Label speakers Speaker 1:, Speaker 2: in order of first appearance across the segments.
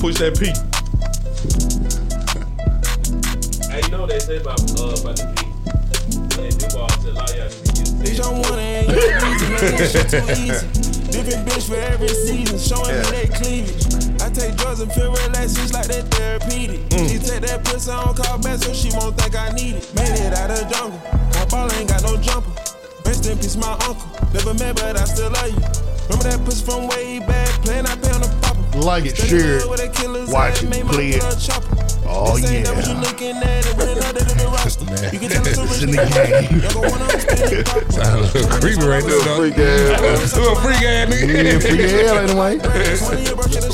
Speaker 1: Push that peak.
Speaker 2: Hey, you know what they say about uh about the king? Let them walls allow y'all to be yourself.
Speaker 3: Bitch, I'm one and you reason. Man, that shit too easy. Different bitch for every season, showing me they cleavage. I take drugs and feel relaxed, it's like that therapeutic.
Speaker 4: Mm.
Speaker 3: She take that pussy on call back, so she won't think I need it. Made it out of jungle. My ball ain't got no jumper. Rest in peace, my uncle. Never met, but I still love you. Remember that pussy from way back, playing I pay on the popper.
Speaker 4: Like it,
Speaker 3: Standing
Speaker 4: share
Speaker 3: up with that killer's
Speaker 4: watch
Speaker 3: hat,
Speaker 4: it,
Speaker 3: made my
Speaker 4: play it.
Speaker 3: blood chopper.
Speaker 4: Oh,
Speaker 3: This ain't that what
Speaker 4: yeah.
Speaker 3: you looking at, it went under the roster. You can tell it's a
Speaker 4: It's
Speaker 3: rich
Speaker 4: in the
Speaker 3: nigga.
Speaker 4: game.
Speaker 3: Y'all gon' wanna understand it, pop.
Speaker 5: Sound a little creepy right there,
Speaker 4: Little freak
Speaker 5: dog.
Speaker 4: ass.
Speaker 5: Little freak ass
Speaker 4: Yeah,
Speaker 5: nigga.
Speaker 4: freak as hell ain't like.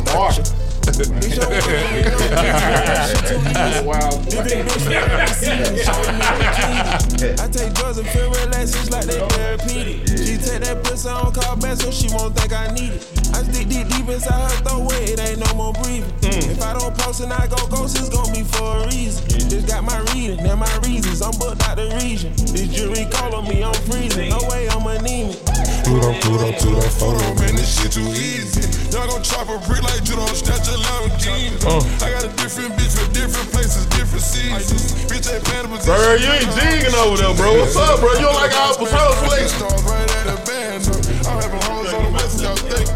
Speaker 3: I take drugs and feel relaxed, it's like they therapeutic. She take that pussy on call back, so she won't think I need it. I stick deep, deep inside her throat, where it ain't no more breathing.
Speaker 6: Hmm.
Speaker 3: If I don't post and I go ghost, it's gonna be for a reason. Just got my reading, now my reasons, I'm booked out the region. This jury call on me, I'm freezing. No way I'm anemic.
Speaker 5: Pluto, Pluto, Pluto, photo, man, this shit too easy.
Speaker 6: Y'all gon' chop a brick like you don't snatch a Lamborghini.
Speaker 3: Oh.
Speaker 6: I got a different bitch for different places, different seasons. Bitch ain't playing with
Speaker 1: Bird, you ain't jigging over there, bro. What's up, bro? You don't like our potato flakes?
Speaker 6: Stars right at the band. I'm having hoes on the west, y'all think.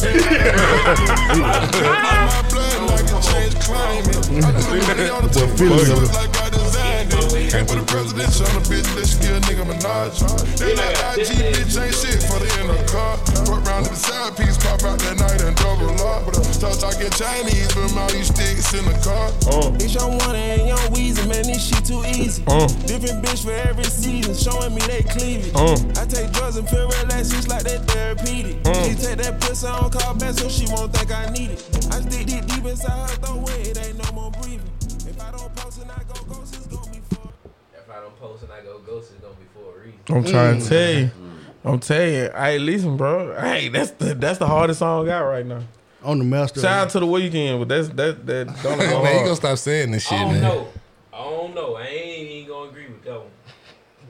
Speaker 6: My blood like a change climate. I do money on the
Speaker 4: The feelings of
Speaker 6: top, like I designed it. And put a presidential on a bitch, let's get a nigga Minaj. They like IG bitch ain't shit for the in the car. Fuck round the side piece, pop out that night and double up. Start talking Chinese, but all you sticks in the car.
Speaker 3: Bitch, I'm one and young Weezy, man, this shit too easy. Different bitch for every season, showing me they cleavage. I take drugs and feel relaxed, it's like that therapeutic. She take that pussy on call back, so she won't think I need it. I stick deep, deep inside her throat, where it ain't no more breathing. If I don't post and I go ghost, it's gonna be for.
Speaker 2: If I don't post and I go ghost, it's gonna be for a reason.
Speaker 7: I'm
Speaker 1: Mm.
Speaker 7: trying to tell you. I'm telling you, hey, listen, bro. Hey, that's the that's the hardest song I got right now.
Speaker 4: On the master.
Speaker 7: Shout out to the weekend, but that's that that don't go
Speaker 5: Man, you gonna
Speaker 7: hard.
Speaker 5: stop saying this shit,
Speaker 2: I don't
Speaker 5: man.
Speaker 2: know. I don't know. I ain't even gonna agree with that one.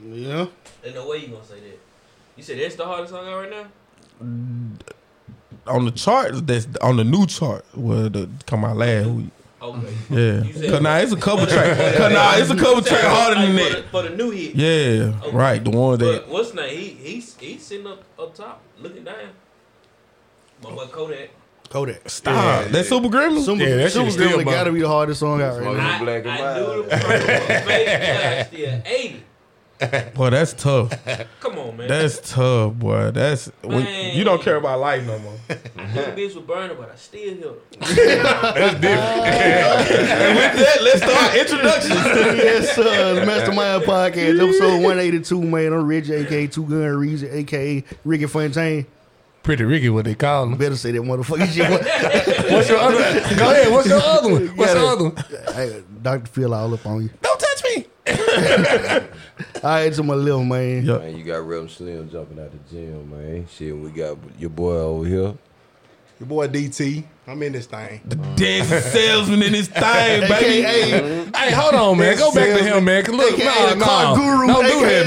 Speaker 4: Yeah.
Speaker 2: Ain't no way you gonna say that. You said that's the hardest song out right now?
Speaker 7: on the charts. That's on the new chart. Well, the, come out last week.
Speaker 2: Okay.
Speaker 7: Yeah,
Speaker 2: You said-
Speaker 7: cause now it's a cover track. Cause now it's a cover track harder than
Speaker 2: Like, for
Speaker 7: that.
Speaker 2: the- For the new hit.
Speaker 7: Yeah, right. The one that
Speaker 2: But what's name? He he's he's sitting up up top, looking down. My boy Kodak.
Speaker 4: Kodak.
Speaker 7: stop. that Super Grimmel.
Speaker 4: Super,
Speaker 5: Yeah, that shit
Speaker 4: Super
Speaker 5: still
Speaker 4: Grimmel
Speaker 5: bummer.
Speaker 4: gotta be the hardest song out right
Speaker 1: Smoke.
Speaker 4: now.
Speaker 2: I,
Speaker 1: black and
Speaker 2: I
Speaker 1: white.
Speaker 2: knew the face still eighty.
Speaker 7: boy, that's tough.
Speaker 2: Come on, man.
Speaker 7: That's tough, boy. That's when,
Speaker 2: Man.
Speaker 7: you don't care about life no more.
Speaker 2: I knew the bitch was burning, but I still hit her.
Speaker 7: That- let's start introductions.
Speaker 4: yes, sir. The Mastermind Podcast, episode 182, man. I'm Rich, aka Two Gun Reason, aka Ricky Fontaine.
Speaker 5: Pretty Ricky, what they call him.
Speaker 4: Better say that motherfucking shit.
Speaker 5: What's your other? Go ahead. What's your other one? What's
Speaker 4: Yeah.
Speaker 5: your other one?
Speaker 4: Hey, Dr. Phil all up on you.
Speaker 5: Don't touch me.
Speaker 4: All right, to my left, man.
Speaker 7: Yeah.
Speaker 1: Man, you got Rev Slim jumping out the gym, man. Shit, we got your boy over here.
Speaker 8: Your boy DT. I'm in this thing.
Speaker 7: Dancing salesman in his thing, baby.
Speaker 4: AKA,
Speaker 5: Hey, hold on, man. Go back to him, man. 'Cause Look,
Speaker 4: AKA
Speaker 5: no,
Speaker 4: the
Speaker 5: no,
Speaker 4: car guru,
Speaker 5: don't do
Speaker 4: AKA.
Speaker 5: that,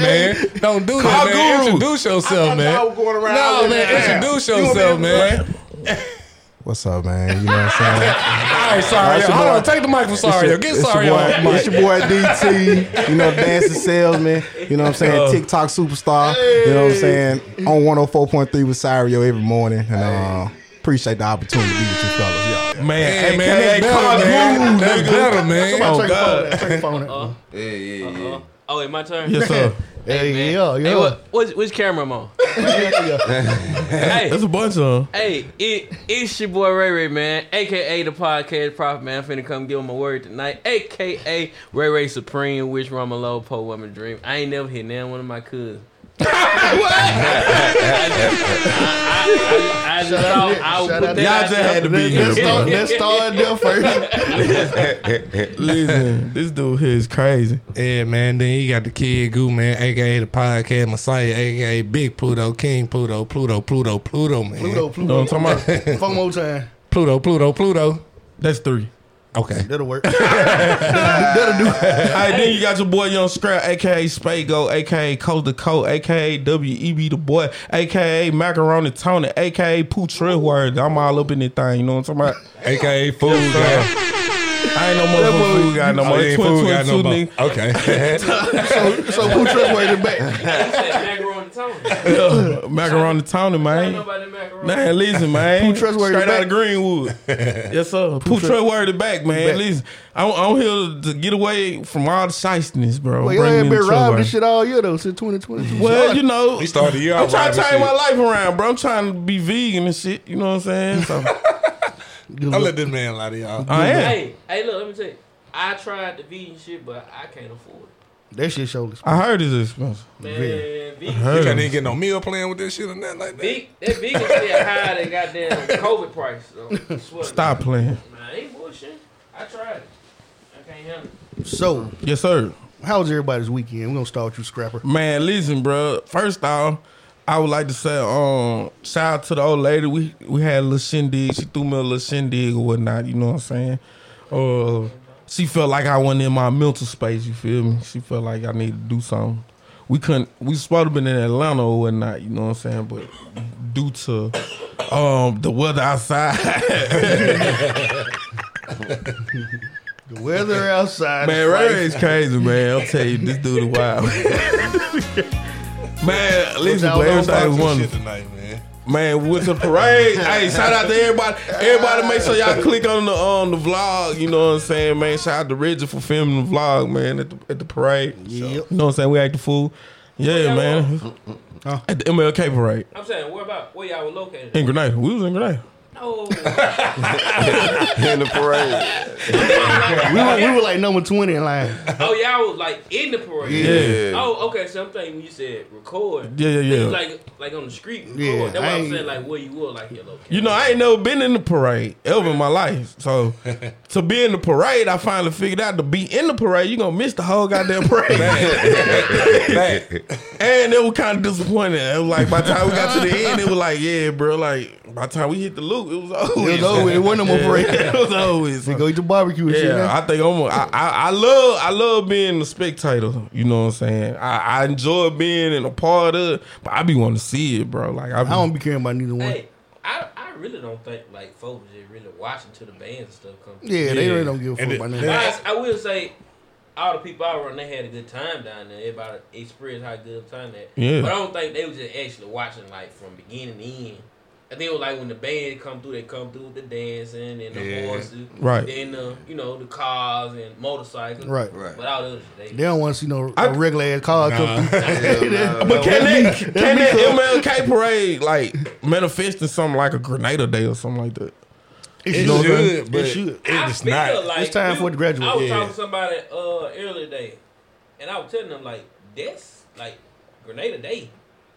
Speaker 5: man. Don't do
Speaker 7: Car
Speaker 5: that, man.
Speaker 7: guru.
Speaker 5: Introduce yourself,
Speaker 8: I was
Speaker 5: man.
Speaker 8: going around.
Speaker 5: No,
Speaker 8: with that.
Speaker 5: man. Introduce
Speaker 8: You want me
Speaker 5: yourself,
Speaker 8: to-
Speaker 5: man.
Speaker 8: What's up, man? You know what I'm
Speaker 5: All
Speaker 8: saying?
Speaker 5: right, sorry.
Speaker 8: That's your
Speaker 5: Hold
Speaker 8: boy.
Speaker 5: on. Take the mic from
Speaker 8: It's
Speaker 5: Sorry.
Speaker 8: your-
Speaker 5: Get
Speaker 8: it's your
Speaker 5: sorry
Speaker 8: boy-
Speaker 5: on the mic.
Speaker 8: It's your boy DT, you know, dancing salesman, you know what I'm saying, TikTok superstar, you know what I'm saying, on 104.3 with Sario every morning. And uh, appreciate the opportunity to be with you fellas. Yeah.
Speaker 7: Man,
Speaker 5: Hey,
Speaker 7: AKA
Speaker 5: man, that's
Speaker 7: Car
Speaker 5: better, man.
Speaker 7: Guru,
Speaker 5: That's
Speaker 7: nigga.
Speaker 5: better, man.
Speaker 4: somebody
Speaker 7: Oh,
Speaker 4: check
Speaker 7: God.
Speaker 4: the phone. Check the phone. out.
Speaker 1: Yeah, yeah, yeah.
Speaker 2: Uh, oh, it's my turn.
Speaker 7: Yes, sir.
Speaker 4: Hey, yeah, yeah.
Speaker 2: Hey, what, what's, which camera I'm on? hey,
Speaker 7: That's a bunch of 'em.
Speaker 2: hey, it, it's your boy Ray Ray, man, aka the podcast prophet, man. I'm finna come give him a word tonight, aka Ray Ray Supreme, which Romolo, Po Woman Dream. I ain't never hit none one of my cousins. I, I, I, I just thought I would
Speaker 4: Shout
Speaker 2: put
Speaker 4: out
Speaker 2: that
Speaker 4: to-
Speaker 7: Y'all
Speaker 2: out
Speaker 7: just
Speaker 2: there.
Speaker 7: had to be here.
Speaker 4: Let's
Speaker 7: bro.
Speaker 4: start, let's start there first.
Speaker 7: Listen, this dude here is crazy.
Speaker 5: Yeah, man. Then you got the kid Goo, man, aka the podcast Messiah, aka Big Pluto, King Pluto, Pluto, Pluto, Pluto, man.
Speaker 4: Pluto,
Speaker 5: Pluto,
Speaker 7: You know
Speaker 4: Pluto.
Speaker 7: what I'm talking about?
Speaker 4: Fuck more time.
Speaker 5: Pluto, Pluto.
Speaker 7: That's three.
Speaker 5: Okay.
Speaker 4: That'll work.
Speaker 7: Hey, then you got your boy Young Scrap, aka Spago, aka Coast to Coast, aka WEB E the boy, aka Macaroni Tony, aka Pooh Word. I'm all up in this thing, you know what I'm talking about?
Speaker 5: AKA food guy.
Speaker 7: I ain't no motherfucking food guy no more.
Speaker 5: I ain't food guy no
Speaker 7: 2022,
Speaker 5: more.
Speaker 7: nigga.
Speaker 5: Okay.
Speaker 4: so so who trust way the back?
Speaker 2: macaroni tone.
Speaker 7: Yeah, Macaroni Tony,
Speaker 2: Ain't
Speaker 7: man.
Speaker 2: nobody macaroni.
Speaker 7: Man, listen, man.
Speaker 4: trustworthy
Speaker 7: Straight out
Speaker 4: back.
Speaker 7: of Greenwood. yes, sir. Pooh trustworthy back, man.
Speaker 4: Back.
Speaker 7: Listen, I'm, I'm here to get away from all the shystiness, bro.
Speaker 4: Well,
Speaker 7: Bring
Speaker 4: y'all
Speaker 7: me
Speaker 4: ain't
Speaker 7: the
Speaker 4: been robbed
Speaker 7: trustworthy.
Speaker 4: this shit all year though since 2022.
Speaker 7: Well, you know,
Speaker 5: We started the year
Speaker 7: I'm
Speaker 5: off
Speaker 7: trying to
Speaker 5: robbing
Speaker 7: change my
Speaker 5: shit.
Speaker 7: life around, bro. I'm trying to be vegan and shit. You know what I'm saying? So
Speaker 5: I let this man lie to y'all.
Speaker 7: I am.
Speaker 2: Hey, hey, look, let me tell you. I tried the vegan shit, but I can't afford it.
Speaker 4: That shit shoulders.
Speaker 7: I heard it's expensive.
Speaker 2: Man, vegan,
Speaker 5: You can't even get no meal plan with this shit or nothing like that.
Speaker 2: big, that vegan shit higher than goddamn COVID price. Though. I swear to
Speaker 7: Stop playing.
Speaker 2: God. Man, ain't bullshit. I tried it. I can't handle it.
Speaker 4: So
Speaker 7: Yes, sir.
Speaker 4: how was everybody's weekend? We're gonna start with you, Scrapper.
Speaker 7: Man, listen, bro. First off, I would like to say, um, shout out to the old lady. We we had a little shindig. She threw me a little shindig or whatnot. You know what I'm saying? Uh, she felt like I wasn't in my mental space. You feel me? She felt like I needed to do something. We couldn't. We supposed to been in Atlanta or whatnot. You know what I'm saying? But due to um the weather outside,
Speaker 4: The weather outside.
Speaker 7: Man, Ray Ray's crazy, man. I'll tell you, this dude is wild. man, listen,
Speaker 4: y'all
Speaker 7: but
Speaker 4: know
Speaker 7: everything was
Speaker 5: Some shit
Speaker 7: wonderful.
Speaker 5: tonight, man.
Speaker 7: Man, with the parade. hey, shout out to everybody. Everybody make sure y'all click on the on the vlog, you know what I'm saying, man. Shout out to Reggie for filming the vlog, man, at the, at the parade.
Speaker 4: Yep.
Speaker 7: You know what I'm saying? We act the fool. Yeah,
Speaker 2: y'all
Speaker 7: man.
Speaker 4: Uh-uh.
Speaker 7: At the MLK parade
Speaker 2: I'm saying, where about where y'all were located?
Speaker 7: in Grenada. We was in Grenada.
Speaker 2: No,
Speaker 6: in the parade.
Speaker 4: we, were, we were like number 20 in line.
Speaker 2: oh y'all was like in the parade.
Speaker 7: Yeah.
Speaker 2: Oh, okay. So I'm thinking when you said record.
Speaker 7: Yeah, yeah,
Speaker 2: it was
Speaker 7: yeah.
Speaker 2: Like, like on the street. Record.
Speaker 4: Yeah,
Speaker 2: That's
Speaker 4: I
Speaker 2: why I'm
Speaker 4: ain't-
Speaker 2: saying like where you were, like your location.
Speaker 7: You know, I ain't never been in the parade ever in my life. So to be in the parade, I finally figured out to be in the parade, you're gonna miss the whole goddamn parade. and it was kind of disappointing. It was like by the time we got to the end, it was like, yeah, bro, like by the time we hit the loop, it was over.
Speaker 4: It was over. It wasn't no more parade.
Speaker 7: it was always.
Speaker 4: They go eat the barbecue and shit.
Speaker 7: Yeah,
Speaker 4: man.
Speaker 7: I think I'm. a- I, I I love I love being a spectator. You know what I'm saying? I, I enjoy being in a part of, it, but I be want to see it, bro. Like I, be,
Speaker 4: I don't be caring about neither one.
Speaker 2: Hey, I, I really don't think like folks just really watching to the bands and stuff come.
Speaker 4: Yeah, they really don't give a fuck
Speaker 5: And
Speaker 4: about
Speaker 5: it-
Speaker 4: nothing.
Speaker 2: I, I will say, all the people I run, they had a good time down there. Everybody experienced how good of a time that.
Speaker 7: Yeah.
Speaker 2: But I don't think they was just actually watching like from beginning to end. I think it was like when the band come through, they come through with the dancing and the
Speaker 5: Yeah.
Speaker 2: horses,
Speaker 7: Right.
Speaker 2: Then the you know the cars and motorcycles,
Speaker 4: Right.
Speaker 6: Right.
Speaker 2: But all the other shit,
Speaker 4: They
Speaker 2: they,
Speaker 4: don't want to see no
Speaker 7: I-
Speaker 4: no regular ass car come through.
Speaker 7: But can Oh, that can
Speaker 4: me
Speaker 7: that MLK parade like manifest in something like a Grenada Day or something like that?
Speaker 5: It
Speaker 7: know what I'm saying?
Speaker 5: should, but
Speaker 4: It should.
Speaker 2: I
Speaker 5: it's
Speaker 2: feel
Speaker 5: not.
Speaker 2: like
Speaker 4: It's time
Speaker 2: we-
Speaker 4: for it to
Speaker 2: I
Speaker 4: graduate.
Speaker 2: was
Speaker 5: Yeah.
Speaker 2: talking to somebody uh earlier today, and I was telling them like that's like Grenada Day.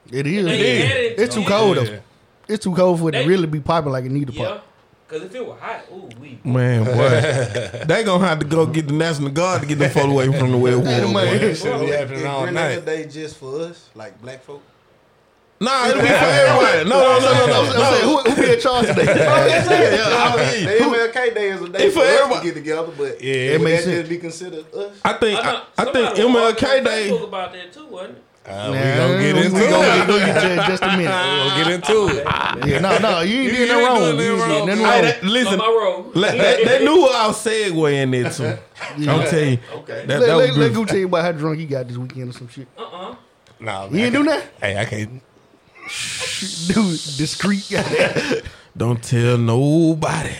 Speaker 4: It is.
Speaker 2: They added it
Speaker 4: It's
Speaker 2: to
Speaker 4: too
Speaker 2: it.
Speaker 4: cold
Speaker 5: Yeah.
Speaker 4: though. It's too cold for it
Speaker 2: They-
Speaker 4: to really be popping like it need to
Speaker 2: Yeah.
Speaker 4: pop.
Speaker 2: Cause if it were hot, ooh, we
Speaker 7: Man, what they gonna have to go get the National Guard to get the fuck away from the way it
Speaker 4: Hey,
Speaker 7: was.
Speaker 4: man.
Speaker 5: That shit be happening all night.
Speaker 6: Day just for us, like black folk.
Speaker 7: Nah, it'll be for everybody. No, no, no, no,
Speaker 4: I'm
Speaker 7: no. no.
Speaker 4: saying, who, who be in charge today?
Speaker 6: The MLK Day is a day
Speaker 7: It's
Speaker 6: for
Speaker 7: for
Speaker 6: us to
Speaker 7: everybody.
Speaker 6: get together, but
Speaker 5: Yeah,
Speaker 6: yeah,
Speaker 5: it
Speaker 6: would
Speaker 4: makes
Speaker 6: that
Speaker 4: sense.
Speaker 6: just be considered us?
Speaker 7: I think I,
Speaker 2: know-
Speaker 7: I think
Speaker 2: somebody was
Speaker 7: MLK
Speaker 2: on
Speaker 7: Day.
Speaker 2: Facebook about that too, wasn't it?
Speaker 5: Uh, we gonna get into
Speaker 4: we gonna
Speaker 5: it.
Speaker 4: get into it in just a minute.
Speaker 5: We'll get into it.
Speaker 4: Yeah, no, no, you ain't did
Speaker 5: ain't
Speaker 4: nothing wrong.
Speaker 5: doing
Speaker 4: You ain't
Speaker 5: nothing
Speaker 4: did
Speaker 2: Oh,
Speaker 4: nothing
Speaker 5: wrong.
Speaker 7: Hey,
Speaker 4: wrong.
Speaker 7: that, listen,
Speaker 2: on my road.
Speaker 7: le- they, they knew what I was segueing into. I'll tell you. Okay. That,
Speaker 4: Let,
Speaker 7: that was
Speaker 4: let,
Speaker 7: good.
Speaker 4: let Goo tell you about how drunk he got this weekend or some shit.
Speaker 2: Uh-uh.
Speaker 5: Nah,
Speaker 4: You
Speaker 5: man,
Speaker 4: ain't do nothing?
Speaker 5: Hey, I can't.
Speaker 4: Dude, discreet.
Speaker 7: Don't tell nobody.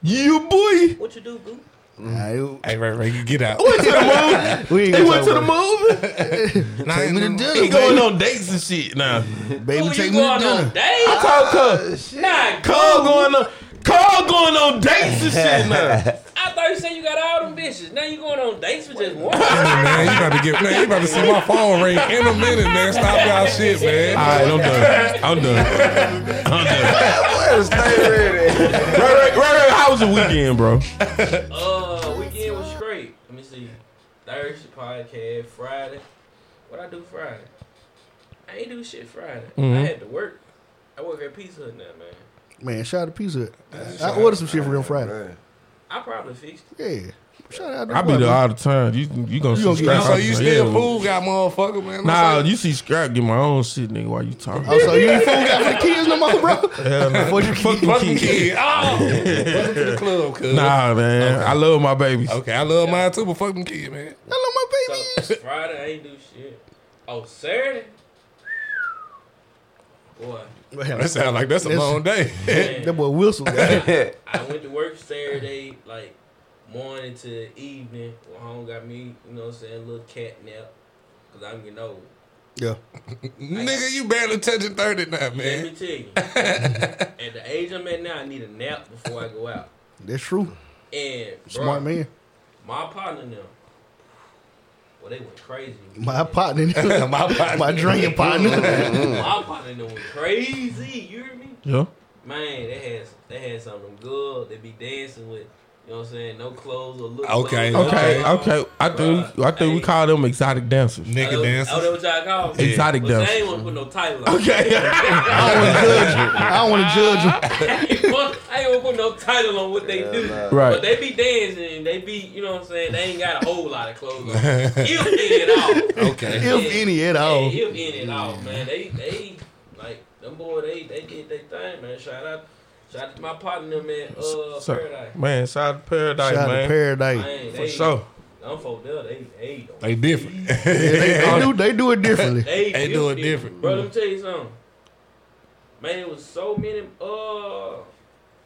Speaker 7: You boy.
Speaker 2: What you do, boo?
Speaker 4: Alright,
Speaker 5: Hey, Ray, Ray, you get out.
Speaker 7: Went to the movie.
Speaker 4: we ain't
Speaker 7: They
Speaker 4: gonna
Speaker 7: went to
Speaker 4: talk
Speaker 7: the
Speaker 4: about
Speaker 7: movie.
Speaker 4: it. Take me to dinner,
Speaker 7: He going
Speaker 4: baby.
Speaker 7: on dates and shit now.
Speaker 4: Baby,
Speaker 2: Who you
Speaker 4: take me to
Speaker 2: going
Speaker 4: dinner.
Speaker 2: on dates?
Speaker 7: Call Cuz.
Speaker 2: Nah,
Speaker 7: Call going on. Call going on dates and shit now.
Speaker 2: I thought you said you got all them bitches. Now you going on dates with just one.
Speaker 5: man, you about to get man, you about to see my phone ring in a minute, man. Stop y'all shit, man.
Speaker 7: All right, I'm done. I'm done.
Speaker 6: Stay ready.
Speaker 7: Right, right, right, right. How was your weekend, bro?
Speaker 2: Uh, weekend was great. Let me see. Thursday podcast, Friday. What I do Friday? I ain't do shit Friday.
Speaker 7: Mm-hmm.
Speaker 2: I had to work. I work at Pizza Hut now, man.
Speaker 4: Man, shout out to Pizza Hut. I ordered some shit for real Friday.
Speaker 6: Man,
Speaker 2: I probably fixed it.
Speaker 4: Yeah. Shout out to
Speaker 7: I be there all the time. You you gonna see
Speaker 4: gonna get-
Speaker 7: scrap?
Speaker 5: So
Speaker 7: I
Speaker 5: you
Speaker 7: just-
Speaker 5: still
Speaker 7: yeah.
Speaker 5: fool got motherfucker, man.
Speaker 7: Nah, you see scrap get my own shit, nigga. Why you talking?
Speaker 4: Oh, so you ain't fool got for the kids no more, bro?
Speaker 7: Hell no.
Speaker 4: Fuck you,
Speaker 7: Fuck them
Speaker 5: fucking
Speaker 7: kids.
Speaker 5: kid. Oh, welcome to the club, cuz.
Speaker 7: Nah, man. I love my babies.
Speaker 5: Okay, I love mine too, but fuck them kid, man.
Speaker 4: I love my baby.
Speaker 2: So Friday I ain't do shit. Oh Saturday. Boy,
Speaker 5: That sound like that's a
Speaker 4: That's-
Speaker 5: long day.
Speaker 2: man,
Speaker 4: That Eh, boy Wilson. man.
Speaker 2: I went to work Saturday like morning to evening. Went home got me, you know what I'm saying, a little cat nap. Cause I'm getting old.
Speaker 4: yeah.
Speaker 5: Nigga, you barely touching thirty now,
Speaker 4: Eh.
Speaker 2: Let me
Speaker 5: man.
Speaker 2: tell you. at the age I'm at now, I need a nap before I go out.
Speaker 4: That's true.
Speaker 2: And bro,
Speaker 4: Smart man.
Speaker 2: my partner now. Well, they went crazy.
Speaker 4: My partner.
Speaker 5: My partner.
Speaker 4: my drinking partner.
Speaker 2: My partner done went crazy. You hear me?
Speaker 7: Yeah.
Speaker 2: Man, they had they had something good. They be dancing with, you know what I'm saying, no clothes or look.
Speaker 5: Okay,
Speaker 2: clothes.
Speaker 7: Okay, okay. I think
Speaker 2: Bruh.
Speaker 7: I think we
Speaker 2: Hey.
Speaker 7: call them exotic dancers.
Speaker 2: Oh,
Speaker 5: Nigga
Speaker 2: that- Oh, that
Speaker 5: dancing.
Speaker 2: what y'all call them?
Speaker 7: Exotic
Speaker 2: But
Speaker 7: dancers.
Speaker 2: They ain't want to put no title on.
Speaker 4: I don't want to judge you. I don't want to judge you.
Speaker 2: I ain't want to put no title on what they do. But
Speaker 7: Right.
Speaker 2: they be dancing and they be, you know what I'm saying, they ain't got a whole lot of clothes on. if any at all.
Speaker 5: Okay.
Speaker 4: If any at all.
Speaker 2: Yeah, if any at all, man. They, they, like, them boy, they, they did their thing, man. Shout out, shout out to my partner, man, uh,
Speaker 7: So-
Speaker 2: Paradise.
Speaker 7: Man, shout out to Paradise,
Speaker 4: Shout out to
Speaker 7: man.
Speaker 4: Paradise.
Speaker 2: Man,
Speaker 7: For
Speaker 2: they,
Speaker 7: sure.
Speaker 2: Them folk there, they, they, don't-
Speaker 5: They different.
Speaker 4: They do, they do it differently.
Speaker 2: They,
Speaker 5: They do it different.
Speaker 2: Bro, let me tell you something. Man, it was so many uh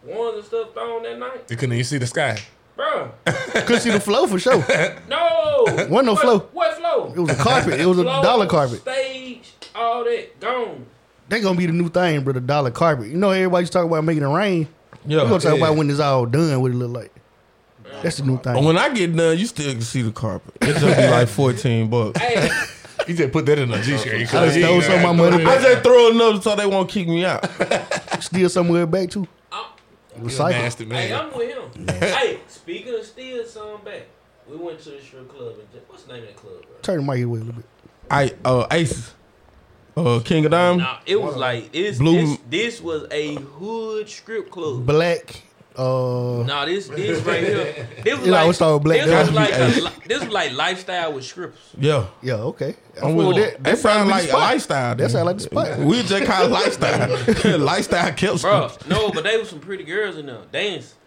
Speaker 2: ones and stuff thrown that night.
Speaker 5: You couldn't even see the sky.
Speaker 2: Bro,
Speaker 4: Could see the flow for sure. It
Speaker 2: no. Wasn't
Speaker 4: no
Speaker 2: what,
Speaker 4: flow.
Speaker 2: What flow?
Speaker 4: was a carpet. It was a
Speaker 2: Flow,
Speaker 4: dollar carpet.
Speaker 2: Stage, all that gone.
Speaker 4: They gonna be the new thing, bro. The dollar carpet. You know everybody's talking about making it rain.
Speaker 7: Yeah.
Speaker 4: We gonna talk
Speaker 5: Yeah.
Speaker 4: about when it's all done. What it look like? That's the new
Speaker 7: But
Speaker 4: thing.
Speaker 7: when I get done, you still can see the carpet. It just be like fourteen bucks.
Speaker 2: Hey,
Speaker 5: You just put that in a G-shirt.
Speaker 4: I done stole some of my money.
Speaker 7: I just throw another so they won't kick me out.
Speaker 4: Steal somewhere back too.
Speaker 2: I'm,
Speaker 4: Recycle.
Speaker 5: Nasty
Speaker 2: hey,
Speaker 5: man.
Speaker 2: I'm with him. hey, speaking of steal some back, we went to the strip club. And, what's the name of that club, bro?
Speaker 4: Turn the mic away a little bit.
Speaker 7: I uh Aces. Uh King of Diamonds.
Speaker 2: Nah, it was like this,
Speaker 7: Blue-
Speaker 2: this. This was a hood strip club.
Speaker 4: Black. Uh,
Speaker 2: Nah, this this right here. This was
Speaker 4: You know, I
Speaker 2: like,
Speaker 4: was talking black
Speaker 2: this was
Speaker 4: dog.
Speaker 2: like a, li- this was like lifestyle with strippers.
Speaker 7: Yeah.
Speaker 4: yeah, okay. I
Speaker 7: I'm
Speaker 4: feel
Speaker 7: with
Speaker 4: that.
Speaker 7: that. That sound like a lifestyle.
Speaker 4: That sound
Speaker 7: dude.
Speaker 4: like the spot.
Speaker 7: We just call it lifestyle. lifestyle kept
Speaker 2: Bro, no, but they was some pretty girls in there dancing.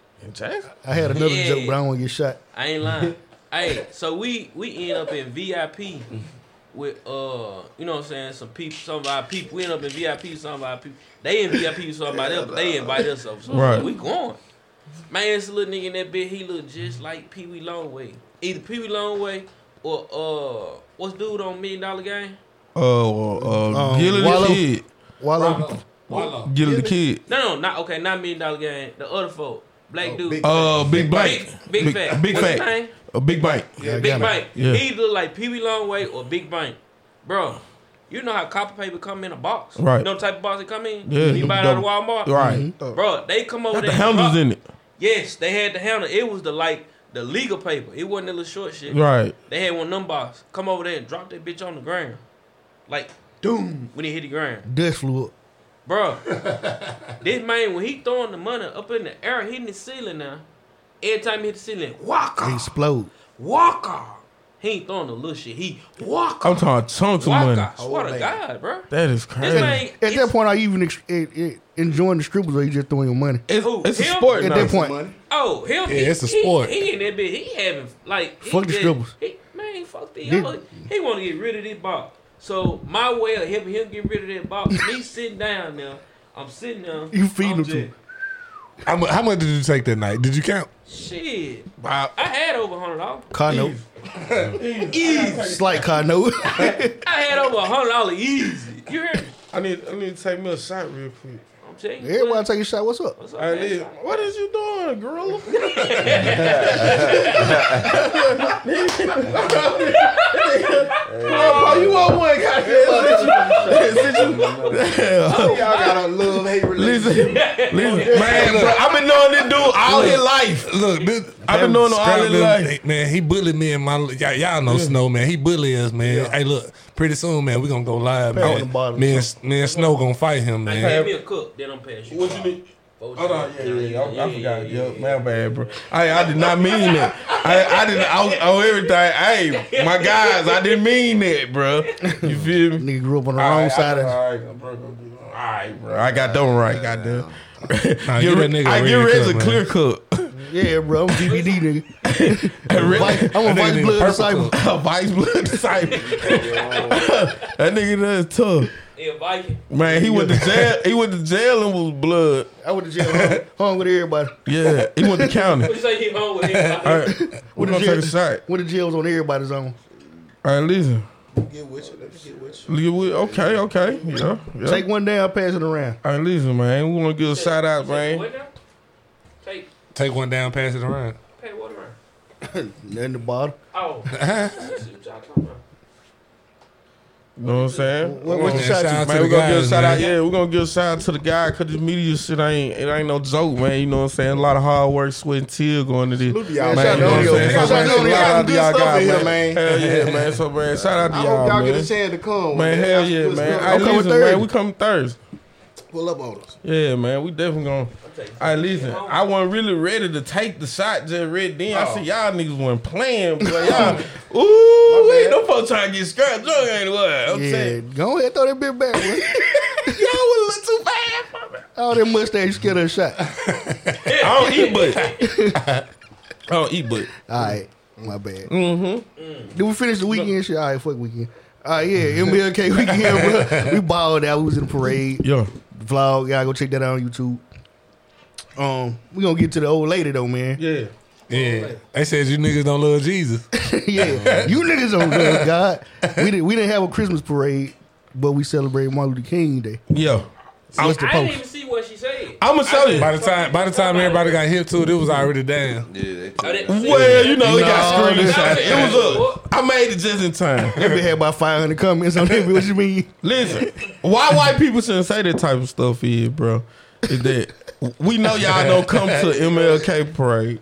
Speaker 4: I had another
Speaker 2: Yeah.
Speaker 4: joke, but I don't want to get shot.
Speaker 2: I ain't lying. hey, so we we end up in VIP with uh, you know what I'm saying, some people, some of our people. We end up in VIP, with some of our people. They in VIP with somebody else, but they invite us over. So
Speaker 7: Right.
Speaker 2: we going. Man, this little nigga in that bit, he look just like Pee Wee Longway. Either Pee Wee Longway or uh, what's dude on Million Dollar Game?
Speaker 7: Oh, uh, uh,
Speaker 4: Um,
Speaker 7: Gilly
Speaker 4: Wallow.
Speaker 7: the kid.
Speaker 4: Wallow.
Speaker 5: Wallow.
Speaker 7: Gilly the kid.
Speaker 2: No, no, not okay, not Million Dollar Game. The other folk, black dude,
Speaker 8: Big-
Speaker 7: Uh, big
Speaker 2: big,
Speaker 7: bank.
Speaker 2: big, fat,
Speaker 7: Big
Speaker 2: What's his
Speaker 7: bank.
Speaker 2: name?
Speaker 7: A big bank.
Speaker 4: Yeah, I
Speaker 2: Big
Speaker 4: got it.
Speaker 2: Bang.
Speaker 7: Yeah.
Speaker 2: He look like Pee Wee Longway or Big Bang. Bro, you know how copper paper come in a box?
Speaker 7: Right.
Speaker 2: You know the type of box they come in?
Speaker 7: Yeah.
Speaker 2: You buy it out of Walmart?
Speaker 7: Right.
Speaker 2: Bro, they come over
Speaker 7: Got the
Speaker 2: there.
Speaker 7: handles in it.
Speaker 2: Yes, they had the handle. It was the like the legal paper. It wasn't the little short shit.
Speaker 7: Right.
Speaker 2: They had one of them box. Come over there and drop that bitch on the ground. Like, doom. When it hit the ground.
Speaker 4: Dust flew up.
Speaker 2: Bro, this man, when he throwing the money up in the air, hitting the ceiling now, every time he hit the ceiling,
Speaker 4: It
Speaker 2: waka,
Speaker 4: explode.
Speaker 2: waka. He ain't throwing no little shit. He waka.
Speaker 7: I'm talking chunks of
Speaker 2: Why
Speaker 7: money.
Speaker 2: God, I swear to God, bro.
Speaker 7: That is
Speaker 2: This
Speaker 7: crazy.
Speaker 2: man,
Speaker 4: At that point, are you even ex- it, it, enjoying the strippers or you just throwing your money?
Speaker 7: It's,
Speaker 2: Who,
Speaker 7: it's a
Speaker 2: him?
Speaker 7: sport
Speaker 4: At
Speaker 7: now.
Speaker 4: that point,
Speaker 2: oh, him, yeah,
Speaker 5: it's a sport.
Speaker 2: He, he in that bitch, he having like he
Speaker 4: Fuck the
Speaker 2: just-
Speaker 4: strippers.
Speaker 2: He, man, fuck the
Speaker 4: Did-
Speaker 2: y'all. He want to get rid of this box. So my way of helping him get rid of that box, me sitting down now. I'm sitting there.
Speaker 4: You feeding
Speaker 2: I'm
Speaker 4: him
Speaker 2: just-
Speaker 4: too.
Speaker 5: How mu- how much did you take that night? Did you count?
Speaker 2: Shit,
Speaker 5: Wow.
Speaker 2: I had over hundred dollars.
Speaker 4: Car note. Slight car note.
Speaker 2: I had over hundred dollars easy. You hear me?
Speaker 7: I need I need to take me a shot real quick.
Speaker 2: I'm telling you.
Speaker 4: Everybody take a shot. What's up?
Speaker 2: What's up, man?
Speaker 7: what is you doing, girl? oh, you want one?
Speaker 8: Y'all got a love hate relationship.
Speaker 7: Listen, listen, man, bro, I've been knowing this dude all his life.
Speaker 5: Look, this,
Speaker 7: I've been knowing him all
Speaker 5: Scrap
Speaker 7: his
Speaker 5: little-
Speaker 7: life.
Speaker 5: Man, he bullied me and my y'all, y'all know Snow, man. He bullied us, man. Hey, look, pretty soon, man, we gonna go live,
Speaker 4: on the
Speaker 5: man.
Speaker 4: bottle.
Speaker 5: Me and, me and Snow gonna fight him,
Speaker 2: Hey,
Speaker 5: man.
Speaker 2: Give me a cup, then I'm past you.
Speaker 7: What you need? Hold on, Oh, yeah, yeah, yeah. I, I forgot. Yeah, my bad, bro. I, I did not mean that. I, I didn't. I, oh, everything. Hey, my guys, I didn't mean that, bro. You feel me?
Speaker 4: Nigga grew up on the wrong side of
Speaker 7: All right, bro. All right, bro. I got that one right. Goddamn.
Speaker 5: Nah,
Speaker 7: Get
Speaker 5: give
Speaker 7: re-
Speaker 5: that nigga a
Speaker 7: I get
Speaker 5: red
Speaker 7: rid of
Speaker 5: cup,
Speaker 7: clear cup.
Speaker 4: Yeah, bro, I'm GBD nigga.
Speaker 7: Vice-
Speaker 4: I'm a
Speaker 7: that nigga
Speaker 4: vice
Speaker 7: need
Speaker 4: blood
Speaker 7: purple
Speaker 4: disciple.
Speaker 7: cup. Vice blood disciple. that nigga that's tough.
Speaker 2: Yeah, Viking.
Speaker 7: Man, he went to jail. He went to jail and was blood.
Speaker 4: I went to jail, hung, hung with everybody.
Speaker 7: Yeah, he went to county.
Speaker 2: What you say he home with
Speaker 7: All
Speaker 2: him?
Speaker 7: right, we're gonna
Speaker 4: Went to
Speaker 7: take
Speaker 4: jail,
Speaker 7: a shot.
Speaker 4: went to jail was on everybody's own.
Speaker 7: All right, listen.
Speaker 1: Get with you. Let me get with you.
Speaker 7: Look at we- Okay, okay. Yeah, yeah.
Speaker 4: Take one down, pass it around.
Speaker 7: All right, listen, man. We want to give a shout out, man.
Speaker 2: What now? Take,
Speaker 5: Take one down, pass it around.
Speaker 2: pay what around?
Speaker 4: Nothing to bother.
Speaker 2: Oh. That's what y'all talking about.
Speaker 7: You know what I'm saying?
Speaker 4: What, what's the
Speaker 5: man,
Speaker 4: shot
Speaker 5: shout
Speaker 4: you-
Speaker 5: out
Speaker 7: Man,
Speaker 5: to
Speaker 7: we're
Speaker 5: the
Speaker 7: gonna give a
Speaker 5: guys,
Speaker 7: shout out.
Speaker 5: man.
Speaker 7: Yeah, we're gonna give a shout out to the guy because this media shit ain't it ain't no joke, man. You know what I'm saying? A lot of hard work, sweat, and tear going to this.
Speaker 8: Salute to y'all,
Speaker 7: man.
Speaker 8: man.
Speaker 7: You know what I'm saying?
Speaker 8: Shout out
Speaker 7: So, man,
Speaker 8: to y'all.
Speaker 7: shout out to y'all
Speaker 8: Y'all good stuff in
Speaker 7: guys,
Speaker 8: here,
Speaker 7: man. Hell yeah, man. So, man, shout out to
Speaker 8: I
Speaker 7: y'all,
Speaker 8: hope y'all get
Speaker 7: man.
Speaker 8: a chance to come.
Speaker 7: Man, hell yeah, man. All right,
Speaker 8: I'm coming
Speaker 7: listen,
Speaker 8: third.
Speaker 7: man. We coming Thursday.
Speaker 8: Pull up on us.
Speaker 7: Yeah, man. We definitely gonna.
Speaker 2: Okay.
Speaker 7: All right, listen. I wasn't really ready to take the shot just right then.
Speaker 8: Oh.
Speaker 7: I see y'all niggas wasn't playing, but y'all, ooh, wait, no folks trying to get scrapped drunk ain't what I'm
Speaker 4: Yeah,
Speaker 7: saying.
Speaker 4: go ahead, throw that bit back. bro.
Speaker 7: Y'all was a little too fast. for me.
Speaker 4: All that mustache scared her shot.
Speaker 7: I don't eat but. I don't eat but.
Speaker 4: All right, my bad. Mm-hmm. Did we finish the weekend shit? All right, fuck weekend. All right, yeah, MLK weekend, bro. We balled out. We was in the parade.
Speaker 7: Yo,
Speaker 4: Vlog, y'all go check that out on YouTube. Um, we gonna get to the old lady though, man.
Speaker 7: yeah.
Speaker 5: Yeah. They said you niggas don't love Jesus.
Speaker 4: yeah, you niggas don't love God. We didn't. We didn't have a Christmas parade, but we celebrated Martin Luther King Day.
Speaker 7: Yo.
Speaker 4: So it's the
Speaker 2: I didn't
Speaker 4: post.
Speaker 2: even see what she said.
Speaker 7: I'ma show you.
Speaker 5: By the time by the time everybody got hit to it, it was already down.
Speaker 1: Yeah, they
Speaker 2: I
Speaker 1: took
Speaker 2: didn't see
Speaker 7: Well, you know, it
Speaker 4: No,
Speaker 7: got screenshot.
Speaker 2: Oh, no.
Speaker 7: It was
Speaker 4: Uh,
Speaker 7: up. I made it just in time.
Speaker 4: That bitch had about five hundred comments on that. bitch. What you mean?
Speaker 7: Listen, why white people shouldn't say that type of stuff is, bro, is that we know y'all don't come to MLK parade.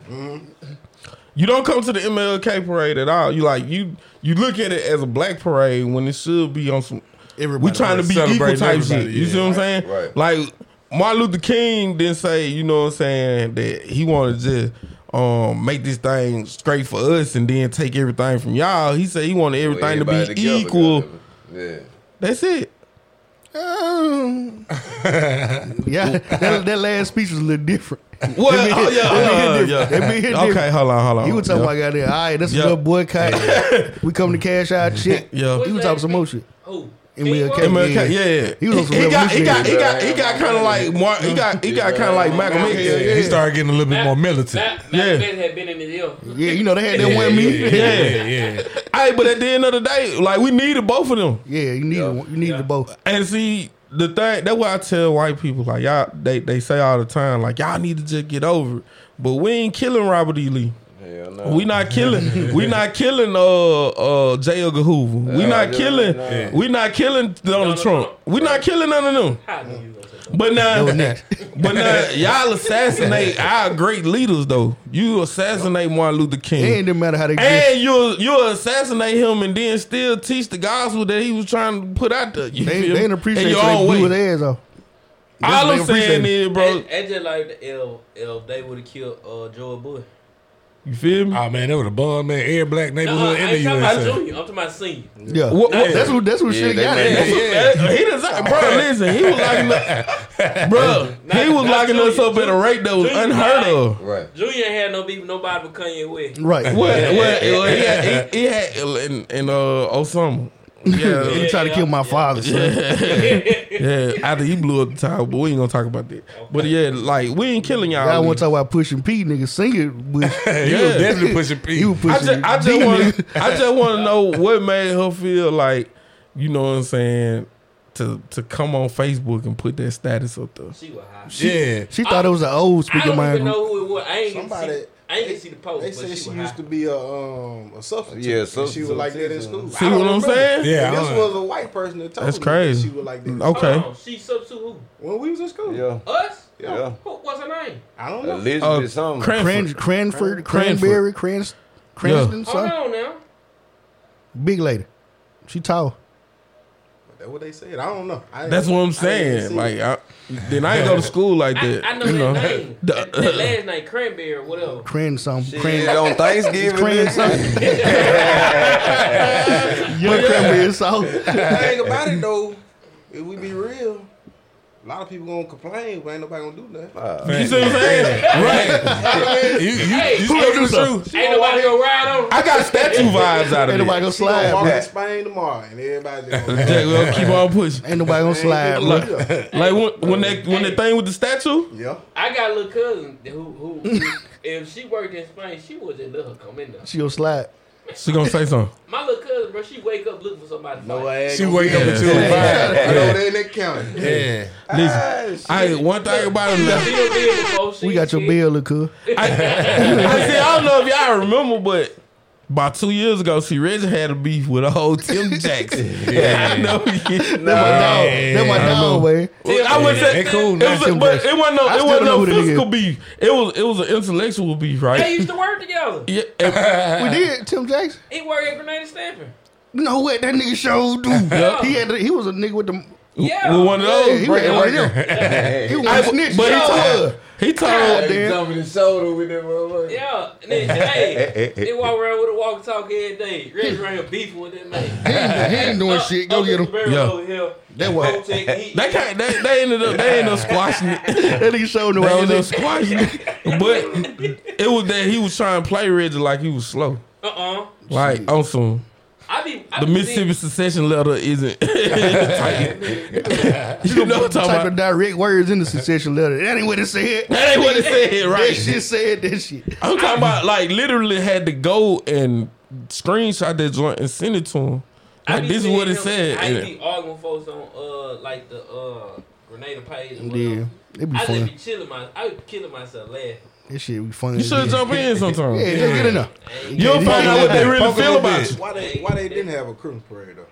Speaker 7: You don't come to the MLK parade at all. You like you you look at it as a black parade when it should be on some.
Speaker 4: Everybody
Speaker 7: we trying to be equal
Speaker 5: celebrating
Speaker 7: type shit.
Speaker 5: everybody,
Speaker 7: You
Speaker 5: yeah.
Speaker 7: see what I'm saying?
Speaker 1: right.
Speaker 7: Like Martin Luther King didn't say, you know what I'm saying, that he wanted to just um, make this thing straight for us and then take everything from y'all. He said he wanted everything to
Speaker 1: everybody
Speaker 7: be
Speaker 1: together,
Speaker 7: equal.
Speaker 1: goddamn it.
Speaker 7: That's it.
Speaker 4: Um, yeah, that, that last speech was a little different.
Speaker 7: What?
Speaker 4: They be
Speaker 7: Oh, yeah,
Speaker 4: hit- they be
Speaker 7: yeah,
Speaker 4: hit
Speaker 7: yeah.
Speaker 4: different. They be hit
Speaker 7: Okay,
Speaker 4: different.
Speaker 7: hold on, hold on.
Speaker 4: You was talking about goddamn. All right, that's a
Speaker 7: Oh, Yeah.
Speaker 4: little boycott. we come to cash out shit.
Speaker 7: Yeah.
Speaker 4: You was talking some more shit.
Speaker 2: Who?
Speaker 4: And we
Speaker 2: Anyone?
Speaker 4: okay.
Speaker 7: MLK,
Speaker 4: Yeah.
Speaker 7: yeah, yeah.
Speaker 4: He was on some
Speaker 7: he got, he got, he
Speaker 4: revolutionary
Speaker 7: got, he got kind of like Mark. He got, he got kind of like Malcolm X.
Speaker 5: Yeah, He started getting a little bit more militant.
Speaker 2: Matt,
Speaker 7: Yeah.
Speaker 2: Matt Bennett had been in his ear.
Speaker 4: Yeah, you know they had that one meeting. Yeah,
Speaker 5: Yeah, yeah.
Speaker 7: Hey, but at the end of the day, like we needed both of them.
Speaker 4: you needed one. you needed both.
Speaker 7: And see, the thing that's why I tell white people like y'all, they they say all the time like y'all need to just get over it. But we ain't killing Robert E. Lee.
Speaker 1: Yeah. Hell no.
Speaker 7: We not killing. we not killing. Uh, uh, J. Edgar Hoover. We
Speaker 1: Yeah,
Speaker 7: not
Speaker 1: yeah,
Speaker 7: killing.
Speaker 1: yeah.
Speaker 7: We not killing Donald Trump. We not killing none of them.
Speaker 2: How knew you was gonna say that.
Speaker 7: But now,
Speaker 4: next.
Speaker 7: but now, y'all assassinate our great leaders though. You assassinate Martin Luther
Speaker 4: It ain't
Speaker 7: King,
Speaker 4: didn't matter how they dressed.
Speaker 7: and you you assassinate him, and then still teach the gospel that he was trying to put out there. You
Speaker 4: They,
Speaker 7: feel
Speaker 4: they
Speaker 7: me?
Speaker 4: didn't appreciate
Speaker 7: In
Speaker 4: it.
Speaker 7: your
Speaker 4: so
Speaker 7: own
Speaker 4: They blew
Speaker 7: way.
Speaker 4: his ass
Speaker 7: All
Speaker 4: off. They
Speaker 7: I'm
Speaker 4: didn't appreciate
Speaker 7: saying
Speaker 4: it.
Speaker 7: is, bro,
Speaker 2: That- That's just like the L, L they would have killed uh, Joe Bush.
Speaker 7: you feel me?
Speaker 4: Uh,
Speaker 5: Oh man, that was a bum man. Every black
Speaker 2: No,
Speaker 5: neighborhood
Speaker 2: I
Speaker 5: in the
Speaker 2: ain't Uh-huh. talking about
Speaker 5: USA.
Speaker 2: junior. I'm talking about senior.
Speaker 4: Yeah,
Speaker 7: What- what-
Speaker 4: that's what that's what
Speaker 1: Yeah,
Speaker 4: shit
Speaker 1: they
Speaker 4: got
Speaker 1: made
Speaker 4: it.
Speaker 1: that
Speaker 7: Yeah. He done, bro, listen, he was locking up, bro, he was
Speaker 2: not
Speaker 7: locking us
Speaker 2: Junior.
Speaker 7: up at a rate that was
Speaker 2: Junior,
Speaker 7: unheard
Speaker 2: right.
Speaker 7: of.
Speaker 1: Right.
Speaker 2: Junior ain't had no beef with nobody but Kanye West.
Speaker 4: Right.
Speaker 7: What? What? He had, he, he had in, in uh, Osama. Yeah,
Speaker 4: They tried to kill my father. Son.
Speaker 7: yeah, after he blew up the tower, but we ain't gonna talk about that. But yeah, like we ain't killing y'all.
Speaker 4: Y'all want to talk about pushing P, nigga? Sing it, Bush.
Speaker 5: He was definitely pushing P.
Speaker 4: You pushing.
Speaker 7: I just, I
Speaker 4: D,
Speaker 7: just want,
Speaker 4: nigga.
Speaker 7: I just want to know what made her feel like, you know what I'm saying, to to come on Facebook and put that status up there.
Speaker 2: She was high.
Speaker 5: yeah.
Speaker 4: She thought it was an old
Speaker 2: I
Speaker 4: speaking
Speaker 2: don't
Speaker 4: mind.
Speaker 2: even know who it was. I ain't
Speaker 8: Somebody-
Speaker 2: even see, I ain't
Speaker 8: they-
Speaker 2: even see the post.
Speaker 8: They
Speaker 2: but
Speaker 8: said she
Speaker 2: was
Speaker 8: used
Speaker 2: high.
Speaker 8: to be a um a substitute.
Speaker 1: Yeah,
Speaker 8: and she was
Speaker 1: substitute
Speaker 8: like that in
Speaker 1: teacher.
Speaker 8: school.
Speaker 7: See
Speaker 8: I don't
Speaker 7: what I'm
Speaker 8: remember.
Speaker 7: saying?
Speaker 5: Yeah,
Speaker 8: And
Speaker 5: I
Speaker 8: this
Speaker 5: don't-
Speaker 8: was a white person that told
Speaker 7: That's
Speaker 8: me
Speaker 7: crazy.
Speaker 8: That she was like that
Speaker 7: Okay.
Speaker 2: Hold on, she substitute who?
Speaker 8: when we was in school.
Speaker 1: Yeah.
Speaker 2: Us?
Speaker 1: Yeah.
Speaker 2: Who, what's her name?
Speaker 8: I don't know.
Speaker 1: Elizabeth something.
Speaker 7: Cran-
Speaker 4: Cran- Cranford, Cranberry, Crans, Cranston,
Speaker 2: Hold
Speaker 4: son.
Speaker 2: on now.
Speaker 4: Big lady. She tall.
Speaker 8: That's what they said. I don't know. I
Speaker 7: That's what I'm saying. Like, I, then I ain't go to school like
Speaker 2: I,
Speaker 7: that.
Speaker 2: I know
Speaker 7: you
Speaker 2: his
Speaker 7: know.
Speaker 2: name.
Speaker 7: The-
Speaker 2: That- that last name, Cranberry or whatever.
Speaker 4: Cringe something. Cringe.
Speaker 1: Yeah, on Thanksgiving.
Speaker 4: Cringe
Speaker 1: bitch.
Speaker 4: something. But cranberry sauce.
Speaker 8: thing about it though, if we be real, a lot of people gonna complain, but ain't nobody gonna do nothing.
Speaker 7: You see what I'm saying? right. You, you,
Speaker 2: Hey,
Speaker 7: you speaking the truth.
Speaker 2: Ain't nobody gonna ride on him.
Speaker 7: I got statue vibes out of
Speaker 4: Ain't
Speaker 7: it.
Speaker 4: nobody gonna
Speaker 8: She gonna
Speaker 4: slide,
Speaker 8: walk
Speaker 4: bro.
Speaker 8: in Spain tomorrow, and everybody's gonna
Speaker 7: Jack, well, keep on pushing.
Speaker 4: Ain't nobody gonna slide, bro.
Speaker 7: Like, like when, when that when that thing with the statue,
Speaker 8: Yeah.
Speaker 2: I got a little cousin who who, who- if she worked in Spain, she would just let her come in there.
Speaker 4: She gonna slide.
Speaker 7: she gonna say something.
Speaker 2: My little cousin, bro, she wake up looking for somebody. to
Speaker 8: No
Speaker 2: fight.
Speaker 8: way.
Speaker 1: She wake up at two and five.
Speaker 8: Right over there in that county.
Speaker 7: Yeah. Listen, I one thing about him.
Speaker 2: She done been before, she-
Speaker 4: We got your
Speaker 2: she-
Speaker 4: bill, look cool.
Speaker 7: I, I see, I don't know if y'all remember, but about two years ago, see, Reggie had a beef with a whole Tim Jackson. yeah, I know. Yeah.
Speaker 4: That my dog.
Speaker 5: Yeah,
Speaker 4: That my
Speaker 5: I know.
Speaker 4: dog, man.
Speaker 7: Well, I would say
Speaker 5: they cool,
Speaker 7: it
Speaker 5: not
Speaker 7: was,
Speaker 4: Tim
Speaker 7: but
Speaker 4: Jackson.
Speaker 7: it wasn't no,
Speaker 4: I
Speaker 7: it
Speaker 4: still
Speaker 7: wasn't
Speaker 4: know
Speaker 7: no
Speaker 4: who the nigga
Speaker 7: physical beef. It was it was an intellectual beef,
Speaker 2: They
Speaker 7: right?
Speaker 2: used to work together.
Speaker 7: Yeah, and-
Speaker 4: We did Tim Jackson.
Speaker 2: He worked at Grenada Stanford.
Speaker 4: You know what that nigga showed, dude?
Speaker 2: Yeah.
Speaker 4: He had the, he was a nigga with the
Speaker 2: Yeah.
Speaker 7: with one of
Speaker 4: yeah,
Speaker 7: those.
Speaker 4: he was
Speaker 7: breaking
Speaker 4: one of
Speaker 7: records.
Speaker 4: them. He was
Speaker 7: I-
Speaker 4: a snitch.
Speaker 7: but he
Speaker 4: dog.
Speaker 7: told, he told,
Speaker 4: Goddamn.
Speaker 1: Jumping his shoulder with that motherfucker.
Speaker 2: Yeah, and then, hey, they walk around with a walk talk every day. Rich around here beefing with that man.
Speaker 4: He ain't- he ain't doing shit. Go get him.
Speaker 7: Yeah.
Speaker 2: Yeah.
Speaker 4: That was
Speaker 7: they, can't, they they ended up they ended up squashing it.
Speaker 4: that nigga showed no
Speaker 7: They ended up
Speaker 4: way.
Speaker 7: squashing it, but it was that he was trying to play Reggie like he was slow,
Speaker 2: Uh uh.
Speaker 7: like on some.
Speaker 2: I be. I
Speaker 7: The
Speaker 2: be
Speaker 7: Mississippi secession letter isn't. you know what I'm
Speaker 4: Type
Speaker 7: talking
Speaker 4: of
Speaker 7: about?
Speaker 4: direct words in the secession letter. That ain't what it said.
Speaker 7: That ain't what it said,
Speaker 4: That
Speaker 7: right?
Speaker 4: shit said that shit.
Speaker 7: I'm talking about like literally had to go and screenshot that joint and send it to him.
Speaker 2: I
Speaker 7: Like
Speaker 2: be
Speaker 7: this is
Speaker 2: seeing
Speaker 7: what it
Speaker 2: him-
Speaker 7: said.
Speaker 2: I
Speaker 7: And-
Speaker 2: be arguing with folks on uh like the uh Grenada page. and whatever.
Speaker 4: Yeah, it be
Speaker 2: I just
Speaker 4: fun.
Speaker 2: be chilling my. I be killing myself laughing.
Speaker 4: That shit be fun.
Speaker 7: You should jump in sometime.
Speaker 4: Yeah, just get in there.
Speaker 7: You'll find out what they really feel about you.
Speaker 8: Why they why they didn't have a Christmas parade though?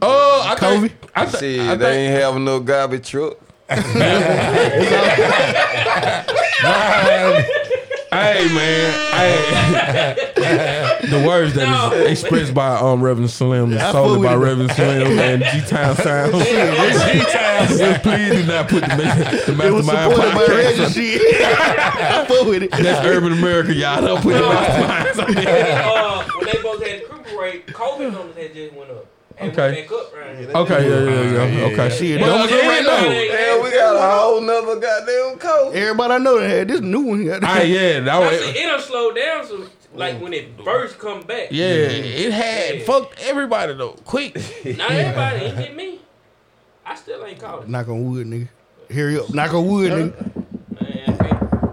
Speaker 7: Oh, I think, I, th-
Speaker 1: Shit,
Speaker 7: I
Speaker 1: they
Speaker 7: think
Speaker 1: ain't having no garbage truck.
Speaker 7: hey man, hey. the words that is
Speaker 2: No.
Speaker 7: expressed by um Reverend Slim is
Speaker 4: I
Speaker 7: solely
Speaker 4: fool
Speaker 7: by
Speaker 4: with it.
Speaker 7: Reverend Slim and G Town Sounds. G Town, please do not put the, the
Speaker 4: It was
Speaker 7: mastermind
Speaker 4: supported by
Speaker 7: podcast
Speaker 4: Reggie. Shit, I fuck with it.
Speaker 7: That's urban America, y'all. Don't put
Speaker 2: No.
Speaker 7: masterminds on there.
Speaker 2: uh, when they both had the crew parade, COVID numbers had just went up. And went
Speaker 7: Okay.
Speaker 2: back up around here.
Speaker 7: Okay, yeah, yeah, yeah. Okay.
Speaker 4: Shit,
Speaker 7: But
Speaker 4: don't
Speaker 7: again,
Speaker 4: get
Speaker 7: though-
Speaker 2: Hey,
Speaker 1: Man, we got a whole nother goddamn coat.
Speaker 4: Everybody I know that had this new one. Got
Speaker 7: Ah, yeah, that
Speaker 2: I see,
Speaker 7: was,
Speaker 2: it'll slow down. So, like when it first come back.
Speaker 7: yeah, it had fucked everybody though. Quick,
Speaker 2: Not everybody. It hit me. I still ain't caught it.
Speaker 4: Knock on wood, nigga. Hurry up. Knock on wood, nigga.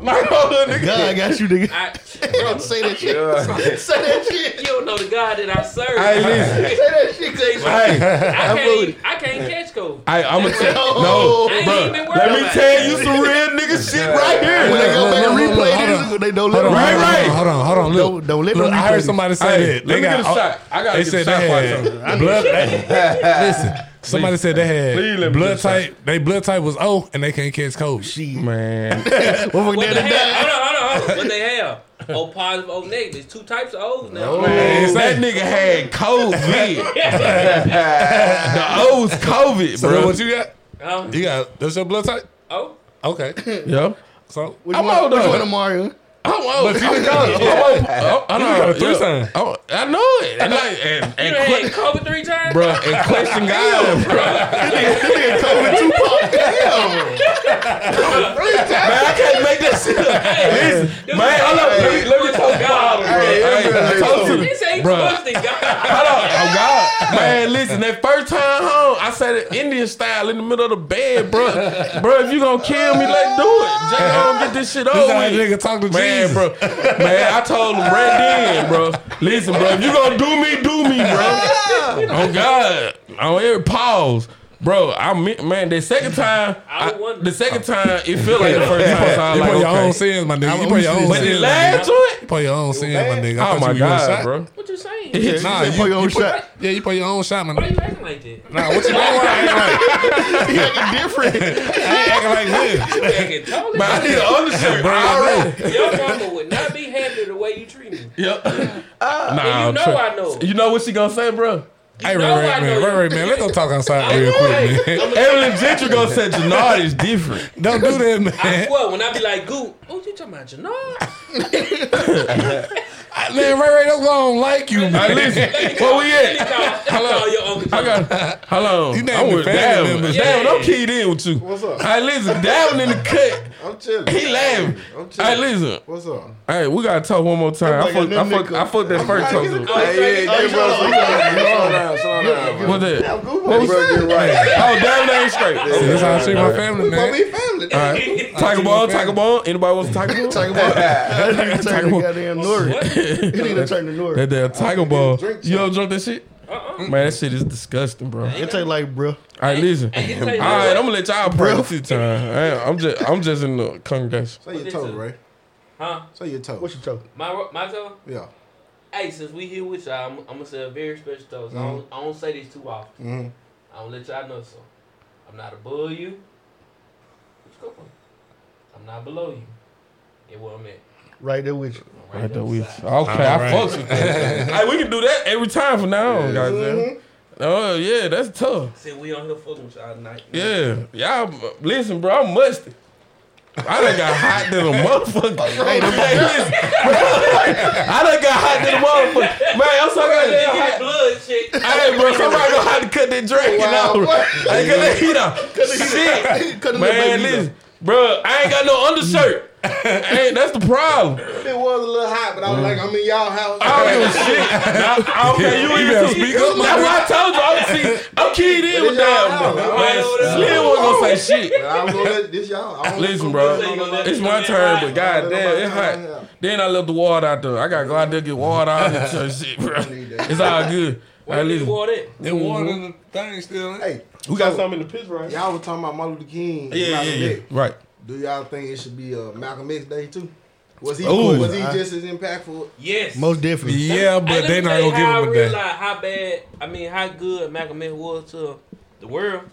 Speaker 2: Man,
Speaker 4: God got you, nigga.
Speaker 2: I, brother,
Speaker 4: Say that shit.
Speaker 1: Yeah.
Speaker 4: Say that shit.
Speaker 2: you don't know the God that I serve.
Speaker 7: Hey, listen.
Speaker 4: Say that shit.
Speaker 2: Say something.
Speaker 7: hey,
Speaker 2: I can't, even- I can't catch COVID.
Speaker 7: I, I'm gonna tell
Speaker 4: Oh.
Speaker 7: no,
Speaker 2: I ain't
Speaker 7: bro.
Speaker 2: even worried
Speaker 7: Let me
Speaker 2: about
Speaker 7: tell you some real nigga shit right here.
Speaker 4: When they go
Speaker 5: Look,
Speaker 4: back and
Speaker 5: look, look, look,
Speaker 4: replay
Speaker 5: hold
Speaker 4: this, they don't let them.
Speaker 5: Hold on,
Speaker 7: Right,
Speaker 5: hold
Speaker 7: right.
Speaker 5: on, Hold on, hold on. Look,
Speaker 4: Don't, don't let
Speaker 5: look
Speaker 4: them
Speaker 5: I
Speaker 4: replay
Speaker 5: heard
Speaker 4: this.
Speaker 5: somebody say
Speaker 7: Hey,
Speaker 5: that.
Speaker 7: let me get a shot. I gotta
Speaker 5: they
Speaker 7: get
Speaker 5: said
Speaker 7: a shot
Speaker 5: they
Speaker 7: for
Speaker 5: had blood. listen, somebody said they
Speaker 7: Please let
Speaker 5: had
Speaker 7: me
Speaker 5: blood
Speaker 7: get a shot.
Speaker 5: type. They blood type was O, and they can't catch COVID.
Speaker 7: Man,
Speaker 4: Motherfucker
Speaker 2: What
Speaker 4: dead
Speaker 2: the
Speaker 4: and
Speaker 2: hell?
Speaker 4: died.
Speaker 2: Hold on, hold on, hold on. What they have? O positive, O negative. There's two types of O's now.
Speaker 7: man, that nigga had COVID. the O's COVID,
Speaker 5: So that's
Speaker 7: bro.
Speaker 5: what you got?
Speaker 2: Huh?
Speaker 5: You got that's your blood type?
Speaker 2: Uh, Oh,
Speaker 5: Okay.
Speaker 7: Yeah.
Speaker 5: So
Speaker 4: Which
Speaker 7: I'm
Speaker 4: one-
Speaker 7: old,
Speaker 4: Which
Speaker 7: though.
Speaker 4: one of Mario?
Speaker 7: I'm old. I'm old. I'm- Oh, I
Speaker 5: You got a
Speaker 7: know.
Speaker 5: threesome.
Speaker 7: yeah. I'm- I know it. And like, and,
Speaker 2: you
Speaker 7: and
Speaker 2: done
Speaker 7: quick,
Speaker 2: had COVID three times,
Speaker 7: bro, and question God, bro. Man, I can't make that shit up. Listen,
Speaker 2: Dude,
Speaker 7: man, hold up. Let me, let me talk to God,
Speaker 2: God.
Speaker 7: bro. Hey, I talk to
Speaker 2: Oh, This ain't
Speaker 7: Bruh.
Speaker 2: supposed to God.
Speaker 7: Hold on. Oh, God. Man, listen, that first time home, I said it Indian style in the middle of the bed, bro. Bro, if you gonna kill me, let's do it. Jay, I don't get this shit
Speaker 5: this
Speaker 7: over
Speaker 5: how
Speaker 7: with.
Speaker 5: nigga talk to
Speaker 7: Man,
Speaker 5: Jesus.
Speaker 7: bro, man, I told him right then, bro. Listen, bro, if you gonna do me, do me, bro. On God, on every pause, bro. I mean, man, the second time,
Speaker 2: I
Speaker 7: I-
Speaker 2: wonder.
Speaker 7: the second time, it felt like the first time. So I was
Speaker 5: You
Speaker 7: like,
Speaker 5: put your
Speaker 7: okay.
Speaker 5: own sins, my nigga. You put your own
Speaker 7: But the
Speaker 5: sins. my nigga.
Speaker 7: last one,
Speaker 5: You put your own sins, my nigga. I
Speaker 7: oh
Speaker 5: thought
Speaker 7: my
Speaker 5: you- you want a shot?
Speaker 7: God, bro.
Speaker 2: What you saying?
Speaker 5: Nah,
Speaker 4: Say,
Speaker 5: you,
Speaker 4: fuck your own
Speaker 5: you put,
Speaker 4: shot.
Speaker 5: yeah, you put your own shot, my
Speaker 2: Why
Speaker 5: nigga.
Speaker 2: you acting like that?
Speaker 5: Nah, what you doing? I
Speaker 4: He acting different.
Speaker 5: ain't like this.
Speaker 2: You acting totally
Speaker 7: Man, I need
Speaker 2: different.
Speaker 7: an undershirt. Alright.
Speaker 2: Your mama would not be happy the way you treat me.
Speaker 7: Yep. Nah,
Speaker 2: And you know
Speaker 7: true.
Speaker 2: I know.
Speaker 7: You know what she gonna say, bro?
Speaker 5: Hey,
Speaker 2: know
Speaker 5: right,
Speaker 2: I
Speaker 5: right, man,
Speaker 2: know
Speaker 5: right,
Speaker 2: you.
Speaker 5: right, man. Let's go talk outside real quick, man.
Speaker 7: Evelyn Gentry gonna say Janard is different.
Speaker 5: Don't do that,
Speaker 2: I
Speaker 5: man.
Speaker 2: swear, when I be like, "Goo, oh, you talking about Janard?"
Speaker 5: I- man, right, right, that's why I don't like you, man.
Speaker 7: Now listen, where we
Speaker 2: Let me
Speaker 7: at?
Speaker 2: call, let me call your uncle.
Speaker 7: I
Speaker 2: John.
Speaker 7: got. Hold on.
Speaker 5: You named
Speaker 7: I'm
Speaker 5: the
Speaker 7: with
Speaker 5: family
Speaker 7: Davin.
Speaker 5: members.
Speaker 7: Davin, I'm
Speaker 2: Yeah.
Speaker 7: keyed in with you.
Speaker 8: What's up?
Speaker 7: All right, listen. Davin in the cut.
Speaker 8: I'm chilling.
Speaker 7: He laughing.
Speaker 8: I'm
Speaker 7: All
Speaker 8: chilling.
Speaker 7: right, listen.
Speaker 8: What's up?
Speaker 7: All right, we gotta talk one more time. I
Speaker 8: Like a
Speaker 7: fucked I
Speaker 8: new
Speaker 7: fuck, I
Speaker 8: nigga.
Speaker 7: fuck that first
Speaker 8: Like,
Speaker 7: talk.
Speaker 1: Hey, yeah, that bro, slow down, slow down, bro.
Speaker 7: What that?
Speaker 8: What
Speaker 7: we
Speaker 8: was
Speaker 1: Bro, get right.
Speaker 7: Oh, Davin ain't straight. Okay.
Speaker 5: That's how I treat my family,
Speaker 8: My
Speaker 5: man.
Speaker 8: big family.
Speaker 7: All right. Tiger Ball, Tiger Ball. Anybody wants a Tiger Ball?
Speaker 4: Talking about that nigga turned to goddamn Nori. He need to turn to Nori.
Speaker 7: That damn Tiger Ball.
Speaker 8: drink
Speaker 7: You don't drink that shit? Man, that shit is disgusting, bro. All
Speaker 4: It take like, bruh.
Speaker 7: right, listen. All
Speaker 2: ain't taste
Speaker 7: right,
Speaker 2: that.
Speaker 7: I'm gonna let y'all practice this time. All right, I'm just, I'm just in the congregation.
Speaker 8: Say your toe, Ray.
Speaker 2: Huh?
Speaker 8: Say your toe.
Speaker 4: What's your joke?
Speaker 2: My my toe.
Speaker 8: Yeah.
Speaker 2: Hey, since we here with y'all, I'm, I'm gonna say a very special toast. I, don't, I don't say this too often. I don't let y'all know so. I'm not above you. It's good one. I'm not below you. Get what I'm at.
Speaker 4: Right there with you.
Speaker 2: I'm
Speaker 7: Right there
Speaker 2: on the
Speaker 7: with
Speaker 2: side.
Speaker 7: you. Okay, I fucks with that. Hey, we can do that every time from now on, goddamn. Oh yeah, that's tough.
Speaker 2: See, we on here fucking with y'all tonight.
Speaker 7: Yeah, y'all listen, bro. I'm musty. I done got hot than a motherfucker. hey, listen, bro, I done got hot than a motherfucker. Man, I'm so
Speaker 2: They
Speaker 7: goddamn
Speaker 2: get
Speaker 7: hot.
Speaker 2: blood shit.
Speaker 7: Hey, bro, somebody gonna have to cut that dragon out. Hey, cut that heat out. Shit,
Speaker 4: Cut the little
Speaker 7: man,
Speaker 4: baby
Speaker 7: listen, bro. I ain't got no undershirt. hey, that's the problem.
Speaker 8: It was a little hot, but I was like, I'm in y'all house.
Speaker 7: I don't give a shit. Now, okay, you even speak up. That's why I told you. I'm, see, I'm keyed in with
Speaker 8: it's y'all
Speaker 7: that, bro.
Speaker 8: house.
Speaker 7: Man, Slim wasn't gonna say shit.
Speaker 8: I'm gonna let this y'all. I don't
Speaker 7: Listen, bro.
Speaker 2: You gonna let
Speaker 7: It's
Speaker 2: it
Speaker 7: my
Speaker 2: come in
Speaker 7: turn,
Speaker 2: hot?
Speaker 7: but goddamn,
Speaker 8: nobody
Speaker 7: it's
Speaker 8: come in
Speaker 7: hot.
Speaker 8: here.
Speaker 7: Then I left the water out there. I gotta go out there get water out and touch shit, bro. It's all good. All right,
Speaker 2: Where you
Speaker 7: listen.
Speaker 2: wore that?
Speaker 5: That water in the thing still in.
Speaker 8: Hey,
Speaker 7: We got something in the pitch right
Speaker 8: y'all were talking about Martin Luther King.
Speaker 7: Yeah,
Speaker 8: Malcolm
Speaker 7: yeah, yeah.
Speaker 8: X.
Speaker 7: Right.
Speaker 8: Do y'all think it should be a Malcolm X day too? Was he
Speaker 7: Ooh.
Speaker 8: was he just as impactful?
Speaker 2: Yes.
Speaker 4: Most definitely.
Speaker 2: Hey,
Speaker 5: Yeah, but
Speaker 2: let
Speaker 5: they
Speaker 2: me
Speaker 5: not
Speaker 2: tell you
Speaker 5: gonna
Speaker 2: how I
Speaker 5: give him a
Speaker 2: realized
Speaker 5: day.
Speaker 2: how bad, I mean, how good Malcolm X was to the world.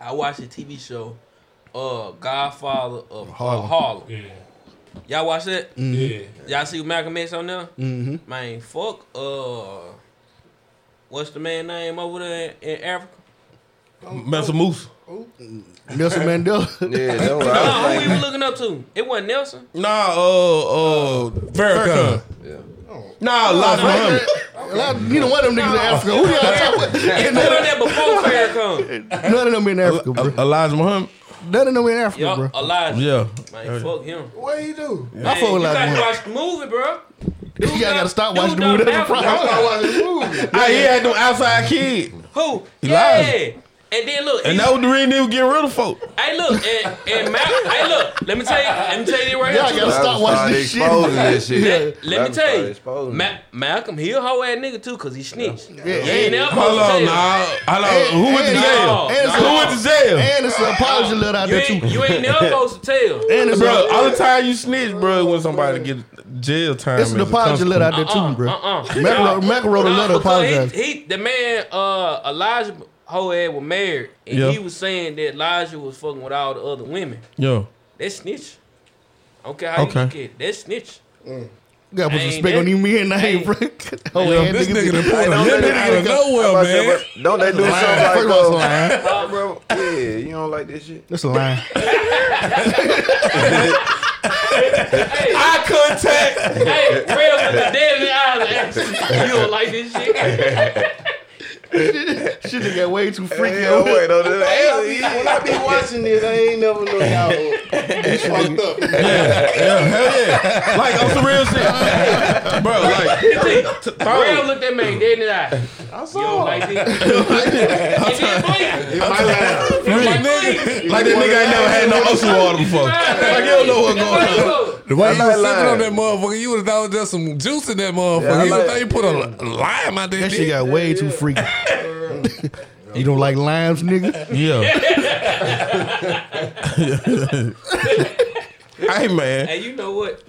Speaker 2: I watched a TV show, uh, Godfather of uh, Harlem. Y'all watch that?
Speaker 5: Yeah.
Speaker 2: Y'all see Malcolm X on there? Mm-hmm. Man, fuck. Uh, what's the man name over there in, in Africa?
Speaker 7: Mess a moose.
Speaker 4: Nelson Mandela.
Speaker 1: Yeah, that's what
Speaker 2: No,
Speaker 1: I
Speaker 2: who
Speaker 1: was
Speaker 2: we were looking up to? It wasn't Nelson.
Speaker 7: Nah, uh, uh, Farrakhan.
Speaker 1: thinking.
Speaker 7: Nah, Elijah Muhammad.
Speaker 4: A lot- Neither one of them niggas in Africa. Who y'all talking about?
Speaker 2: It's put on there before Farrakhan.
Speaker 4: None of them in Africa, bro.
Speaker 7: Elijah Muhammad.
Speaker 4: None of them in Africa,
Speaker 2: Y'all,
Speaker 4: bro.
Speaker 2: Elijah.
Speaker 7: Yeah.
Speaker 2: Man, fuck him.
Speaker 8: What he do?
Speaker 4: I
Speaker 2: Man,
Speaker 4: fuck
Speaker 2: you
Speaker 4: with Elijah
Speaker 2: gotta
Speaker 4: Muhammad.
Speaker 2: watch the movie, bro.
Speaker 4: You guys gotta stop watching
Speaker 2: Dude
Speaker 4: the movie.
Speaker 2: done
Speaker 4: That's a problem.
Speaker 8: I started watching the movie.
Speaker 7: Ah, he had them outside kid.
Speaker 2: Who?
Speaker 7: Elijah.
Speaker 2: Yeah. And then look,
Speaker 7: And that was the reason they were getting rid of folk.
Speaker 2: hey look, and, and Mal- hey look, let me tell you, let me tell you right
Speaker 4: Y'all
Speaker 2: here.
Speaker 4: gotta stop watching this shit.
Speaker 1: exposing this shit.
Speaker 2: Let, let me
Speaker 1: Malcolm started
Speaker 2: tell you,
Speaker 1: exposing
Speaker 2: Ma- Malcolm, he a hoe ass nigga too, cause he snitched. Yeah,
Speaker 4: Yeah,
Speaker 2: ain't never
Speaker 7: Hold
Speaker 2: supposed to
Speaker 7: on,
Speaker 2: tell you.
Speaker 7: nah. Hold on. Who went to
Speaker 4: And-
Speaker 7: jail?
Speaker 4: and it's a-
Speaker 7: Who went to jail?
Speaker 4: And it's an apology letter out
Speaker 2: You
Speaker 4: there, too.
Speaker 2: ain't, you ain't never supposed to tell.
Speaker 4: And it's
Speaker 7: Bro,
Speaker 4: a-
Speaker 7: all the time you snitch, bro, when somebody get jail time.
Speaker 4: it's an
Speaker 7: is a
Speaker 4: apology letter out there,
Speaker 2: Uh-uh,
Speaker 4: too, bro.
Speaker 2: uh-uh.
Speaker 4: Mac wrote- Mac wrote a
Speaker 2: Nah,
Speaker 4: letter
Speaker 2: because he-
Speaker 4: apologizing.
Speaker 2: He, the man, uh, Elijah Hoad was married, and
Speaker 7: Yeah.
Speaker 2: he was saying that Elijah was fucking with all the other women.
Speaker 7: Yo,
Speaker 2: That snitch. Okay,
Speaker 7: Okay.
Speaker 2: how you look at it. That snitch.
Speaker 4: You gotta put some
Speaker 2: Ain't
Speaker 4: respect on
Speaker 2: that-
Speaker 4: these men name,
Speaker 2: ain't-
Speaker 4: bro. Oh,
Speaker 5: Yo,
Speaker 4: and
Speaker 5: this nigga
Speaker 4: niggas-
Speaker 5: done pulled a
Speaker 1: don't let
Speaker 5: limit
Speaker 1: it
Speaker 5: out of
Speaker 1: go.
Speaker 5: nowhere,
Speaker 1: About that,
Speaker 5: man.
Speaker 1: bro, Don't they do something
Speaker 4: First
Speaker 1: like
Speaker 4: of all, it's a
Speaker 1: that?
Speaker 4: line.
Speaker 1: Huh, bro? Yeah, you don't like this shit.
Speaker 4: That's a line.
Speaker 7: eye contact.
Speaker 2: hey, real with the dead in the eyes. like, You don't like this shit?
Speaker 4: Shit, they got way too freaky.
Speaker 1: Yeah, wait, don't do
Speaker 8: Hell,
Speaker 1: that.
Speaker 8: yeah. When I be watching this, I ain't never know y'all was fucked up.
Speaker 7: Yeah, hell yeah. Like on some real shit, bro. Like
Speaker 2: Real looked at me dead in the eye.
Speaker 8: I
Speaker 2: You don't
Speaker 8: saw
Speaker 2: like
Speaker 8: it.
Speaker 2: this. And then blink.
Speaker 8: In my life.
Speaker 7: real nigga. Like that nigga ain't never had no ocean water before. Like you don't know what's going on.
Speaker 5: The way
Speaker 1: I
Speaker 5: you
Speaker 1: like
Speaker 5: was sipping on
Speaker 1: lime.
Speaker 5: that mmotherfucker, you would have thought it was just some juice in that motherfucker.
Speaker 1: I
Speaker 5: you would
Speaker 1: like-
Speaker 5: thought you put a lime out there.
Speaker 4: That shit got way too freaky. You don't like limes, nigga?
Speaker 7: Yeah. hey man,
Speaker 2: Hey, you know what?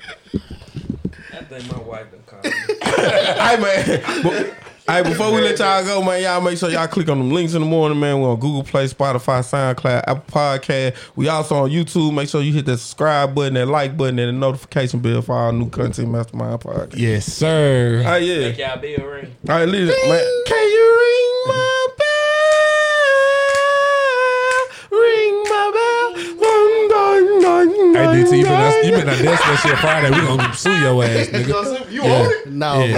Speaker 2: I think my wife done called me.
Speaker 7: hey man. But- Hey, before we let y'all go, man, y'all make sure y'all click on them links in the morning, man. We're on Google Play, Spotify, SoundCloud, Apple Podcast. We also on YouTube. Make sure you hit that subscribe button, that like button, and the notification bell for our new content mastermind podcast.
Speaker 5: Yes, sir.
Speaker 7: Oh yeah.
Speaker 2: Y'all be around.
Speaker 7: All right, listen, man. Can you
Speaker 5: finna dust that shit Friday. We gonna sue your ass, nigga.
Speaker 6: You
Speaker 5: Yeah.
Speaker 6: own it?
Speaker 4: No.
Speaker 5: Yeah.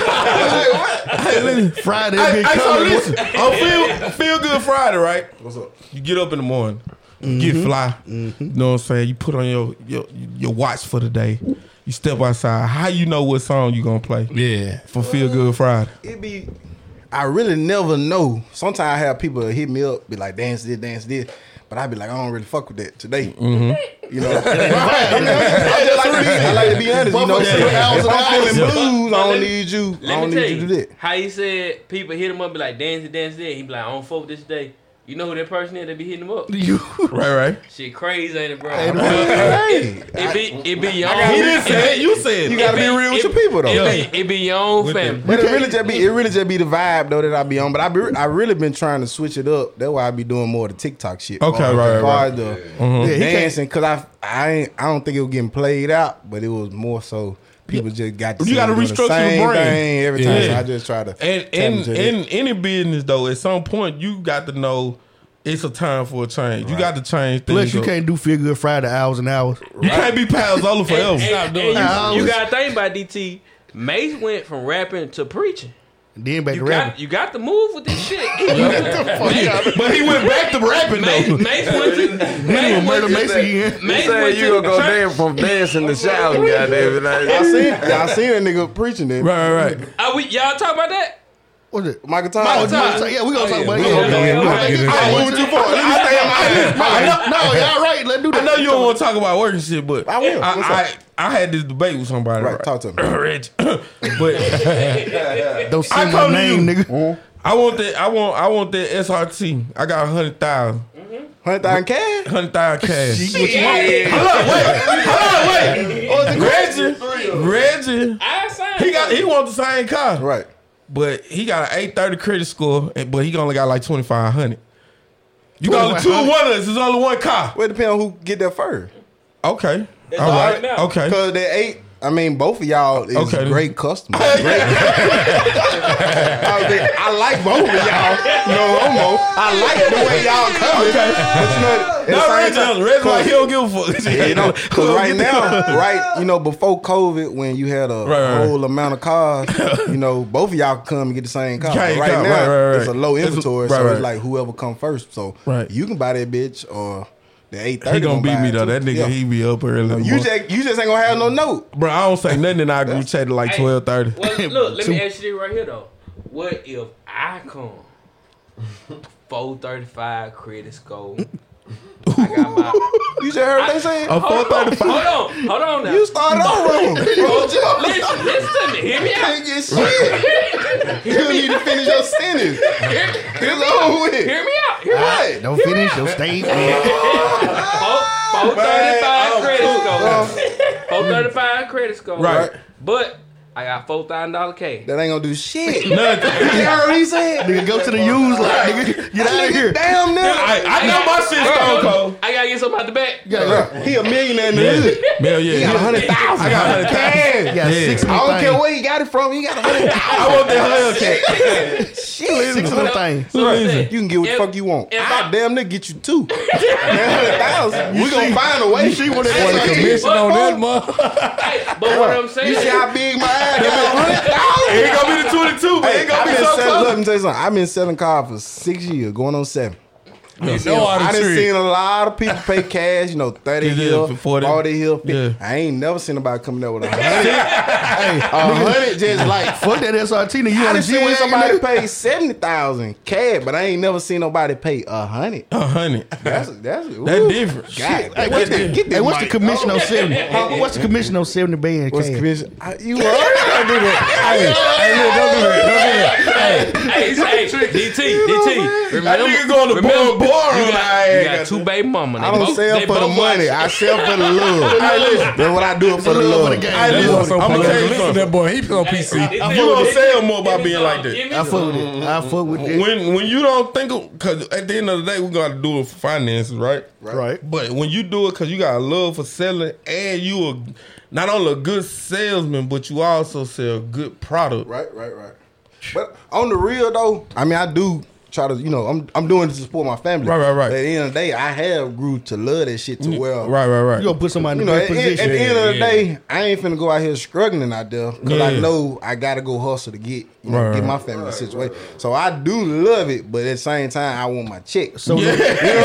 Speaker 6: Hell no. Hey, listen.
Speaker 4: Friday
Speaker 7: Hey,
Speaker 4: been
Speaker 7: hey, so
Speaker 4: coming.
Speaker 7: listen, on feel feel good Friday, right? What's up? Mm-hmm. You get up in the morning, get fly. You know what I'm saying? You put on your your your watch for the day. You step outside. How you know what song you gonna play
Speaker 5: Yeah.
Speaker 7: for Feel Good Friday?
Speaker 8: it be I really never know. Sometimes I have people hit me up, be like, dance this, dance this. But I be like, I don't really fuck with that today.
Speaker 4: Mm-hmm.
Speaker 8: You know, I just like to be, I like to be honest. You know,
Speaker 4: Motherfucker, yeah.
Speaker 8: if I'm feeling blues, I
Speaker 2: Let
Speaker 8: don't
Speaker 2: me-
Speaker 8: need you. I
Speaker 2: Let
Speaker 8: don't
Speaker 2: me tell
Speaker 8: need you to
Speaker 2: you,
Speaker 8: do that.
Speaker 2: how he said people hit him up be like dancing, dancing. He be like, I don't fuck with this day. You know who that person is? They be hitting him up.
Speaker 4: You
Speaker 7: Right, right.
Speaker 2: Shit, crazy ain't it, bro?
Speaker 8: Hey,
Speaker 2: It be it be your own.
Speaker 7: He didn't say it. You said
Speaker 8: you
Speaker 7: it.
Speaker 8: gotta be real with your people though.
Speaker 2: It be, it be your own
Speaker 7: With
Speaker 2: family.
Speaker 8: But it really just be it really just be the vibe though that I be on. But I be I really been trying to switch it up. That's why I be doing more of the TikTok shit.
Speaker 7: Okay,
Speaker 8: Far-
Speaker 7: right, right,
Speaker 8: far
Speaker 7: right. Mm-hmm.
Speaker 4: Yeah,
Speaker 8: The
Speaker 4: he can't-
Speaker 8: dancing because I I ain't, I don't think it was getting played out, but it was more so people just got to
Speaker 7: You gotta
Speaker 8: doing the
Speaker 7: restructure
Speaker 8: same
Speaker 7: your brain.
Speaker 8: thing every time.
Speaker 7: Yeah.
Speaker 8: So I just try to
Speaker 7: And
Speaker 8: tap
Speaker 7: in
Speaker 8: into that.
Speaker 7: in any business though, at some point you got to know it's a time for a change. You got to change things.
Speaker 4: Plus, you
Speaker 7: up.
Speaker 4: can't do feel good Friday hours and hours.
Speaker 7: You can't be Palazola
Speaker 2: And,
Speaker 7: forever.
Speaker 2: and- and
Speaker 4: that.
Speaker 2: you, you gotta think about DT. Mace went from rapping to preaching.
Speaker 4: Then back to
Speaker 2: You
Speaker 4: rapping.
Speaker 2: got, you got to move with this shit. Mace,
Speaker 7: but he went back to rapping though.
Speaker 2: Mace went to
Speaker 4: Then
Speaker 2: Mace
Speaker 4: murder
Speaker 2: went to,
Speaker 4: Macy in.
Speaker 9: You
Speaker 2: Mace went
Speaker 9: saying you
Speaker 2: to
Speaker 9: gonna go
Speaker 2: church.
Speaker 9: damn from dancing to shouting, goddamn it.
Speaker 8: I
Speaker 9: like-
Speaker 8: seen I seen that nigga preaching that
Speaker 7: Right, right, right.
Speaker 2: Are we y'all talk about that?
Speaker 4: What's it?
Speaker 8: Michael Todd.
Speaker 4: Oh,
Speaker 2: Michael Todd.
Speaker 4: no, so- yeah, we gonna talk about it.
Speaker 5: we gonna
Speaker 4: Yeah,
Speaker 5: go in. We gonna
Speaker 4: okay.
Speaker 5: get into
Speaker 4: I-
Speaker 5: it.
Speaker 4: I-
Speaker 7: What you for? Let me stay in my head.
Speaker 4: I- No, no, y'all right. Let's do that.
Speaker 7: I know you don't want to talk about working shit, but
Speaker 8: I will. What's
Speaker 7: I, I, I had this debate with somebody.
Speaker 8: Right, talk to me.
Speaker 7: Rich. but
Speaker 4: Don't
Speaker 7: I
Speaker 4: say my
Speaker 7: come to you.
Speaker 4: name, nigga.
Speaker 7: I want that. I want. I want that SRT. I got a hundred thousand.
Speaker 8: Hundred thousand cash.
Speaker 7: Hundred thousand cash.
Speaker 2: Yeah.
Speaker 7: Hold on, wait. Reggie. Reggie.
Speaker 2: I signed.
Speaker 7: He got. He wants the same car.
Speaker 8: Right.
Speaker 7: But he got an 830 credit score, and- but he only got like 2,500. You got two of one of us. There's only one car.
Speaker 8: Well, it depends on who get there first.
Speaker 7: Okay. All
Speaker 2: all
Speaker 7: right.
Speaker 2: right now.
Speaker 7: Okay.
Speaker 8: Cause that eight, I mean, both of y'all is
Speaker 7: Okay.
Speaker 8: great customers. Great. I, was like, I like both of y'all. No homo. I like the way y'all coming. But you know, at the
Speaker 7: Not
Speaker 8: same
Speaker 7: Reggie.
Speaker 8: time-
Speaker 7: Reggie like he
Speaker 8: 'cause-
Speaker 7: don't give a fuck.
Speaker 8: you know, 'cause right now, right, you know, before COVID, when you had a
Speaker 7: right, right.
Speaker 8: whole amount of cars, you know, both of y'all could come and get the same car.
Speaker 7: Same
Speaker 8: But right
Speaker 7: car,
Speaker 8: now,
Speaker 7: right, right, right.
Speaker 8: it's a low
Speaker 7: It's a-
Speaker 8: inventory,
Speaker 7: right,
Speaker 8: so
Speaker 7: right.
Speaker 8: it's like whoever come first. So
Speaker 7: Right.
Speaker 8: you can buy that bitch or the eight thirty.
Speaker 7: He gonna beat me though. That nigga, he be up early. in the
Speaker 8: You
Speaker 7: morning.
Speaker 8: just you just ain't gonna have no note.
Speaker 7: Bro, I don't say nothing in our group chat at like
Speaker 2: Hey,
Speaker 7: twelve thirty.
Speaker 2: Well, look, let me ask you this right here though. What if I come four thirty five credit score? I got my
Speaker 8: You just heard what they saying?
Speaker 7: A four thirty five.
Speaker 2: Hold on, hold on now.
Speaker 8: You started off wrong. You just
Speaker 2: listen, listen to me. Hear me out.
Speaker 8: can't get shit. You don't need to finish your sentence. It's over with.
Speaker 2: Hear me out. Hear me out.
Speaker 8: Right.
Speaker 4: Don't finish your statement.
Speaker 8: Ah.
Speaker 2: Four thirty-five
Speaker 8: Oh,
Speaker 2: credit score. Four thirty-five credit score.
Speaker 7: Right.
Speaker 2: But I got four thousand dollar cash.
Speaker 8: That ain't gonna do shit. You
Speaker 7: Nothing.
Speaker 8: heard what he said?
Speaker 4: Nigga, go to the use line, nigga. Get out of here.
Speaker 8: Damn nigga.
Speaker 7: I, I know my shit's stone cold.
Speaker 2: I gotta get something out the back.
Speaker 8: Bruh, He a millionaire in the hood.
Speaker 7: Yeah, Hell yeah.
Speaker 8: He got a hundred thousand.
Speaker 7: I got a hundred thousand.
Speaker 4: Yeah, six
Speaker 8: I don't
Speaker 4: hundred
Speaker 8: care
Speaker 4: things.
Speaker 8: where he got it from. He got a hundred thousand.
Speaker 7: I want that Hellcat.
Speaker 4: Six
Speaker 8: Shit.
Speaker 4: hundred things.
Speaker 2: So I'm
Speaker 7: Listen,
Speaker 2: saying,
Speaker 8: You can get what the
Speaker 2: If-
Speaker 8: fuck you want.
Speaker 2: if
Speaker 8: I
Speaker 2: I-
Speaker 8: damn nigga get you two. hundred thousand. We gonna find a way.
Speaker 4: She wanted
Speaker 8: Want a
Speaker 4: that.
Speaker 8: commission on that mother.
Speaker 2: hey, but what I'm saying
Speaker 8: You see
Speaker 2: is,
Speaker 8: how big my ass got? hundred thousand.
Speaker 7: It ain't gonna be the twenty two, but it
Speaker 8: I've
Speaker 7: gonna be
Speaker 8: been
Speaker 7: so
Speaker 8: selling,
Speaker 7: close.
Speaker 8: Let me tell you something. I've been selling cars for six years, going on seven.
Speaker 5: You know how
Speaker 8: I
Speaker 5: to
Speaker 8: done
Speaker 5: treat.
Speaker 8: seen a lot of people pay cash, you know, 30
Speaker 7: Yeah,
Speaker 8: hill,
Speaker 7: for 40.
Speaker 8: 40 hill. 50.
Speaker 7: Yeah.
Speaker 8: I ain't never seen nobody coming up with a hundred. hey, a hundred just like.
Speaker 4: Fuck that SRT. nigga. You
Speaker 8: I
Speaker 4: on
Speaker 8: done
Speaker 4: the
Speaker 8: seen when
Speaker 4: G-Wagon,
Speaker 8: somebody
Speaker 4: nigga?
Speaker 8: paid 70,000 cash, but I ain't never seen nobody pay a hundred.
Speaker 7: A hundred.
Speaker 8: That's, that's,
Speaker 7: That
Speaker 8: ooh,
Speaker 7: different.
Speaker 8: God,
Speaker 4: Hey, what's the, hey, what's the commission on 70? Huh, What's the commission on 70 band?
Speaker 8: Oh, What's
Speaker 4: cash?
Speaker 8: commission? I, you are. I do that.
Speaker 7: Hey, hey, look, don't do that. Don't do that.
Speaker 2: hey, hey, DT, DT,
Speaker 7: That
Speaker 2: remember,
Speaker 7: nigga going to borrow borrow.
Speaker 2: you got,
Speaker 7: Nah,
Speaker 2: you
Speaker 7: I
Speaker 2: got
Speaker 7: ain't
Speaker 2: two baby mama. They
Speaker 8: I don't
Speaker 2: both-
Speaker 8: sell
Speaker 2: they
Speaker 8: for the
Speaker 2: both watch-
Speaker 8: money. I sell for the love. That's what I do it for the
Speaker 4: love of
Speaker 8: love.
Speaker 4: the game.
Speaker 7: Hey, listen,
Speaker 5: So
Speaker 7: I'm gonna tell you
Speaker 5: listen to
Speaker 7: something.
Speaker 5: that boy. He on
Speaker 2: Hey,
Speaker 5: PC.
Speaker 2: DT,
Speaker 7: You gonna
Speaker 2: give me
Speaker 7: sell
Speaker 2: some-
Speaker 7: more by
Speaker 2: give me
Speaker 7: being
Speaker 2: some,
Speaker 7: like that.
Speaker 2: give me
Speaker 4: I
Speaker 2: some.
Speaker 4: fuck with it. I fuck with it.
Speaker 7: When when you don't think of, cause at the end of the day we gotta do it for finances, right?
Speaker 4: Right.
Speaker 7: But when you do it because you got a love for selling, and you are not only a good salesman, but you also sell good product.
Speaker 8: Right, right, right. But on the real though, I mean, I do try to, you know, I'm I'm doing this to support my family.
Speaker 7: Right, right, right. Mm.
Speaker 8: But at the end of the day, I have grew to love that shit to where
Speaker 7: Right, right, right.
Speaker 4: You gonna put somebody
Speaker 8: You
Speaker 4: in
Speaker 8: know,
Speaker 4: a
Speaker 8: at,
Speaker 4: good
Speaker 8: at- at
Speaker 4: position.
Speaker 8: the end of the
Speaker 5: Yeah,
Speaker 8: day, I ain't finna go out here struggling out there because I
Speaker 7: Yeah.
Speaker 8: know I gotta go hustle to get, you know,
Speaker 7: Right,
Speaker 8: get
Speaker 7: right.
Speaker 8: my family situation. So I do love it, but at the same time, I want my check. So you know what I'm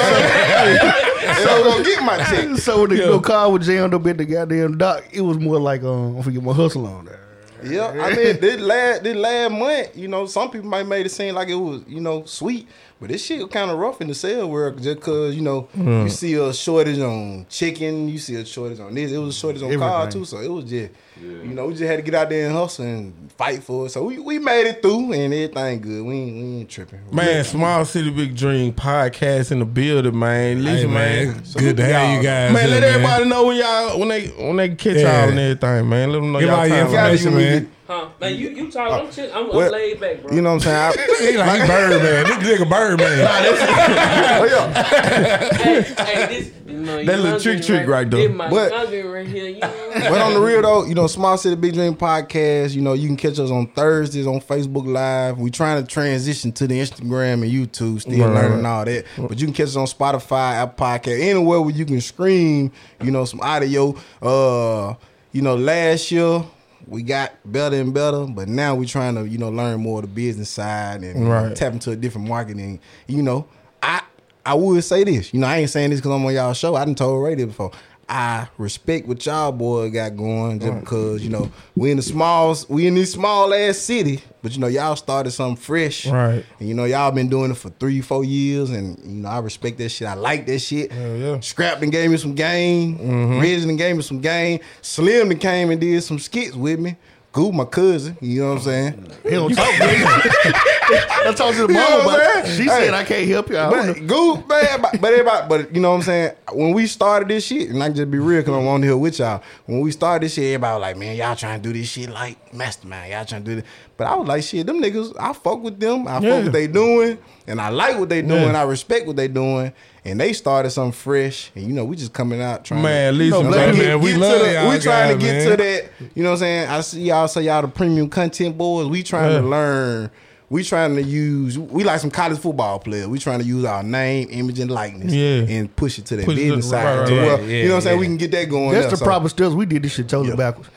Speaker 8: saying? so go get my check.
Speaker 4: So when the car was jammed up at the goddamn dock, it was more like um, I'm forget my hustle on there.
Speaker 8: Yeah, I mean, this last this last month, you know, some people might made it seem like it was, you know, sweet, but this shit kind of rough in the sale world just cause you know you see a shortage on chicken, you see a shortage on this, it was a shortage on car
Speaker 4: Everything.
Speaker 8: too, so it was just, you know, we just had to get out there and hustle and fight for it. So we, we made it through and everything good. We ain't, we ain't tripping.
Speaker 7: Man, Small City Big Dream podcast in the building, man.
Speaker 5: Hey,
Speaker 7: Listen,
Speaker 5: man,
Speaker 7: man.
Speaker 5: it's good to have you guys.
Speaker 7: Man, let
Speaker 5: here,
Speaker 7: everybody know when y'all when they when they catch
Speaker 5: Yeah.
Speaker 7: y'all and everything, man. Let them know
Speaker 5: Give
Speaker 7: y'all
Speaker 5: out your
Speaker 7: time.
Speaker 5: information,
Speaker 8: Gotta
Speaker 5: man.
Speaker 2: Huh? Man, you you talk. I'm chill. I'm, I'm
Speaker 8: Well,
Speaker 2: laid back, bro.
Speaker 8: You know what I'm saying? I,
Speaker 5: He like he Birdman. This nigga Birdman.
Speaker 2: hey, hey, this, you know, you
Speaker 7: little
Speaker 2: husband
Speaker 7: trick, trick right there.
Speaker 2: This my
Speaker 8: But-
Speaker 2: husband right here. You know?
Speaker 8: but on the real though, you know, Small City Big Dream Podcast, you know, you can catch us on Thursdays on Facebook Live. We trying to transition to the Instagram and YouTube, still
Speaker 7: Right,
Speaker 8: learning all that. But you can catch us on Spotify, Apple Podcast, anywhere where you can scream, you know, some audio. Uh, you know, last year we got better and better, but now we're trying to, you know, learn more of the business side and you know,
Speaker 7: Right.
Speaker 8: tap into a different marketing. You know, I I would say this. You know, I ain't saying this because I'm on y'all show. I done told Ray this before. I respect what y'all boy got going just because you know we in the smalls, we in this small ass city, but you know y'all started something fresh,
Speaker 7: Right.
Speaker 8: And you know y'all been doing it for three, four years, and you know I respect that shit. I like that shit.
Speaker 7: Hell yeah. Mm-hmm.
Speaker 8: Scrapped and gave me some game. mm gave me some game. Slim done came and did some skits with me. Goo, my cousin. You know what I'm saying?
Speaker 4: He don't talk to me. I talked to the
Speaker 8: know
Speaker 4: mama,
Speaker 8: what I'm
Speaker 4: but
Speaker 8: saying?
Speaker 4: she
Speaker 8: Hey.
Speaker 4: said I can't help you. I don't know.
Speaker 8: But Goop, man, everybody- but everybody, but you know what I'm saying. When we started this shit, and I can just be real because I'm on here with y'all. When we started this shit, everybody was like, man, y'all trying to do this shit like mastermind. Y'all trying to do this, but I was like, shit, them niggas. I fuck with them. I
Speaker 7: Yeah.
Speaker 8: fuck what they doing, and I like what they doing.
Speaker 7: Yeah.
Speaker 8: I respect what they doing, and they started something fresh. And you know, we just coming out trying.
Speaker 7: Man,
Speaker 8: to,
Speaker 7: listen,
Speaker 8: you know,
Speaker 7: man,
Speaker 8: get-
Speaker 7: man, we
Speaker 8: get to
Speaker 7: love
Speaker 8: the-
Speaker 7: y'all
Speaker 8: We trying
Speaker 7: guys,
Speaker 8: to
Speaker 7: man.
Speaker 8: get to that. You know what I'm saying? I see y'all say y'all the premium content boys. We trying
Speaker 7: Yeah.
Speaker 8: to learn. We trying to use. We like some college football players. We trying to use our name, image, and likeness.
Speaker 7: Yeah.
Speaker 8: and push it to that
Speaker 7: Push it to-
Speaker 8: business
Speaker 7: right,
Speaker 8: side.
Speaker 7: right,
Speaker 8: to
Speaker 7: right.
Speaker 8: where-
Speaker 5: Yeah,
Speaker 8: you know what I'm saying?
Speaker 5: yeah.
Speaker 8: We can get that going.
Speaker 4: That's
Speaker 8: there.
Speaker 4: the
Speaker 8: So-
Speaker 4: proper steps. We did this shit totally backwards.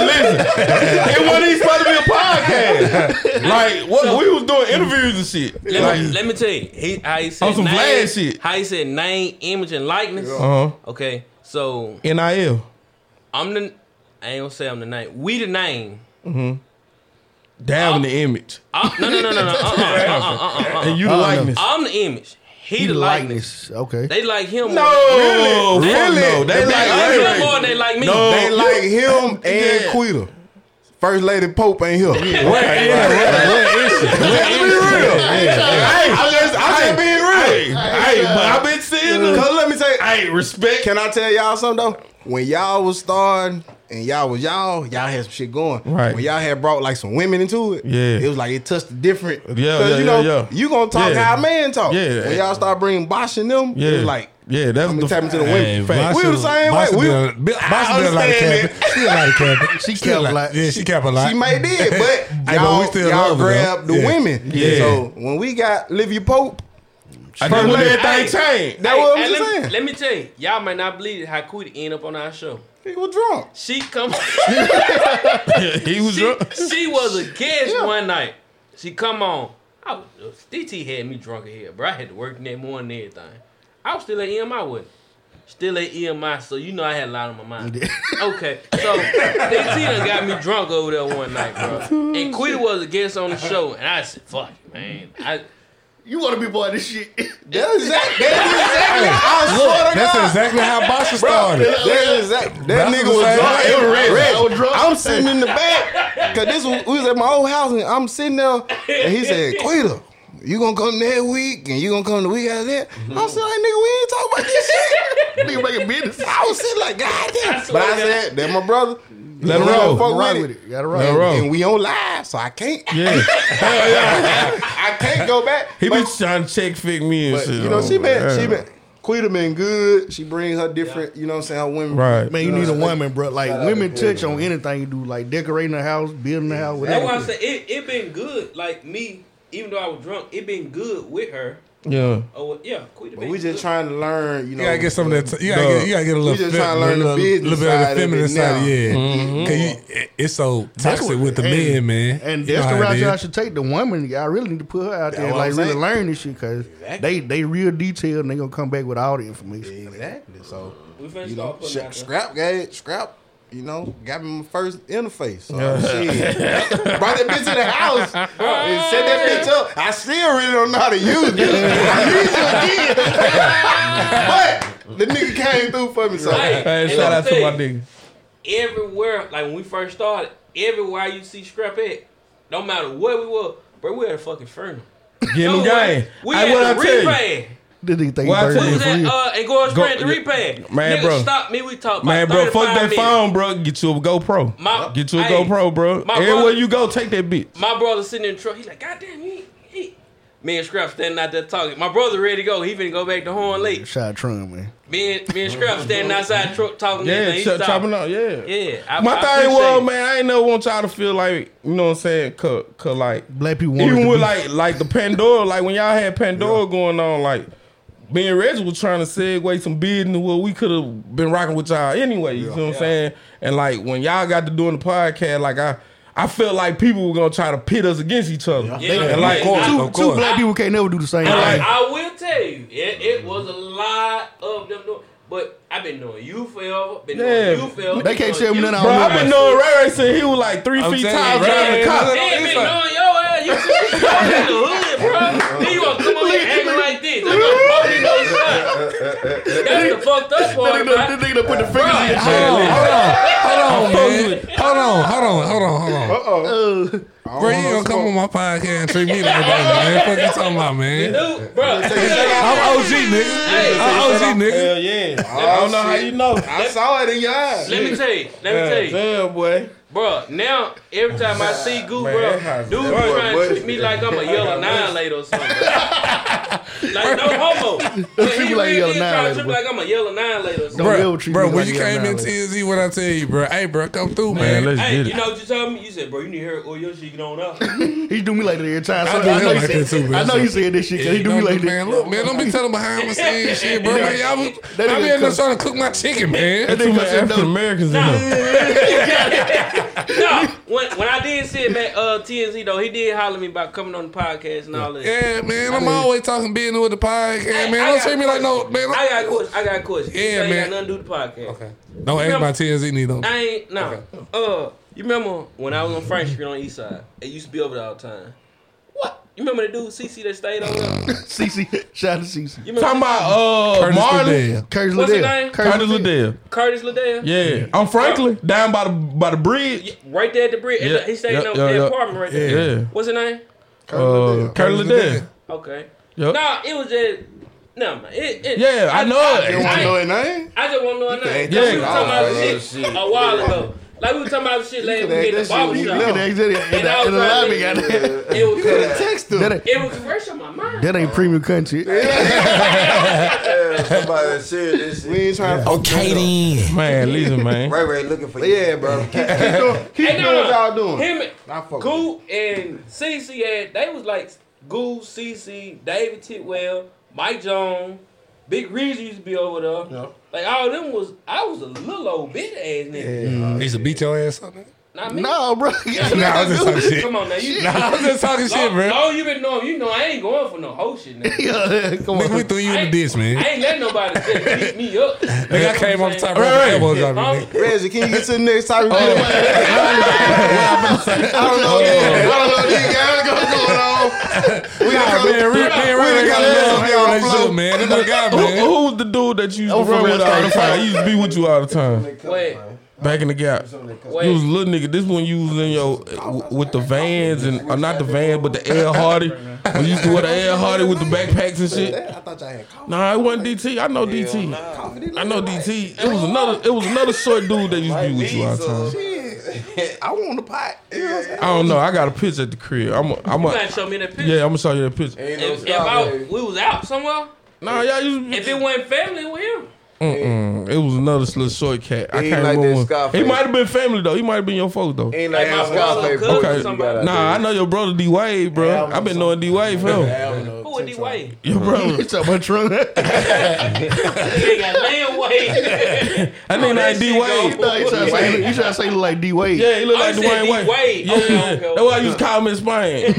Speaker 7: It wasn't even supposed to be a podcast. like what we was doing interviews and shit.
Speaker 2: Let,
Speaker 7: Like,
Speaker 2: me, let me tell you, he, how he said
Speaker 7: On some
Speaker 2: name,
Speaker 7: Vlad shit.
Speaker 2: How he said name, image, and likeness.
Speaker 8: Uh-huh.
Speaker 7: uh huh.
Speaker 2: Okay, so
Speaker 7: NIL.
Speaker 2: I'm the. I ain't gonna say I'm the name. We the name.
Speaker 7: Down the image.
Speaker 2: I'm, no, no, no, no, no. Uh-uh, uh-uh, uh-uh, uh-uh.
Speaker 7: And you the
Speaker 4: Uh,
Speaker 7: likeness.
Speaker 2: I'm the image. He, the likeness.
Speaker 4: Okay.
Speaker 2: They like him.
Speaker 7: No,
Speaker 2: They-
Speaker 7: Oh, fuck no. They
Speaker 2: They
Speaker 7: like
Speaker 2: like
Speaker 7: Ray
Speaker 2: him
Speaker 7: Ray.
Speaker 2: more than they like me.
Speaker 7: No.
Speaker 8: They like him and
Speaker 7: Yeah.
Speaker 8: Quita. First Lady Pope ain't here.
Speaker 7: Right, yeah, right. Where is she? Where
Speaker 8: Be
Speaker 7: is
Speaker 8: real.
Speaker 7: she?
Speaker 8: Hey, I'm just, I'm just being real.
Speaker 7: Hey, hey, but I've been seeing her.
Speaker 8: Cause let me tell you,
Speaker 7: Hey, respect.
Speaker 8: Can I tell y'all something though? When y'all was starting and y'all was y'all, y'all had some shit going.
Speaker 7: Right.
Speaker 8: When y'all had brought like some women into it,
Speaker 7: Yeah.
Speaker 8: it was like it touched a different.
Speaker 7: Yeah,
Speaker 8: 'Cause,
Speaker 7: yeah,
Speaker 8: you
Speaker 7: yeah,
Speaker 8: know,
Speaker 7: yeah.
Speaker 8: you gonna talk
Speaker 7: Yeah.
Speaker 8: how a man talk.
Speaker 7: Yeah.
Speaker 8: When y'all start bringing Bosch in them,
Speaker 7: Yeah,
Speaker 8: it was like
Speaker 7: yeah, that's
Speaker 8: I'm
Speaker 7: the
Speaker 8: gonna tap into the
Speaker 5: Hey,
Speaker 8: women.
Speaker 5: Boss
Speaker 8: we were the
Speaker 5: still-
Speaker 8: same
Speaker 5: Boss
Speaker 8: way. We,
Speaker 5: still- Bill- Boss
Speaker 8: I
Speaker 5: still a lot of
Speaker 8: understand
Speaker 5: capping. She a lot of capping. She
Speaker 4: Still
Speaker 5: kept a
Speaker 4: a
Speaker 5: lot.
Speaker 4: lot.
Speaker 5: Yeah, she kept a lot.
Speaker 8: She may did, but
Speaker 5: Hey, but
Speaker 8: y'all,
Speaker 5: we still
Speaker 8: y'all
Speaker 5: love her,
Speaker 8: grabbed
Speaker 5: though.
Speaker 8: the
Speaker 5: Yeah.
Speaker 8: women.
Speaker 7: Yeah.
Speaker 8: So when we got Livia Pope,
Speaker 7: I think when
Speaker 2: Hey.
Speaker 7: everything changed.
Speaker 8: that what I'm
Speaker 2: and let,
Speaker 8: just
Speaker 2: me-
Speaker 8: saying.
Speaker 2: let me tell you, y'all might not believe it, how Quita end up on our show.
Speaker 8: He was drunk.
Speaker 2: She come.
Speaker 7: He was
Speaker 2: she,
Speaker 7: drunk.
Speaker 2: she was a guest one night. She come on. I was, DT had me drunk in here, bro. I had to work that morning and everything. I was still at EMI with her. Still at EMI, so you know I had a lot on my mind. okay, so DT done got me drunk over there one night, bro. And Quita was a guest on the show, and I said, fuck it, man. I,
Speaker 4: You want to be part of this shit?
Speaker 8: That's exactly. That's exactly. I swear to
Speaker 5: That's
Speaker 8: God.
Speaker 5: exactly how Bossa started.
Speaker 8: That's exact. That
Speaker 5: That's
Speaker 8: nigga
Speaker 5: what
Speaker 8: was
Speaker 5: I'm
Speaker 8: drunk.
Speaker 5: saying.
Speaker 8: It was red.
Speaker 4: I was drunk.
Speaker 8: I'm sitting in the back because this was, we was at my old house and I'm sitting there and he said, "Quita, you gonna come that week and you gonna come the week after that." I'm sitting like, "Nigga, we ain't talking about this shit."
Speaker 4: Nigga making business.
Speaker 8: I was sitting like, "God damn!" But I said, "That my brother.
Speaker 7: Let
Speaker 8: You
Speaker 7: him
Speaker 8: gotta
Speaker 7: roll.
Speaker 8: Fuck
Speaker 4: Right
Speaker 8: with it."
Speaker 4: You Gotta
Speaker 7: Let her
Speaker 4: right.
Speaker 7: roll.
Speaker 8: And we on live, so I can't.
Speaker 7: Yeah.
Speaker 8: I can't go back.
Speaker 7: He
Speaker 8: But-
Speaker 7: been trying to check fit me and
Speaker 8: But,
Speaker 7: shit.
Speaker 8: you know,
Speaker 7: Oh,
Speaker 8: she been
Speaker 7: man.
Speaker 8: she been Quita been good. She brings her different, you know what I'm saying, her women.
Speaker 7: Right.
Speaker 4: Man, you need a woman, bro. Like women touch on anything you do, like decorating the house, building the house,
Speaker 2: that's why I
Speaker 4: whatever.
Speaker 2: said it, it been good. Like me even though I was drunk, it been good with her.
Speaker 7: Yeah.
Speaker 2: Oh well, yeah, Quita.
Speaker 8: But we just trying to learn, you know.
Speaker 5: You gotta get some of that. T- you, gotta get, you gotta get a little.
Speaker 8: We just tryna learn the
Speaker 5: little,
Speaker 8: business
Speaker 5: little bit
Speaker 8: side
Speaker 5: of
Speaker 8: of
Speaker 5: the
Speaker 8: it
Speaker 5: feminine side.
Speaker 8: now. Mm-hmm.
Speaker 5: Yeah, Mm-hmm. 'Cause you- it- it's so toxic with the men, man.
Speaker 4: And
Speaker 5: You know
Speaker 4: that's the
Speaker 5: how it
Speaker 4: route
Speaker 5: is.
Speaker 4: y'all should take. The woman, I really need to put her out there and
Speaker 8: what
Speaker 4: like
Speaker 8: I'm
Speaker 4: really
Speaker 8: saying.
Speaker 4: learn this shit because they they real detailed and they gonna come back with all the information.
Speaker 8: Exactly. So
Speaker 2: We finna
Speaker 8: you
Speaker 2: start
Speaker 8: know,
Speaker 2: putting
Speaker 8: sh-
Speaker 2: out there.
Speaker 8: scrap got scrap. You know, got me my first interface. So shit. Brought that bitch to the house and set that bitch up. I still really don't know how to use it. I use it again. but the nigga came through for me. So
Speaker 2: Right.
Speaker 7: Hey,
Speaker 2: And
Speaker 7: shout out
Speaker 2: that's
Speaker 7: to
Speaker 2: the
Speaker 7: my
Speaker 2: thing.
Speaker 7: nigga.
Speaker 2: everywhere, like when we first started, everywhere you see Scrap at, no matter what we were, bro, we had a fucking furnace.
Speaker 7: Get in the game.
Speaker 2: We
Speaker 7: Hey,
Speaker 2: had
Speaker 7: what
Speaker 2: the
Speaker 7: I tell you?
Speaker 2: repad.
Speaker 4: This nigga think he
Speaker 7: Why I tell
Speaker 2: We
Speaker 4: burning
Speaker 7: you
Speaker 2: was
Speaker 4: for
Speaker 2: at
Speaker 4: real.
Speaker 2: uh, and going
Speaker 7: Go-
Speaker 2: straight to the repad.
Speaker 7: Man,
Speaker 2: Nigga
Speaker 7: bro.
Speaker 2: stop me. We talked.
Speaker 7: Man,
Speaker 2: about
Speaker 7: bro, fuck
Speaker 2: 35
Speaker 7: that
Speaker 2: minutes.
Speaker 7: phone, bro. Get you a GoPro.
Speaker 2: My-
Speaker 7: Get you a
Speaker 2: Hey,
Speaker 7: GoPro, bro.
Speaker 2: my
Speaker 7: Everywhere
Speaker 2: brother-
Speaker 7: you go, take that bitch.
Speaker 2: My brother sitting in the truck. He's like, God damn, you ain't, you ain't. Me and Scrap standing out there talking. My brother ready to go. He finna go back to Horn Lake.
Speaker 4: Shot Trump, man.
Speaker 2: Me and, me and Scrap standing outside the truck talking.
Speaker 7: Yeah,
Speaker 2: everything.
Speaker 7: ch-
Speaker 2: He talking.
Speaker 7: chopping up. Yeah.
Speaker 2: Yeah. I,
Speaker 7: My
Speaker 2: I
Speaker 7: thing
Speaker 2: appreciate
Speaker 7: was,
Speaker 2: it.
Speaker 7: man, I ain't never want y'all to feel like, you know what I'm saying? Cause, cause like,
Speaker 4: Black people want
Speaker 7: even
Speaker 4: to
Speaker 7: with
Speaker 4: be-
Speaker 7: like, like the Pandora, like when y'all had Pandora going on, like, me and Reggie was trying to segue some business where we could have been rocking with y'all anyway. You know what I'm saying? And like when y'all got to doing the podcast, like I, I felt like people were gonna try to pit us against each other.
Speaker 2: Yeah.
Speaker 7: And like,
Speaker 2: Of course,
Speaker 7: two-
Speaker 4: Two,
Speaker 5: of
Speaker 4: two
Speaker 5: course.
Speaker 4: black people can't never do the same thing.
Speaker 2: I, I will tell you, it, it was a lot of them doing. But I've been knowing you forever. Been
Speaker 7: Yeah.
Speaker 2: knowing you forever.
Speaker 4: They
Speaker 2: been
Speaker 4: can't
Speaker 2: knowing
Speaker 4: tell me
Speaker 2: you.
Speaker 4: nothing I
Speaker 7: Bro,
Speaker 4: don't know
Speaker 7: I've been
Speaker 4: about.
Speaker 7: knowing Ray Ray since he was like three
Speaker 5: I'm
Speaker 7: feet
Speaker 5: telling
Speaker 7: tall
Speaker 5: you, Ray
Speaker 7: driving
Speaker 5: Ray
Speaker 7: a car.
Speaker 5: was-
Speaker 2: They ain't been knowing your ass. You see, you in the hood, bro. Then you gonna come over here acting like this. That's what fucking goes on. That's the fucked up part.
Speaker 4: This nigga
Speaker 2: bro.
Speaker 4: this nigga done put the fingers in your
Speaker 5: Hold
Speaker 4: chest.
Speaker 5: on, hold on, hold on, man. Hold on, hold on, hold on, hold on. Bro, you gonna come on my podcast and treat me like that, man? Fuck you talking about, man?
Speaker 2: Dude, bro.
Speaker 5: I'm OG, nigga. I'm OG, nigga.
Speaker 7: Hell yeah. I don't know how you know.
Speaker 8: I saw it in your eyes.
Speaker 2: Let me tell you. Let me tell you.
Speaker 7: Yeah, boy.
Speaker 2: Bro, now every time I see Goo,
Speaker 7: Man,
Speaker 2: bro,
Speaker 7: that house
Speaker 2: dude
Speaker 7: is-
Speaker 2: trying to
Speaker 9: what-
Speaker 2: treat me like I'm a yellow nine later or something. like no homo. But he
Speaker 4: Treat me like a
Speaker 2: really
Speaker 4: Yellow
Speaker 2: is trying to
Speaker 4: Nine
Speaker 2: treat me
Speaker 4: Later,
Speaker 2: like I'm a yellow nine later or something.
Speaker 4: Don't
Speaker 5: Bro,
Speaker 4: ever treat
Speaker 5: bro,
Speaker 4: me like
Speaker 5: when you
Speaker 4: you
Speaker 5: came
Speaker 4: now,
Speaker 5: in
Speaker 4: like-
Speaker 5: TNZ, what I tell you, bro? Hey, bro, come through,
Speaker 7: Man,
Speaker 5: man.
Speaker 7: let's
Speaker 2: Hey,
Speaker 7: get
Speaker 2: you
Speaker 7: it.
Speaker 2: know what you told me? You said, bro, you need to hear all your shit on up.
Speaker 4: He do me like that every time. So
Speaker 5: I do
Speaker 4: I,
Speaker 5: him
Speaker 4: know
Speaker 5: like
Speaker 4: he
Speaker 5: that too,
Speaker 4: said,
Speaker 5: bro.
Speaker 4: I know you said this shit because he do me
Speaker 5: Don't
Speaker 4: like
Speaker 5: do-
Speaker 4: that.
Speaker 5: man, look, man, don't be telling behind my scenes shit, bro. Man, y'all was, I
Speaker 4: nigga
Speaker 5: be in there
Speaker 4: cook-
Speaker 5: trying to cook my chicken, man.
Speaker 7: Too many African Americans in
Speaker 2: Nah.
Speaker 7: there.
Speaker 2: no, when when I did see it, man, uh, TNZ though, he did holler me about coming on the podcast and all that.
Speaker 5: Yeah, man, I'm always talking business with the podcast, man.
Speaker 2: I
Speaker 5: Don't
Speaker 2: got
Speaker 5: treat me like no, man.
Speaker 2: I got a question. I got a question.
Speaker 5: Yeah,
Speaker 2: This ain't Got
Speaker 5: man.
Speaker 2: nothing to do with the podcast.
Speaker 5: Okay. Don't ask about TNZ, neither.
Speaker 2: I ain't nah. Uh, you remember when I was on Frank Street on the East Side? It used to be over there all the time. What? You remember the dude CC that stayed over there? You
Speaker 4: CC, shout out to CC.
Speaker 2: remember
Speaker 7: Talking about uh,
Speaker 5: Curtis
Speaker 7: Marley.
Speaker 5: Liddell.
Speaker 4: Curtis
Speaker 2: What's his
Speaker 4: Liddell.
Speaker 2: name?
Speaker 7: Curtis Liddell.
Speaker 2: Curtis Liddell?
Speaker 7: Yeah. I'm Franklin. Down by the by the bridge.
Speaker 2: Right there at the bridge.
Speaker 7: Yeah,
Speaker 2: He stayed
Speaker 7: yeah,
Speaker 2: in
Speaker 7: yeah,
Speaker 2: that
Speaker 7: yeah.
Speaker 2: apartment right there.
Speaker 7: Yeah.
Speaker 2: What's his name?
Speaker 7: Uh, Curtis Liddell.
Speaker 2: Okay.
Speaker 7: Yup.
Speaker 2: Nah, it was just no man. It, it,
Speaker 7: Yeah, I know
Speaker 2: I,
Speaker 7: it.
Speaker 8: You
Speaker 2: I,
Speaker 8: want to know his name?
Speaker 2: I just want to know her name.
Speaker 7: Yeah.
Speaker 2: We were talking about
Speaker 9: Oh,
Speaker 2: shit,
Speaker 9: shit.
Speaker 2: a while ago. Like we were talking about shit last
Speaker 8: could
Speaker 2: week at
Speaker 8: add
Speaker 2: the
Speaker 8: that shit.
Speaker 4: You
Speaker 2: barber
Speaker 8: You
Speaker 2: shop.
Speaker 4: look at that shit in the- in the lobby, goddamn.
Speaker 2: It was
Speaker 8: Text him.
Speaker 4: That ain't-
Speaker 2: it was fresh on my mind.
Speaker 4: That ain't premium country.
Speaker 9: Yeah, somebody said this
Speaker 8: We
Speaker 9: shit.
Speaker 8: ain't trying to.
Speaker 7: Man, listen, man.
Speaker 9: Ray Ray looking for you.
Speaker 8: Yeah, bro. Keep, keep doing, keep
Speaker 2: Hey,
Speaker 8: doing
Speaker 2: no,
Speaker 8: what y'all
Speaker 2: no.
Speaker 8: doing.
Speaker 2: Him,
Speaker 8: I fuck with you.
Speaker 2: Goo and CC had they was like Goo, CC, David Titwell, Mike Jones, Big Reezy used to be over there. Like all them was I was a little old bit ass nigga.
Speaker 5: He used to beat your ass up, man.
Speaker 2: Not me.
Speaker 8: oh,
Speaker 4: No, bro.
Speaker 5: Nah, I was just talking shit.
Speaker 2: Come on now, you.
Speaker 5: Nah, I was just talking shit,
Speaker 2: Long,
Speaker 5: bro.
Speaker 2: long you been knowing, you know I ain't going for no whole shit now.
Speaker 4: Yeah, Come
Speaker 5: Nigga, we
Speaker 4: on.
Speaker 5: threw you in
Speaker 2: I
Speaker 5: the ditch, man.
Speaker 2: I ain't let nobody just beat me up.
Speaker 5: Nigga, I came off the top
Speaker 2: Right,
Speaker 5: right,
Speaker 7: right.
Speaker 5: elbows on me,
Speaker 2: Huh?
Speaker 5: nigga.
Speaker 8: Reggie, can you get to the next topic?
Speaker 5: Oh,
Speaker 8: I don't know. I don't know these guys what's going on. We
Speaker 5: Nah, man, real, man,
Speaker 8: we
Speaker 5: real, got
Speaker 8: done got
Speaker 5: a
Speaker 8: this
Speaker 5: love
Speaker 8: on
Speaker 5: hate
Speaker 8: y'all
Speaker 5: relationship,
Speaker 8: flow.
Speaker 5: man. That's my guy,
Speaker 7: Who,
Speaker 5: man.
Speaker 7: who was the dude that you used to
Speaker 4: I'm from
Speaker 7: run with
Speaker 4: West
Speaker 7: all the
Speaker 4: Coast.
Speaker 7: time? He used to be with you all the time.
Speaker 2: Wait,
Speaker 7: Back in the gap.
Speaker 2: wait.
Speaker 7: You was a little nigga. This one you was in your w- with the vans and or not the van, but the L Hardy. We used to wear the L Hardy with the backpacks and shit.
Speaker 8: I thought y'all had coffee.
Speaker 7: Nah, it wasn't DT. I know DT. I know DT. It was another. It was another short dude that used to be with you all the time.
Speaker 8: I want a pot. You know what I'm saying?
Speaker 7: I don't know. I got a picture at the crib. I'm. A, I'm.
Speaker 2: You gotta
Speaker 7: A,
Speaker 2: show me that picture.
Speaker 7: yeah, I'm gonna show you that picture.
Speaker 9: Ain't no
Speaker 2: If, if
Speaker 9: stop,
Speaker 2: I,
Speaker 9: baby.
Speaker 2: we was out somewhere,
Speaker 7: Nah, y'all used.
Speaker 2: if
Speaker 7: To,
Speaker 2: it wasn't family, it was him.
Speaker 7: Mm-mm. Mm, It was another little short cat. I
Speaker 9: He
Speaker 7: can't
Speaker 9: like that
Speaker 7: remember.
Speaker 9: Scarface.
Speaker 7: he might have been family though. He might have been your folks though.
Speaker 9: Ain't like
Speaker 2: Like
Speaker 9: how
Speaker 2: my brother,
Speaker 9: Scarface
Speaker 2: cousin,
Speaker 9: booted you
Speaker 2: somebody.
Speaker 9: got out
Speaker 7: Nah, I
Speaker 9: there.
Speaker 7: know your brother D Wade, bro. I've been knowing D Wade forever.
Speaker 2: Who would D Wade?
Speaker 7: Your brother.
Speaker 4: What's up, my trunk?
Speaker 2: They got land weight.
Speaker 7: I think
Speaker 2: that
Speaker 7: like D
Speaker 2: shit
Speaker 7: Wade.
Speaker 2: go.
Speaker 4: No, you trying to say you trying to say he look like D Wade?
Speaker 7: Yeah, he looked
Speaker 2: Oh,
Speaker 7: like
Speaker 2: you said
Speaker 7: Dwayne Wade.
Speaker 2: D. Wade.
Speaker 7: Yeah,
Speaker 2: Okay,
Speaker 7: yeah.
Speaker 2: okay,
Speaker 7: That's why I used to call him in Spain.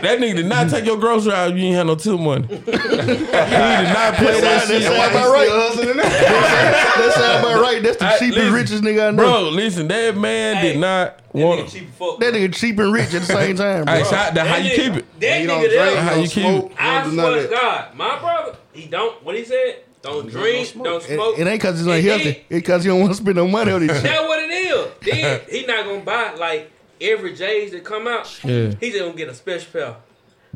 Speaker 7: that nigga did not take your grocery out if you ain't had no tip money. he did not play that
Speaker 4: That
Speaker 7: shit.
Speaker 4: sound about right. That sound about right. That's the
Speaker 7: I-
Speaker 4: cheapest,
Speaker 7: listen,
Speaker 4: richest nigga I know.
Speaker 7: Bro, listen, that man
Speaker 2: Hey,
Speaker 7: did not
Speaker 2: Nigga
Speaker 7: want.
Speaker 2: cheap as fuck.
Speaker 4: That nigga cheap and rich at the same time, bro.
Speaker 7: Hey, shout that how
Speaker 2: That
Speaker 7: you
Speaker 2: nigga-
Speaker 7: keep it.
Speaker 2: That
Speaker 9: He don't
Speaker 2: nigga
Speaker 9: drink,
Speaker 2: there.
Speaker 9: he
Speaker 7: How
Speaker 9: don't
Speaker 7: you keep it?
Speaker 9: smoke, he
Speaker 2: I
Speaker 9: don't do none
Speaker 2: swear
Speaker 9: of
Speaker 2: to
Speaker 9: that.
Speaker 2: God, my brother, he don't. What he said? Don't drink, don't
Speaker 4: It,
Speaker 2: smoke.
Speaker 4: it ain't cause it's
Speaker 2: And then-
Speaker 4: unhealthy. It's cause he don't want to spend no money on this shit.
Speaker 2: That what it is. Then he not gonna buy like every J's that come out.
Speaker 7: Yeah.
Speaker 2: He just gonna get a special pair.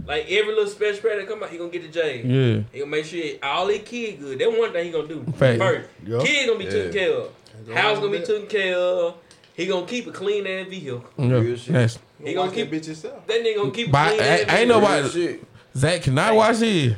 Speaker 2: Like every little special pair that come out, he gonna get the J's.
Speaker 7: Yeah.
Speaker 2: He gonna make sure all his kid good. That one thing he gonna do
Speaker 7: Fact.
Speaker 2: first.
Speaker 4: Yeah.
Speaker 2: Kid gonna be taken care of. House gonna be
Speaker 9: that.
Speaker 2: taken care of. He gonna keep a clean ass vehicle.
Speaker 7: yeah.
Speaker 9: Real shit.
Speaker 7: Nice.
Speaker 2: He gonna
Speaker 9: Watch that
Speaker 2: keep
Speaker 9: bitch yourself.
Speaker 2: that nigga gonna keep. a
Speaker 7: But
Speaker 2: clean
Speaker 7: I-
Speaker 2: ass
Speaker 7: ain't
Speaker 2: vehicle.
Speaker 7: nobody-
Speaker 9: Real shit.
Speaker 7: Zach cannot watch it.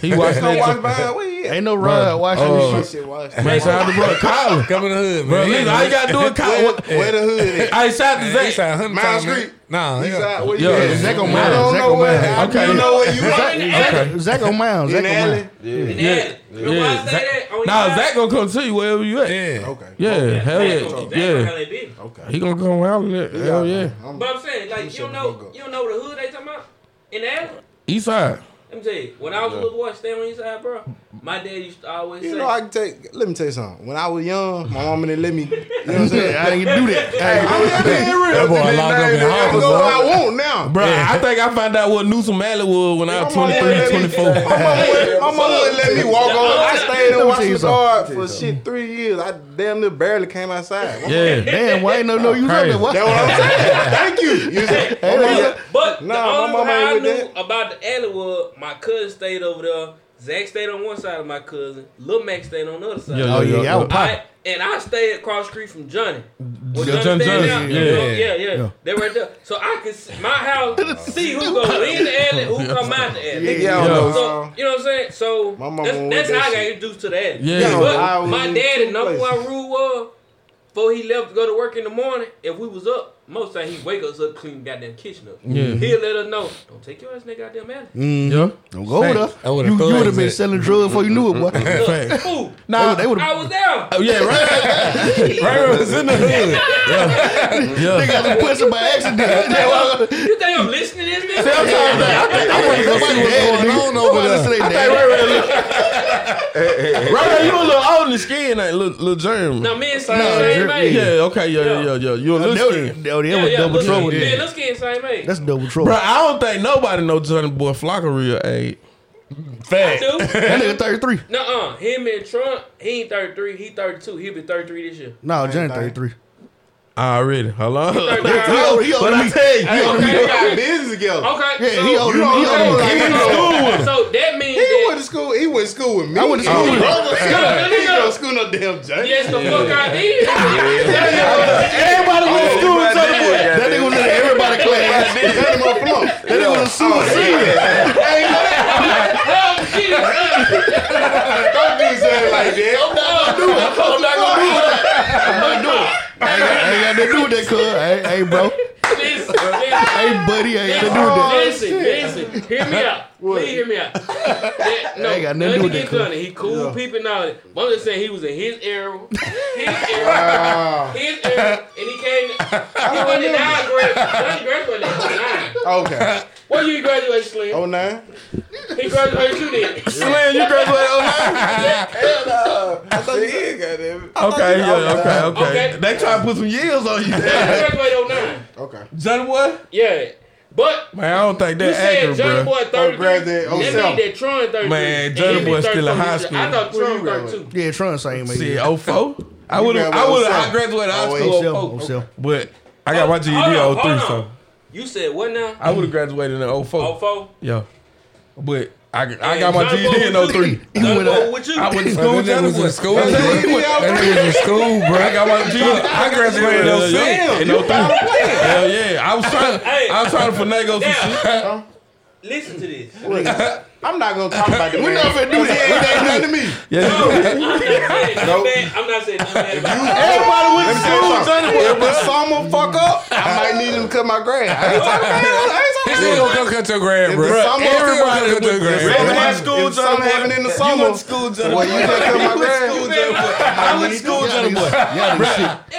Speaker 7: He watching
Speaker 9: Don't
Speaker 7: that.
Speaker 9: walk by. Where he at?
Speaker 4: Ain't no ride watching
Speaker 7: uh,
Speaker 4: this shit.
Speaker 7: Man, shout out to bro Colin.
Speaker 5: Come in the hood,
Speaker 7: Bro,
Speaker 5: man.
Speaker 7: listen, all you gotta do is
Speaker 9: Where,
Speaker 7: Colin.
Speaker 9: where the hood at?
Speaker 7: Hey, shout out to Zach.
Speaker 5: Hey, Eastside Huntington,
Speaker 9: Miles
Speaker 5: man.
Speaker 9: Street.
Speaker 5: Nah,
Speaker 9: He's
Speaker 5: yeah.
Speaker 9: out. Where
Speaker 7: Yo,
Speaker 9: you at?
Speaker 4: Zach on
Speaker 9: I don't
Speaker 4: Miles. Zach
Speaker 9: know
Speaker 4: on
Speaker 9: where.
Speaker 4: Miles.
Speaker 9: I
Speaker 7: Okay.
Speaker 9: don't know where you
Speaker 2: Right in
Speaker 9: at.
Speaker 2: the alley.
Speaker 4: Zach on Miles. Zach
Speaker 9: In
Speaker 4: on
Speaker 9: the
Speaker 4: Miles.
Speaker 9: alley.
Speaker 2: In the alley. Remember why I
Speaker 7: Yeah, Zach-
Speaker 2: say that? On
Speaker 7: Nah,
Speaker 2: your
Speaker 7: Zach gonna come to you wherever you at.
Speaker 5: Yeah.
Speaker 9: Okay.
Speaker 7: Yeah, hell
Speaker 2: side? Zach
Speaker 7: yeah,
Speaker 2: gonna- Zach gonna
Speaker 7: yeah.
Speaker 2: have that bitch.
Speaker 7: He gonna come out. with it. Hell yeah.
Speaker 2: But I'm saying, like, you don't know, you don't know the hood they talking about in the alley.
Speaker 7: East side.
Speaker 2: Let me tell you, when I was a little boy, staying on his side, bro, my dad used to always
Speaker 8: You
Speaker 2: say,
Speaker 8: know, I can take. Let me tell you something. When I was young, my mama didn't let me. You know what I'm saying?
Speaker 4: I didn't do that. Hey,
Speaker 8: I'm not being real.
Speaker 5: That boy
Speaker 8: Nigga,
Speaker 5: locked up in the
Speaker 8: nigga, I
Speaker 5: office,
Speaker 8: know what
Speaker 5: dog.
Speaker 8: I want now.
Speaker 7: Bro, I think I found out what Newsom Alley was when I was
Speaker 8: My mama
Speaker 7: 23,
Speaker 8: wouldn't let
Speaker 7: 24.
Speaker 8: me- My mama wouldn't- my mama wouldn't let me walk on. I stayed
Speaker 4: Let
Speaker 8: in
Speaker 4: me tell you
Speaker 8: Washington
Speaker 4: something.
Speaker 8: Guard for shit three years. I damn near barely came outside. That's
Speaker 7: Yeah.
Speaker 4: damn, why ain't no know you was up
Speaker 7: Crazy.
Speaker 4: there? Why?
Speaker 8: what I'm saying. Thank you. You said-
Speaker 2: but
Speaker 8: Nah, my
Speaker 2: the
Speaker 8: mama
Speaker 2: only way
Speaker 8: ain't
Speaker 2: I
Speaker 8: with
Speaker 2: knew about the alley was my cousin stayed over there, Zach stayed on one side of my cousin, Lil Mac stayed on the other side.
Speaker 4: Oh yeah, y'all pop.
Speaker 2: I, and I stayed across the street from Johnny. When
Speaker 7: Yeah,
Speaker 2: Johnny
Speaker 7: Johnny
Speaker 2: stand
Speaker 7: Johnson,
Speaker 2: out,
Speaker 7: yeah.
Speaker 2: you know, yeah, yeah, They right there. So I can see my house, see who go in the alley, who come out the alley.
Speaker 8: Nigga, y'all
Speaker 7: Yeah.
Speaker 8: know.
Speaker 2: So you know what I'm saying? So
Speaker 8: My mama
Speaker 2: that's,
Speaker 8: went
Speaker 2: that's
Speaker 8: with that
Speaker 2: how I got
Speaker 8: shit.
Speaker 2: introduced to that.
Speaker 7: Yeah. Yeah,
Speaker 8: I
Speaker 2: but
Speaker 8: was
Speaker 2: my
Speaker 8: in
Speaker 2: dad
Speaker 8: two
Speaker 2: number one
Speaker 8: places.
Speaker 2: rule was before he left to go to work in the morning, if we was up, most time he wake us up, clean goddamn kitchen up.
Speaker 7: Yeah. Mm,
Speaker 2: He'll let us know, don't take your ass nigga goddamn alley.
Speaker 7: Yeah.
Speaker 4: Don't go over
Speaker 5: Hey, I
Speaker 4: there.
Speaker 5: would've
Speaker 4: You,
Speaker 5: thought
Speaker 4: you would have
Speaker 5: that.
Speaker 4: been selling drugs before you knew it, boy.
Speaker 2: Look, fool,
Speaker 7: Nah,
Speaker 4: They would
Speaker 2: I
Speaker 4: have.
Speaker 2: was there.
Speaker 7: Oh, yeah, right. right, right. It's in the hood.
Speaker 4: They got some pussy by accident.
Speaker 2: You think I'm listening to this
Speaker 7: I'm
Speaker 2: nigga?
Speaker 7: sorry, man. I think I want to go see what's going on over there.
Speaker 4: Listen,
Speaker 7: I think right, right, look. right, right. You a little old in the skin, like little, little germ.
Speaker 2: No, me and Sam same
Speaker 4: yeah.
Speaker 2: age.
Speaker 7: yeah, okay, yeah, yeah, yeah, yeah. You a little skin.
Speaker 4: No, that was
Speaker 2: yeah,
Speaker 4: double
Speaker 2: look,
Speaker 4: trouble.
Speaker 2: Yeah,
Speaker 4: then.
Speaker 2: let's get same age.
Speaker 4: That's double trouble.
Speaker 7: Bro, I don't think nobody know Johnny Boy Flocker real age.
Speaker 5: Fact.
Speaker 2: Dude,
Speaker 4: That nigga 33.
Speaker 2: nuh-uh. Him and Trump, he ain't 33, he 32. He'll be 33 this year.
Speaker 4: No, Johnny 33.
Speaker 7: Already. Hello.
Speaker 4: He older, he
Speaker 7: But I
Speaker 4: older than me.
Speaker 7: tell you,
Speaker 2: Hey,
Speaker 8: We
Speaker 2: okay,
Speaker 8: got business together.
Speaker 2: Okay.
Speaker 4: Yeah,
Speaker 2: so
Speaker 4: he older
Speaker 2: you
Speaker 4: than me. He
Speaker 2: know-
Speaker 4: older than
Speaker 2: so-
Speaker 4: me.
Speaker 2: So that means
Speaker 8: He
Speaker 2: that,
Speaker 8: went to school. He went to school with me. I
Speaker 4: went to school with him.
Speaker 8: He didn't go to school no damn Jay.
Speaker 2: yes, the fuck I did.
Speaker 9: Oh,
Speaker 7: Everybody went to school with Johnny Boy.
Speaker 4: That nigga was in everybody class.
Speaker 8: That nigga my flunk.
Speaker 4: That nigga was a suicide.
Speaker 2: Oh, shit.
Speaker 8: Don't do something like that.
Speaker 4: I ain't got nothing to do with that, cuz. Hey, hey, bro.
Speaker 2: Listen, listen,
Speaker 4: Hey, buddy, I ain't got nothing to do with that.
Speaker 2: Oh, listen, listen. Hear me out. Please hear me out. That, no,
Speaker 4: ain't got nothing to do with
Speaker 2: against
Speaker 4: that,
Speaker 2: Gunner. He cool people and all that. But I'm just saying he was in his era. His era. his era. And he came. He went in ninth grade. Johnny graduated in oh nine.
Speaker 8: Okay.
Speaker 2: What year you graduated, Slim?
Speaker 8: Oh nine.
Speaker 2: He graduated you then.
Speaker 7: Slim, you graduated
Speaker 8: I thought you did, goddamn. it.
Speaker 7: Okay, yeah, okay, okay,
Speaker 2: Okay.
Speaker 7: They try to put some years on you.
Speaker 2: He graduated 09.
Speaker 8: Okay.
Speaker 7: Johnny Boy?
Speaker 2: Yeah. But
Speaker 7: Man, I don't think
Speaker 2: You
Speaker 7: that
Speaker 2: said
Speaker 7: accurate,
Speaker 2: Johnny
Speaker 7: bro.
Speaker 2: Boy
Speaker 4: Oh,
Speaker 2: 33.
Speaker 8: grab that
Speaker 2: that means
Speaker 8: Osama.
Speaker 2: that Tron 33.
Speaker 7: Man,
Speaker 2: And
Speaker 7: Johnny
Speaker 2: he be
Speaker 7: Boy still in
Speaker 2: 32.
Speaker 7: high school.
Speaker 2: I thought Tron
Speaker 8: Where you
Speaker 2: 32.
Speaker 4: Yeah, Tron same
Speaker 7: See,
Speaker 4: age.
Speaker 7: 04? I would have, I would have, I graduated high
Speaker 4: Oh,
Speaker 7: school, 04,
Speaker 4: self, oh, self.
Speaker 7: but I got my E
Speaker 2: Hold
Speaker 7: GED
Speaker 2: on, hold
Speaker 7: 03,
Speaker 2: on.
Speaker 7: so
Speaker 2: You said what now?
Speaker 7: I would have graduated in 04.
Speaker 2: 04?
Speaker 7: Yeah, but I, I
Speaker 2: Hey,
Speaker 7: got my
Speaker 2: Johnny
Speaker 7: GED
Speaker 2: Boy,
Speaker 7: in 03.
Speaker 4: He
Speaker 2: Johnny
Speaker 4: went
Speaker 2: Boy
Speaker 4: up.
Speaker 2: with you.
Speaker 7: I went to school
Speaker 5: Bro,
Speaker 7: with
Speaker 5: that nigga
Speaker 7: Johnny
Speaker 5: was
Speaker 7: Boy.
Speaker 5: in school. That
Speaker 7: That
Speaker 5: nigga was in school,
Speaker 7: I
Speaker 5: bro.
Speaker 7: got my GED. I graduated in 06.
Speaker 8: Damn,
Speaker 7: In 03. Hell yeah, I was trying, I was trying to finagle some
Speaker 2: Now,
Speaker 7: shit.
Speaker 2: Listen to this.
Speaker 8: I'm not gonna talk about the
Speaker 4: We
Speaker 8: man.
Speaker 4: not finna do that. It ain't nothing to me.
Speaker 2: I'm not saying nothing bad. I'm not saying nothing bad about it.
Speaker 8: Everybody went to school, Johnny.
Speaker 4: If the summer fuck up, I might need him to cut my grass. I ain't talking about it. I ain't
Speaker 5: He still
Speaker 4: talking
Speaker 5: gonna come cut your grab,
Speaker 4: about it. If the
Speaker 5: bro.
Speaker 4: summer-
Speaker 5: Everybody gonna cut your grab.
Speaker 4: If
Speaker 8: Everybody in school,
Speaker 4: if something
Speaker 8: Johnny.
Speaker 4: happened in the
Speaker 8: You
Speaker 4: summer,
Speaker 8: went to school, Johnny.
Speaker 4: Well, you cut my grass.
Speaker 8: I went to school, Johnny. boy.
Speaker 2: If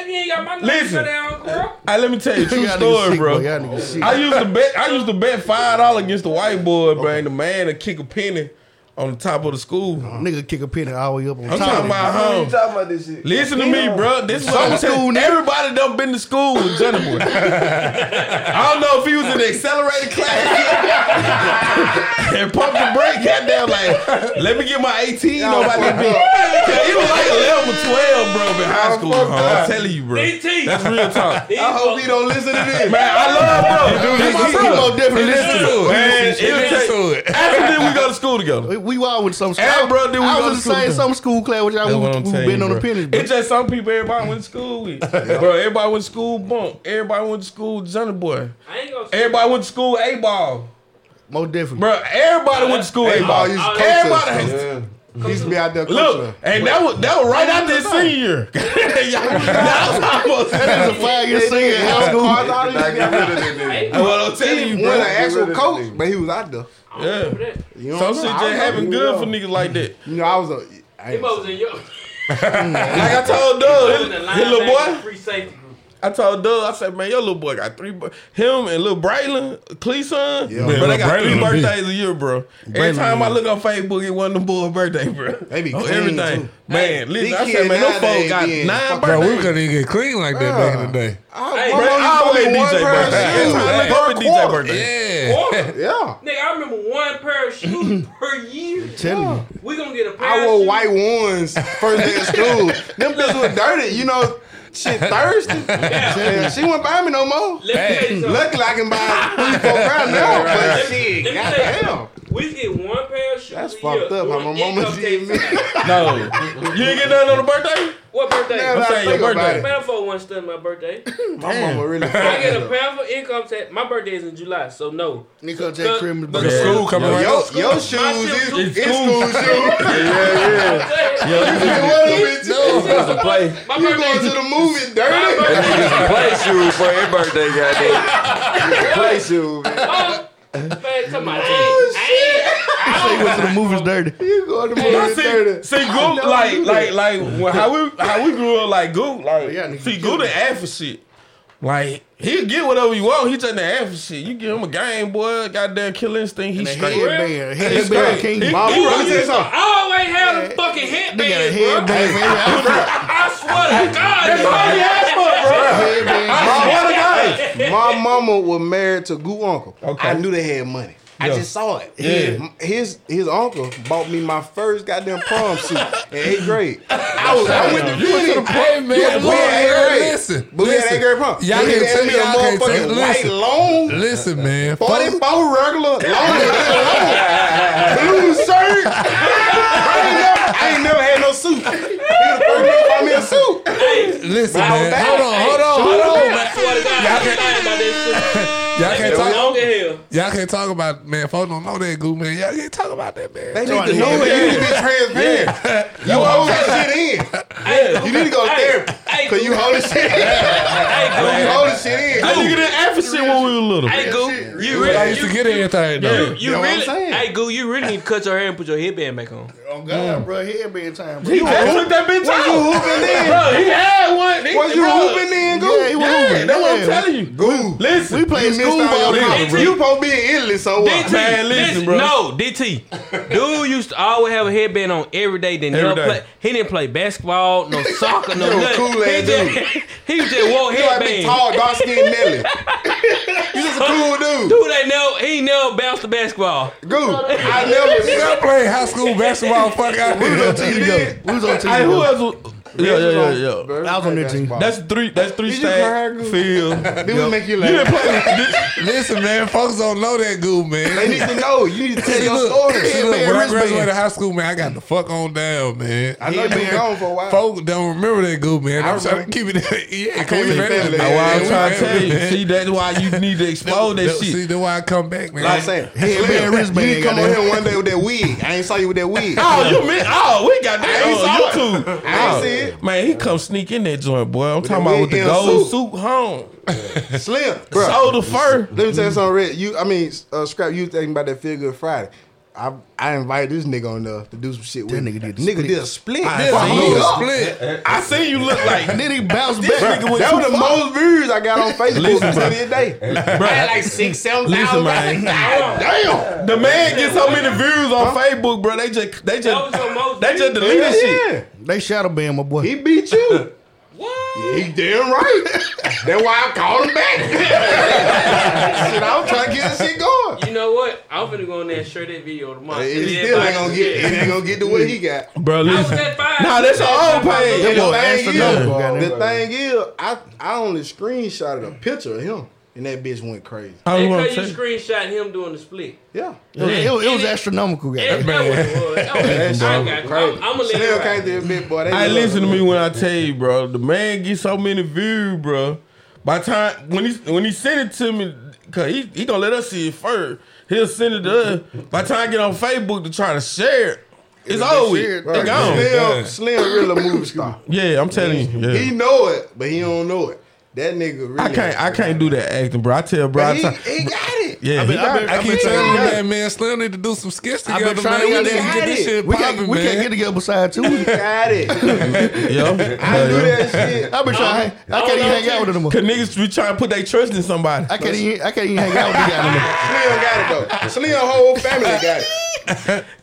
Speaker 2: you ain't got my number,
Speaker 7: Listen.
Speaker 2: shut down, girl.
Speaker 7: Hey, let me tell you a true
Speaker 4: Y'all niggas
Speaker 7: story,
Speaker 4: sick,
Speaker 7: bro.
Speaker 4: Y'all niggas sick.
Speaker 7: I used to bet. I used to bet five dollars against the white boy, bro. And the man to kick a penny on the top of the school.
Speaker 4: Nigga kick a penny all the way up on
Speaker 7: I'm
Speaker 4: top.
Speaker 7: talking about
Speaker 9: What you
Speaker 7: home.
Speaker 9: talking about this shit?
Speaker 7: Listen to me, bro. This is what I'm saying. Everybody done been to school with Johnny Boy. I don't know if he was in the accelerated class and pumped the brake. Goddamn, like, let me get my 18 over that bitch. He was like 11 or 12, bro, in high school. huh? I'm telling you, bro.
Speaker 2: DT.
Speaker 7: That's real talk.
Speaker 2: I hope he don't.
Speaker 7: Man, I love bro. That's my brother.
Speaker 5: He listen to it.
Speaker 7: Man,
Speaker 5: He listen to it.
Speaker 7: After then, we go to school together.
Speaker 4: We, we all went to some school.
Speaker 7: And, bro, then we
Speaker 4: I
Speaker 7: go
Speaker 4: was
Speaker 7: to
Speaker 4: in the same
Speaker 7: school.
Speaker 4: summer school class with y'all. We,
Speaker 7: That's what I'm
Speaker 4: we
Speaker 7: telling
Speaker 4: been
Speaker 7: you,
Speaker 4: on
Speaker 7: bro.
Speaker 4: the penny.
Speaker 7: It's just some people everybody went to school with. Bro, everybody went to school bump. Everybody went to school Johnny Boy.
Speaker 2: I ain't gonna.
Speaker 7: Everybody went to school A ball.
Speaker 4: Most definitely.
Speaker 7: Bro, everybody went to school A ball.
Speaker 2: used to coach
Speaker 7: Everybody
Speaker 8: Used to be out there
Speaker 7: Look,
Speaker 8: coaching.
Speaker 7: and that was that was right after his senior year. That was almost-
Speaker 4: That is a five year senior in high school.
Speaker 8: I thought he
Speaker 9: Nah,
Speaker 8: was
Speaker 9: get rid of this nigga.
Speaker 7: That's what I'm telling you,
Speaker 8: an
Speaker 7: bro.
Speaker 8: actual coach, but he was out there.
Speaker 7: Yeah.
Speaker 2: That.
Speaker 8: You
Speaker 7: Some
Speaker 8: don't
Speaker 7: shit just
Speaker 8: know. I don't know
Speaker 7: happened
Speaker 8: who
Speaker 7: good
Speaker 8: you
Speaker 7: for niggas
Speaker 8: are.
Speaker 7: like that.
Speaker 8: You know, I was a. I
Speaker 2: He
Speaker 8: ain't-
Speaker 2: was in your.
Speaker 7: Like I told Doug,
Speaker 2: in the
Speaker 7: his little
Speaker 2: linebacker
Speaker 7: boy,
Speaker 2: Free safety. group.
Speaker 7: I told Doug, I said, man, your little boy got three. bir- Him and little Braylon, Cleason,
Speaker 8: Yeah.
Speaker 7: but they
Speaker 5: Lil'
Speaker 7: got three
Speaker 5: Braylon,
Speaker 7: birthdays a year, bro. Every
Speaker 8: Braylon,
Speaker 7: time I
Speaker 8: yeah.
Speaker 7: look on Facebook, it wasn't them boy birthday, bro.
Speaker 8: They be
Speaker 7: on
Speaker 8: clean,
Speaker 7: everything.
Speaker 8: too.
Speaker 7: Man, listen,
Speaker 8: these
Speaker 7: I said,
Speaker 8: kids
Speaker 7: man, them folks
Speaker 8: nowadays
Speaker 7: got
Speaker 8: being
Speaker 7: nine
Speaker 8: fucking-
Speaker 5: Bro, we
Speaker 7: birthdays.
Speaker 5: couldn't even get clean like that back in the day.
Speaker 7: Hey,
Speaker 2: Hey,
Speaker 7: bro,
Speaker 2: bro,
Speaker 7: I always DJ
Speaker 8: only one pair of
Speaker 7: birthday. Every
Speaker 8: shoes.
Speaker 7: time I
Speaker 8: Like,
Speaker 7: look up
Speaker 8: per
Speaker 7: at DJ
Speaker 8: quarter.
Speaker 7: birthday.
Speaker 5: Yeah.
Speaker 2: Or-
Speaker 8: Yeah.
Speaker 2: Nigga, I remember one pair of shoes per year.
Speaker 4: Telling you.
Speaker 2: We gonna get a pair
Speaker 8: I
Speaker 2: of
Speaker 8: wore
Speaker 2: shoes.
Speaker 8: white ones first day of school. Them bitches were dirty, you know. Shit, thirsty. Yeah, she wouldn't buy me no more.
Speaker 2: Let me tell you something.
Speaker 8: Luckily, I can buy three, four grand now. But
Speaker 2: Let
Speaker 8: shit,
Speaker 2: me tell you
Speaker 8: goddamn.
Speaker 2: We get one pair of shoes.
Speaker 8: That's
Speaker 2: a
Speaker 8: fucked
Speaker 2: year.
Speaker 8: up how
Speaker 2: One
Speaker 8: my mama
Speaker 2: income
Speaker 8: did
Speaker 2: tax.
Speaker 7: No, you ain't get nothing on the birthday.
Speaker 2: What birthday?
Speaker 8: Now
Speaker 7: I'm
Speaker 8: that I
Speaker 7: saying your
Speaker 8: think about
Speaker 7: birthday.
Speaker 8: it,
Speaker 2: Man, for one stunt my birthday.
Speaker 8: My mama really.
Speaker 2: I
Speaker 8: fucked
Speaker 2: get a
Speaker 8: up.
Speaker 2: pound for income tax. My birthday is in July, so no.
Speaker 4: Nico J.
Speaker 2: Look,
Speaker 4: Crimmins.
Speaker 2: look,
Speaker 4: bro.
Speaker 7: Yeah. School coming right
Speaker 8: Yo,
Speaker 7: up.
Speaker 8: your
Speaker 2: My
Speaker 8: shoes
Speaker 2: shit
Speaker 8: is
Speaker 2: too.
Speaker 8: it's school shoes. What is it?
Speaker 2: It's a play. My
Speaker 8: You going to
Speaker 2: birthday.
Speaker 8: the movie dirty?
Speaker 9: Play shoes for his birthday, goddamn. Play shoes, man.
Speaker 2: Oh, man, come on. Oh,
Speaker 4: He went to the movies dirty.
Speaker 8: You going to the movie
Speaker 7: See,
Speaker 8: dirty?
Speaker 7: see, Goop, like, like, like, when- how we, how we grew up, like, Goop, like,
Speaker 4: Yeah, nigga,
Speaker 7: see,
Speaker 4: you
Speaker 7: Goop the ask for shit. Like, he'll get whatever you want. He just the ask for shit. You give him a game, boy, goddamn kill instinct, he
Speaker 4: And a
Speaker 7: straight.
Speaker 4: headband.
Speaker 7: He
Speaker 4: Headband
Speaker 7: straight.
Speaker 4: King
Speaker 7: He-
Speaker 4: Bob.
Speaker 7: he
Speaker 8: Bro,
Speaker 7: really-
Speaker 8: let me tell you something.
Speaker 2: I always have the fucking
Speaker 4: Nigga,
Speaker 2: headbands, bro.
Speaker 4: headband. man.
Speaker 2: I swear to God.
Speaker 7: That's
Speaker 2: bro.
Speaker 7: all he asked for, bro.
Speaker 4: Headband.
Speaker 7: I swear to God.
Speaker 8: My mama was married to Goo uncle.
Speaker 7: Okay.
Speaker 8: I knew they had money. I
Speaker 7: Yeah.
Speaker 8: just saw it. His, his his uncle bought me my first goddamn prom suit in eighth grade. I was I went to
Speaker 5: You went to the point, man.
Speaker 8: Yeah,
Speaker 5: Look,
Speaker 8: we had eighth
Speaker 5: man,
Speaker 8: grade.
Speaker 5: listen.
Speaker 8: But we had
Speaker 5: listen.
Speaker 8: eighth grade prom.
Speaker 5: Y'all
Speaker 8: They
Speaker 5: can't
Speaker 8: had
Speaker 5: tell
Speaker 8: me
Speaker 5: me
Speaker 8: a
Speaker 5: y'all can't tell-
Speaker 8: motherfucking white
Speaker 5: listen.
Speaker 8: long
Speaker 5: Listen, man. Folks-
Speaker 8: 44 regular, long, long, blue shirt. I ain't, never, I ain't never had no suit. He the first nigga bought me a suit.
Speaker 5: Listen,
Speaker 8: Brown
Speaker 5: man.
Speaker 8: bag.
Speaker 5: Hold on, hold on, hold on, man.
Speaker 2: I swear to God.
Speaker 5: Y'all
Speaker 2: I'm
Speaker 5: can't,
Speaker 2: lying about that shit.
Speaker 5: y'all can't
Speaker 2: It's
Speaker 5: talk.
Speaker 2: long as hell.
Speaker 5: Y'all can't talk about man. Folks don't know that goo, man. Y'all can't talk about that, man.
Speaker 8: They need to know it. You need to be transparent. You hold that shit in.
Speaker 2: Hey,
Speaker 8: You need to go to
Speaker 2: hey,
Speaker 8: therapy.
Speaker 2: Hey,
Speaker 8: Cause you
Speaker 2: Goop.
Speaker 8: hold the shit in. You hold the shit
Speaker 7: That
Speaker 8: in.
Speaker 7: nigga didn't ask for shit when we were little.
Speaker 2: Hey, Goop. You
Speaker 5: I
Speaker 2: really.
Speaker 5: used
Speaker 2: You,
Speaker 5: to get everything though.
Speaker 2: you
Speaker 8: know what I'm
Speaker 2: really.
Speaker 8: saying?
Speaker 2: Hey, Goop, you really need to cut your hair and put your headband back on.
Speaker 4: Oh, God, bro. Headband time, bro.
Speaker 7: He just took that bitch
Speaker 8: Was you
Speaker 7: out.
Speaker 8: hooping in?
Speaker 7: Bro, he had one. He-
Speaker 8: Was you
Speaker 7: bro.
Speaker 8: hooping in,
Speaker 4: Yeah, he
Speaker 8: Goo?
Speaker 4: was
Speaker 7: Yeah,
Speaker 4: hooping.
Speaker 7: that's what I'm
Speaker 4: Yeah.
Speaker 7: telling you.
Speaker 8: Goo.
Speaker 7: Listen.
Speaker 4: We played
Speaker 8: Missed
Speaker 4: school
Speaker 8: all
Speaker 4: ball.
Speaker 8: your
Speaker 4: time,
Speaker 8: time.
Speaker 4: bro.
Speaker 8: You supposed to be in Italy,
Speaker 2: DT,
Speaker 8: so what?
Speaker 7: Man, listen, bro.
Speaker 2: No, DT. Dude used to always have a headband on every day. Then
Speaker 7: Every
Speaker 2: never
Speaker 7: day.
Speaker 2: play. He didn't play basketball, no soccer, no
Speaker 8: You a
Speaker 2: nothing.
Speaker 8: cool
Speaker 2: he,
Speaker 8: ass
Speaker 2: just, he just wore
Speaker 8: You like
Speaker 2: headband.
Speaker 8: big, tall, dark skinned Nelly. You just a cool dude.
Speaker 2: Dude, ain't never he ain't never bounced the basketball.
Speaker 8: Goo. I never
Speaker 5: I played high school basketball. Fuck out
Speaker 4: We was
Speaker 5: here.
Speaker 4: on TV together. We was on TV
Speaker 7: Hey, who
Speaker 4: together.
Speaker 7: else? was- Yeah, yeah, yeah, yeah.
Speaker 4: I was on their team.
Speaker 7: That's three. That's three
Speaker 4: Did you cry,
Speaker 7: stack
Speaker 4: Goo?
Speaker 7: field.
Speaker 4: Did we make you laugh?
Speaker 7: didn't play.
Speaker 5: Listen, man, folks don't know that good, man.
Speaker 8: They need to know. You need to tell
Speaker 5: See,
Speaker 8: your
Speaker 5: look,
Speaker 8: story.
Speaker 5: see,
Speaker 8: Shit,
Speaker 5: look,
Speaker 8: man,
Speaker 5: when I
Speaker 8: wristband.
Speaker 5: graduated high school, man, I got the fuck on down, man.
Speaker 8: I know you been gone for a while.
Speaker 5: Folks don't remember that good, man.
Speaker 8: I
Speaker 5: I'm trying to keep it. Yeah, can we
Speaker 8: believe
Speaker 5: finish it,
Speaker 8: that. Yeah,
Speaker 7: That's why
Speaker 5: man?
Speaker 7: I'm
Speaker 5: We
Speaker 7: trying to
Speaker 5: finish
Speaker 7: tell
Speaker 5: it,
Speaker 7: you.
Speaker 5: man.
Speaker 7: See, that's why you need to explode that
Speaker 5: See,
Speaker 7: shit.
Speaker 5: that's why I come back, man.
Speaker 8: Like I'm saying,
Speaker 4: Headband, wristband.
Speaker 8: you come on
Speaker 4: goddamn.
Speaker 8: here one day with that wig. I ain't saw you with that wig.
Speaker 7: Oh, you mean? Oh, we got that
Speaker 8: ain't saw it.
Speaker 7: on YouTube.
Speaker 8: I ain't
Speaker 7: Oh,
Speaker 8: see it.
Speaker 7: Man, he come sneak in that joint, boy. I'm talking
Speaker 8: that
Speaker 7: about with
Speaker 8: wig
Speaker 7: the
Speaker 8: and
Speaker 7: gold
Speaker 8: suit.
Speaker 7: suit home.
Speaker 8: Slim, bro.
Speaker 7: Oh, the fur.
Speaker 8: Let me tell you something, Red. You, I mean, uh, Scrap. You thinking about that Feel Good Friday? I I invited this nigga on there to do some shit with.
Speaker 4: That
Speaker 8: me.
Speaker 4: nigga did the
Speaker 8: nigga
Speaker 4: split.
Speaker 8: did a split.
Speaker 7: I
Speaker 8: Fuck,
Speaker 7: seen
Speaker 8: hold
Speaker 7: the
Speaker 8: up.
Speaker 5: split.
Speaker 7: I seen you look like
Speaker 4: And then he bounced back.
Speaker 7: nigga went
Speaker 8: That was
Speaker 7: too
Speaker 8: the
Speaker 7: far.
Speaker 8: most views I got on Facebook
Speaker 7: Listen,
Speaker 8: to
Speaker 7: bro.
Speaker 8: this day.
Speaker 7: Bruh,
Speaker 10: like six, seven
Speaker 7: Listen,
Speaker 10: thousand.
Speaker 7: man.
Speaker 8: Damn.
Speaker 7: The man gets so many views on Facebook, bro. They just they
Speaker 2: That
Speaker 7: just
Speaker 2: was your most
Speaker 7: they just
Speaker 2: viewed.
Speaker 7: delete this shit.
Speaker 8: Yeah,
Speaker 4: They shadow banned my boy.
Speaker 8: he beat you.
Speaker 2: What?
Speaker 8: He damn right. That's why I called him back. shit, I was trying to get this shit going.
Speaker 2: You know what? I'm finna go in there and share that video tomorrow.
Speaker 8: It
Speaker 2: Yeah,
Speaker 8: still ain't
Speaker 2: like,
Speaker 8: gonna get. It ain't gonna get the way he got.
Speaker 7: Bro,
Speaker 2: I was
Speaker 7: listen.
Speaker 2: at five.
Speaker 7: Nah, that's your old page.
Speaker 8: And
Speaker 7: That
Speaker 8: the
Speaker 7: boy
Speaker 8: thing is,
Speaker 7: astronomical,
Speaker 8: the thing is, I I only screenshotted a picture of him, and that bitch went crazy.
Speaker 7: I was gonna
Speaker 2: Because you
Speaker 7: say.
Speaker 2: screenshot him doing the split.
Speaker 8: Yeah,
Speaker 4: It was, it was- it was astronomical,
Speaker 2: Yeah,
Speaker 4: guy.
Speaker 2: that was it was. That was- I got you. I'm I'm gonna let
Speaker 8: Still
Speaker 2: it ride.
Speaker 8: can't do bit, boy. They
Speaker 7: Hey,
Speaker 8: love
Speaker 7: listen to
Speaker 8: him.
Speaker 7: me when I tell you, bro. The man gets so many views, bro. By time when he when he sent it to me, cause he he gonna let us see it first. He'll send it to us. By the time I get on Facebook to try to share it, it's over. It
Speaker 8: Right.
Speaker 7: gone.
Speaker 8: Slim, Slim, real a movie star.
Speaker 7: Yeah, I'm telling you. yeah.
Speaker 8: He know it, but he don't know it. That nigga really.
Speaker 7: I can't I can't do that acting, bro. I tell bro. I
Speaker 8: He,
Speaker 7: tell-
Speaker 8: he got it.
Speaker 7: yeah, he-
Speaker 4: I been-
Speaker 5: I
Speaker 4: I've been
Speaker 5: keep telling you,
Speaker 4: trying to-
Speaker 5: man, man, Slim need to do some skits
Speaker 4: I've
Speaker 5: together,
Speaker 4: been trying
Speaker 5: man.
Speaker 4: to
Speaker 5: We
Speaker 4: get
Speaker 5: need to
Speaker 4: that-
Speaker 5: get this shit
Speaker 4: We can't,
Speaker 5: popping,
Speaker 4: we can't get
Speaker 5: man.
Speaker 4: together beside two. I've been
Speaker 8: Got it.
Speaker 7: yeah.
Speaker 8: I do that shit.
Speaker 4: trying. I can't even hang out with him no more.
Speaker 7: Cause niggas be trying to put their trust in somebody.
Speaker 4: I can't even. I can't even hang out with the guy no more.
Speaker 8: Slim got it though. Slim whole family got it.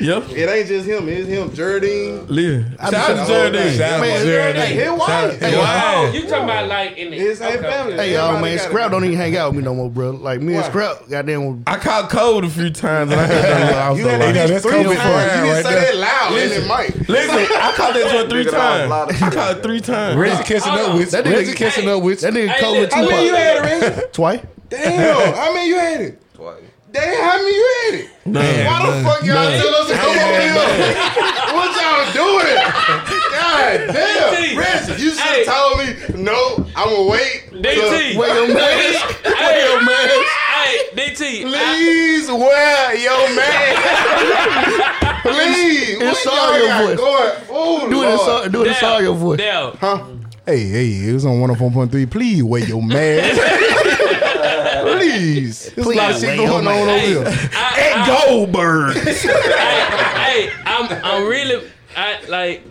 Speaker 7: Yep.
Speaker 8: It ain't just him. It's him. Jardine.
Speaker 7: Listen. Shout
Speaker 4: just-
Speaker 7: out to Jardine.
Speaker 5: Shout
Speaker 4: Man,
Speaker 5: out to
Speaker 8: Hey,
Speaker 5: Jared.
Speaker 8: his wife.
Speaker 4: Hey,
Speaker 2: Oh,
Speaker 7: Wow.
Speaker 2: you talking about like in the
Speaker 8: His whole
Speaker 2: okay, okay.
Speaker 8: family.
Speaker 4: Hey, y'all, man,
Speaker 8: Everybody
Speaker 4: Scrap
Speaker 8: got
Speaker 4: don't even hang out with me no more, bro. Like me and
Speaker 8: Why?
Speaker 4: Scrap, goddamn,
Speaker 7: I caught cold a few times and I had that I was
Speaker 8: You
Speaker 7: so
Speaker 8: had
Speaker 7: like,
Speaker 8: that
Speaker 5: Hey,
Speaker 8: bitch
Speaker 5: that's
Speaker 8: three
Speaker 5: COVID
Speaker 8: times.
Speaker 5: for
Speaker 8: You
Speaker 5: right
Speaker 8: didn't say
Speaker 5: there.
Speaker 8: that loud in the mic.
Speaker 7: Listen, I caught that joint three
Speaker 9: Nigga, that
Speaker 7: times.
Speaker 9: was loud.
Speaker 7: I caught it three times.
Speaker 5: Reggie catching
Speaker 2: Hold
Speaker 5: up
Speaker 2: on.
Speaker 5: with you.
Speaker 4: That nigga-
Speaker 5: Reggie catching up with
Speaker 4: that
Speaker 5: you.
Speaker 4: nigga
Speaker 2: Hey,
Speaker 4: COVID
Speaker 2: look,
Speaker 8: How
Speaker 2: I
Speaker 8: many you
Speaker 4: Tupac
Speaker 8: had it, Reggie?
Speaker 4: twice.
Speaker 8: Damn. How many you had it? Damn, how many you had it? Why the fuck y'all tell us to come over here? what y'all doing? God
Speaker 2: DT.
Speaker 8: damn. Reggie, you should
Speaker 2: Hey.
Speaker 8: have told me, no, I'm going to wait.
Speaker 2: DT.
Speaker 8: till- Wear your mask.
Speaker 2: Hey, Hey, DT. I-
Speaker 8: Please wear your mask. Please. What
Speaker 4: sorry,
Speaker 8: y'all
Speaker 4: your
Speaker 8: got going? Oh,
Speaker 4: Do it in
Speaker 8: Lord.
Speaker 4: sorry, do it in
Speaker 2: Dell,
Speaker 4: sorry voice.
Speaker 2: Dell,
Speaker 11: Hey, hey, it was on 104.3. Please wear your mask. Please. There's a lot of shit
Speaker 4: your
Speaker 11: going on over
Speaker 2: Hey,
Speaker 11: here.
Speaker 2: I, I,
Speaker 7: Goldberg.
Speaker 2: hey, hey, I'm, I'm really, I like,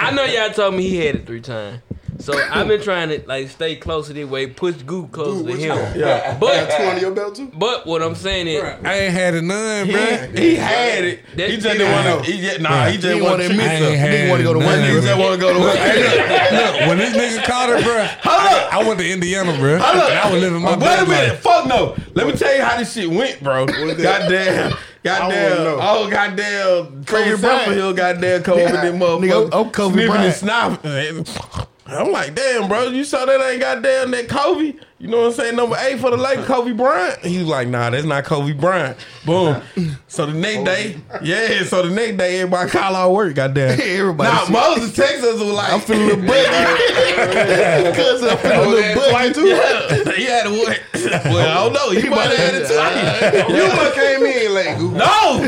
Speaker 2: I know y'all told me he had it three times. So I've been trying to like stay close to this way, push Goo close to him.
Speaker 7: Yeah.
Speaker 8: Two
Speaker 2: But
Speaker 8: under your belt, too?
Speaker 2: but what I'm saying is,
Speaker 5: I ain't had a none, bruh.
Speaker 7: He had it.
Speaker 2: That-
Speaker 7: he just didn't want to. He just, nah, he just
Speaker 4: He
Speaker 7: want
Speaker 4: wanna
Speaker 7: to
Speaker 4: admit
Speaker 7: treat
Speaker 4: something.
Speaker 7: us.
Speaker 5: had
Speaker 4: He want to go to one
Speaker 5: none.
Speaker 7: He
Speaker 4: nigga.
Speaker 7: just want to go to work.
Speaker 5: Hey, look, look, when this nigga called it, bruh, I, I went to Indiana, bruh.
Speaker 7: Hold up.
Speaker 5: And I was living my
Speaker 7: Wait a
Speaker 5: best
Speaker 7: minute.
Speaker 5: life.
Speaker 7: Fuck no. Let me tell you how this shit went, bro. goddamn. Goddamn.
Speaker 8: know.
Speaker 7: Oh, goddamn. Craig
Speaker 4: Kobe Bryant.
Speaker 7: Summerhill, goddamn, come over that motherfucker.
Speaker 4: nigga, I'm Kobe
Speaker 7: sniffing
Speaker 4: Bryant.
Speaker 7: and sniffing. I'm like, damn, bro. You saw that ain't goddamn that Kobe? You know what I'm saying? Number eight for the Lakers, Kobe Bryant. He was like, nah, that's not Kobe Bryant. Boom. So the next day, yeah, so the next day, everybody call out work, goddamn.
Speaker 4: Everybody
Speaker 7: Nah,
Speaker 4: see-
Speaker 7: Moses, Texas was like, I'm feeling a little
Speaker 4: Cause I feel a
Speaker 8: Oh,
Speaker 4: little
Speaker 8: that's
Speaker 4: buggy.
Speaker 8: white, too?
Speaker 7: yeah, he had a what? Well, I don't know. He, might have had it too.
Speaker 8: You must came in late, Google.
Speaker 7: No, he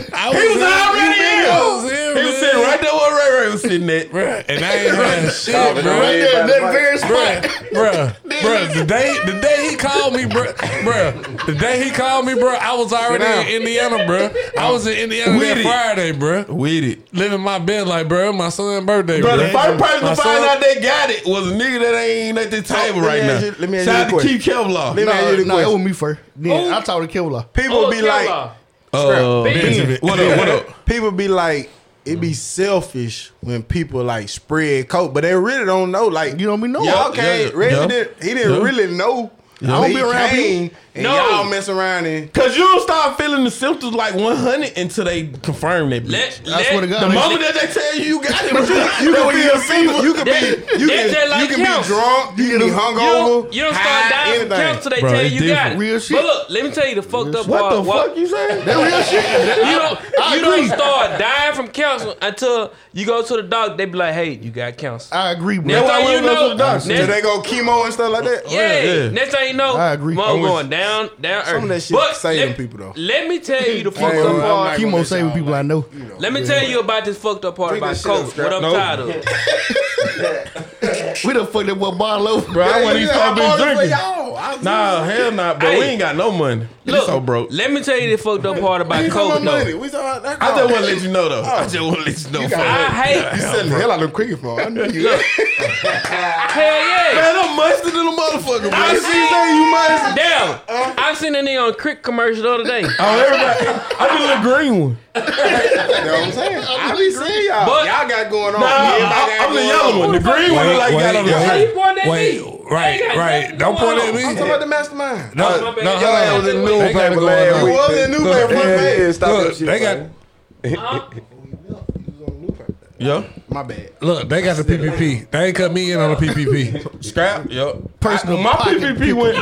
Speaker 7: was already in. He was sitting right there where Ray Ray was sitting at.
Speaker 5: Bruh, and I ain't had shit,
Speaker 9: Calvin,
Speaker 5: bruh.
Speaker 9: Ray.
Speaker 4: That, that very
Speaker 5: Bruh, bruh, bruh, the day, the day he called me, bruh, bruh, the day he called me, bruh, I was already
Speaker 8: down.
Speaker 5: in Indiana, bruh. I was in Indiana
Speaker 7: With
Speaker 5: that
Speaker 7: it.
Speaker 5: Friday, bruh.
Speaker 7: With it.
Speaker 5: Living my bed like, bruh, my son's birthday,
Speaker 7: Bro, the
Speaker 5: bruh.
Speaker 7: first person
Speaker 5: My
Speaker 7: to
Speaker 5: son-
Speaker 7: find out they got it was a nigga that ain't at the table
Speaker 8: let
Speaker 7: right
Speaker 8: me
Speaker 7: now.
Speaker 8: ask you- let me ask you
Speaker 7: Shout
Speaker 8: a
Speaker 7: out to
Speaker 8: question.
Speaker 7: Keith Kevlar.
Speaker 8: Let me ask you the
Speaker 4: Nah, it
Speaker 8: question.
Speaker 4: was me first. Then I talked to Kevlar.
Speaker 8: People
Speaker 2: Oh,
Speaker 8: be
Speaker 2: Kevlar.
Speaker 8: like,
Speaker 7: Uh,
Speaker 2: Benjamin.
Speaker 7: What up? What up?
Speaker 8: people be like, it be selfish when people like spread coke, but they really don't know. Like
Speaker 4: You don't be knowing.
Speaker 8: y'all
Speaker 7: Yeah,
Speaker 8: can't.
Speaker 7: yeah,
Speaker 8: Reggie
Speaker 7: yeah.
Speaker 8: didn't. He didn't
Speaker 7: Yeah.
Speaker 8: really know.
Speaker 7: I don't
Speaker 8: But
Speaker 7: be
Speaker 8: he
Speaker 7: around
Speaker 8: came and
Speaker 7: No.
Speaker 8: y'all mess around and
Speaker 7: Cause you don't start feeling the symptoms like 100 until they confirm that. bitch.
Speaker 2: Let,
Speaker 4: I swear to
Speaker 7: the
Speaker 4: God.
Speaker 7: moment that they tell you you got it,
Speaker 8: you, you can be a fever. You can be you
Speaker 2: That- that
Speaker 8: can,
Speaker 2: like
Speaker 8: you can
Speaker 2: counts.
Speaker 8: be drunk. You can be
Speaker 2: You,
Speaker 8: hungover.
Speaker 2: you don't start
Speaker 8: high,
Speaker 2: dying from
Speaker 8: anything.
Speaker 2: count till they
Speaker 5: Bro,
Speaker 2: tell
Speaker 5: it's
Speaker 2: you you got it.
Speaker 5: different.
Speaker 4: Real shit.
Speaker 2: But look, let me tell you the fucked up
Speaker 7: what
Speaker 2: part.
Speaker 7: the
Speaker 2: why-
Speaker 7: fuck you saying?
Speaker 2: you don't, you don't start dying from cancer until you go to the doctor. They be like, hey, you got cancer.
Speaker 4: I agree, bro.
Speaker 2: Next
Speaker 7: why
Speaker 2: thing
Speaker 7: we
Speaker 2: you
Speaker 7: don't go to
Speaker 2: know,
Speaker 7: the doctor.
Speaker 8: Do
Speaker 2: next,
Speaker 8: they go chemo and stuff like that?
Speaker 2: Oh, yeah,
Speaker 7: yeah.
Speaker 2: next thing you know,
Speaker 4: I agree.
Speaker 2: Mo
Speaker 4: I'm with
Speaker 2: going down, down earth.
Speaker 8: Some of that shit
Speaker 2: but
Speaker 8: saving
Speaker 2: let,
Speaker 8: people, though.
Speaker 2: Let me tell you the fucked
Speaker 8: Hey,
Speaker 2: up
Speaker 8: I'm
Speaker 2: part.
Speaker 8: not gonna
Speaker 4: Chemo
Speaker 8: let
Speaker 4: saving
Speaker 8: y'all,
Speaker 4: people I
Speaker 8: like,
Speaker 4: know.
Speaker 2: Let me tell you about this fucked up part
Speaker 8: Drink
Speaker 2: about
Speaker 8: that shit up,
Speaker 2: Coke.
Speaker 8: Scrap.
Speaker 2: What I'm
Speaker 7: Nope.
Speaker 2: tired of.
Speaker 4: We done fucked that boy Barlow.
Speaker 7: Bro, I wasn't even
Speaker 8: I bought
Speaker 7: talking
Speaker 8: it for
Speaker 7: drinking.
Speaker 8: y'all. I was-
Speaker 7: Nah, hell not, bro. we
Speaker 2: Hey.
Speaker 7: ain't got no money. Look,
Speaker 2: Look,
Speaker 7: so broke.
Speaker 2: let me tell you the fucked up part
Speaker 8: We
Speaker 2: about
Speaker 8: talking about
Speaker 2: Coke
Speaker 8: money.
Speaker 2: though.
Speaker 8: We talking about
Speaker 7: I just
Speaker 8: alcohol.
Speaker 7: want to let you know though. I just want to let you know.
Speaker 8: You
Speaker 7: fuck.
Speaker 8: got
Speaker 2: I
Speaker 7: Man,
Speaker 8: You
Speaker 2: hate.
Speaker 8: selling the hell out of them cricket for. I knew you.
Speaker 2: Hell yeah.
Speaker 7: I'm mustard in the motherfucker,
Speaker 2: I
Speaker 7: bro.
Speaker 2: seen-
Speaker 8: you must.
Speaker 2: Damn, I seen a nigga on a Crick commercial the other day.
Speaker 7: Oh, everybody. I did a green one.
Speaker 8: You know what I'm saying? I be seeing y'all.
Speaker 2: But-
Speaker 8: y'all got going on.
Speaker 7: Nah,
Speaker 8: Everybody
Speaker 7: I,
Speaker 8: got
Speaker 7: I'm the
Speaker 8: going
Speaker 7: yellow
Speaker 8: on.
Speaker 7: one. The green one
Speaker 5: Wait,
Speaker 7: look like
Speaker 5: wait,
Speaker 7: got on the
Speaker 5: wait.
Speaker 2: Why you pointing at
Speaker 5: Wait,
Speaker 2: me?
Speaker 5: right,
Speaker 2: Ain't got
Speaker 5: right.
Speaker 2: nothing going
Speaker 5: Don't point at
Speaker 2: on.
Speaker 5: me.
Speaker 8: I'm talking about the mastermind.
Speaker 5: No,
Speaker 2: My bad.
Speaker 5: no,
Speaker 2: Your ass
Speaker 5: hold
Speaker 2: was in
Speaker 5: on.
Speaker 2: the
Speaker 5: They got
Speaker 8: newspaper
Speaker 5: going
Speaker 8: last
Speaker 5: on.
Speaker 8: week. What was in the newspaper
Speaker 5: Look,
Speaker 8: front page?
Speaker 9: Yeah, stop
Speaker 5: Look,
Speaker 9: that shit,
Speaker 5: they got
Speaker 9: man.
Speaker 7: Yo,
Speaker 8: My bad.
Speaker 5: look, they got the PPP. They ain't cut me in on the PPP.
Speaker 7: scrap. Yo,
Speaker 4: Personal
Speaker 7: I, my
Speaker 4: pocket
Speaker 7: PPP went.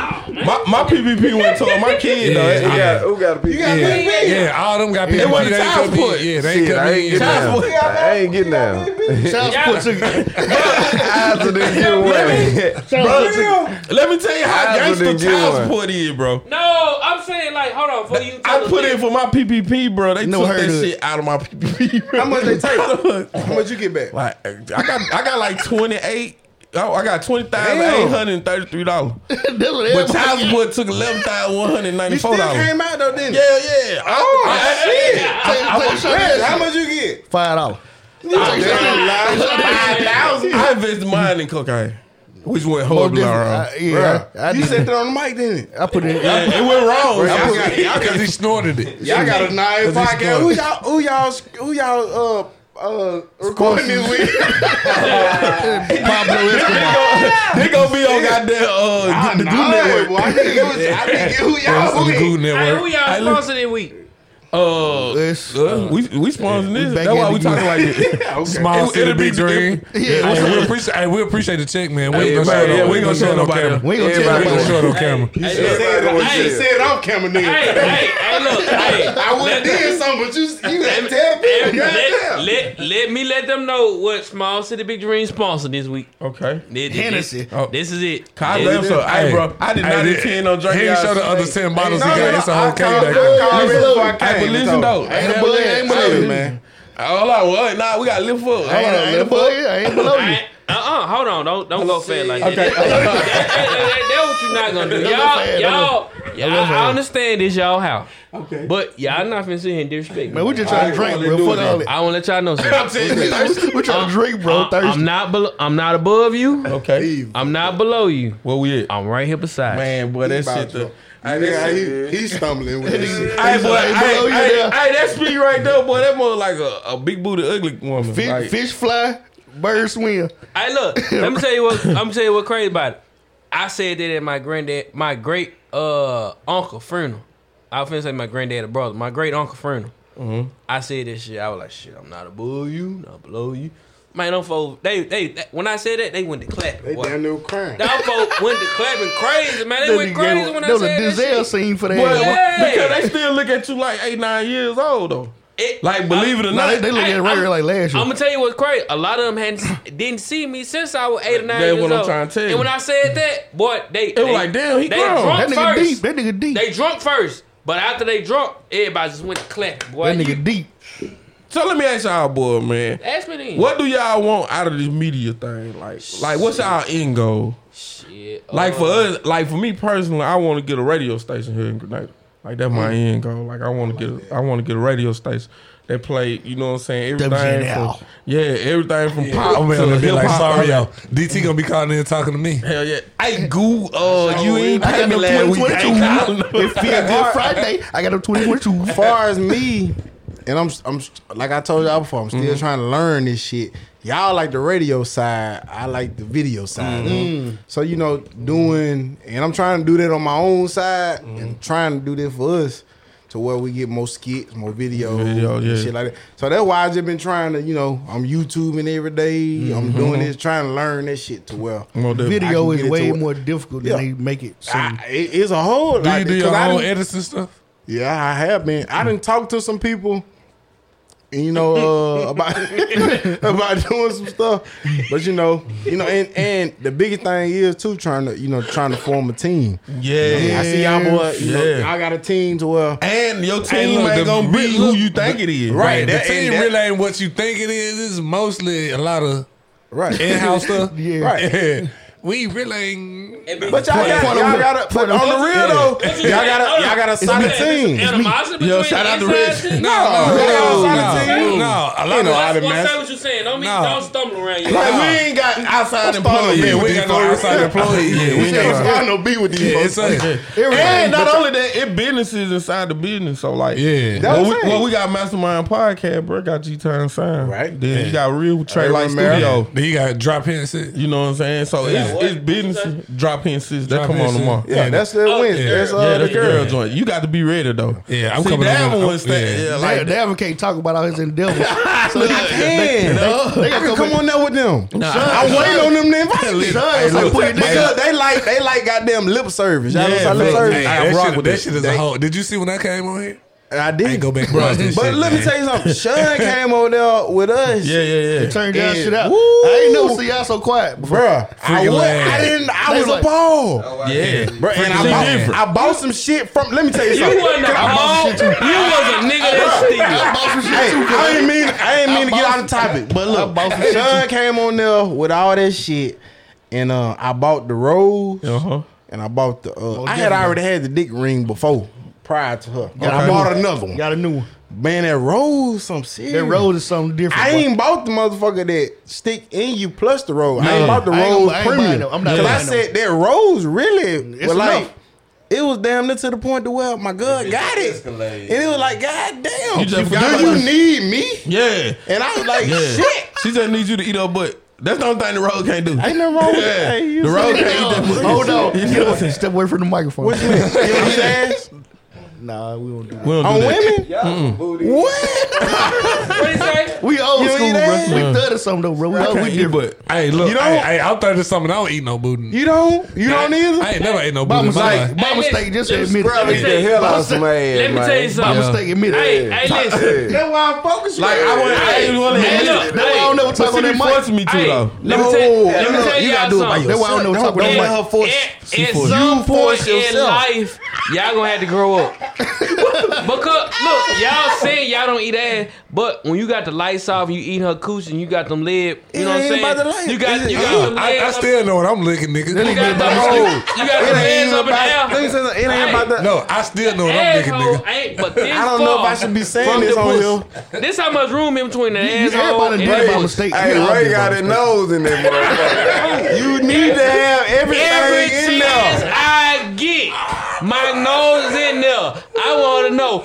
Speaker 7: My, my PPP went toward my kid.
Speaker 5: Yeah,
Speaker 7: though.
Speaker 5: yeah.
Speaker 9: Who got- Who got a piece?
Speaker 8: got
Speaker 5: Yeah,
Speaker 8: big wig.
Speaker 5: yeah, all them got PPP.
Speaker 7: wasn't
Speaker 5: they ain't
Speaker 7: child
Speaker 5: cut me.
Speaker 7: support.
Speaker 5: in. Yeah, they ain't
Speaker 9: Shit,
Speaker 5: cut
Speaker 9: I
Speaker 5: me.
Speaker 9: ain't
Speaker 5: in.
Speaker 9: getting down.
Speaker 7: Child
Speaker 9: I ain't getting down.
Speaker 4: Child support took
Speaker 9: Eyes of this good one.
Speaker 7: Let me tell you how
Speaker 9: I was
Speaker 7: gangster
Speaker 9: in jail.
Speaker 7: child support is, bro.
Speaker 2: No, I'm saying like, hold on, for you.
Speaker 7: I put in for my PPP, bro. They
Speaker 4: No
Speaker 7: took that
Speaker 4: hurdle.
Speaker 7: shit out of my PPP. Bro.
Speaker 8: How much they take?
Speaker 7: Like,
Speaker 8: How much you get back?
Speaker 7: I got, I got like twenty eight. Oh, I got twenty thousand eight hundred and thirty three dollars.
Speaker 4: That's what
Speaker 7: But
Speaker 4: everybody-
Speaker 7: child support took eleven thousand one hundred ninety
Speaker 8: You still
Speaker 7: four dollars.
Speaker 8: came out though, didn't
Speaker 7: Yeah,
Speaker 8: you?
Speaker 7: yeah.
Speaker 8: Oh,
Speaker 7: I, I,
Speaker 8: shit.
Speaker 4: Take- take a shot of
Speaker 8: Man,
Speaker 4: that
Speaker 8: How
Speaker 4: shit.
Speaker 8: much you get?
Speaker 4: Five dollars.
Speaker 8: Five thousand.
Speaker 7: I invested mine in cocaine, which went horribly wrong.
Speaker 4: I- uh, Yeah, I, I
Speaker 8: You
Speaker 4: did.
Speaker 8: said that on the mic, didn't it?
Speaker 4: I put it.
Speaker 7: Yeah, it went wrong.
Speaker 8: Y'all
Speaker 7: I
Speaker 8: got, y'all
Speaker 5: Because
Speaker 8: got,
Speaker 5: he snorted it.
Speaker 8: y'all got a nine podcast. Who y'all? Who y'all? Who y'all? Uh, uh, recording this week?
Speaker 4: Pablo Escobar.
Speaker 7: they gonna be on goddamn uh, the, the Goo Network.
Speaker 8: Boy, I think it was. I think who y'all?
Speaker 5: On the
Speaker 2: Hey, who
Speaker 5: Goo
Speaker 8: Who
Speaker 5: Network.
Speaker 2: y'all
Speaker 7: Hey, look.
Speaker 2: sponsored this week?
Speaker 7: Uh,
Speaker 4: It's-
Speaker 7: uh, we we sponsoring this.
Speaker 4: back
Speaker 7: That's why
Speaker 4: at
Speaker 7: we
Speaker 4: it
Speaker 7: talking like this.
Speaker 5: Small
Speaker 7: It'll-
Speaker 5: city,
Speaker 7: it'll be
Speaker 5: big dream.
Speaker 4: Yeah,
Speaker 5: Hey, we appreciate. Hey, we appreciate the check, man. We
Speaker 9: Hey,
Speaker 5: ain't gonna
Speaker 9: everybody,
Speaker 5: show it.
Speaker 9: yeah,
Speaker 5: We ain't gonna show it on
Speaker 7: nobody.
Speaker 5: camera.
Speaker 4: We ain't gonna tell
Speaker 5: We ain't
Speaker 9: Everybody
Speaker 5: gonna
Speaker 4: nobody.
Speaker 5: show it on camera.
Speaker 2: Hey,
Speaker 8: He
Speaker 2: look,
Speaker 8: said, I
Speaker 2: Hey.
Speaker 8: ain't said it off camera, nigga.
Speaker 2: hey, hey, hey, look, hey.
Speaker 8: I would
Speaker 2: Let-
Speaker 8: have did something, but you, you had to tell the
Speaker 2: Let,
Speaker 8: people.
Speaker 2: let,
Speaker 8: goddamn.
Speaker 2: let, let me let them know what Small City Big Dream sponsored this week.
Speaker 7: Okay.
Speaker 2: This,
Speaker 4: Hennessy.
Speaker 2: This, this is it.
Speaker 7: I
Speaker 2: This-
Speaker 7: love so. Hey, bro, I did not
Speaker 5: hey,
Speaker 7: intend on drinking.
Speaker 5: He ain't show the
Speaker 7: y'all
Speaker 5: other
Speaker 7: shit.
Speaker 5: ten bottles he
Speaker 8: No, no,
Speaker 5: got.
Speaker 8: no,
Speaker 5: It's a whole
Speaker 8: I
Speaker 5: cake
Speaker 8: called-
Speaker 5: back
Speaker 8: I
Speaker 5: there.
Speaker 8: called
Speaker 7: Listen,
Speaker 8: Red before I
Speaker 7: Hey, but
Speaker 8: came,
Speaker 7: listen though.
Speaker 8: though.
Speaker 4: Ain't a
Speaker 7: Hell
Speaker 4: bug,
Speaker 7: yeah.
Speaker 4: ain't below,
Speaker 7: Hey,
Speaker 4: man.
Speaker 7: Hold on, what? Nah, we gotta live for. Hold
Speaker 4: Ain't a-
Speaker 7: on,
Speaker 4: ain't a
Speaker 7: live
Speaker 4: bug,
Speaker 7: for.
Speaker 4: I ain't below you.
Speaker 2: Uh uh hold on, don't don't go fast like that.
Speaker 7: Okay.
Speaker 2: That, that, that, that, that what you're not gonna do, y'all. Y'all, y'all I understand this, y'all how. Okay. But y'all not finna sit here and disrespect
Speaker 4: Man,
Speaker 2: me.
Speaker 4: we just trying to drink, bro. Fuck all that.
Speaker 2: I wanna let y'all know something.
Speaker 7: I'm telling you.
Speaker 4: We trying to drink, bro.
Speaker 2: I- I'm
Speaker 4: Thirsty.
Speaker 2: not below. I'm not above you.
Speaker 7: Okay.
Speaker 2: I'm not below you.
Speaker 7: Where we at?
Speaker 2: I'm right here beside. you.
Speaker 7: Man, boy, that
Speaker 8: about
Speaker 7: shit.
Speaker 8: to
Speaker 7: the-
Speaker 8: go.
Speaker 7: Hey, that
Speaker 8: Yeah,
Speaker 7: shit-
Speaker 8: he, he's stumbling with this shit.
Speaker 7: Hey, boy, hey,
Speaker 4: Ain't below you
Speaker 7: hey,
Speaker 4: there.
Speaker 7: hey, that speed right there, boy, that more like a, a big booty ugly woman.
Speaker 4: Fish,
Speaker 7: like,
Speaker 4: fish fly, bird swim.
Speaker 2: Hey, look. Let me tell you what. I'm tell you what crazy about it. I said that at my granddad, my great uh uncle funeral. I was finna say my granddad or brother, my great uncle funeral.
Speaker 4: Mm-hmm.
Speaker 2: I said this shit. I was like, shit, I'm not above you, not below you. Man, them folks, they, they, that- when I said that, they went to clapping.
Speaker 8: They
Speaker 2: boy.
Speaker 8: damn near crying.
Speaker 2: Them folks went to clapping crazy, man. They went crazy when I
Speaker 4: That
Speaker 2: said
Speaker 4: was a
Speaker 2: that
Speaker 4: Denzel
Speaker 2: shit.
Speaker 4: scene for
Speaker 7: boy,
Speaker 4: that.
Speaker 2: Yeah.
Speaker 7: Because they still look at you like eight, nine years old, though.
Speaker 2: It-
Speaker 7: Like, believe it or
Speaker 4: Nah,
Speaker 7: not,
Speaker 4: they, they look
Speaker 2: Hey,
Speaker 4: at it right
Speaker 2: I'm-
Speaker 4: here like last year.
Speaker 2: I'm gonna tell you what's crazy. A lot of them hadn't didn't see me since I was eight or nine
Speaker 7: That's
Speaker 2: years
Speaker 7: what I'm
Speaker 2: old.
Speaker 7: trying to tell you.
Speaker 2: And when I said that, boy, they it
Speaker 7: was like, damn, he
Speaker 2: they
Speaker 7: grown.
Speaker 4: that
Speaker 2: drunk
Speaker 4: nigga
Speaker 2: first.
Speaker 4: deep. That nigga deep.
Speaker 2: They drunk first, but after they drunk, everybody just went to clap. Boy,
Speaker 4: that nigga
Speaker 2: you-
Speaker 4: deep.
Speaker 7: so let me ask y'all, boy, man.
Speaker 2: ask me then.
Speaker 7: What do y'all want out of this media thing? Like, like what's our end goal?
Speaker 2: Shit.
Speaker 7: Like
Speaker 2: uh,
Speaker 7: for us, like for me personally, I want to get a radio station here in Grenada. Like that's my end goal. Like I want to get, a, I want to get a radio station that play. You know what I'm saying? Everything
Speaker 4: WGNL.
Speaker 7: from yeah, everything from
Speaker 5: I'm
Speaker 7: pop
Speaker 5: gonna
Speaker 7: to
Speaker 5: be
Speaker 7: hip
Speaker 5: like,
Speaker 7: hop.
Speaker 5: sorry, yo. DT gonna be calling in talking to me.
Speaker 7: Hell yeah! Hey, goo, uh, you ain't
Speaker 4: I
Speaker 7: paid
Speaker 4: got
Speaker 7: me
Speaker 4: them
Speaker 7: last week.
Speaker 4: 2022.
Speaker 7: Hey,
Speaker 4: It feel good Friday. I got them 2022.
Speaker 8: As far as me, and I'm I'm like I told y'all before, I'm still
Speaker 4: Mm-hmm.
Speaker 8: trying to learn this shit. Y'all like the radio side, I like the video side.
Speaker 4: Mhm.
Speaker 8: So you know, doing and I'm trying to do that on my own side
Speaker 4: Mm-hmm.
Speaker 8: and trying to do that for us to where we get more skits, more video,
Speaker 7: Video,
Speaker 8: and
Speaker 7: yeah.
Speaker 8: shit like that. So that's why I just been trying to, you know, I'm YouTubing every day, I'm
Speaker 4: Mm-hmm.
Speaker 8: doing this, trying to learn this shit to well.
Speaker 4: Video
Speaker 8: I can get
Speaker 4: is
Speaker 8: it
Speaker 4: way
Speaker 8: to where-
Speaker 4: more difficult than
Speaker 8: Yeah.
Speaker 4: they make it seem.
Speaker 8: I- it- it's a whole.
Speaker 4: Do you do your own
Speaker 8: edits and stuff? Yeah, I have been. I didn't talk to some people, and you know uh, about about doing some stuff. But you know, you know, and and the biggest thing is too trying to you know trying to form a team.
Speaker 7: Yeah.
Speaker 8: You know, I see y'all boy. You know,
Speaker 7: Yeah.
Speaker 8: I got a team to well,
Speaker 7: and your team ain't gonna be who you think it is.
Speaker 8: Right,
Speaker 5: the
Speaker 8: that-
Speaker 5: team
Speaker 8: and that-
Speaker 5: really ain't what you think it is. It's mostly a lot of
Speaker 8: right
Speaker 5: in-house stuff.
Speaker 4: Yeah.
Speaker 8: Right.
Speaker 5: we really ain't.
Speaker 8: But y'all got, y'all got a, but on the real though, y'all got a, y'all got a solid team.
Speaker 5: Yo, shout out to Rich. No, no,
Speaker 8: No,
Speaker 5: no, no,
Speaker 8: no,
Speaker 5: no,
Speaker 8: no.
Speaker 5: A lot
Speaker 8: Ain't no
Speaker 5: of
Speaker 2: That's what I
Speaker 8: automatic.
Speaker 2: say what you saying. Don't, mean,
Speaker 5: No.
Speaker 2: don't stumble around your
Speaker 8: Like we ain't got outside employees.
Speaker 5: Yeah, we ain't got no outside employees. Yeah, we ain't got no-
Speaker 8: no beef with these
Speaker 5: Yeah, it's
Speaker 8: folks.
Speaker 5: like-
Speaker 7: And not only that, it businesses inside the business. So like, well,
Speaker 5: Yeah.
Speaker 8: That's
Speaker 7: we,
Speaker 8: it.
Speaker 7: well, we got Mastermind Podcast, bro. Got G Time Sound,
Speaker 8: Right.
Speaker 7: Then you
Speaker 5: Yeah.
Speaker 7: got real with Trey
Speaker 8: Urban
Speaker 7: Light
Speaker 8: Mara.
Speaker 7: Studio.
Speaker 5: Then you got drop in and shit.
Speaker 7: You know what I'm saying? So
Speaker 2: what?
Speaker 7: it's, it's business. Drop in sis. That come on
Speaker 5: Drop-in
Speaker 7: tomorrow.
Speaker 5: sis.
Speaker 8: Yeah, that's the win.
Speaker 5: yeah.
Speaker 8: That's
Speaker 7: yeah,
Speaker 8: uh, the
Speaker 7: that's the girl
Speaker 8: girl.
Speaker 7: joint. You got to be ready though.
Speaker 5: Yeah, I'm
Speaker 7: See,
Speaker 5: coming
Speaker 7: that
Speaker 5: over-
Speaker 7: one
Speaker 5: I'm-
Speaker 7: was that.
Speaker 5: yeah.
Speaker 7: Yeah,
Speaker 4: Like,
Speaker 7: like
Speaker 4: they ever can't talk about all his endeavors. so
Speaker 8: I can.
Speaker 4: They got
Speaker 8: Come on there with them. I wait on them to invite me.
Speaker 4: Hey, look,
Speaker 8: Because
Speaker 4: hey.
Speaker 8: they like they like goddamn lip service. Y'all know
Speaker 7: Yeah,
Speaker 8: about lip
Speaker 7: man.
Speaker 8: service.
Speaker 5: Hey,
Speaker 7: I
Speaker 5: that,
Speaker 7: rock
Speaker 5: shit,
Speaker 7: with
Speaker 5: that
Speaker 7: it.
Speaker 5: shit is
Speaker 7: They-
Speaker 5: a whole. Did you see when I came on here?
Speaker 8: I
Speaker 5: I
Speaker 8: did.
Speaker 5: ain't go back and watch
Speaker 8: But
Speaker 5: this shit,
Speaker 8: let me
Speaker 5: man.
Speaker 8: tell you something. Sean came over there with us.
Speaker 7: yeah, yeah, yeah.
Speaker 4: Turn that
Speaker 8: Yeah.
Speaker 4: shit out.
Speaker 8: Woo.
Speaker 4: I ain't never see y'all so quiet. before.
Speaker 8: Bruh, I,
Speaker 5: Freaking
Speaker 8: was,
Speaker 5: lad.
Speaker 8: I didn't. I
Speaker 4: They
Speaker 8: was
Speaker 4: like-
Speaker 8: appalled.
Speaker 7: Yeah,
Speaker 8: Bruh, and
Speaker 7: Freaking
Speaker 8: I
Speaker 7: different.
Speaker 8: bought, I bought some shit from. Let me tell you
Speaker 2: You
Speaker 8: something.
Speaker 2: wasn't a hog. You was a nigga that steal.
Speaker 8: Hey, I ain't mean I ain't mean to get out of topic, but look, Sean came on there with all that shit, and uh, I bought the rose,
Speaker 7: Uh-huh.
Speaker 8: and I bought the. Uh, I had already had the dick ring before prior to her. And I
Speaker 7: Okay.
Speaker 8: bought another one.
Speaker 4: Got a new one.
Speaker 8: Man, that rose, some serious.
Speaker 4: That road is something different.
Speaker 8: I
Speaker 4: boy.
Speaker 8: ain't bought the motherfucker that stick in you plus the rose. I
Speaker 4: No.
Speaker 8: ain't bought the
Speaker 4: I ain't
Speaker 8: rose
Speaker 4: gonna- I ain't buying
Speaker 8: premium.
Speaker 4: them. I'm not
Speaker 8: Cause I
Speaker 4: buying them.
Speaker 8: said that rose really
Speaker 4: It's
Speaker 8: was like
Speaker 4: enough.
Speaker 8: it was damn near to the point to where my God got it. And it was like, God damn,
Speaker 7: You just forgot
Speaker 8: do you
Speaker 7: about-
Speaker 8: need me?
Speaker 7: yeah.
Speaker 8: And I was like,
Speaker 7: Yeah.
Speaker 8: shit.
Speaker 7: She just needs you to eat her butt. That's the only thing the road can't do.
Speaker 8: Ain't nothing wrong with
Speaker 7: Yeah.
Speaker 8: Hey, you
Speaker 7: The road
Speaker 8: said-
Speaker 7: can't eat that butt.
Speaker 4: Hold on.
Speaker 7: You
Speaker 4: Get
Speaker 7: know what I'm
Speaker 4: away- Step away from the microphone.
Speaker 8: What you mean? You don't eat ass?
Speaker 4: Nah, we don't do that.
Speaker 7: We don't do
Speaker 8: On
Speaker 7: that.
Speaker 8: women?
Speaker 9: Y'all booty.
Speaker 8: What?
Speaker 2: What he say?
Speaker 4: We old
Speaker 8: You
Speaker 4: school,
Speaker 8: eat
Speaker 4: bro.
Speaker 8: ass?
Speaker 4: We thirty something though, bro. We,
Speaker 7: I
Speaker 4: old-
Speaker 7: can't
Speaker 4: we
Speaker 7: eat
Speaker 4: different.
Speaker 7: butt.
Speaker 5: Hey, look,
Speaker 8: You don't-
Speaker 5: hey, hey, I'm 30 something. I don't eat no booty.
Speaker 8: You don't? You don't either?
Speaker 5: I ain't never ate no
Speaker 4: By
Speaker 5: booty. in my
Speaker 4: mistake,
Speaker 5: life.
Speaker 4: by mistake, just admit
Speaker 9: Probably
Speaker 4: it.
Speaker 9: the hell out of some ass,
Speaker 2: Let me tell you
Speaker 4: By
Speaker 2: something.
Speaker 4: mistake, admit
Speaker 2: Hey,
Speaker 4: it.
Speaker 2: hey, listen.
Speaker 8: That's why I focus
Speaker 7: Like I want, I ain't want to
Speaker 2: Man,
Speaker 7: admit
Speaker 2: look,
Speaker 7: it.
Speaker 4: That's why I don't never
Speaker 7: But
Speaker 4: talk
Speaker 7: she
Speaker 4: on
Speaker 7: be
Speaker 4: that mic.
Speaker 7: forcing me to
Speaker 2: Hey,
Speaker 7: though.
Speaker 2: let me tell, let me tell y'all something.
Speaker 4: That's why I don't never talk on
Speaker 8: Don't
Speaker 4: that
Speaker 8: let
Speaker 4: mic.
Speaker 8: her force.
Speaker 2: At, at some point in life, y'all gonna have to grow up. because look, y'all saying y'all don't eat ass, but when you got the lights off, and you eat her coochie, and you got them leg. You know what I'm
Speaker 8: ain't about the
Speaker 2: saying?
Speaker 8: light.
Speaker 2: You got
Speaker 8: It's-
Speaker 2: you got them
Speaker 5: I, I
Speaker 2: legs. up-
Speaker 5: still know what I'm licking, nigga.
Speaker 2: You got them you got
Speaker 8: It
Speaker 2: them legs
Speaker 8: ain't
Speaker 2: up in
Speaker 8: about.
Speaker 2: the
Speaker 8: It
Speaker 2: air.
Speaker 8: ain't about that.
Speaker 5: No, I still know what I'm licking,
Speaker 2: Asshole
Speaker 5: nigga.
Speaker 2: ain't but this
Speaker 8: I don't know if I should be saying this on here.
Speaker 2: This how much room in between the asshole
Speaker 4: Everybody
Speaker 2: and the
Speaker 4: done did it by
Speaker 2: pussy.
Speaker 4: mistake.
Speaker 9: Hey,
Speaker 4: We all
Speaker 9: Ray
Speaker 4: did it by
Speaker 9: got a
Speaker 4: mistake.
Speaker 9: nose in that motherfucker.
Speaker 8: You need to have everything
Speaker 2: Every
Speaker 8: in
Speaker 2: chance
Speaker 8: there.
Speaker 2: I get, my nose is in there. I want to know.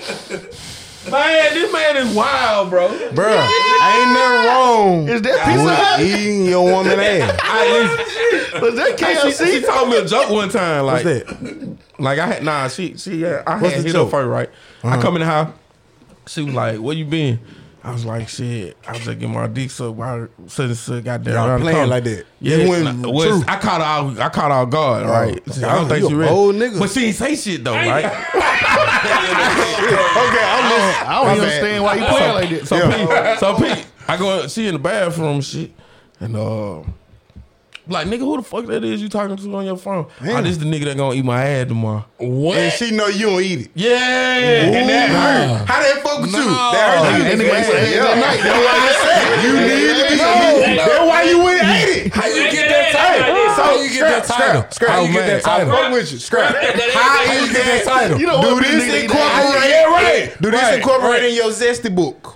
Speaker 7: Man, this man is wild, bro.
Speaker 8: Bruh, ain't nothing wrong
Speaker 4: Is that
Speaker 8: with eating your woman ass.
Speaker 7: I,
Speaker 4: pizza? Hut? Is that
Speaker 7: she, she
Speaker 4: KFC?
Speaker 7: told me a joke one time. Like,
Speaker 8: What's that?
Speaker 7: Like I had nah, she she yeah, I
Speaker 8: What's
Speaker 7: had hit
Speaker 8: the
Speaker 7: her
Speaker 8: joke? Uh-huh.
Speaker 7: first, right? I come in the house, she was like, Where you been? I was like, shit, I was just getting my dick sucked while such and such got there.
Speaker 8: Y'all
Speaker 7: around the
Speaker 8: playing
Speaker 7: corner.
Speaker 8: like that.
Speaker 7: Yeah,
Speaker 8: It wasn't
Speaker 7: nah, was-
Speaker 8: true.
Speaker 7: I caught out I caught out guard, right?
Speaker 8: Oh,
Speaker 7: I don't
Speaker 8: damn, you
Speaker 7: think she
Speaker 8: a
Speaker 7: ready.
Speaker 8: bold nigga.
Speaker 7: But she ain't say shit though, right?
Speaker 8: Okay, I'm listening.
Speaker 4: I don't even understand why you playing like this.
Speaker 7: So Pete, so Pete, I go she in the bathroom and shit and uh like nigga, who the fuck that is you talking to on your phone? Oh, this the nigga that gonna eat my ass tomorrow.
Speaker 5: What?
Speaker 8: And she know you don't eat it.
Speaker 7: Yeah, and that
Speaker 5: Nah.
Speaker 8: How that fuck with you?
Speaker 5: No.
Speaker 8: That hurt you.
Speaker 4: That nigga ain't say
Speaker 8: Yeah.
Speaker 4: that night.
Speaker 8: That's why I said you need to be. No, that's why you went ate it.
Speaker 5: How you
Speaker 2: Hey,
Speaker 5: get that
Speaker 2: hey,
Speaker 5: title?
Speaker 2: hey,
Speaker 5: How you get that
Speaker 8: Scrap,
Speaker 5: title?
Speaker 8: scrap,
Speaker 5: How
Speaker 8: scrap.
Speaker 5: you get that
Speaker 8: I
Speaker 5: title?
Speaker 8: fuck with you. Scrap.
Speaker 2: That
Speaker 5: How you get that title?
Speaker 4: You know
Speaker 8: Do
Speaker 4: what?
Speaker 8: this
Speaker 4: Nigga, they-
Speaker 8: incorporate.
Speaker 5: Yeah, right.
Speaker 8: Do this
Speaker 5: Right,
Speaker 8: incorporate
Speaker 5: right.
Speaker 8: in your zesty book.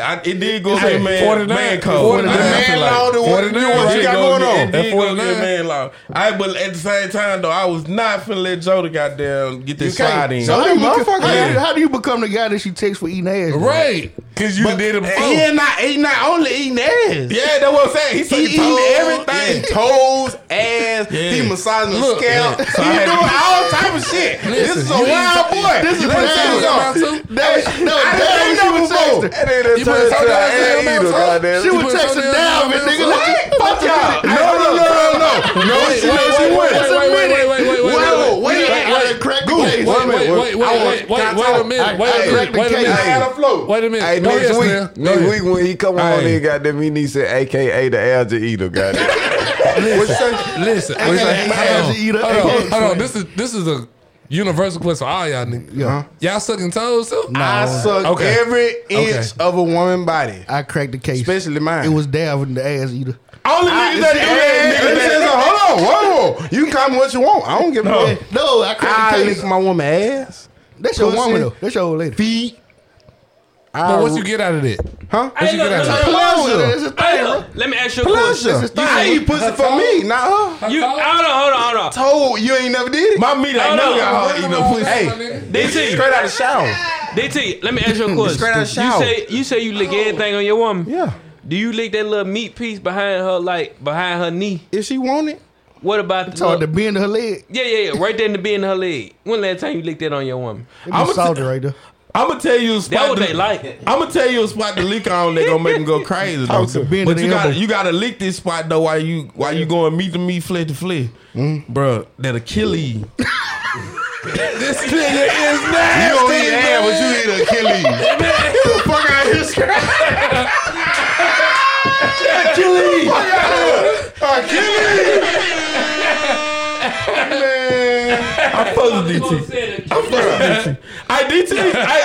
Speaker 7: I, it did go
Speaker 5: Hey,
Speaker 7: to man,
Speaker 5: 49,
Speaker 7: man code.
Speaker 5: 49,
Speaker 7: I feel
Speaker 5: man law, the what- 49,
Speaker 7: It
Speaker 5: what you
Speaker 7: did
Speaker 5: got
Speaker 7: go
Speaker 5: going
Speaker 7: to-
Speaker 5: on?
Speaker 7: It
Speaker 5: That
Speaker 7: did go to
Speaker 5: 49.
Speaker 7: man law. I but at the same time though, I was not finna let Jody goddamn get this slide in.
Speaker 4: So how, you become, how,
Speaker 7: Yeah.
Speaker 4: you, how do you become the guy that she texts for eating ass? bro?
Speaker 5: Right. Cause you did it before.
Speaker 7: He ain't not he not only eating ass.
Speaker 12: Yeah, that's what I'm saying. He's
Speaker 7: He
Speaker 12: he
Speaker 7: eating
Speaker 12: toes,
Speaker 7: everything.
Speaker 12: everything. Toes, ass.
Speaker 7: Yeah.
Speaker 12: He massaging the
Speaker 5: Look,
Speaker 12: scalp.
Speaker 5: yeah. So I
Speaker 12: he
Speaker 5: had
Speaker 12: doing
Speaker 5: to-
Speaker 12: all type of shit. this is a
Speaker 5: you
Speaker 12: wild boy.
Speaker 4: This is
Speaker 12: Let
Speaker 4: what
Speaker 12: me
Speaker 4: I'm
Speaker 12: tell you something.
Speaker 4: talking about. That- No,
Speaker 12: I
Speaker 4: that's
Speaker 12: didn't know
Speaker 4: what she was
Speaker 12: before.
Speaker 4: texting.
Speaker 9: And then it turned
Speaker 5: something
Speaker 9: to
Speaker 5: else in
Speaker 9: an
Speaker 5: your
Speaker 9: ad
Speaker 5: mouth,
Speaker 9: eater,
Speaker 5: huh?
Speaker 9: goddamn.
Speaker 4: She
Speaker 5: You
Speaker 4: was
Speaker 5: put
Speaker 4: texting
Speaker 5: something
Speaker 4: down,
Speaker 5: else in
Speaker 4: nigga.
Speaker 5: your mouth.
Speaker 4: What?
Speaker 12: Fuck y'all. No, no, no, no, no. No, she
Speaker 5: wait,
Speaker 12: she
Speaker 5: wait,
Speaker 12: went.
Speaker 5: wait, wait, wait, wait, wait, wait, wait,
Speaker 12: Whoa,
Speaker 5: wait,
Speaker 12: wait,
Speaker 5: wait,
Speaker 12: wait,
Speaker 5: wait,
Speaker 12: wait, crack the
Speaker 5: Wait,
Speaker 12: case.
Speaker 5: wait, wait, wait, wait, wait,
Speaker 12: Can I
Speaker 5: wait, wait
Speaker 12: talk?
Speaker 5: a minute, wait
Speaker 12: I- I
Speaker 5: a minute,
Speaker 12: cracked the
Speaker 5: wait a
Speaker 12: case. I had a flow.
Speaker 5: minute. Wait a minute.
Speaker 9: Hey,
Speaker 5: Go
Speaker 9: next
Speaker 5: ahead,
Speaker 9: week,
Speaker 5: Stan. Go
Speaker 9: next
Speaker 5: ahead.
Speaker 9: week when he come on
Speaker 5: Hey.
Speaker 9: here, goddamn, he needs to AKA the algae eater, goddamn.
Speaker 5: Listen,
Speaker 4: I
Speaker 5: listen,
Speaker 4: gotta eat ass
Speaker 5: hold
Speaker 4: to eat
Speaker 5: on,
Speaker 4: up.
Speaker 5: hold on, hold on. This is this is a universal question for all y'all niggas.
Speaker 4: Yeah.
Speaker 5: Y'all sucking toes too?
Speaker 8: I suck
Speaker 5: Okay.
Speaker 8: every inch
Speaker 5: Okay.
Speaker 8: of a woman body,
Speaker 4: I cracked the case.
Speaker 8: especially mine.
Speaker 4: It was Dav in the ass eater.
Speaker 8: Only niggas that do that. Niggas that says, hold on, whoa, whoa. You can call me what you want. I don't give a fuck.
Speaker 4: No, I cracked
Speaker 8: I
Speaker 4: the
Speaker 8: lick
Speaker 4: case.
Speaker 8: my woman ass,
Speaker 4: That's your
Speaker 8: pussy.
Speaker 4: woman though. That's your old lady.
Speaker 8: feet. I,
Speaker 5: But what you get out of that?
Speaker 8: Huh?
Speaker 2: Hey,
Speaker 5: you
Speaker 2: look,
Speaker 5: get out
Speaker 2: look,
Speaker 5: of
Speaker 2: look,
Speaker 4: Pleasure. It's a
Speaker 2: hey,
Speaker 4: thing, bro.
Speaker 2: look, Let me ask you a question.
Speaker 8: Pleasure. You say you pussy for me, not her.
Speaker 2: You hold on, hold on, hold on.
Speaker 8: Told you ain't never did it.
Speaker 7: My meat ain't
Speaker 2: Hold
Speaker 7: never
Speaker 2: on.
Speaker 7: got hard eating no pussy.
Speaker 8: Hey,
Speaker 2: DT,
Speaker 8: straight out of the shower.
Speaker 2: DT, let me ask you a question.
Speaker 8: Straight out of shower.
Speaker 2: You say you say you lick everything on your woman.
Speaker 8: Yeah.
Speaker 2: Do you lick that little meat piece behind her, like behind her knee?
Speaker 8: If she want it,
Speaker 2: What about the?
Speaker 4: Told to
Speaker 2: little-
Speaker 4: bend her leg.
Speaker 2: yeah, yeah, yeah. Right there in the bend of her leg. When last time you licked that on your woman?
Speaker 4: I'm salty right there.
Speaker 7: I'm gonna tell you a spot.
Speaker 2: That what
Speaker 7: to-
Speaker 2: they like.
Speaker 7: I'm gonna tell you a spot to leak on that gonna make them go crazy. Though.
Speaker 4: Talk to Ben
Speaker 7: But
Speaker 4: and
Speaker 7: you
Speaker 4: the
Speaker 7: gotta
Speaker 4: elbow.
Speaker 7: you gotta leak this spot though while you while you going meet to meet, flesh to flesh,
Speaker 4: Hmm?
Speaker 7: bro. That'll kill you. this nigga is
Speaker 12: You
Speaker 7: nasty.
Speaker 12: don't eat ass, but you eat Achilles. Get the fuck out of here, scrap.
Speaker 7: Achilles.
Speaker 12: Achilles. Man.
Speaker 7: I fuck with DT. I DT. I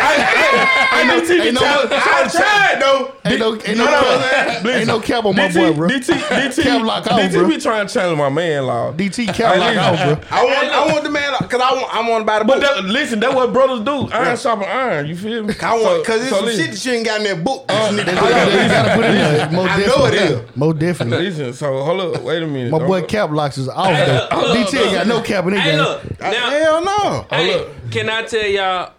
Speaker 7: I I, I DT.
Speaker 4: Ain't no-
Speaker 7: I tried though.
Speaker 4: Ain't no, ain't no,
Speaker 7: No, no,
Speaker 4: cap-
Speaker 7: listen.
Speaker 4: ain't no cap on my
Speaker 7: DT,
Speaker 4: boy, bro.
Speaker 7: DT, DT,
Speaker 4: Cap lock on,
Speaker 7: DT,
Speaker 4: bro.
Speaker 7: be trying to challenge my man law.
Speaker 4: DT cap like out, bro.
Speaker 8: I want, I want the man because I want, I want to buy the
Speaker 7: But that,
Speaker 8: book.
Speaker 7: listen, that's what brothers do. Iron sharpen iron. You feel me?
Speaker 8: I want because it's
Speaker 7: so
Speaker 8: some
Speaker 7: listen,
Speaker 8: shit that you ain't got in that book.
Speaker 2: Uh,
Speaker 8: that you need to
Speaker 4: You
Speaker 8: put in there.
Speaker 4: gotta put it in there. Most
Speaker 8: I know it
Speaker 4: definitely.
Speaker 8: is.
Speaker 4: Most definitely.
Speaker 7: Listen, so hold up, wait a minute.
Speaker 4: My
Speaker 7: Don't
Speaker 4: boy
Speaker 7: go-
Speaker 4: Cap Locks is off though.
Speaker 2: Hold up,
Speaker 4: DT ain't got no cap in his
Speaker 2: Hey,
Speaker 4: game.
Speaker 2: look. Now,
Speaker 8: Hell no.
Speaker 2: Hey, can I tell y'all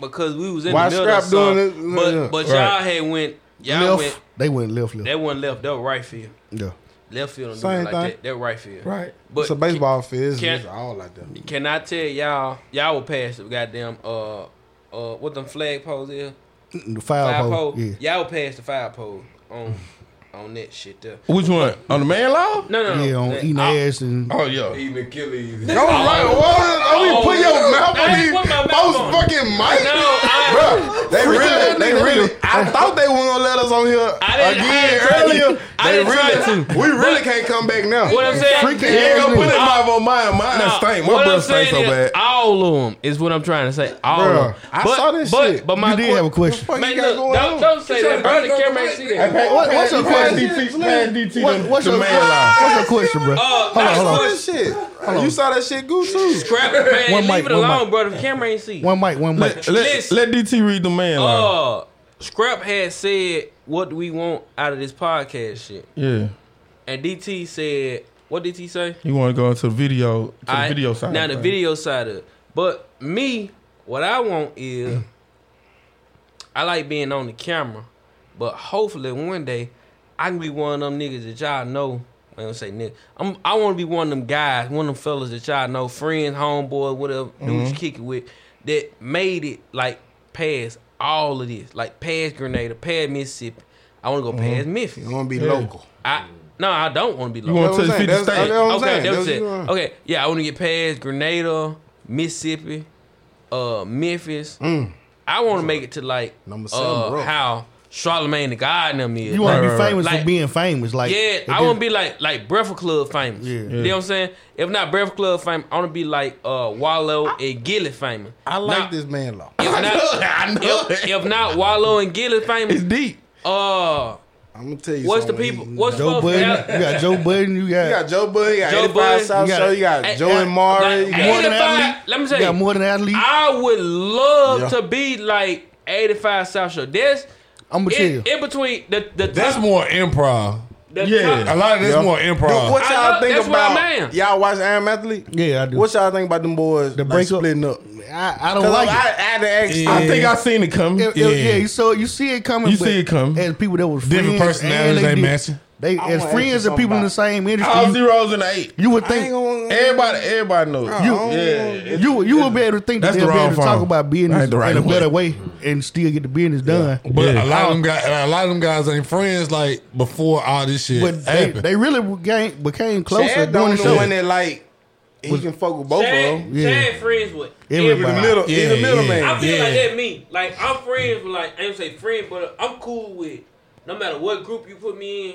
Speaker 2: because we was in
Speaker 8: Why
Speaker 2: the middle of
Speaker 8: Scrap
Speaker 2: something,
Speaker 8: doing
Speaker 2: but
Speaker 8: this?
Speaker 2: but
Speaker 7: Right.
Speaker 2: y'all had went y'all went
Speaker 4: Left, they went left, left.
Speaker 2: that one left that was right field
Speaker 4: Yeah.
Speaker 2: left field don't do
Speaker 8: Same
Speaker 2: it like
Speaker 8: thing.
Speaker 2: that that right field
Speaker 7: Right.
Speaker 2: but
Speaker 8: it's a baseball field. It's,
Speaker 2: can-
Speaker 8: it's all like that.
Speaker 2: Can, can I tell y'all y'all will pass the goddamn uh uh what them flag poles is
Speaker 4: The
Speaker 2: five
Speaker 4: foul
Speaker 2: pole
Speaker 4: pole. Yeah.
Speaker 2: y'all will pass the five pole on on that shit there
Speaker 7: Which one? On the man law?
Speaker 2: no no no
Speaker 4: Yeah, on
Speaker 2: that-
Speaker 4: eating ass and
Speaker 7: Oh yeah.
Speaker 9: Eating Achilles.
Speaker 8: All right,
Speaker 2: Oh,
Speaker 8: what? Let me put your mouth on
Speaker 2: Hey,
Speaker 8: these
Speaker 2: put my mouth
Speaker 8: most
Speaker 2: on.
Speaker 8: fucking mic.
Speaker 2: no I,
Speaker 8: Bro, they really,
Speaker 4: that
Speaker 8: they
Speaker 4: nigga.
Speaker 8: really. I thought they were gonna let us on here
Speaker 2: I didn't- I
Speaker 8: again
Speaker 2: didn't try
Speaker 8: earlier.
Speaker 2: I
Speaker 8: They
Speaker 2: didn't try
Speaker 8: really, we really can't come back now.
Speaker 2: what I'm saying
Speaker 4: freaking
Speaker 8: He ain't
Speaker 4: ass
Speaker 8: gonna put
Speaker 4: nigga.
Speaker 8: his mouth on mine. Mine
Speaker 2: Nah,
Speaker 8: stink.
Speaker 2: what
Speaker 8: My
Speaker 2: I'm
Speaker 8: breath stink so
Speaker 2: saying is
Speaker 8: bad.
Speaker 2: All of them is what I'm trying to say. All
Speaker 8: Bruh,
Speaker 2: of them.
Speaker 8: I saw this
Speaker 2: but,
Speaker 8: shit.
Speaker 2: But my
Speaker 4: you did
Speaker 2: que-
Speaker 4: have a question.
Speaker 8: fuck
Speaker 2: Man,
Speaker 8: you got
Speaker 2: look,
Speaker 8: going
Speaker 2: don't,
Speaker 8: on?
Speaker 2: don't say that, bro. The camera ain't see that.
Speaker 4: What- what's your
Speaker 7: Pass
Speaker 4: question?
Speaker 7: DT, pass DT.
Speaker 4: What, what's,
Speaker 7: the
Speaker 4: your,
Speaker 7: man law.
Speaker 4: what's your question, bro?
Speaker 2: Uh,
Speaker 4: hold on,
Speaker 2: last
Speaker 4: hold on.
Speaker 8: That
Speaker 2: question.
Speaker 8: shit. You saw that shit, Goose too.
Speaker 2: Crap, man.
Speaker 4: One
Speaker 2: leave
Speaker 4: mic,
Speaker 2: it
Speaker 4: one
Speaker 2: alone,
Speaker 4: mic.
Speaker 2: brother. The camera ain't see.
Speaker 4: One mic, one mic.
Speaker 7: Let, let,
Speaker 2: Listen.
Speaker 7: let DT read the man law.
Speaker 2: Uh, Scrap had said, "What do we want out of this podcast shit?"
Speaker 7: Yeah.
Speaker 2: And DT said, "What did he say?"
Speaker 7: You want to go into the video, to the
Speaker 2: Alright,
Speaker 7: video side.
Speaker 2: Now
Speaker 7: of
Speaker 2: the
Speaker 7: things.
Speaker 2: video side of it. But me, what I want is I like being on the camera. But hopefully one day I can be one of them niggas that y'all know. I don't say nigga. I'm I wanna be one of them guys, one of them fellas that y'all know, friends, homeboy, whatever, dudes
Speaker 7: Mm-hmm.
Speaker 2: you kick it with, that made it like past all of this. Like past Grenada, past Mississippi. I wanna go past Memphis.
Speaker 8: You wanna be local.
Speaker 2: I no, I don't wanna be local.
Speaker 7: Mm-hmm. You want
Speaker 8: That's
Speaker 7: to
Speaker 8: what
Speaker 7: the 50
Speaker 8: I'm saying. That's-
Speaker 7: state?
Speaker 8: that's what I'm
Speaker 2: Okay,
Speaker 8: saying.
Speaker 2: that was
Speaker 8: That's
Speaker 2: it.
Speaker 8: what I'm-
Speaker 2: Okay, yeah, I want to get past Grenada, Mississippi, uh, Memphis. I want to make it to like
Speaker 8: Mm. Number seven,
Speaker 2: uh,
Speaker 8: bro.
Speaker 2: how Charlemagne the God and them is.
Speaker 4: You
Speaker 7: Right,
Speaker 4: want to
Speaker 7: right,
Speaker 4: be famous
Speaker 2: right.
Speaker 4: for being famous, like
Speaker 2: yeah,
Speaker 4: if
Speaker 2: I
Speaker 4: this-
Speaker 2: want to be like like Breakfast Club famous.
Speaker 4: Yeah.
Speaker 2: You know what I'm saying? If not Breakfast Club famous, I want to be like uh, Wallow and Gilly famous.
Speaker 8: I
Speaker 2: Now,
Speaker 8: like this man law.
Speaker 2: If not,
Speaker 7: I
Speaker 2: if, if not Wallow and Gilly
Speaker 7: It's
Speaker 2: famous,
Speaker 7: deep.
Speaker 2: uh,
Speaker 8: I'm gonna tell you.
Speaker 2: what's the
Speaker 8: something.
Speaker 2: people? What's
Speaker 4: Joe
Speaker 2: the
Speaker 4: Budden. You got Joe Budden. You got,
Speaker 8: You got Joe Budden, you got
Speaker 2: Joe
Speaker 8: 85
Speaker 2: Budden,
Speaker 8: South
Speaker 4: you
Speaker 8: Show,
Speaker 4: got-
Speaker 8: you got
Speaker 2: Hey,
Speaker 8: Joe
Speaker 2: hey,
Speaker 8: and Mari.
Speaker 2: like,
Speaker 8: You
Speaker 2: hey,
Speaker 8: got,
Speaker 4: more than
Speaker 2: 85
Speaker 4: athlete.
Speaker 2: let me
Speaker 4: you
Speaker 2: tell
Speaker 4: got
Speaker 2: you,
Speaker 4: more than athlete.
Speaker 2: I would love
Speaker 8: Yeah.
Speaker 2: to be like 85 South Show. That's
Speaker 4: I'm gonna tell
Speaker 2: in,
Speaker 4: you.
Speaker 2: in between the the
Speaker 5: That's more improv.
Speaker 2: the
Speaker 7: Yeah.
Speaker 5: A lot of this
Speaker 8: Yeah.
Speaker 5: more improv.
Speaker 8: What
Speaker 2: I
Speaker 8: y'all
Speaker 2: know-
Speaker 8: think
Speaker 2: that's where I'm
Speaker 8: about
Speaker 2: at.
Speaker 8: y'all watch Iron Athlete?
Speaker 4: Yeah, I do.
Speaker 8: What y'all think about them boys the like
Speaker 4: breakup?
Speaker 8: splitting up?
Speaker 4: I, I don't
Speaker 8: 'Cause
Speaker 4: like
Speaker 8: I, I
Speaker 4: it.
Speaker 8: had to ask.
Speaker 5: Yeah.
Speaker 7: I think I seen it coming.
Speaker 4: It- it-
Speaker 5: yeah.
Speaker 4: yeah. you so you see it coming.
Speaker 7: You
Speaker 4: but
Speaker 7: see it coming.
Speaker 4: As people that was
Speaker 5: Different
Speaker 4: friends,
Speaker 5: personalities
Speaker 4: and they
Speaker 5: ain't
Speaker 4: did-
Speaker 5: matching.
Speaker 4: They
Speaker 8: wanna
Speaker 4: as
Speaker 8: ask you
Speaker 4: friends and
Speaker 8: something
Speaker 4: people in
Speaker 8: about-
Speaker 4: the same
Speaker 7: All
Speaker 4: industry. You,
Speaker 7: zeros and eight.
Speaker 4: you would
Speaker 8: I ain't
Speaker 4: think
Speaker 8: gonna,
Speaker 7: Everybody, everybody knows.
Speaker 8: You-
Speaker 7: yeah.
Speaker 4: you would- you would be able to think
Speaker 7: That's
Speaker 4: that
Speaker 7: the
Speaker 4: they'll be
Speaker 7: wrong
Speaker 4: able to talk
Speaker 7: phone.
Speaker 4: about business
Speaker 7: Ain't the right
Speaker 4: in a
Speaker 7: way.
Speaker 4: better way and still get the business done.
Speaker 5: But
Speaker 7: Yeah.
Speaker 5: a lot of them guys, a lot of them guys ain't friends like before all this shit
Speaker 4: But they,
Speaker 5: happened.
Speaker 4: they really became, became closer
Speaker 8: Chad
Speaker 4: during the
Speaker 8: don't know
Speaker 4: show.
Speaker 8: when they like. You can fuck with both of
Speaker 2: Chad,
Speaker 8: them.
Speaker 2: Chad friends with
Speaker 4: oh, Everybody.
Speaker 2: everybody.
Speaker 8: Middle, he's a
Speaker 5: Yeah,
Speaker 8: middleman.
Speaker 5: yeah.
Speaker 2: I feel like
Speaker 5: Yeah.
Speaker 2: that me. Like I'm friends with like I ain't say friend, but I'm cool with no matter what group you put me in,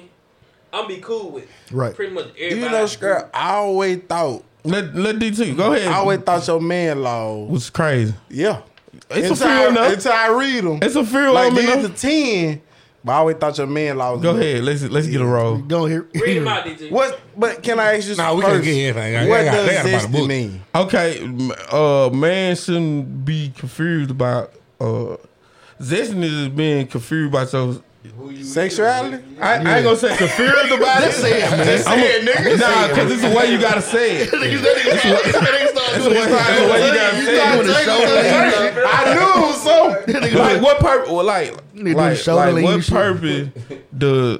Speaker 2: I'm be cool with.
Speaker 4: Right.
Speaker 2: Pretty much everybody.
Speaker 8: You know, Scrap, I always thought,
Speaker 7: Let let DT go ahead.
Speaker 8: I always thought your man law.
Speaker 7: was crazy.
Speaker 8: Yeah.
Speaker 7: It's a
Speaker 8: until, I-
Speaker 7: fear enough.
Speaker 8: until I read them.
Speaker 7: It's a fear
Speaker 8: like,
Speaker 7: like,
Speaker 8: these the 10, but I always thought your man law was
Speaker 7: Go
Speaker 8: good.
Speaker 7: ahead. Let's let's get a roll.
Speaker 4: Go here.
Speaker 2: Read them out, DJ.
Speaker 8: What, but can I ask you
Speaker 5: Nah, we
Speaker 8: first,
Speaker 5: can't get anything. They
Speaker 8: What
Speaker 5: got- they got
Speaker 8: does
Speaker 5: about a
Speaker 8: zesty
Speaker 5: book.
Speaker 8: mean?
Speaker 7: Okay, m- uh, man shouldn't be confused about uh, zestiness is being confused by so.
Speaker 8: Sexuality?
Speaker 7: I, I ain't gonna say confused about it.
Speaker 4: say it, man.
Speaker 7: I'm a- Nah, because it's the way you gotta say it. It's the way, it's the way you gotta say it.
Speaker 8: I knew so.
Speaker 7: Like what purpose? Well, like,
Speaker 4: do
Speaker 7: like,
Speaker 4: shoulder
Speaker 7: like
Speaker 4: lean
Speaker 7: what
Speaker 4: shit.
Speaker 7: purpose does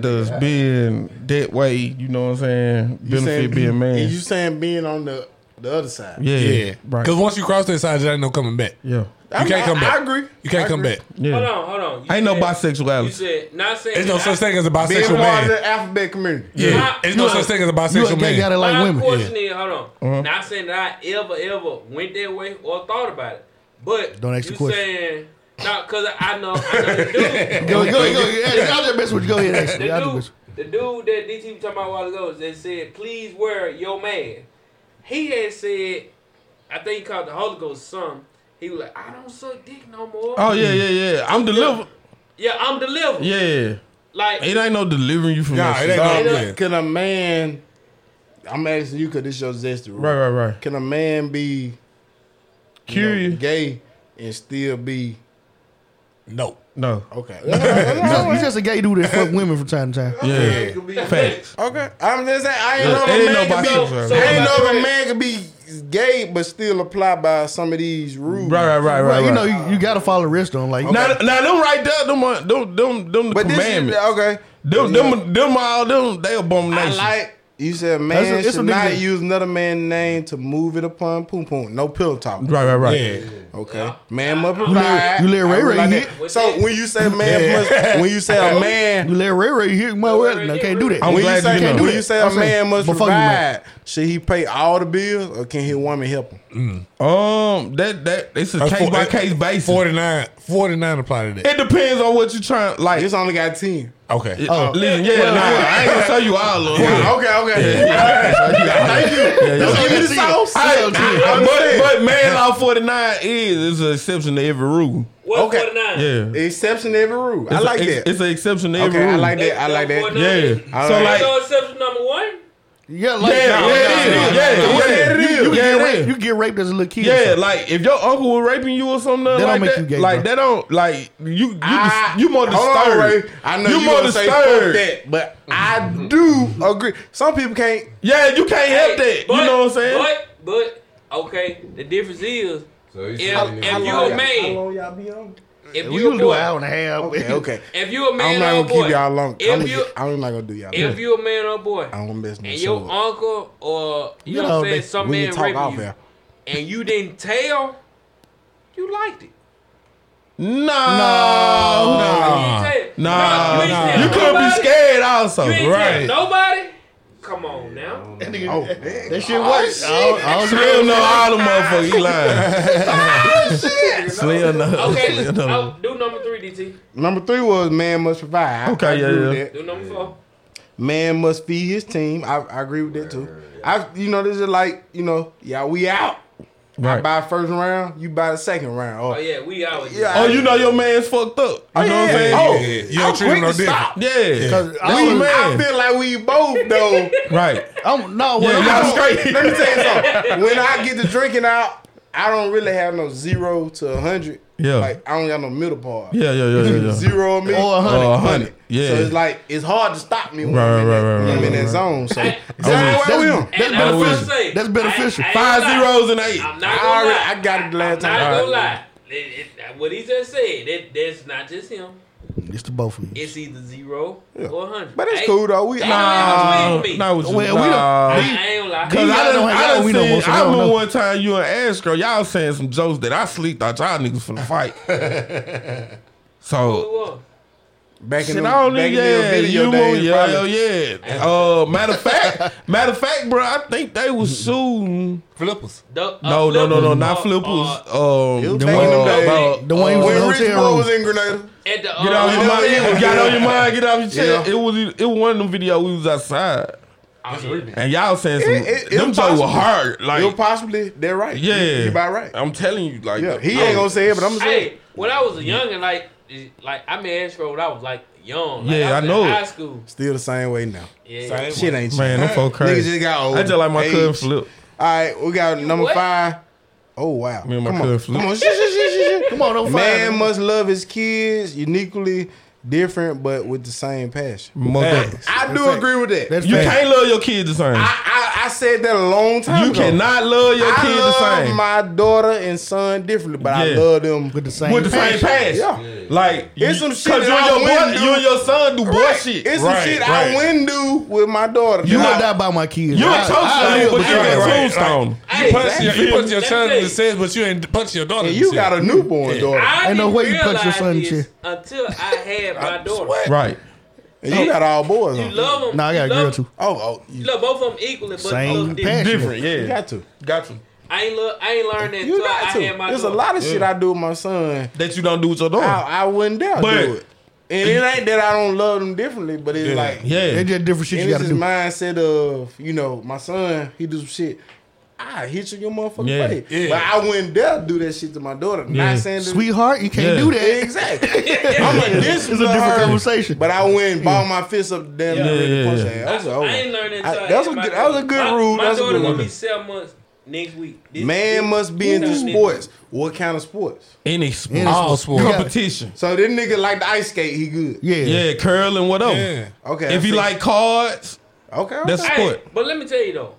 Speaker 7: does being that way? You know what I'm saying?
Speaker 8: You
Speaker 7: Benefit
Speaker 8: saying-
Speaker 7: being man.
Speaker 8: and You saying being on the, the other side.
Speaker 7: yeah,
Speaker 5: yeah,
Speaker 7: right.
Speaker 5: Because once you cross that side, there ain't no coming back.
Speaker 7: Yeah,
Speaker 5: You can't come back.
Speaker 8: I agree.
Speaker 5: You can't
Speaker 8: I
Speaker 5: come
Speaker 8: agree.
Speaker 5: back.
Speaker 7: yeah.
Speaker 2: Hold on, hold on. You
Speaker 7: Ain't no
Speaker 2: said- You
Speaker 7: bisexuality.
Speaker 2: said not saying
Speaker 5: There's no
Speaker 2: that
Speaker 5: such
Speaker 2: I-
Speaker 5: thing as a
Speaker 8: Being
Speaker 5: bisexual
Speaker 8: part of
Speaker 5: man.
Speaker 8: the alphabet community.
Speaker 5: Yeah,
Speaker 2: Nah,
Speaker 5: there's no
Speaker 2: nah.
Speaker 5: such thing as
Speaker 4: You
Speaker 5: a bisexual
Speaker 4: ain't got it
Speaker 5: man.
Speaker 4: like
Speaker 2: My
Speaker 4: women.
Speaker 2: question is, hold on. Not saying that I ever, ever went that way or thought about it. But
Speaker 4: Don't ask the
Speaker 2: you
Speaker 4: question.
Speaker 2: saying, no, because I know, I know the dude.
Speaker 4: Go, go, go. Yeah, I'll just mess with you. Go ahead.
Speaker 2: The
Speaker 4: Actually. I'll just
Speaker 2: dude,
Speaker 4: mess-
Speaker 2: the dude that DT was talking about a while ago that said, please wear your mask. He had said, I think he called the Holy Ghost some. He was like, I don't suck dick no more.
Speaker 7: Oh yeah, yeah, yeah. I'm delivered.
Speaker 2: Yeah, I'm delivered.
Speaker 7: Yeah.
Speaker 2: Like,
Speaker 7: It ain't no delivering you from
Speaker 5: Nah,
Speaker 7: that
Speaker 5: it
Speaker 7: shit.
Speaker 5: ain't
Speaker 8: Can
Speaker 5: no-
Speaker 8: a-
Speaker 5: Oh, Yeah.
Speaker 8: can a man? I'm asking you because this your zesty rule.
Speaker 7: Right, right, right.
Speaker 8: Can a man be you know,
Speaker 7: Curious.
Speaker 8: gay, and still be
Speaker 5: No.
Speaker 7: No.
Speaker 8: okay?
Speaker 4: No, He's just a gay dude that fuck women from time to time.
Speaker 7: Yeah. Facts.
Speaker 8: okay, I'm just saying I ain't
Speaker 7: Look,
Speaker 8: know
Speaker 7: it
Speaker 8: if a
Speaker 7: ain't
Speaker 8: man
Speaker 7: no
Speaker 8: could be.
Speaker 7: bisexual.
Speaker 2: So-
Speaker 8: I ain't
Speaker 2: so-
Speaker 8: know if a man could be gay but still apply by some of these rules.
Speaker 7: Right, right, right, right.
Speaker 4: Well,
Speaker 7: right.
Speaker 4: you know, you, you gotta follow the rest on. Like,
Speaker 7: now, now them right there, them are- them them them the
Speaker 8: But this is
Speaker 7: commandments.
Speaker 9: uh,
Speaker 8: okay.
Speaker 7: Them them them all them they
Speaker 8: I
Speaker 7: abominations.
Speaker 8: like. You said man
Speaker 4: That's a- it's
Speaker 8: should
Speaker 4: a nigga
Speaker 8: not
Speaker 4: that-
Speaker 8: use another man's name to move it upon poom poom. No pillow talk.
Speaker 7: right, right, right.
Speaker 8: Okay, man must
Speaker 4: let-
Speaker 8: provide.
Speaker 4: you let Ray
Speaker 8: I really
Speaker 4: Ray
Speaker 8: like
Speaker 4: hit.
Speaker 8: that. So when you say man must, when you say a man,
Speaker 4: you let Ray Ray hit my well. I can't do that.
Speaker 7: I'm
Speaker 8: when you
Speaker 7: glad
Speaker 8: say
Speaker 7: you know.
Speaker 8: when you say a
Speaker 4: I'm saying,
Speaker 8: man must
Speaker 4: but fuck you, man.
Speaker 8: provide, should he pay all the bills or can his woman help him?
Speaker 7: Um, that that it's a case by case basis.
Speaker 5: 49, 49 apply to that.
Speaker 7: It depends on what you trying like.
Speaker 8: This only got ten.
Speaker 5: Okay.
Speaker 7: It- listen, yeah, nah, I ain't gonna tell you all of them.
Speaker 8: Okay, okay. Thank you. Don't give me the sauce.
Speaker 7: I- I- but, but man law 49 is is an exception to every rule.
Speaker 2: what
Speaker 8: okay.
Speaker 2: 49?
Speaker 7: Yeah.
Speaker 8: Exception to every rule. I
Speaker 7: It's a-
Speaker 8: like
Speaker 7: it's-
Speaker 8: that.
Speaker 7: It's an exception to every
Speaker 8: Okay, I
Speaker 7: rule.
Speaker 8: like that. I like that.
Speaker 2: Yeah.
Speaker 7: Yeah.
Speaker 8: I
Speaker 7: so
Speaker 8: like-
Speaker 7: like,
Speaker 2: So exception number one?
Speaker 4: Yeah, like,
Speaker 7: yeah, yeah,
Speaker 4: nah, nah,
Speaker 7: it is. Yeah,
Speaker 4: nah, nah.
Speaker 7: yeah, it is.
Speaker 4: You
Speaker 7: Yeah,
Speaker 4: get
Speaker 7: it
Speaker 4: raped-
Speaker 7: is.
Speaker 4: you get raped as a little kid.
Speaker 7: Yeah, like if your uncle was raping you or something
Speaker 4: don't
Speaker 7: like
Speaker 4: make
Speaker 7: that,
Speaker 4: you gay,
Speaker 7: like that
Speaker 4: bro.
Speaker 7: don't like you. You,
Speaker 8: I-
Speaker 7: you more
Speaker 8: Hold on,
Speaker 7: disturbed.
Speaker 8: Ray. I know
Speaker 7: you,
Speaker 8: you,
Speaker 7: more
Speaker 8: gonna say fuck
Speaker 7: disturbed.
Speaker 8: that, but I do agree. Some people can't.
Speaker 7: Yeah, you can't help that.
Speaker 2: but-
Speaker 7: you know what I'm saying?
Speaker 2: But, but, okay, the difference is,
Speaker 1: So he's
Speaker 2: if,
Speaker 1: telling me-
Speaker 2: if you a
Speaker 8: How
Speaker 2: man,
Speaker 8: long y'all be on?
Speaker 2: if you
Speaker 4: we
Speaker 2: a
Speaker 4: gonna do an
Speaker 2: boy,
Speaker 4: hour and a half.
Speaker 8: Okay, okay.
Speaker 2: if you a man
Speaker 8: I'm not
Speaker 2: or
Speaker 8: gonna
Speaker 2: a boy,
Speaker 8: keep y'all long. I'm,
Speaker 2: if you,
Speaker 8: I'm not gonna do y'all.
Speaker 2: if
Speaker 8: long.
Speaker 2: you a man or a boy,
Speaker 8: I don't mess no
Speaker 2: and
Speaker 8: show
Speaker 2: your
Speaker 8: up.
Speaker 2: uncle or you
Speaker 4: You
Speaker 2: know, what
Speaker 4: know,
Speaker 2: I'm saying
Speaker 4: they-
Speaker 2: some
Speaker 8: we
Speaker 2: man
Speaker 8: can talk
Speaker 2: raping
Speaker 8: off
Speaker 2: you,
Speaker 8: air.
Speaker 2: and you didn't tell, you liked it.
Speaker 7: No, no,
Speaker 2: you didn't tell.
Speaker 7: no.
Speaker 2: you, ain't tell
Speaker 7: You could be
Speaker 2: nobody.
Speaker 7: scared also,
Speaker 2: You ain't
Speaker 7: right?
Speaker 2: tell nobody. Come on now.
Speaker 4: That shit works. I don't- I don't-
Speaker 7: Slim know all the motherfuckers. You lying? Slim know.
Speaker 2: Okay,
Speaker 7: Slim know.
Speaker 2: oh, do number three, DT.
Speaker 8: Number three was man must provide. I-
Speaker 7: Okay,
Speaker 8: I
Speaker 7: yeah,
Speaker 8: agree with
Speaker 7: yeah.
Speaker 8: that.
Speaker 2: Do number four.
Speaker 8: Man must feed his team. I, I agree with that too. I you know this is like you know yeah we out. I
Speaker 7: Right.
Speaker 8: buy first round, you buy the second round. Oh,
Speaker 2: Oh yeah, we out.
Speaker 8: Yeah,
Speaker 7: Oh, you know your man's fucked up. You know what I'm saying?
Speaker 8: Oh,
Speaker 5: Yeah, you don't
Speaker 8: I'm
Speaker 5: treat him
Speaker 8: quick
Speaker 5: no
Speaker 8: to stop.
Speaker 5: different.
Speaker 7: Yeah,
Speaker 4: I
Speaker 7: we
Speaker 4: was-
Speaker 8: I
Speaker 7: man.
Speaker 8: feel like we both though.
Speaker 7: Right.
Speaker 4: I'm no.
Speaker 7: Yeah,
Speaker 4: well,
Speaker 7: y'all straight.
Speaker 8: Let me tell you something. When I get to drinking out, I don't really have no zero to a hundred.
Speaker 7: Yeah.
Speaker 8: Like I don't got no middle part.
Speaker 7: Yeah, yeah, yeah, yeah, yeah.
Speaker 8: zero me
Speaker 7: Or a hundred. Or a hundred. Yeah.
Speaker 8: So it's like it's hard to stop me when
Speaker 7: Right,
Speaker 8: I'm in,
Speaker 7: right,
Speaker 8: that,
Speaker 7: right,
Speaker 8: when I'm
Speaker 7: right,
Speaker 8: in that
Speaker 7: right.
Speaker 8: zone. So
Speaker 7: That's-
Speaker 8: same way with him.
Speaker 2: That's And I'm beneficial. gonna say,
Speaker 8: That's
Speaker 2: beneficial. I- I ain't
Speaker 8: Five
Speaker 2: gonna lie.
Speaker 8: zeros and eight.
Speaker 2: I'm not gonna
Speaker 8: I already
Speaker 2: lie.
Speaker 8: I got it the last
Speaker 2: Not
Speaker 8: time.
Speaker 2: gonna lie. It- it- what he just said, that, that's not just him.
Speaker 4: It's the both of you.
Speaker 2: It's either zero or a hundred.
Speaker 8: But it's
Speaker 2: Ain't-
Speaker 8: cool though. We
Speaker 2: ain't no in between with me.
Speaker 7: no,
Speaker 4: Well, we
Speaker 2: I
Speaker 7: nah.
Speaker 2: ain't gonna lie.
Speaker 7: Cause
Speaker 4: Y'all
Speaker 7: I,
Speaker 4: know-
Speaker 7: done,
Speaker 4: y'all
Speaker 7: I,
Speaker 4: know
Speaker 7: done
Speaker 4: we know
Speaker 7: seen,
Speaker 4: most of
Speaker 7: I
Speaker 4: y'all
Speaker 7: remember
Speaker 4: know.
Speaker 7: one time you and Ash girl, y'all saying some jokes that I sleep thought y'all niggas finna fight. so
Speaker 2: Who
Speaker 8: Back in
Speaker 7: Shit,
Speaker 8: the
Speaker 7: I don't
Speaker 8: back
Speaker 7: need
Speaker 8: in the
Speaker 7: yeah,
Speaker 8: video
Speaker 7: you
Speaker 8: days,
Speaker 7: move, yeah,
Speaker 8: probably.
Speaker 7: yeah, yeah. Uh, matter of fact, matter of fact, bro, I think they was shooting.
Speaker 8: Flippers.
Speaker 2: The- uh,
Speaker 7: No, no, no, no,
Speaker 2: Flippers,
Speaker 7: not
Speaker 2: uh,
Speaker 7: flippers.
Speaker 2: uh,
Speaker 7: Um,
Speaker 8: Back in
Speaker 7: uh,
Speaker 8: them days.
Speaker 7: about-
Speaker 4: The one
Speaker 7: uh,
Speaker 4: who was in the
Speaker 8: When Rich
Speaker 4: hotel
Speaker 8: Boy
Speaker 4: room.
Speaker 8: was in Grenada.
Speaker 2: at the, uh,
Speaker 7: Get out your
Speaker 8: Oh, yeah.
Speaker 7: mind. Get out your mind. Get out your
Speaker 8: Yeah.
Speaker 7: chest. It was it was one of them videos we was outside. And y'all saying some
Speaker 8: It- it-
Speaker 7: them jokes
Speaker 8: it's possible.
Speaker 7: were hard.
Speaker 8: You're
Speaker 7: Like
Speaker 8: possibly they're right. You-
Speaker 7: yeah,
Speaker 8: you about right.
Speaker 7: I'm telling you, like
Speaker 8: Yeah, he
Speaker 4: Oh.
Speaker 8: ain't gonna say it, but I'm gonna say it.
Speaker 2: Hey, when I was a young and like, eh, like I met Astro when I was like young. Like,
Speaker 7: Yeah,
Speaker 2: was
Speaker 7: I
Speaker 2: in
Speaker 7: know it.
Speaker 2: High school.
Speaker 8: Still the same way now.
Speaker 2: Yeah.
Speaker 8: Shit ain't changed.
Speaker 7: Man, them folk
Speaker 8: Niggas
Speaker 7: crazy.
Speaker 8: just got old.
Speaker 7: I just like my
Speaker 8: Age.
Speaker 7: cousin Flip.
Speaker 8: All right, we got number
Speaker 2: what?
Speaker 8: five. Oh wow!
Speaker 7: Me and my
Speaker 8: Come
Speaker 7: cousin
Speaker 8: on,
Speaker 7: Flip.
Speaker 8: come on, shh, shh, shh, shh, shh.
Speaker 4: Come on, don't
Speaker 8: Man
Speaker 4: find
Speaker 8: must love his kids uniquely different, but with the same passion.
Speaker 7: Motherfucker.
Speaker 8: I do
Speaker 4: That's
Speaker 8: agree with that.
Speaker 4: That's
Speaker 7: You
Speaker 4: fact.
Speaker 7: can't love your kids the same.
Speaker 8: I, I I said that a long time
Speaker 7: You
Speaker 8: ago.
Speaker 7: cannot love your
Speaker 8: I
Speaker 7: kids
Speaker 8: love
Speaker 7: the same.
Speaker 8: my daughter and son differently, but I
Speaker 7: Yeah.
Speaker 8: love them
Speaker 4: with the same.
Speaker 7: With the same
Speaker 8: passion.
Speaker 7: pass.
Speaker 8: Yeah.
Speaker 7: Like
Speaker 8: It's
Speaker 7: you-
Speaker 8: some shit
Speaker 7: Cause you
Speaker 8: that
Speaker 7: and,
Speaker 8: I
Speaker 7: your boy,
Speaker 8: wouldn't do.
Speaker 7: you and your son do boy shit.
Speaker 8: It's some shit I wouldn't do with my daughter.
Speaker 4: You
Speaker 8: that
Speaker 4: gonna
Speaker 8: I-
Speaker 4: die by my kids.
Speaker 7: You a
Speaker 4: I- I
Speaker 7: tombstone,
Speaker 4: live
Speaker 7: but
Speaker 4: with
Speaker 7: you
Speaker 4: y'all.
Speaker 7: ain't
Speaker 5: right,
Speaker 7: tombstone.
Speaker 2: Hey,
Speaker 5: Punch your, you
Speaker 2: that's
Speaker 5: punch your
Speaker 2: it.
Speaker 5: son in the chest, but you ain't punch your daughter.
Speaker 8: And
Speaker 5: in
Speaker 8: you
Speaker 5: the
Speaker 8: got a newborn daughter.
Speaker 2: I
Speaker 4: Ain't no
Speaker 2: didn't
Speaker 4: way you punch your
Speaker 2: realize
Speaker 4: son in the
Speaker 2: this
Speaker 4: chest.
Speaker 2: until I had my daughter.
Speaker 7: Right.
Speaker 8: And you got all boys.
Speaker 2: You
Speaker 8: on.
Speaker 2: love them.
Speaker 4: Nah, I got a
Speaker 2: you
Speaker 4: girl
Speaker 2: love-
Speaker 4: too.
Speaker 8: Oh, oh, you
Speaker 2: You love both of them equally, but
Speaker 4: Same
Speaker 2: love different.
Speaker 4: passion.
Speaker 7: Different, yeah.
Speaker 8: got to.
Speaker 7: Got to.
Speaker 2: I ain't love. I ain't learned that
Speaker 8: You
Speaker 2: until I
Speaker 8: got to.
Speaker 2: had my
Speaker 8: There's a
Speaker 2: daughter.
Speaker 8: lot of shit I do with my son.
Speaker 7: That you don't do with your daughter.
Speaker 8: I, I wouldn't dare
Speaker 7: Oh. But-
Speaker 8: do it. And it ain't that I don't love them differently, but it's like
Speaker 7: yeah.
Speaker 4: They just different shit
Speaker 8: and
Speaker 4: you
Speaker 8: it's
Speaker 4: gotta
Speaker 8: his
Speaker 4: do.
Speaker 8: mindset of you know my son he do some shit. I hit you in your motherfucking
Speaker 7: Yeah.
Speaker 8: face,
Speaker 5: Yeah.
Speaker 8: but I wouldn't dare do that shit to my daughter.
Speaker 7: Yeah.
Speaker 8: Not saying that
Speaker 4: Sweetheart, you can't
Speaker 7: Yeah.
Speaker 4: do that.
Speaker 8: exactly. I'm like this
Speaker 4: It's a different
Speaker 8: her,
Speaker 4: conversation. Hmm.
Speaker 8: But I wouldn't ball my fist up damn
Speaker 7: Yeah,
Speaker 8: near
Speaker 7: yeah,
Speaker 8: and punch
Speaker 7: yeah.
Speaker 8: her.
Speaker 2: I,
Speaker 8: That's over.
Speaker 2: I ain't learned that.
Speaker 8: I-
Speaker 2: until I
Speaker 8: that's
Speaker 2: had
Speaker 8: a
Speaker 2: my
Speaker 8: good- that was a
Speaker 2: daughter.
Speaker 8: good
Speaker 2: My-
Speaker 8: rule.
Speaker 2: My
Speaker 8: That's a
Speaker 2: daughter
Speaker 8: good
Speaker 2: gonna
Speaker 8: rule.
Speaker 2: be seven months next week. This-
Speaker 8: Man
Speaker 2: this-
Speaker 8: must be into
Speaker 2: this-
Speaker 8: sports. What kind of sports?
Speaker 7: Any
Speaker 4: Any
Speaker 7: sport. All
Speaker 4: sport.
Speaker 7: sport.
Speaker 4: You gotta-
Speaker 7: Competition.
Speaker 8: So this nigga like the ice skate, he good.
Speaker 4: Yeah.
Speaker 7: Yeah, curling, whatever.
Speaker 5: Yeah.
Speaker 8: Okay.
Speaker 7: If
Speaker 8: I
Speaker 7: you
Speaker 8: see.
Speaker 7: like cards,
Speaker 8: okay, okay.
Speaker 7: that's
Speaker 2: Hey,
Speaker 7: sport.
Speaker 2: but let me tell you though,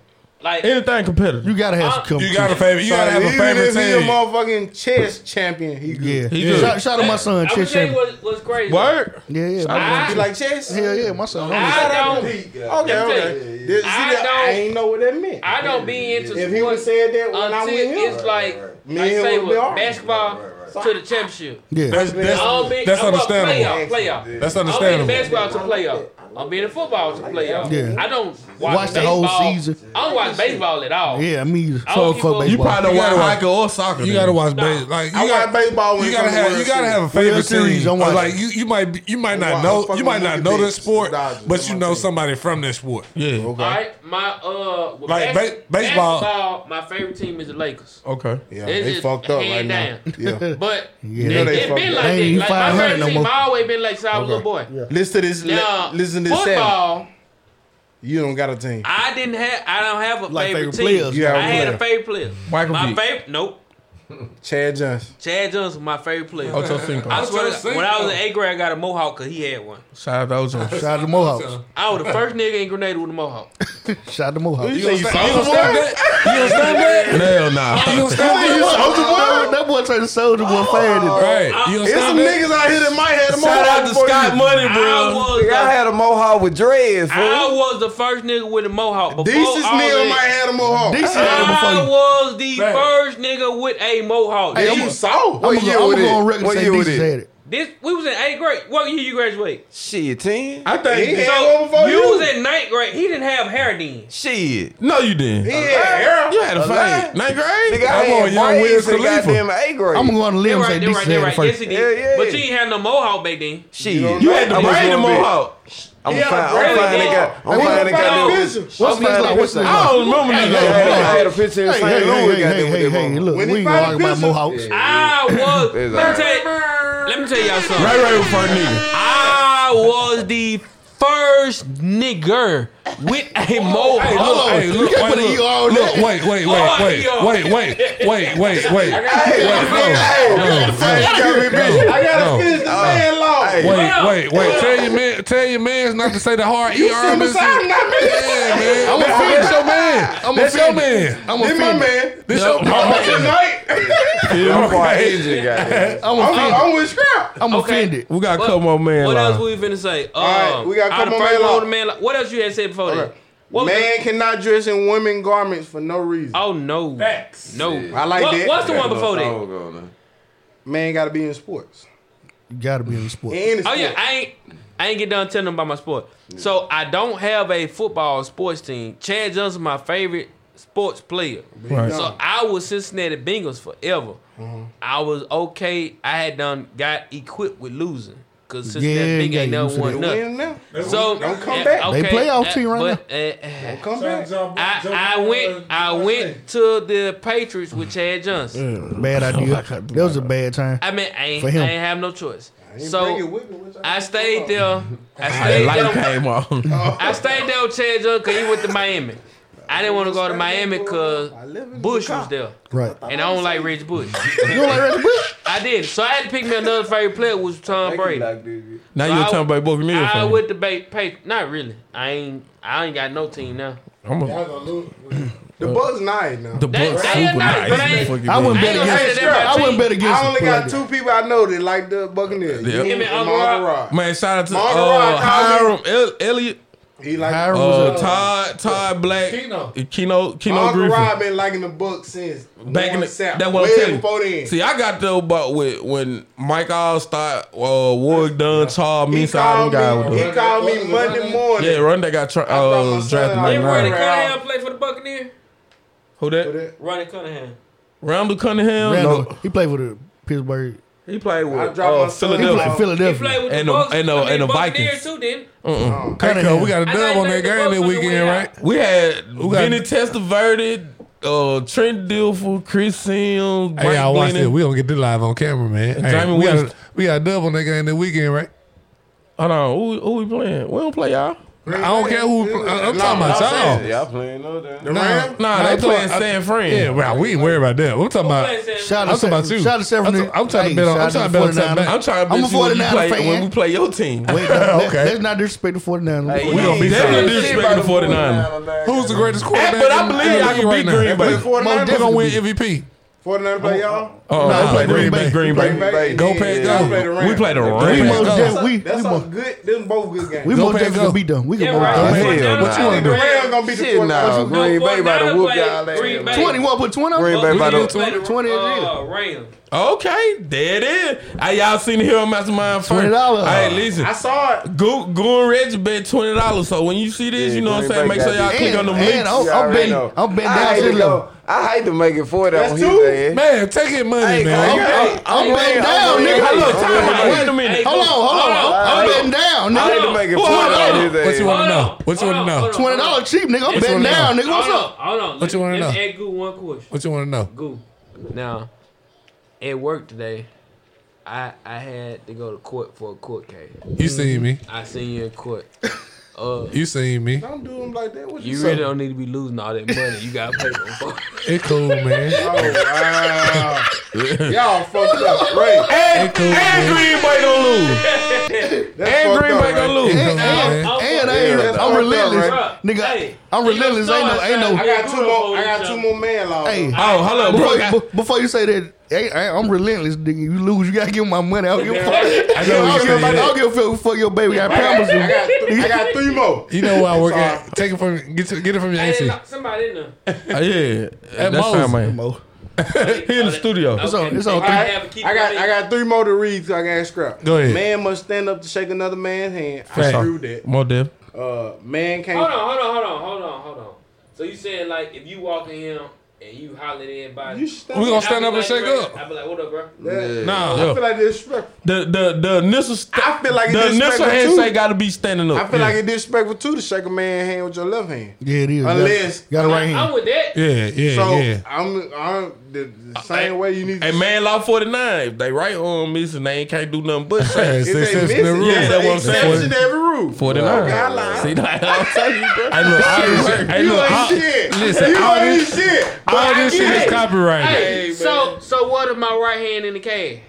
Speaker 2: like
Speaker 7: Anything competitive.
Speaker 4: You gotta have
Speaker 2: Uh,
Speaker 4: some
Speaker 5: chest.
Speaker 4: competition.
Speaker 5: You got a favorite. You
Speaker 8: So
Speaker 5: gotta have a
Speaker 8: even
Speaker 5: favorite
Speaker 8: if he a
Speaker 5: team.
Speaker 8: motherfucking chess champion, he good.
Speaker 4: Yeah.
Speaker 7: He good.
Speaker 4: Shout, shout out my
Speaker 2: I'm
Speaker 4: son,
Speaker 2: gonna
Speaker 4: Chess
Speaker 2: tell you
Speaker 4: Champion.
Speaker 2: what, what's crazy.
Speaker 7: Word.
Speaker 4: Yeah, yeah.
Speaker 2: I-
Speaker 8: You like chess?
Speaker 4: Hell yeah, my son.
Speaker 2: I don't.
Speaker 8: Okay,
Speaker 2: Let me
Speaker 8: okay.
Speaker 2: tell you.
Speaker 8: This- see
Speaker 2: I
Speaker 8: that- I
Speaker 2: don't-
Speaker 8: ain't know what that meant.
Speaker 2: I don't be into
Speaker 8: if he would have
Speaker 2: sports
Speaker 8: said that when I
Speaker 2: until
Speaker 8: went here,
Speaker 2: it's like
Speaker 8: Me
Speaker 2: like
Speaker 8: and
Speaker 2: say
Speaker 8: him would be
Speaker 2: with
Speaker 8: all right.
Speaker 2: basketball to the championship.
Speaker 4: Yeah.
Speaker 5: That's, that's,
Speaker 2: I'll be,
Speaker 5: that's
Speaker 2: I'm about
Speaker 5: understandable.
Speaker 2: Playoff, playoff.
Speaker 5: That's
Speaker 2: I'm being
Speaker 5: understandable.
Speaker 2: basketball to playoff. I'm being football to playoff.
Speaker 4: Yeah.
Speaker 2: I don't watch,
Speaker 4: Watch the whole
Speaker 2: baseball.
Speaker 4: season.
Speaker 2: I don't watch baseball at all.
Speaker 4: Yeah, me either.
Speaker 2: I don't
Speaker 4: So,
Speaker 2: give
Speaker 4: fuck
Speaker 2: a-
Speaker 4: baseball.
Speaker 2: You
Speaker 7: Probably don't
Speaker 5: You
Speaker 7: watch
Speaker 5: gotta watch-
Speaker 7: hockey or soccer.
Speaker 5: You
Speaker 7: then.
Speaker 5: gotta watch baseball. Like you
Speaker 8: I
Speaker 5: gotta,
Speaker 8: watch baseball when
Speaker 5: you
Speaker 8: it
Speaker 5: gotta
Speaker 8: comes to
Speaker 5: have
Speaker 8: World
Speaker 5: you gotta
Speaker 8: Series.
Speaker 5: have a favorite
Speaker 4: Series,
Speaker 5: team.
Speaker 4: don't
Speaker 5: Or
Speaker 4: watch
Speaker 5: like you, you might be- you might
Speaker 8: wa-
Speaker 5: not
Speaker 8: I
Speaker 5: know you
Speaker 8: fucking
Speaker 5: might not
Speaker 8: look
Speaker 5: know
Speaker 8: at
Speaker 5: the
Speaker 8: this,
Speaker 5: sport,
Speaker 8: Dodgers,
Speaker 5: but
Speaker 8: I'm
Speaker 5: you
Speaker 8: my
Speaker 5: know
Speaker 8: team.
Speaker 5: somebody from this sport.
Speaker 7: Yeah.
Speaker 2: All right, my uh, with
Speaker 5: Like,
Speaker 2: bas-
Speaker 5: ba- baseball-
Speaker 2: basketball, My favorite team is the Lakers.
Speaker 7: Okay.
Speaker 8: Yeah,
Speaker 2: It's
Speaker 8: they
Speaker 2: just
Speaker 8: fucked up
Speaker 2: hand
Speaker 8: right now. Yeah.
Speaker 2: But
Speaker 4: Yeah.
Speaker 2: it,
Speaker 4: You know
Speaker 8: they
Speaker 2: it
Speaker 8: fucked
Speaker 2: been
Speaker 8: up.
Speaker 2: like
Speaker 4: They
Speaker 2: that.
Speaker 4: ain't
Speaker 2: Like, my
Speaker 4: 500
Speaker 2: favorite
Speaker 4: no
Speaker 2: team
Speaker 4: more.
Speaker 2: always been like since I was a little boy.
Speaker 8: Listen to this. li-
Speaker 2: Now,
Speaker 8: listen to this. Sam.
Speaker 2: football.
Speaker 8: You don't got a team.
Speaker 2: I didn't have. I don't have a
Speaker 4: Like
Speaker 2: favorite,
Speaker 4: favorite
Speaker 2: team.
Speaker 4: players.
Speaker 8: You have
Speaker 2: I
Speaker 8: a
Speaker 2: had
Speaker 8: player.
Speaker 2: a favorite player.
Speaker 7: Michael
Speaker 2: my
Speaker 7: Vick.
Speaker 2: favorite. Nope.
Speaker 8: Chad Johnson.
Speaker 2: Chad Johnson, my favorite player.
Speaker 7: Ocho Cinco.
Speaker 2: I swear,
Speaker 5: Ocho
Speaker 2: to,
Speaker 5: Cinco.
Speaker 2: God, when I was in eighth grade, I got a mohawk because he had one.
Speaker 7: Shout out to Ocho.
Speaker 4: Shout out to Mohawks.
Speaker 2: I was the first nigga in Grenada with a mohawk.
Speaker 4: Shout out to Mohawks.
Speaker 8: You say
Speaker 5: You
Speaker 8: Soulja
Speaker 5: understand
Speaker 8: Boy?
Speaker 5: that? You understand that?
Speaker 7: Hell nah.
Speaker 5: You understand that?
Speaker 4: Soldier boy? That boy turned soldier boy fan. didn't he?
Speaker 5: Right. You
Speaker 8: It's some
Speaker 5: understand that?
Speaker 8: niggas out here that might have the
Speaker 7: Shout out to Scott Money,
Speaker 2: I
Speaker 7: bro.
Speaker 2: was, the,
Speaker 9: Y'all had a mohawk with dreads,
Speaker 2: I
Speaker 9: fool.
Speaker 2: was the first nigga with a mohawk. Before
Speaker 8: Desus
Speaker 2: all
Speaker 8: Neal
Speaker 2: that,
Speaker 8: might have the mohawk.
Speaker 4: Dixie had him
Speaker 2: I
Speaker 4: before you.
Speaker 2: was the first nigga with a mohawk.
Speaker 8: Hey,
Speaker 2: This-
Speaker 8: you saw?
Speaker 4: I'm
Speaker 9: What
Speaker 4: gonna
Speaker 9: year
Speaker 4: go- I'm
Speaker 9: was
Speaker 4: gonna go
Speaker 9: it?
Speaker 4: on record and
Speaker 9: What
Speaker 4: say
Speaker 9: year was
Speaker 4: Dixie
Speaker 9: it?
Speaker 4: had it.
Speaker 2: this we was in eighth grade. What year you graduate?
Speaker 9: Shit, 10.
Speaker 7: I
Speaker 8: He
Speaker 7: think.
Speaker 8: had one before
Speaker 2: you
Speaker 8: you.
Speaker 2: was in ninth grade. He didn't have hair then.
Speaker 9: Shit.
Speaker 7: No, you didn't. Uh,
Speaker 8: Yeah,
Speaker 7: You had a fade.
Speaker 9: Alive.
Speaker 7: Ninth grade?
Speaker 9: Nigga, I
Speaker 5: Come on,
Speaker 9: had
Speaker 5: young
Speaker 9: braids
Speaker 5: Wiz
Speaker 9: in
Speaker 5: Khalifa.
Speaker 9: goddamn A grade.
Speaker 4: I'm gonna go on the
Speaker 2: They
Speaker 4: limb and
Speaker 2: right,
Speaker 4: say
Speaker 2: they right,
Speaker 4: Dixie
Speaker 2: they
Speaker 4: had it
Speaker 2: right. Yes,
Speaker 4: first.
Speaker 2: he did.
Speaker 9: Yeah, yeah.
Speaker 2: But you ain't had no mohawk back then.
Speaker 9: Shit.
Speaker 7: You had the
Speaker 9: I'm gonna
Speaker 7: braid
Speaker 9: go
Speaker 7: and
Speaker 9: with it.
Speaker 7: mohawk.
Speaker 9: I'm
Speaker 8: Yeah,
Speaker 9: fine.
Speaker 2: really,
Speaker 9: I'm fine. They
Speaker 2: yeah.
Speaker 9: got. I'm fine. They got
Speaker 8: Hey,
Speaker 9: them.
Speaker 8: look,
Speaker 4: What's
Speaker 9: I'm fine,
Speaker 4: this like?
Speaker 9: they
Speaker 4: What's
Speaker 9: got
Speaker 4: this
Speaker 9: them.
Speaker 7: I
Speaker 2: Oh,
Speaker 4: like?
Speaker 7: don't remember
Speaker 9: Hey,
Speaker 7: niggas.
Speaker 9: hey, hey, I
Speaker 7: Hold
Speaker 9: had
Speaker 7: on.
Speaker 9: a picture in
Speaker 4: Hey,
Speaker 9: St.
Speaker 4: hey,
Speaker 9: Louis.
Speaker 4: hey, hey, hey, hey, hey, look, we
Speaker 8: When he
Speaker 4: ain't
Speaker 8: find
Speaker 4: gonna argue about
Speaker 8: pictures-
Speaker 4: Mohawks.
Speaker 2: I was.
Speaker 9: It's
Speaker 2: let, me
Speaker 9: alright.
Speaker 2: tell you, let me tell y'all something.
Speaker 7: Ray Ray was first nigga.
Speaker 2: I was the first nigga with a mohawk.
Speaker 5: Hey, look, hey, look, wait, look, look, wait, wait, wait,
Speaker 2: Oh,
Speaker 5: wait,
Speaker 2: ER.
Speaker 5: wait, wait, wait, wait, wait.
Speaker 8: I gotta
Speaker 5: No.
Speaker 8: finish the
Speaker 4: Uh,
Speaker 8: man law.
Speaker 5: Wait, wait, wait. Tell your man, tell your man's not to say the hard
Speaker 8: You
Speaker 5: ER. man.
Speaker 8: sitting beside him, not me.
Speaker 5: Yeah, man.
Speaker 4: I'm
Speaker 5: That's
Speaker 4: offended.
Speaker 5: your man.
Speaker 4: I'm
Speaker 5: That's your
Speaker 4: offended.
Speaker 5: man.
Speaker 4: I'm
Speaker 8: This my
Speaker 4: offended.
Speaker 8: man.
Speaker 5: This your
Speaker 8: I'm
Speaker 5: man.
Speaker 8: tonight.
Speaker 9: I'm quite aging, goddamn.
Speaker 4: I'm
Speaker 8: I'm,
Speaker 4: offended.
Speaker 8: I'm with Scrap.
Speaker 4: I'm offended.
Speaker 7: We got a
Speaker 2: What-
Speaker 7: couple more man
Speaker 2: What else
Speaker 7: lines.
Speaker 2: we finna say? Um,
Speaker 8: right, we got a
Speaker 2: out of
Speaker 8: couple
Speaker 2: first
Speaker 8: man
Speaker 2: round
Speaker 8: law.
Speaker 2: of man law- What else you had said before that? What was
Speaker 8: Man
Speaker 2: the-
Speaker 8: cannot dress in women garments for no reason.
Speaker 2: Oh no, no.
Speaker 8: I like
Speaker 2: What-
Speaker 8: that.
Speaker 2: What's the one before that?
Speaker 9: Song on there.
Speaker 8: Man gotta be in sports.
Speaker 4: You gotta be in the sport.
Speaker 8: And in
Speaker 2: Oh
Speaker 8: sports.
Speaker 2: yeah, I ain't I ain't get done telling them about my sport. So I don't have a football sports team. Chad Johnson, my favorite sports player.
Speaker 7: Right.
Speaker 2: So I was Cincinnati Bengals forever.
Speaker 4: Mm-hmm.
Speaker 2: I was okay. I had done got equipped with losing because
Speaker 4: Yeah,
Speaker 2: Cincinnati Bengals
Speaker 4: yeah,
Speaker 2: ain't
Speaker 4: you
Speaker 2: never
Speaker 4: finna
Speaker 8: They
Speaker 2: won nothing.
Speaker 8: win now.
Speaker 2: So
Speaker 8: Don't come
Speaker 2: eh,
Speaker 8: back.
Speaker 4: They
Speaker 2: okay,
Speaker 4: playoff
Speaker 2: eh,
Speaker 4: team right
Speaker 2: but, eh,
Speaker 8: Come back.
Speaker 2: I, I went I went to the Patriots with Chad Johnson.
Speaker 4: Bad idea. That was a bad time.
Speaker 2: I mean, I ain't,
Speaker 4: For
Speaker 2: I
Speaker 4: him.
Speaker 2: ain't have no choice.
Speaker 8: Bring it
Speaker 2: So
Speaker 8: with me, which I-
Speaker 2: I stayed there. I
Speaker 7: Hey,
Speaker 2: stayed
Speaker 7: light
Speaker 2: there.
Speaker 7: came on.
Speaker 2: I stayed there with Chad Johnson because he went to Miami. I didn't want to go to Miami because Bush was there.
Speaker 4: Right.
Speaker 2: And I don't like Rich Bush.
Speaker 4: You don't like Reggie Bush?
Speaker 2: I did. So I had to pick me another favorite player, which was Tom Brady.
Speaker 7: Now you're
Speaker 2: So I-
Speaker 7: talking about Booker Mill.
Speaker 2: I
Speaker 7: fan.
Speaker 2: would debate Patriots. Not really. I ain't I ain't got no team now.
Speaker 7: I'm a,
Speaker 8: The Bucks nine now.
Speaker 7: the
Speaker 2: They-
Speaker 7: Bucks
Speaker 2: they
Speaker 7: super
Speaker 2: are nice, but I
Speaker 7: nice.
Speaker 2: ain't-
Speaker 7: Fucking
Speaker 4: I wouldn't
Speaker 7: man.
Speaker 4: bet
Speaker 2: ain't gonna say
Speaker 4: against.
Speaker 2: that about
Speaker 4: I
Speaker 2: you.
Speaker 4: wouldn't bet against.
Speaker 8: I only
Speaker 4: the
Speaker 8: got
Speaker 4: Spurs.
Speaker 8: two people I know that like the Buccaneers.
Speaker 7: Yeah.
Speaker 8: You
Speaker 2: Him and
Speaker 8: and
Speaker 2: Uncle
Speaker 8: Uncle
Speaker 2: Rob.
Speaker 8: Rob.
Speaker 7: Man, shout out to
Speaker 8: Monroe,
Speaker 7: uh,
Speaker 8: Kyrie.
Speaker 7: Hiram El- Elliott,
Speaker 8: He like
Speaker 4: Hiram
Speaker 8: Uncle
Speaker 7: uh, Todd, Todd Black, Keno,
Speaker 13: Keno.
Speaker 7: Keno, Griffin.
Speaker 8: Rob been liking the Bucks since
Speaker 7: Back in the, that what
Speaker 8: way
Speaker 7: I'm telling you.
Speaker 8: before then.
Speaker 7: See, I got though, but with when Mike Allstar, uh, Ward Dunn, Todd
Speaker 8: he
Speaker 7: Mesa, all
Speaker 8: called
Speaker 7: them guys.
Speaker 8: me.
Speaker 7: with
Speaker 8: He
Speaker 7: them.
Speaker 8: called me Monday morning.
Speaker 7: Yeah, run that got tra-
Speaker 8: brought my
Speaker 7: uh,
Speaker 8: son
Speaker 7: drafted
Speaker 8: out.
Speaker 7: by
Speaker 8: They
Speaker 7: nine.
Speaker 2: Ronnie
Speaker 8: Right.
Speaker 2: Cunningham played for the Buccaneers.
Speaker 7: Who
Speaker 8: For
Speaker 7: that?
Speaker 8: that.
Speaker 2: Ronnie Cunningham.
Speaker 7: Randall Cunningham.
Speaker 4: Randall,
Speaker 7: No,
Speaker 4: he played for the Pittsburgh.
Speaker 7: he played
Speaker 8: I
Speaker 7: with
Speaker 8: dropped
Speaker 7: uh,
Speaker 8: my son.
Speaker 4: He played
Speaker 7: Philadelphia.
Speaker 4: for
Speaker 2: He
Speaker 4: Philadelphia.
Speaker 2: played with
Speaker 7: And
Speaker 2: the
Speaker 7: the-
Speaker 2: Bucks.
Speaker 7: and the-
Speaker 2: I mean,
Speaker 7: and the
Speaker 2: Buccaneys
Speaker 7: Vikings.
Speaker 2: too, didn't?
Speaker 5: Cutco, we got a
Speaker 2: I thought
Speaker 5: dub on
Speaker 2: they played the
Speaker 5: that game that
Speaker 2: Bucks on the
Speaker 5: weekend,
Speaker 2: way out.
Speaker 5: right?
Speaker 7: We had Who
Speaker 5: got-
Speaker 7: Vinny Testaverde, uh, Trent Dilfer, Chris Sims, Mike
Speaker 5: Hey, y'all watch
Speaker 7: Glennon.
Speaker 5: this. We don't get this live on camera, man. Hey,
Speaker 7: Jamie
Speaker 5: we, got a,
Speaker 7: Winston.
Speaker 5: we got a dub on that game that weekend, right?
Speaker 7: Hold on, who, who we playing? We don't play y'all.
Speaker 5: I don't care who. I, am talking about y'all.
Speaker 9: Y'all playing no damn.
Speaker 8: The Rams.
Speaker 7: Nah,
Speaker 5: I'm
Speaker 7: they playing
Speaker 5: talking-
Speaker 7: San Fran.
Speaker 5: Yeah, well, we ain't worried about that. We're talking about.
Speaker 4: Shout
Speaker 5: I'm
Speaker 4: out
Speaker 5: talking about
Speaker 4: to
Speaker 5: you.
Speaker 4: Shout out to San
Speaker 5: I'm
Speaker 4: Fran-
Speaker 5: talking- I'm trying to
Speaker 4: Hey,
Speaker 5: bet on- I'm
Speaker 4: shout out
Speaker 5: trying to bet on
Speaker 4: 49ers.
Speaker 5: Tampa
Speaker 7: I'm trying to
Speaker 4: I'm
Speaker 7: bet
Speaker 4: a
Speaker 7: you when, you
Speaker 4: 49er
Speaker 7: play,
Speaker 4: fan.
Speaker 7: when we play your team.
Speaker 4: Wait, let-
Speaker 5: Okay.
Speaker 4: Let's not disrespect the 49ers.
Speaker 9: Hey,
Speaker 4: We
Speaker 9: you
Speaker 5: gonna
Speaker 9: ain't
Speaker 5: be
Speaker 9: saying
Speaker 5: sorry.
Speaker 9: shit
Speaker 7: Disrespecting
Speaker 9: about
Speaker 7: the 49ers.
Speaker 5: Who's the greatest quarterback?
Speaker 7: But I
Speaker 5: in-
Speaker 7: believe
Speaker 5: in the
Speaker 7: y'all
Speaker 5: league
Speaker 7: can beat Green
Speaker 5: now?
Speaker 7: Bay.
Speaker 5: Most
Speaker 8: 49ers?
Speaker 5: definitely gonna win MVP.
Speaker 8: 49 play y'all?
Speaker 7: Oh,
Speaker 4: No,
Speaker 7: nah,
Speaker 4: we play Green Bay.
Speaker 7: Green Bay.
Speaker 8: Green Bay.
Speaker 5: Go
Speaker 9: Yeah,
Speaker 5: Pack,
Speaker 9: yeah,
Speaker 5: go.
Speaker 9: yeah.
Speaker 8: play the Rams.
Speaker 7: We play the
Speaker 9: They
Speaker 7: Rams.
Speaker 4: We most
Speaker 5: Go.
Speaker 4: definitely. We
Speaker 8: That's
Speaker 4: we
Speaker 8: a
Speaker 4: mo-
Speaker 8: good, them both good games.
Speaker 4: we
Speaker 5: Go
Speaker 4: most
Speaker 5: Pack,
Speaker 4: definitely
Speaker 5: go.
Speaker 4: beat them. We can
Speaker 2: Yeah,
Speaker 4: both
Speaker 2: right.
Speaker 4: definitely-
Speaker 2: Hey,
Speaker 9: Hell
Speaker 2: what you
Speaker 9: nah.
Speaker 2: wanna
Speaker 8: the Rams gonna be the
Speaker 9: Shit, no.
Speaker 8: 49ers.
Speaker 9: Green
Speaker 2: No,
Speaker 9: Bay about to
Speaker 2: 49ers
Speaker 9: whoop
Speaker 2: played
Speaker 9: y'all
Speaker 2: Green
Speaker 9: ass.
Speaker 2: Bay.
Speaker 4: 21 put 20 up.
Speaker 9: Green Bay about
Speaker 2: Buccaneers
Speaker 9: to
Speaker 2: played the
Speaker 4: 20
Speaker 2: uh, Rams.
Speaker 7: Okay, there it is. Hey, y'all seen the Hero Mastermind first?
Speaker 4: $20.
Speaker 7: Hey, listen.
Speaker 8: I saw it.
Speaker 7: Go, go and Reggie bet twenty dollars. So when you see this,
Speaker 9: Yeah,
Speaker 7: you know what I'm
Speaker 9: Green
Speaker 7: saying.
Speaker 9: Bay
Speaker 7: Make sure y'all
Speaker 9: got
Speaker 7: click on the
Speaker 4: And-
Speaker 7: link.
Speaker 4: and I'm-
Speaker 9: You
Speaker 4: I'm
Speaker 9: already
Speaker 4: betting.
Speaker 9: know.
Speaker 4: I'm betting
Speaker 9: I
Speaker 4: down to
Speaker 9: hate to
Speaker 4: them.
Speaker 9: go. I hate to make it for that
Speaker 8: That's
Speaker 9: on
Speaker 8: two.
Speaker 9: his ass.
Speaker 5: Man, take your money,
Speaker 9: Hey,
Speaker 5: man.
Speaker 9: Green Bay.
Speaker 4: I'm betting down, nigga.
Speaker 9: I'm betting-
Speaker 4: Hold on,
Speaker 9: I'm betting-
Speaker 7: Time out. Wait a minute.
Speaker 4: hold on, hold on. I'm- I'm betting down,
Speaker 9: I hate
Speaker 4: nigga.
Speaker 9: to make it
Speaker 7: Hold
Speaker 9: for
Speaker 7: on,
Speaker 9: that
Speaker 7: hold
Speaker 9: on his
Speaker 5: What you
Speaker 9: ass.
Speaker 5: want to know?
Speaker 2: Hold
Speaker 5: What you
Speaker 2: on,
Speaker 5: want to
Speaker 2: hold
Speaker 5: know?
Speaker 2: on.
Speaker 4: Twenty dollars cheap, nigga. I'm betting
Speaker 5: one now?
Speaker 4: down, nigga. What's
Speaker 2: hold
Speaker 4: up?
Speaker 2: On, hold on.
Speaker 5: What you wanna
Speaker 2: Let's
Speaker 5: know?
Speaker 2: ask Goo one question.
Speaker 5: What you want to know?
Speaker 2: Goo. Now, at work today, I I had to go to court for a court case.
Speaker 5: You seen me.
Speaker 2: I seen you in court. Uh,
Speaker 5: You seen me.
Speaker 8: Don't do them like that. What you
Speaker 2: you really don't need to be losing all that money. You got paid for.
Speaker 5: It cool, man.
Speaker 8: wow. Y'all fucked up. Right.
Speaker 7: And,
Speaker 5: cool,
Speaker 7: and
Speaker 5: man.
Speaker 7: Green Bay gonna lose.
Speaker 8: That's
Speaker 7: And
Speaker 8: fucked
Speaker 7: Green
Speaker 8: up,
Speaker 7: Bay
Speaker 8: right?
Speaker 7: gonna lose.
Speaker 5: It cool, man.
Speaker 4: And I
Speaker 8: that's
Speaker 4: ain't, I'm
Speaker 8: fucked
Speaker 4: relentless,
Speaker 2: up, right?
Speaker 4: nigga.
Speaker 2: Hey,
Speaker 4: I'm
Speaker 2: you
Speaker 4: relentless.
Speaker 2: know
Speaker 4: Ain't no,
Speaker 2: I
Speaker 4: ain't
Speaker 2: said-
Speaker 4: no.
Speaker 8: I got two more. I got two more man laws.
Speaker 4: Hey,
Speaker 7: Oh, hello, bro.
Speaker 4: Before,
Speaker 7: I-
Speaker 4: be- before you say that, hey, I, I'm relentless, nigga. You lose, you gotta give my money. I don't give a fuck. I,
Speaker 7: know what
Speaker 4: don't
Speaker 7: you're
Speaker 4: give a- I
Speaker 7: saying.
Speaker 4: don't give a fuck. Fuck your baby. I promised you.
Speaker 8: I got, th- I got three more.
Speaker 5: You know where I work at? Take it from get to, get it from your
Speaker 2: Hey,
Speaker 5: auntie.
Speaker 2: there's somebody in there.
Speaker 7: Uh, yeah,
Speaker 5: At
Speaker 7: that's
Speaker 5: Mo's.
Speaker 7: how man. He in the studio.
Speaker 4: It's on. It's
Speaker 2: All
Speaker 4: on.
Speaker 2: right.
Speaker 4: Three.
Speaker 2: have to keep
Speaker 8: I got
Speaker 2: it
Speaker 8: I got three more to read so I can ask scrap.
Speaker 5: Go ahead.
Speaker 8: Man must stand up to shake another man's hand.
Speaker 7: Fact.
Speaker 8: I screw that.
Speaker 7: More depth.
Speaker 8: Uh, man can't.
Speaker 2: Hold on, hold on, hold on, hold on, hold on. So you saying like if you walk in here and you holler at everybody,
Speaker 8: You stand
Speaker 5: We
Speaker 8: up.
Speaker 5: gonna stand up and shake
Speaker 2: bro,
Speaker 5: up.
Speaker 2: I be like, what up, bro?
Speaker 8: That-
Speaker 7: Nah,
Speaker 8: I feel like it's disrespectful.
Speaker 7: the the the initial st-
Speaker 8: I feel like it's
Speaker 7: the initial
Speaker 8: disrespectful
Speaker 7: handshake
Speaker 8: too.
Speaker 7: got to be standing up.
Speaker 8: I feel
Speaker 7: yeah.
Speaker 8: like it's disrespectful too to shake a man's hand with your left hand.
Speaker 4: Yeah, it is.
Speaker 8: Unless-
Speaker 4: got a right
Speaker 2: I'm
Speaker 4: hand.
Speaker 2: with that.
Speaker 5: Yeah, yeah,
Speaker 8: So
Speaker 5: yeah.
Speaker 8: I'm, I'm the, the same way you need.
Speaker 7: Hey man, law forty nine. If they right arm missing, they ain't can't do nothing but say.
Speaker 8: If they miss it, yeah,
Speaker 7: Yeah, that's what I'm
Speaker 8: exception
Speaker 7: saying.
Speaker 8: to every rule.
Speaker 7: Forty nine.
Speaker 8: Guideline.
Speaker 7: See, like I'm telling you, bro. Hey, look, I
Speaker 8: Shit,
Speaker 7: hey,
Speaker 8: you
Speaker 7: look,
Speaker 8: ain't
Speaker 7: I-
Speaker 8: shit.
Speaker 7: Listen,
Speaker 8: you
Speaker 7: all
Speaker 8: ain't
Speaker 7: this,
Speaker 8: shit.
Speaker 7: all
Speaker 8: But I
Speaker 7: this shit
Speaker 8: get
Speaker 7: is
Speaker 8: it.
Speaker 7: copyrighted.
Speaker 8: Hey,
Speaker 2: so so what if my right hand in the cage?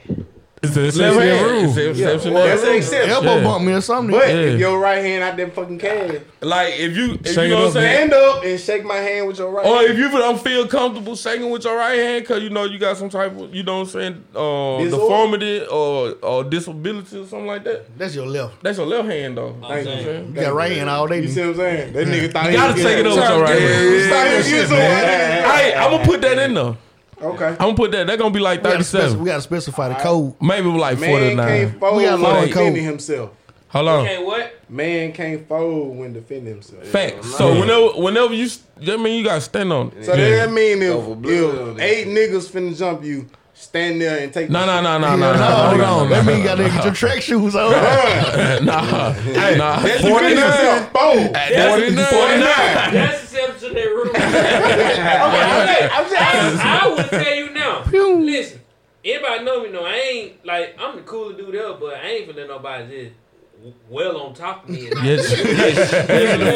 Speaker 7: It's an
Speaker 4: Left
Speaker 7: exception to
Speaker 4: hand.
Speaker 7: the rule.
Speaker 4: Yeah.
Speaker 7: It's an exception to
Speaker 8: Well,
Speaker 7: the
Speaker 8: that's an
Speaker 7: rule.
Speaker 8: exception.
Speaker 4: Elbow
Speaker 7: Yeah.
Speaker 4: bump me or something.
Speaker 8: But
Speaker 7: Yeah.
Speaker 8: if your right hand out that fucking cage,
Speaker 7: Like if you, if
Speaker 5: Shake
Speaker 7: you
Speaker 5: it
Speaker 7: know what
Speaker 5: up,
Speaker 7: I'm saying.
Speaker 8: stand up and shake my hand with your right.
Speaker 7: Or
Speaker 8: hand.
Speaker 7: if you don't feel comfortable shaking with your right hand because you know you got some type of, you know what I'm saying, uh,
Speaker 8: Disorder?
Speaker 7: deformity or, or disability or something like that.
Speaker 4: That's your left.
Speaker 7: That's your left hand though. Thank you, man.
Speaker 4: You got right hand all day.
Speaker 8: You see what I'm saying? That nigga thought
Speaker 7: You gotta
Speaker 8: he was
Speaker 7: take it
Speaker 8: getting-
Speaker 7: over with your right hand.
Speaker 8: Thought he was getting some-
Speaker 7: Hey, I'm gonna put that in though.
Speaker 8: Okay.
Speaker 7: I'm gonna put that. That's gonna be like
Speaker 4: We gotta, speci-
Speaker 7: 37.
Speaker 4: we gotta specify the code.
Speaker 7: Maybe like
Speaker 8: Man can't
Speaker 7: 49.
Speaker 8: fold
Speaker 4: We got
Speaker 8: when
Speaker 4: law and code.
Speaker 8: defending himself.
Speaker 7: Hold on.
Speaker 2: Okay, what?
Speaker 8: Man can't fold when defending himself.
Speaker 7: Facts. So whenever whenever you, that mean you gotta stand on it.
Speaker 8: So that mean if,
Speaker 9: Over blue.
Speaker 8: if eight niggas finna jump you, stand there and take.
Speaker 7: No,
Speaker 8: the
Speaker 7: no,
Speaker 8: shit.
Speaker 7: no, no,
Speaker 4: Yeah,
Speaker 7: no, no.
Speaker 4: no,
Speaker 7: Hold
Speaker 4: no,
Speaker 7: on.
Speaker 4: That
Speaker 7: no,
Speaker 4: mean you
Speaker 7: no,
Speaker 4: gotta get your track shoes on.
Speaker 7: Nah, nah.
Speaker 8: That's you finna yourself fold.
Speaker 2: That's exception to that rule. okay, I'm just, I, I would tell you now. Listen, anybody know me? No, I ain't like I'm the coolest dude ever, but I ain't finna let nobody just w- well on top of me. And I-
Speaker 7: Yes.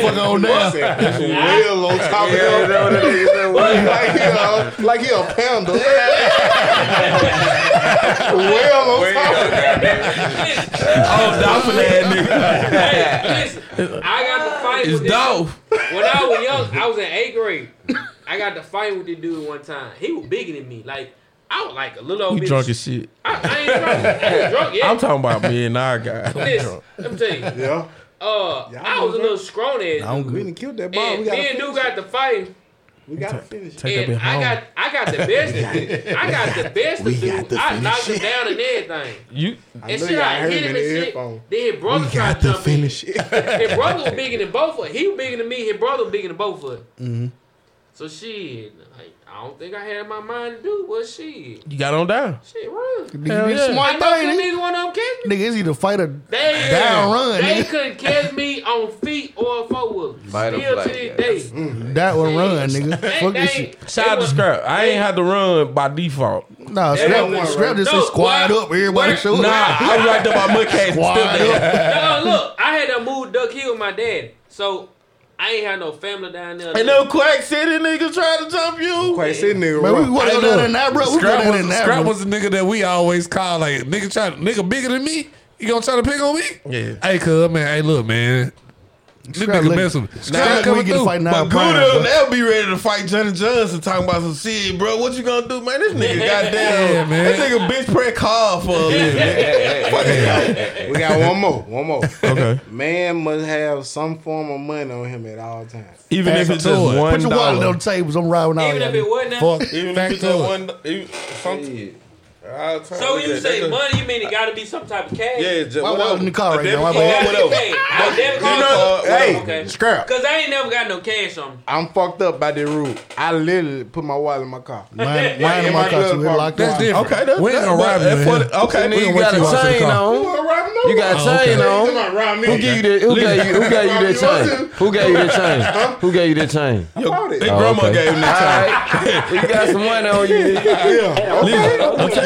Speaker 4: Fuck on that.
Speaker 8: That's real on top of
Speaker 9: Yeah,
Speaker 8: him.
Speaker 9: that what that nigga said. What?
Speaker 8: Like he a, like he a panda. well on top of him.
Speaker 2: Listen,
Speaker 7: Oh, dolphin ass nigga.
Speaker 2: hey, listen, I got to fight
Speaker 7: It's
Speaker 2: with
Speaker 7: dope.
Speaker 2: this. When I was young, I was in eighth grade. I got to fight with this dude one time. He was bigger than me. Like I was like a little old
Speaker 7: You
Speaker 2: bitch.
Speaker 7: drunk as shit.
Speaker 2: I, I ain't drunk. I ain't drunk yet.
Speaker 7: I'm talking about me and our guy.
Speaker 2: Listen, let me tell you.
Speaker 8: Yeah.
Speaker 2: Uh, I was a little scrawny ass.
Speaker 8: We done killed that ball.
Speaker 2: And
Speaker 8: We
Speaker 2: me
Speaker 8: gotta,
Speaker 2: and dude got the fight,
Speaker 8: we gotta finish. it.
Speaker 7: Take that
Speaker 2: and
Speaker 7: bit
Speaker 2: I
Speaker 7: home.
Speaker 2: got I got the best. of dude. I got the best of dude. I knocked him down and everything.
Speaker 7: you
Speaker 2: And
Speaker 8: know
Speaker 2: shit,
Speaker 8: y'all
Speaker 2: I
Speaker 8: heard
Speaker 2: hit
Speaker 8: me
Speaker 2: him and
Speaker 8: in the
Speaker 2: shit.
Speaker 8: headphone.
Speaker 2: Then his brother tried to jump
Speaker 8: Finish it.
Speaker 2: in. His brother was bigger than both of us. He was bigger than me. His brother was bigger than both of us.
Speaker 4: Mm-hmm.
Speaker 2: So shit, like, I don't think I had in my mind to do, but shit,
Speaker 7: you got on down.
Speaker 2: shit, run.
Speaker 4: Nigga, you
Speaker 7: yeah.
Speaker 2: I
Speaker 4: smart
Speaker 2: know
Speaker 4: thing. nigga.
Speaker 2: neither one of them catch me.
Speaker 4: Nigga, it's either fight or
Speaker 2: They,
Speaker 4: Down
Speaker 2: they
Speaker 4: run, nigga.
Speaker 2: couldn't catch me on feet or four wheelers.
Speaker 9: Fight or
Speaker 2: Still to
Speaker 9: flight,
Speaker 2: this
Speaker 9: yeah.
Speaker 2: day.
Speaker 4: that one run, nigga.
Speaker 2: They-
Speaker 4: Fuck
Speaker 2: they
Speaker 4: this
Speaker 2: ain't-
Speaker 4: shit.
Speaker 7: Shout out
Speaker 2: they
Speaker 7: to Scrap. I ain't had to run by default.
Speaker 4: Nah,
Speaker 2: that
Speaker 4: scrap,
Speaker 2: one
Speaker 4: scrap
Speaker 2: run.
Speaker 4: just
Speaker 2: No,
Speaker 4: say squad
Speaker 2: why-
Speaker 4: up, everybody
Speaker 2: why-
Speaker 4: show
Speaker 7: Nah,
Speaker 4: up.
Speaker 7: I was right there by Mudcat.
Speaker 4: Squad
Speaker 7: Still there.
Speaker 4: up.
Speaker 2: No, look, I had to move Duck Hill with my dad, so I ain't had no family down there.
Speaker 7: And no Quack City niggas trying to jump you.
Speaker 8: Quite say nigga.
Speaker 4: Man, we
Speaker 8: rough.
Speaker 4: want to go down in that, bro. We go
Speaker 5: Scrap
Speaker 4: down in
Speaker 5: was,
Speaker 4: that,
Speaker 5: Scrap
Speaker 4: bro.
Speaker 5: was the nigga that we always call like nigga try nigga bigger than me. You gonna try to pick on me?
Speaker 7: Yeah.
Speaker 5: Hey, cuz man. Hey, look, man. This
Speaker 4: Scrap
Speaker 5: nigga
Speaker 4: look-
Speaker 5: mess with me.
Speaker 4: Scrap
Speaker 5: Scrap
Speaker 4: look
Speaker 5: coming
Speaker 4: we get a
Speaker 5: through.
Speaker 4: fight now.
Speaker 7: But Gouda, they'll be ready to fight Johnny Johnson talking about some shit, bro. What you gonna do, man? This nigga goddamn.
Speaker 5: Yeah, man.
Speaker 7: This nigga bitch pray call for a living.
Speaker 8: We got one more. One more.
Speaker 7: okay.
Speaker 8: Man must have some form of money on him at all times.
Speaker 7: Even if it's just
Speaker 5: Put your
Speaker 7: one
Speaker 4: Put your wallet on
Speaker 7: dollar.
Speaker 4: the tables. I'm riding out.
Speaker 2: Even if it wasn't,
Speaker 5: Fuck.
Speaker 7: Even if
Speaker 5: Back
Speaker 7: it's
Speaker 5: to
Speaker 7: just
Speaker 5: it.
Speaker 7: one. even- some-
Speaker 9: Shit.
Speaker 7: I'll try to
Speaker 2: so
Speaker 7: look
Speaker 2: you
Speaker 7: at
Speaker 2: say
Speaker 7: that.
Speaker 2: money, you mean it got to be some type of cash?
Speaker 7: Yeah, just
Speaker 4: Why wallet in the car
Speaker 7: A
Speaker 4: right now?
Speaker 7: debit
Speaker 4: Why
Speaker 7: card,
Speaker 4: wallet-
Speaker 2: It gotta be
Speaker 7: whatever.
Speaker 2: paid. I debit card,
Speaker 7: know,
Speaker 2: whatever.
Speaker 8: hey,
Speaker 2: okay.
Speaker 8: scrap.
Speaker 2: Cause I ain't never got no cash on me.
Speaker 8: I'm fucked up by the rule. I literally put my wallet in my car.
Speaker 4: Mine, mine in my
Speaker 8: Yeah,
Speaker 4: car, so
Speaker 8: yeah,
Speaker 4: we locked
Speaker 5: That's
Speaker 4: up.
Speaker 5: different.
Speaker 7: Okay, that's
Speaker 5: we ain't gonna rob
Speaker 7: that's-
Speaker 5: you.
Speaker 7: that's
Speaker 5: in here.
Speaker 7: what- Okay, nigga,
Speaker 5: We
Speaker 7: you
Speaker 5: gonna
Speaker 7: got
Speaker 5: let
Speaker 7: a
Speaker 5: you out to the
Speaker 7: chain
Speaker 5: car.
Speaker 9: on. You
Speaker 5: Oh,
Speaker 9: got a chain
Speaker 5: okay.
Speaker 8: Come
Speaker 9: on.
Speaker 8: on, rob me.
Speaker 9: Who gave you that? Who gave you? Who gave you that chain? Who gave you that chain? Who gave you that chain?
Speaker 8: I bought it.
Speaker 7: Big grandma gave him that chain.
Speaker 9: Alright, you got some money on you.
Speaker 8: Yeah.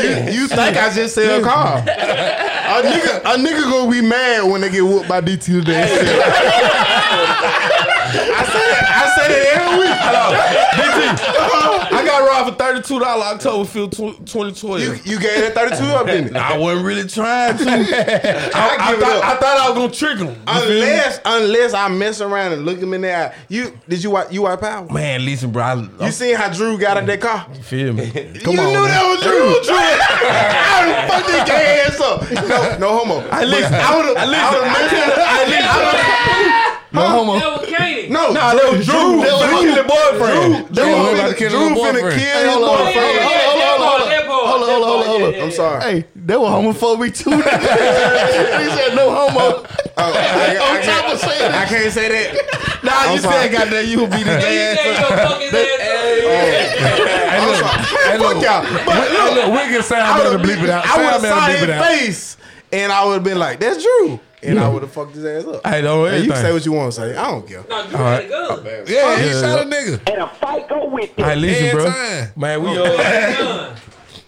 Speaker 8: You, you think I just sell a car? A nigga, a nigga gonna be mad when they get whooped by DT today. I say that. I say that every week.
Speaker 7: I got robbed for thirty two dollars October fifth, twenty
Speaker 8: You,
Speaker 7: twelve.
Speaker 8: you gave that thirty two up, didn't you?
Speaker 7: I wasn't really trying to. I, I
Speaker 8: give it
Speaker 7: thought,
Speaker 8: up.
Speaker 7: I thought I was gonna trick him. You feel me?
Speaker 8: Unless, unless I mess around and look him in the eye. You did you watch you watch Power?
Speaker 7: man, listen, bro. I,
Speaker 8: You
Speaker 7: I'm-
Speaker 8: seen how Drew got out that car?
Speaker 7: feel me?
Speaker 8: you knew that was Drew. Drew, I done fucked that gay ass up. No, no homo. I listen. I would have. I would have.
Speaker 4: No homo.
Speaker 2: That was Katie.
Speaker 8: No,
Speaker 7: Nah, that was Drew.
Speaker 8: That was
Speaker 7: Drew
Speaker 8: Drew.
Speaker 7: killed his boyfriend.
Speaker 8: Drew
Speaker 5: Yeah, we about
Speaker 8: finna
Speaker 5: to
Speaker 8: Drew
Speaker 5: kill his
Speaker 8: finna
Speaker 5: boyfriend.
Speaker 8: kill his
Speaker 4: Hold on, hold
Speaker 2: Yeah,
Speaker 4: on,
Speaker 2: yeah, yeah,
Speaker 8: boyfriend.
Speaker 4: hold on,
Speaker 2: that
Speaker 4: hold
Speaker 2: part,
Speaker 4: on.
Speaker 2: that part,
Speaker 4: Hold on,
Speaker 2: that
Speaker 4: hold
Speaker 2: part,
Speaker 4: on, hold on.
Speaker 2: yeah, yeah,
Speaker 8: I'm
Speaker 2: yeah.
Speaker 8: sorry.
Speaker 4: Hey, that was homophobic too. he said no homo.
Speaker 8: Oh, I, I,
Speaker 4: On top
Speaker 8: can't,
Speaker 4: of saying
Speaker 8: I can't say that.
Speaker 7: Nah, you
Speaker 8: sorry.
Speaker 7: said goddamn, you would be the
Speaker 2: Hey, you
Speaker 7: dad.
Speaker 2: say your fucking ass up.
Speaker 5: Hey, look, hey,
Speaker 8: Fuck
Speaker 5: look,
Speaker 8: y'all. But
Speaker 5: Hey,
Speaker 8: look,
Speaker 5: look, we can sound
Speaker 8: I
Speaker 5: better
Speaker 8: would
Speaker 5: bleep it out.
Speaker 8: I
Speaker 5: Sound
Speaker 8: would
Speaker 5: better
Speaker 8: have
Speaker 5: bleep
Speaker 8: saw
Speaker 5: it out.
Speaker 8: his face and I would have been like, "That's Drew," and I would have fucked his ass up.
Speaker 7: I know
Speaker 8: And you can
Speaker 7: everything.
Speaker 8: say what you want to say. I don't care.
Speaker 7: All right. Yeah,
Speaker 8: Yeah,
Speaker 7: he shot a
Speaker 8: nigga.
Speaker 7: And a fight go with All right, listen, bro. Man,
Speaker 8: Oh.
Speaker 7: we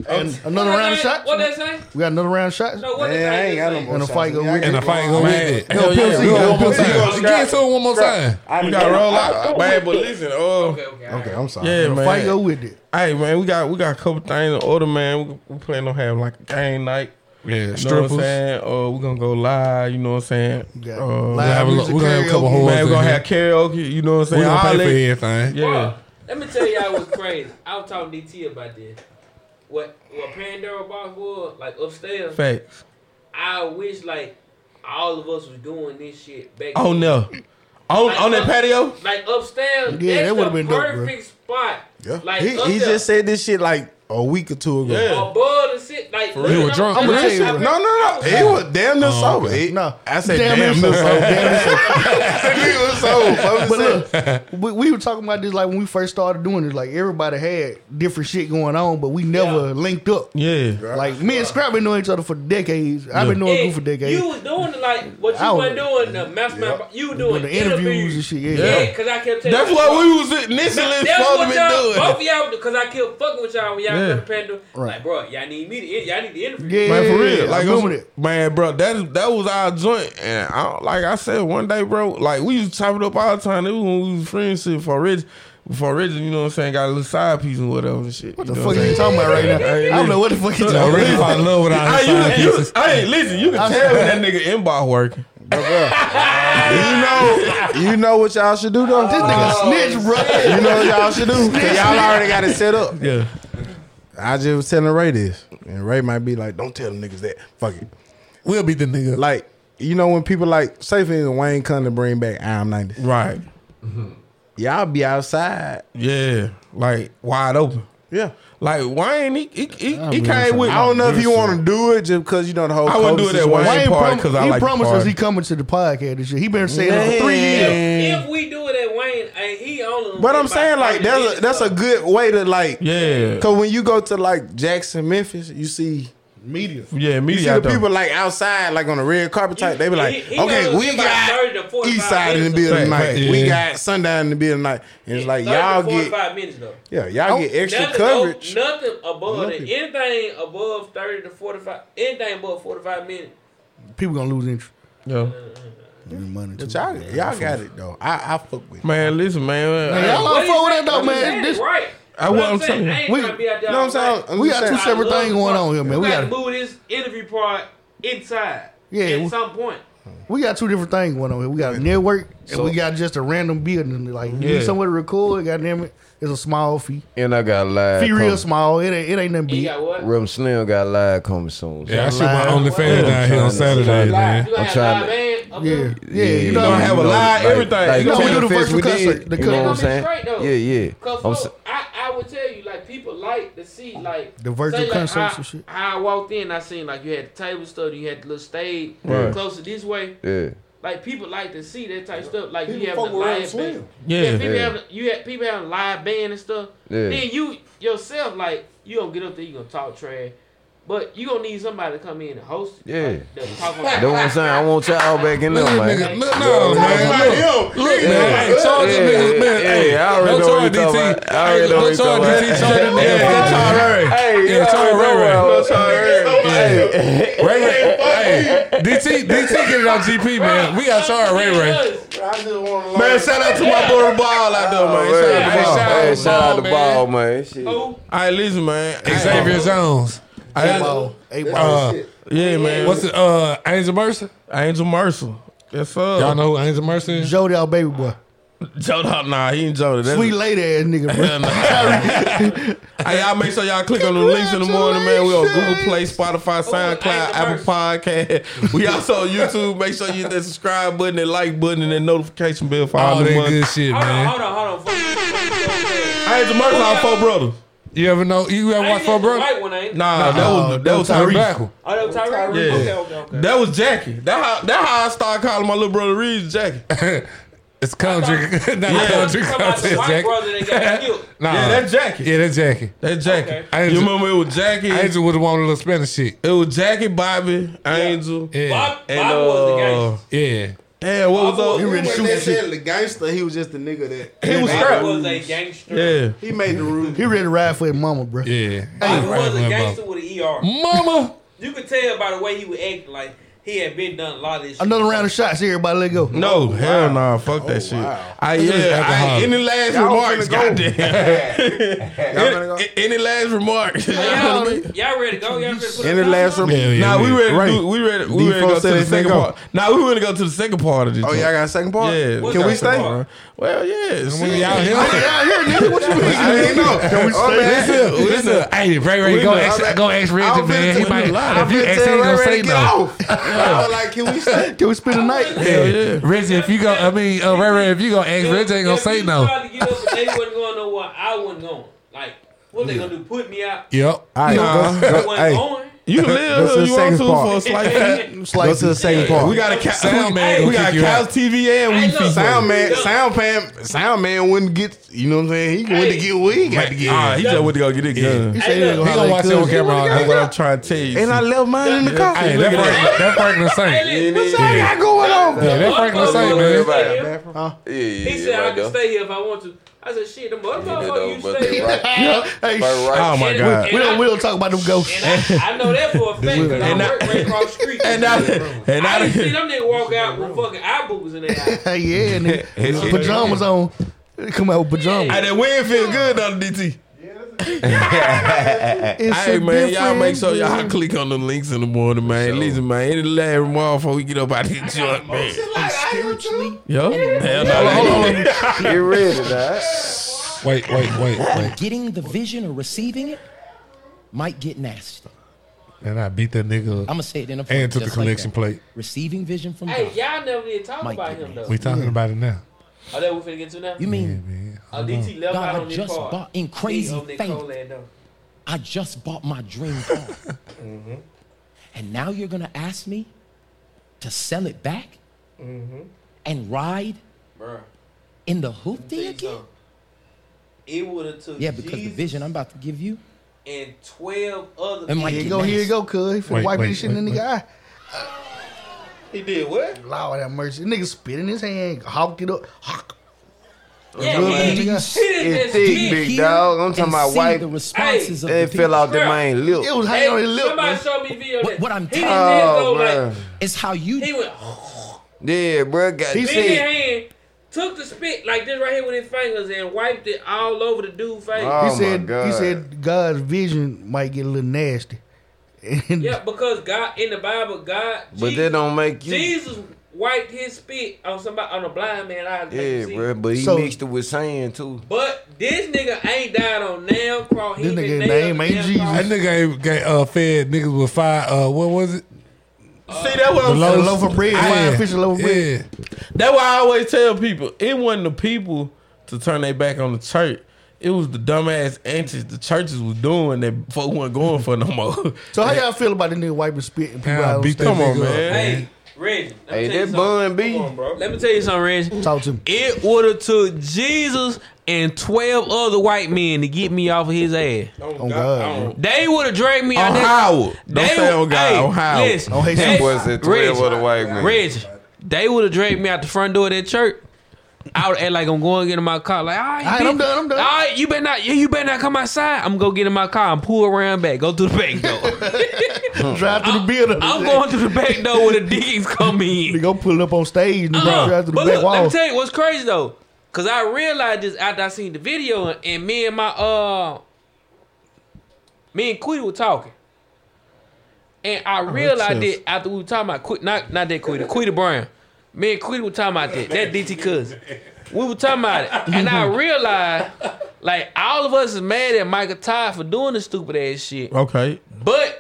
Speaker 7: uh,
Speaker 4: And another round of shots.
Speaker 2: What that say?
Speaker 4: We got another round of shots.
Speaker 2: No, what
Speaker 4: Man,
Speaker 2: that
Speaker 4: I
Speaker 2: say?
Speaker 4: ain't got no more And a fight go with it.
Speaker 5: And a fight go with it.
Speaker 4: Hell
Speaker 5: Hell
Speaker 4: yeah.
Speaker 5: yeah.
Speaker 4: We
Speaker 5: Go
Speaker 4: gonna
Speaker 5: one more
Speaker 4: pussy.
Speaker 5: time. Get to it one more time.
Speaker 7: we got to roll out, man. But listen, oh,
Speaker 8: Okay, I'm sorry.
Speaker 7: yeah,
Speaker 4: The
Speaker 7: man.
Speaker 4: fight go with it.
Speaker 7: Hey, man, we got we got a couple things in order, man. We, we plan on having like a game night.
Speaker 5: Yeah,
Speaker 7: you know what
Speaker 5: strippers.
Speaker 7: I'm saying? Uh, we're gonna go live. You know what I'm saying?
Speaker 4: got
Speaker 7: Uh, we're
Speaker 4: live
Speaker 7: gonna have a
Speaker 5: music,
Speaker 7: lo- we're gonna have a couple
Speaker 5: karaoke.
Speaker 7: Man, we're gonna have
Speaker 5: hoes
Speaker 7: karaoke. You know what I'm saying?
Speaker 5: We gonna
Speaker 7: All
Speaker 5: pay for
Speaker 7: that-
Speaker 5: everything.
Speaker 7: Yeah.
Speaker 2: Let me tell y'all what's crazy. I was talking to DT about this. What what Pandora box was like upstairs.
Speaker 7: Facts.
Speaker 2: I wish like all of us was doing this shit back.
Speaker 7: Oh
Speaker 2: then.
Speaker 7: no, on
Speaker 2: Like,
Speaker 7: on that
Speaker 2: up-
Speaker 7: patio.
Speaker 2: Like upstairs.
Speaker 7: Yeah,
Speaker 2: Yeah,
Speaker 7: that
Speaker 2: that
Speaker 7: would've
Speaker 2: would have
Speaker 7: been
Speaker 2: been
Speaker 7: dope,
Speaker 2: perfect spot.
Speaker 8: Yeah.
Speaker 2: Like
Speaker 8: he,
Speaker 2: up
Speaker 8: he
Speaker 2: there.
Speaker 8: just said this shit like a week or two ago.
Speaker 2: above the shit. Like
Speaker 8: For real. He was drunk.
Speaker 2: I'm
Speaker 8: I'ma
Speaker 2: just-
Speaker 8: tell you
Speaker 2: I'm
Speaker 8: what.
Speaker 2: just-
Speaker 8: No, no, no. He was damn near sober. He- I said damn, near sober. Damn near
Speaker 4: But look, we, we were talking about this like when we first started doing this. Like everybody had different shit going on, but we never linked up.
Speaker 7: Yeah,
Speaker 4: like me and Scrap been knowing each other for decades. I've been knowing you for decades.
Speaker 2: You was doing it like what
Speaker 4: I
Speaker 2: you
Speaker 4: was-
Speaker 2: were doing the mastermind. You were doing
Speaker 4: Doing the interviews and shit, yeah.
Speaker 2: yeah, because I kept. Telling
Speaker 7: That's
Speaker 2: you,
Speaker 7: what
Speaker 2: bro,
Speaker 7: we was initially supposed
Speaker 2: that-
Speaker 7: to
Speaker 2: what
Speaker 7: be
Speaker 2: y'all-
Speaker 7: doing.
Speaker 2: Both of y'all, because I kept fucking with y'all when y'all
Speaker 7: Yeah.
Speaker 2: yeah. pandemic.
Speaker 7: Right.
Speaker 2: Like, bro, y'all need me. To, y'all need the interview.
Speaker 7: man, for real. Like,
Speaker 2: I
Speaker 7: it was- man, bro, that that was our joint, and I, like I said, one day, bro, like we used to chop it up all the time. It was when we was friends shit for Rich, for Rich, you know what I'm saying? Got a little side piece and whatever and shit. What
Speaker 4: the fuck are you talking about right now? I don't know what the fuck you talking about.
Speaker 7: I love
Speaker 4: without the side pieces.
Speaker 7: Hey, listen, you can
Speaker 4: I'm
Speaker 7: tell
Speaker 4: sorry.
Speaker 7: when that nigga inbox working.
Speaker 8: you know, you know what y'all should do though. This
Speaker 4: nigga snitch, bro.
Speaker 8: You know what y'all should do. 'Cause y'all already got it set up.
Speaker 7: Yeah.
Speaker 8: I just was telling Ray this, and Ray might be like, "Don't tell them niggas that. Fuck it.
Speaker 5: We'll be the nigga."
Speaker 8: Like, you know when people like, say for instance, Wayne come to bring back I'm ninety,
Speaker 7: right?
Speaker 8: Y'all be outside.
Speaker 7: Yeah, like wide open.
Speaker 8: Yeah.
Speaker 7: Like Wayne, he he, he,
Speaker 8: I
Speaker 7: he came with.
Speaker 8: don't know if you want to do it just because you know the whole.
Speaker 7: I wouldn't do
Speaker 8: COVID
Speaker 7: it at Wayne
Speaker 8: situation.
Speaker 7: party 'cause I
Speaker 4: he
Speaker 7: like to
Speaker 4: promised us
Speaker 7: party.
Speaker 4: he coming to the podcast and shit. He been saying it for three
Speaker 8: Man.
Speaker 4: years.
Speaker 2: If we do it at Wayne, and he only.
Speaker 8: But I'm saying like that's a, that's a good way to like
Speaker 7: yeah.
Speaker 8: Cause when you go to like Jackson, Memphis, you see
Speaker 4: media.
Speaker 7: Yeah,
Speaker 8: You see
Speaker 7: media.
Speaker 8: the
Speaker 7: out there.
Speaker 8: people like outside, like on the red carpet type. They be like,
Speaker 2: He- he
Speaker 8: okay,
Speaker 2: knows
Speaker 8: we
Speaker 2: he about
Speaker 8: got
Speaker 2: 30 to 45
Speaker 8: East Side in the
Speaker 2: minutes
Speaker 8: building
Speaker 7: Right,
Speaker 8: tonight.
Speaker 7: right,
Speaker 8: We
Speaker 7: yeah.
Speaker 8: got Sundown in the building tonight. And it's like y'all
Speaker 2: y'all
Speaker 8: get
Speaker 2: five minutes though.
Speaker 8: yeah, y'all get extra
Speaker 2: nothing,
Speaker 8: coverage.
Speaker 2: o- nothing above that. anything above thirty to forty five. Anything above forty five minutes.
Speaker 4: People gonna lose interest.
Speaker 7: Yeah.
Speaker 4: Money too.
Speaker 8: But y'all, y'all got it though. I, I fuck with. it.
Speaker 7: Man, listen, man.
Speaker 4: Man,
Speaker 7: I-
Speaker 4: y'all don't
Speaker 2: What he
Speaker 4: fuck with
Speaker 2: said-
Speaker 4: that though,
Speaker 2: what he
Speaker 4: man.
Speaker 2: said is
Speaker 4: This-
Speaker 2: right.
Speaker 7: I-
Speaker 2: What
Speaker 7: what I'm saying.
Speaker 2: I ain't
Speaker 4: We-
Speaker 2: trying to be out there.
Speaker 8: know what I'm
Speaker 2: all
Speaker 8: saying?
Speaker 2: night.
Speaker 8: I'm
Speaker 4: We
Speaker 8: just
Speaker 4: got two
Speaker 8: saying,
Speaker 4: separate
Speaker 2: I love
Speaker 4: things going
Speaker 2: fuck.
Speaker 4: on here, man. We
Speaker 2: gotta
Speaker 4: got
Speaker 2: move this interview part inside.
Speaker 4: Yeah,
Speaker 2: at
Speaker 4: we-
Speaker 2: some point.
Speaker 4: we got two different things going on here. We got network and
Speaker 9: So-
Speaker 4: we got just a random building. Like you
Speaker 9: Yeah.
Speaker 4: need somewhere to record. Goddamn it, it's a small fee.
Speaker 9: And I got live.
Speaker 4: Fee real
Speaker 9: com-
Speaker 4: small. It ain't it ain't nothing
Speaker 2: You
Speaker 4: big.
Speaker 2: got what?
Speaker 9: Rem Slim got live coming soon.
Speaker 5: Yeah, I
Speaker 4: Got
Speaker 5: shoot my
Speaker 4: live.
Speaker 5: OnlyFans down here on
Speaker 2: You
Speaker 5: Saturday, man.
Speaker 2: gonna
Speaker 9: I'm
Speaker 2: have
Speaker 9: trying
Speaker 2: live
Speaker 9: to-
Speaker 2: band up
Speaker 4: Yeah,
Speaker 2: there?
Speaker 4: yeah. You know,
Speaker 7: gonna
Speaker 9: you
Speaker 7: have a
Speaker 9: know,
Speaker 7: live everything.
Speaker 9: Like,
Speaker 7: You know,
Speaker 9: like
Speaker 7: we
Speaker 4: do the
Speaker 9: Taylor
Speaker 4: first
Speaker 9: Fist we
Speaker 4: concert,
Speaker 9: did,
Speaker 4: the
Speaker 9: you know what I'm
Speaker 2: Gonna be
Speaker 9: saying?
Speaker 2: straight, though.
Speaker 9: Yeah, yeah.
Speaker 2: Cause
Speaker 9: I'm
Speaker 2: look,
Speaker 9: sa-
Speaker 2: I, I would tell you like people like to see like
Speaker 4: The virtual
Speaker 2: say, like,
Speaker 4: concerts
Speaker 2: how-
Speaker 4: and shit.
Speaker 2: How I walked in, I seen like you had the table stuff, you had the little stage
Speaker 9: Right.
Speaker 2: closer this way.
Speaker 9: yeah.
Speaker 2: Like people like to see that type of stuff. Like you
Speaker 8: People
Speaker 2: have
Speaker 8: fuck
Speaker 2: the
Speaker 8: with Rap
Speaker 2: live
Speaker 8: Slim.
Speaker 2: band.
Speaker 7: Yeah.
Speaker 2: people
Speaker 9: Yeah.
Speaker 2: have you have people have live band and stuff.
Speaker 9: Yeah.
Speaker 2: Then you yourself like you gonna get up there, you gonna talk trash, but you gonna need somebody to come in and host. it.
Speaker 9: Yeah.
Speaker 2: Like, to talk on-
Speaker 9: That's what I'm saying. I want y'all back in
Speaker 5: Look,
Speaker 9: there, man.
Speaker 5: nigga, look, no,
Speaker 8: Like,
Speaker 5: man. Look,
Speaker 8: yo,
Speaker 5: look, man. Hey, charge
Speaker 9: Yeah,
Speaker 5: them niggas, man.
Speaker 9: yeah,
Speaker 5: Hey,
Speaker 9: I already know what
Speaker 5: don't charge
Speaker 9: you talking
Speaker 5: DT.
Speaker 9: about. I
Speaker 5: Hey,
Speaker 9: already know what
Speaker 5: Don't
Speaker 9: you
Speaker 5: charge
Speaker 9: talking about.
Speaker 5: DT. Charge them
Speaker 9: Yeah,
Speaker 5: niggas.
Speaker 9: yeah.
Speaker 5: Charge Ray.
Speaker 9: Hey,
Speaker 5: Yeah, charge Ray Ray. Ray Ray. Hey, DT, DT, get it on GP, man. We got charge Ray Ray.
Speaker 7: Man, shout out to my boy the ball out there, man. Shout out to Ball.
Speaker 9: Hey, shout out to
Speaker 7: man.
Speaker 9: Ball, man. Shit.
Speaker 2: Oh,
Speaker 7: All right, listen, man.
Speaker 5: Xavier Jones.
Speaker 4: Eight ball, eight ball.
Speaker 5: Uh,
Speaker 7: Yeah, man.
Speaker 5: what's the uh, Angel Mercer?
Speaker 7: Angel Mercer. Yes, sir.
Speaker 5: Y'all know who Angel Mercer
Speaker 7: Uh,
Speaker 5: is?
Speaker 4: Jody, our baby boy,
Speaker 7: Jodot, nah, he ain't Jodot. That's-
Speaker 4: sweet lady ass nigga, bro.
Speaker 7: Hell no. hey, y'all make sure y'all click on the links in the morning, man. We on Google Play,
Speaker 5: Oh,
Speaker 7: Spotify, SoundCloud,
Speaker 2: Angel
Speaker 7: Apple Podcast. We also on YouTube. Make sure you hit that subscribe button, that like button, and that notification bell for all the
Speaker 5: All that
Speaker 7: money.
Speaker 5: Oh, good shit,
Speaker 2: hold on,
Speaker 5: man.
Speaker 2: hold on, hold on. Fuck you, fuck you, fuck you.
Speaker 7: Angel Mercer, our four brothers.
Speaker 5: You ever know? You ever
Speaker 2: Ain't
Speaker 5: watch
Speaker 2: this
Speaker 5: Four
Speaker 2: the
Speaker 5: Brothers?
Speaker 2: White one, ain't it?
Speaker 7: Nah,
Speaker 5: Uh,
Speaker 7: that was that was Tyrese.
Speaker 5: Tyreek Backle.
Speaker 2: Oh, that was Tyrese.
Speaker 7: Yeah.
Speaker 2: Okay, okay, okay.
Speaker 7: That was Jackie. That how that how I started calling my little brother Reed Jackie.
Speaker 5: It's country, not
Speaker 7: Yeah.
Speaker 5: country
Speaker 7: You talking about the
Speaker 5: contest,
Speaker 7: white
Speaker 5: Jack.
Speaker 7: brother that got killed.
Speaker 5: nah.
Speaker 7: Yeah, that Jackie.
Speaker 5: Yeah, that Jackie.
Speaker 7: That Jackie. You remember it was Jackie?
Speaker 5: Angel would have wanted a little Spanish shit.
Speaker 7: It was Jackie, Bobby, Angel.
Speaker 5: Yeah.
Speaker 7: Bob-
Speaker 5: and,
Speaker 7: Bob was the
Speaker 5: uh, Yeah.
Speaker 7: Damn, what was up?
Speaker 12: He really
Speaker 7: shooting
Speaker 12: that
Speaker 7: shit.
Speaker 12: said the gangster. He was just the nigga that
Speaker 7: He was
Speaker 12: that
Speaker 7: scrapped.
Speaker 12: made the
Speaker 14: a
Speaker 12: rules.
Speaker 14: gangster.
Speaker 7: Yeah.
Speaker 12: He made the rules.
Speaker 4: He ready to ride for his mama, bro.
Speaker 5: Yeah.
Speaker 14: Bobby was a gangster with an ER.
Speaker 5: Hmm? Mama.
Speaker 14: You could tell by the way he was acting like he had been done a lot of this shit.
Speaker 4: Another round of shots. Everybody let go.
Speaker 7: No, hell no, fuck
Speaker 8: Oh,
Speaker 7: that shit. I
Speaker 4: Look at this
Speaker 7: yeah, I,
Speaker 4: alcohol.
Speaker 7: any last
Speaker 4: Y'all
Speaker 7: remarks?
Speaker 4: finna go.
Speaker 7: Goddamn. any, any last remarks?
Speaker 14: Y'all, y'all ready to go? Y'all ready to put it down?
Speaker 7: Nah, we ready. to do- We ready. We ready to go to the second
Speaker 8: go.
Speaker 7: part. Nah, we ready to go to the second part of this.
Speaker 8: Oh,
Speaker 7: joint.
Speaker 8: y'all got a second part?
Speaker 7: Yeah.
Speaker 8: What's Can
Speaker 7: got
Speaker 8: we
Speaker 7: a
Speaker 8: stay?
Speaker 7: second part. Well, yeah. shit.
Speaker 8: Oh,
Speaker 5: Listen, listen. Hey, Ray Ray,
Speaker 7: We
Speaker 5: go
Speaker 7: know.
Speaker 5: ask, go ask Reggie, man. He might,
Speaker 7: lie.
Speaker 5: if you
Speaker 7: I'm
Speaker 5: ask him, he gonna say no.
Speaker 12: I was like, can we stay?
Speaker 4: Can we spend the night?
Speaker 5: Yeah, Reggie, if you go, I mean, uh, Ray Ray, if you gonna ask Reggie, ain't gonna say
Speaker 14: I
Speaker 5: no.
Speaker 14: tried to get up and they wasn't going nowhere. I wasn't going. Like, what they gonna do? Put me out?
Speaker 5: Yep.
Speaker 8: All right,
Speaker 14: Nah.
Speaker 8: go, go,
Speaker 14: Wasn't
Speaker 8: hey.
Speaker 14: going.
Speaker 7: You can
Speaker 8: Go
Speaker 7: live
Speaker 8: to
Speaker 7: who
Speaker 8: the
Speaker 7: you want
Speaker 8: second
Speaker 7: to
Speaker 8: part.
Speaker 7: for a slice.
Speaker 8: Go to the second part.
Speaker 7: We got a cow.
Speaker 5: Sound
Speaker 7: we-
Speaker 5: man
Speaker 7: We
Speaker 5: gonna
Speaker 7: got a
Speaker 5: kick you
Speaker 7: cows
Speaker 5: out.
Speaker 7: TV and we FIFA.
Speaker 8: Sound man, sound man, sound man wouldn't get. You know what I'm saying? He went to get what he got to get.
Speaker 7: Ah, he just went to go get it gun.
Speaker 8: He said he was gonna
Speaker 5: He gonna
Speaker 8: holler
Speaker 5: watch
Speaker 8: at
Speaker 5: it on
Speaker 8: cousin.
Speaker 5: camera. all
Speaker 7: That's
Speaker 5: night.
Speaker 7: what I'm trying to tell you.
Speaker 8: And I left mine in the car.
Speaker 5: Hey,
Speaker 7: Look
Speaker 5: that
Speaker 7: at
Speaker 5: Frank, that Frank the same.
Speaker 8: What's I got going on?
Speaker 5: Yeah, that Frank the same, man.
Speaker 9: Yeah, yeah,
Speaker 14: He
Speaker 9: yeah,
Speaker 14: said I
Speaker 9: right
Speaker 14: can
Speaker 9: there.
Speaker 14: stay here if I want to. I said, shit, the motherfucker, you
Speaker 9: That
Speaker 14: stay
Speaker 9: motherfucker
Speaker 14: here.
Speaker 9: right.
Speaker 4: Hey,
Speaker 9: Right, right.
Speaker 7: Oh my
Speaker 14: And-
Speaker 7: god.
Speaker 4: we don't we don't talk about them ghosts.
Speaker 14: And I, I know that for a fact because I
Speaker 7: And I-
Speaker 14: work right across the street.
Speaker 7: And I and
Speaker 14: I didn't see
Speaker 7: I
Speaker 14: them niggas walk out with fucking eye boobs in their eyes.
Speaker 4: Hey, yeah, nigga.
Speaker 7: shit.
Speaker 4: pajamas on. They Come out with pajamas.
Speaker 7: I that wind feel good on DT.
Speaker 4: It's
Speaker 7: Hey
Speaker 4: a
Speaker 7: man, y'all
Speaker 4: different
Speaker 7: make sure y'all
Speaker 4: world.
Speaker 7: click on the links in the morning, man. Listen, man, any last remark before we get up out of here, joint, man. Yo, hell no, they-
Speaker 9: Get ready, now.
Speaker 5: Wait, wait, wait, wait.
Speaker 15: Getting the vision or receiving it might get nasty.
Speaker 5: And I beat that nigga
Speaker 15: I'm
Speaker 5: up
Speaker 15: gonna say it in a form
Speaker 5: and to the
Speaker 15: just like
Speaker 5: collection
Speaker 15: that.
Speaker 5: plate.
Speaker 15: Receiving vision from
Speaker 14: Hey,
Speaker 15: God.
Speaker 14: y'all never did talk
Speaker 15: Mike
Speaker 14: about
Speaker 15: did
Speaker 14: him though.
Speaker 5: We talking about it now.
Speaker 14: Are that what we finna get to now?
Speaker 15: You mean
Speaker 14: Oh, DT left out
Speaker 15: God?
Speaker 14: on
Speaker 15: I
Speaker 14: this
Speaker 15: just
Speaker 14: part.
Speaker 15: bought in
Speaker 14: He
Speaker 15: crazy
Speaker 14: on Nick
Speaker 15: faith.
Speaker 14: Coleman, though.
Speaker 15: I just bought my dream car,
Speaker 14: Mm-hmm.
Speaker 15: and now you're gonna ask me to sell it back and ride
Speaker 14: Mm-hmm. Bruh,
Speaker 15: in the hoopty again?
Speaker 14: so, It would have took
Speaker 15: Yeah, because the
Speaker 14: Jesus
Speaker 15: vision I'm about to give you,
Speaker 14: and twelve other
Speaker 15: It might
Speaker 4: Here
Speaker 14: people.
Speaker 4: you go, here you go, cuz. He finna
Speaker 5: Wait,
Speaker 4: wipe
Speaker 5: wait,
Speaker 4: this shit
Speaker 5: wait,
Speaker 4: in the
Speaker 5: wait.
Speaker 4: guy.
Speaker 14: He did what?
Speaker 4: Lord have mercy. Nigga spit in his hand, hawked it up. Hawk.
Speaker 14: Yeah,
Speaker 4: Rub
Speaker 14: he,
Speaker 4: it in the guy.
Speaker 14: he didn't
Speaker 9: It's
Speaker 14: just
Speaker 9: thick,
Speaker 14: get-
Speaker 9: big
Speaker 15: Hear
Speaker 9: dog. I'm talking
Speaker 15: and
Speaker 9: about
Speaker 15: see
Speaker 9: white.
Speaker 15: the responses
Speaker 9: They
Speaker 15: of the
Speaker 9: fell
Speaker 15: people.
Speaker 9: out the main lip.
Speaker 4: It was
Speaker 14: Hey,
Speaker 4: hanging on his lip.
Speaker 14: somebody
Speaker 4: man.
Speaker 14: showed me video.
Speaker 15: What-
Speaker 14: that-
Speaker 15: what I'm
Speaker 14: he didn't
Speaker 9: Oh,
Speaker 14: just go like
Speaker 9: bruh.
Speaker 15: It's how you
Speaker 14: he went.
Speaker 9: Yeah, bro. Got
Speaker 4: He
Speaker 9: he
Speaker 14: big
Speaker 9: said,
Speaker 14: hand, took the spit like this right here with his fingers and wiped it all over the dude's face.
Speaker 9: Oh.
Speaker 4: He
Speaker 9: my
Speaker 4: said he
Speaker 9: God.
Speaker 4: said God's vision might get a little nasty. And
Speaker 14: Yeah, because God in the Bible, God,
Speaker 9: but
Speaker 14: Jesus,
Speaker 9: that don't make you.
Speaker 14: Jesus wiped his spit on somebody on a blind man eyes.
Speaker 9: Yeah, bro. But he
Speaker 4: So-
Speaker 9: mixed it with sand too.
Speaker 14: But this nigga ain't died on nail crawl. He
Speaker 4: This
Speaker 14: been
Speaker 4: nigga
Speaker 14: nailed
Speaker 4: name
Speaker 14: to
Speaker 4: ain't
Speaker 14: death
Speaker 4: Jesus.
Speaker 14: cross.
Speaker 5: That nigga ain't got uh, fed niggas with five. Uh, what was it?
Speaker 7: See that what
Speaker 5: A
Speaker 7: I'm
Speaker 4: loaf- loaf of bread, five fish, a loaf of bread.
Speaker 5: Yeah.
Speaker 7: That's why I always tell people it wasn't the people to turn their back on the church. It was the dumbass antics the churches was doing that folk weren't going for no more.
Speaker 4: so how y'all feel about this nigga wiping spit and people
Speaker 5: Yeah,
Speaker 4: out on
Speaker 5: beat
Speaker 4: stage?
Speaker 5: that
Speaker 7: Come on,
Speaker 5: nigga up.
Speaker 7: man.
Speaker 14: Hey, Reggie. let me
Speaker 9: Hey,
Speaker 14: tell you
Speaker 9: that
Speaker 14: something.
Speaker 9: bun B.
Speaker 14: Let me tell you something, Reggie.
Speaker 4: Talk to me.
Speaker 2: It would have took Jesus and twelve other white men to get me off of his ass.
Speaker 4: On God.
Speaker 2: They would have dragged me out.
Speaker 7: On
Speaker 2: there-
Speaker 7: Howard. Don't
Speaker 2: They-
Speaker 7: say on God. oh,
Speaker 2: hey,
Speaker 7: on Howard.
Speaker 2: Listen,
Speaker 4: On Haitian
Speaker 2: they-
Speaker 9: Boys at
Speaker 2: Reggie,
Speaker 9: twelve of the white man.
Speaker 2: Reggie, they would have dragged me out the front door of that church. I would act like I'm going to get in my car. Like, all right,
Speaker 4: All right,
Speaker 2: bitch.
Speaker 4: I'm done, I'm done.
Speaker 2: All right, you better not. You you better not come outside. I'm gonna get in my car and pull around back. Go through the back door.
Speaker 4: Drive through the building.
Speaker 2: I'm going through the back door where the diggings come in.
Speaker 4: They go pull it up on stage and
Speaker 2: Uh-uh.
Speaker 4: drive through the
Speaker 2: but
Speaker 4: back
Speaker 2: look, let me
Speaker 4: wall.
Speaker 2: tell you what's crazy though, because I realized this after I seen the video, and me and my uh, me and Quita were talking, and
Speaker 4: Oh,
Speaker 2: I realized
Speaker 7: just-
Speaker 2: it after we were talking about Quita, not not that Quita, Quita Brown. Me and Quita were talking about that, that DT cousin. We were talking about it, and I realized like all of us is mad at Michael Todd for doing this stupid ass shit,
Speaker 7: Okay.
Speaker 2: but.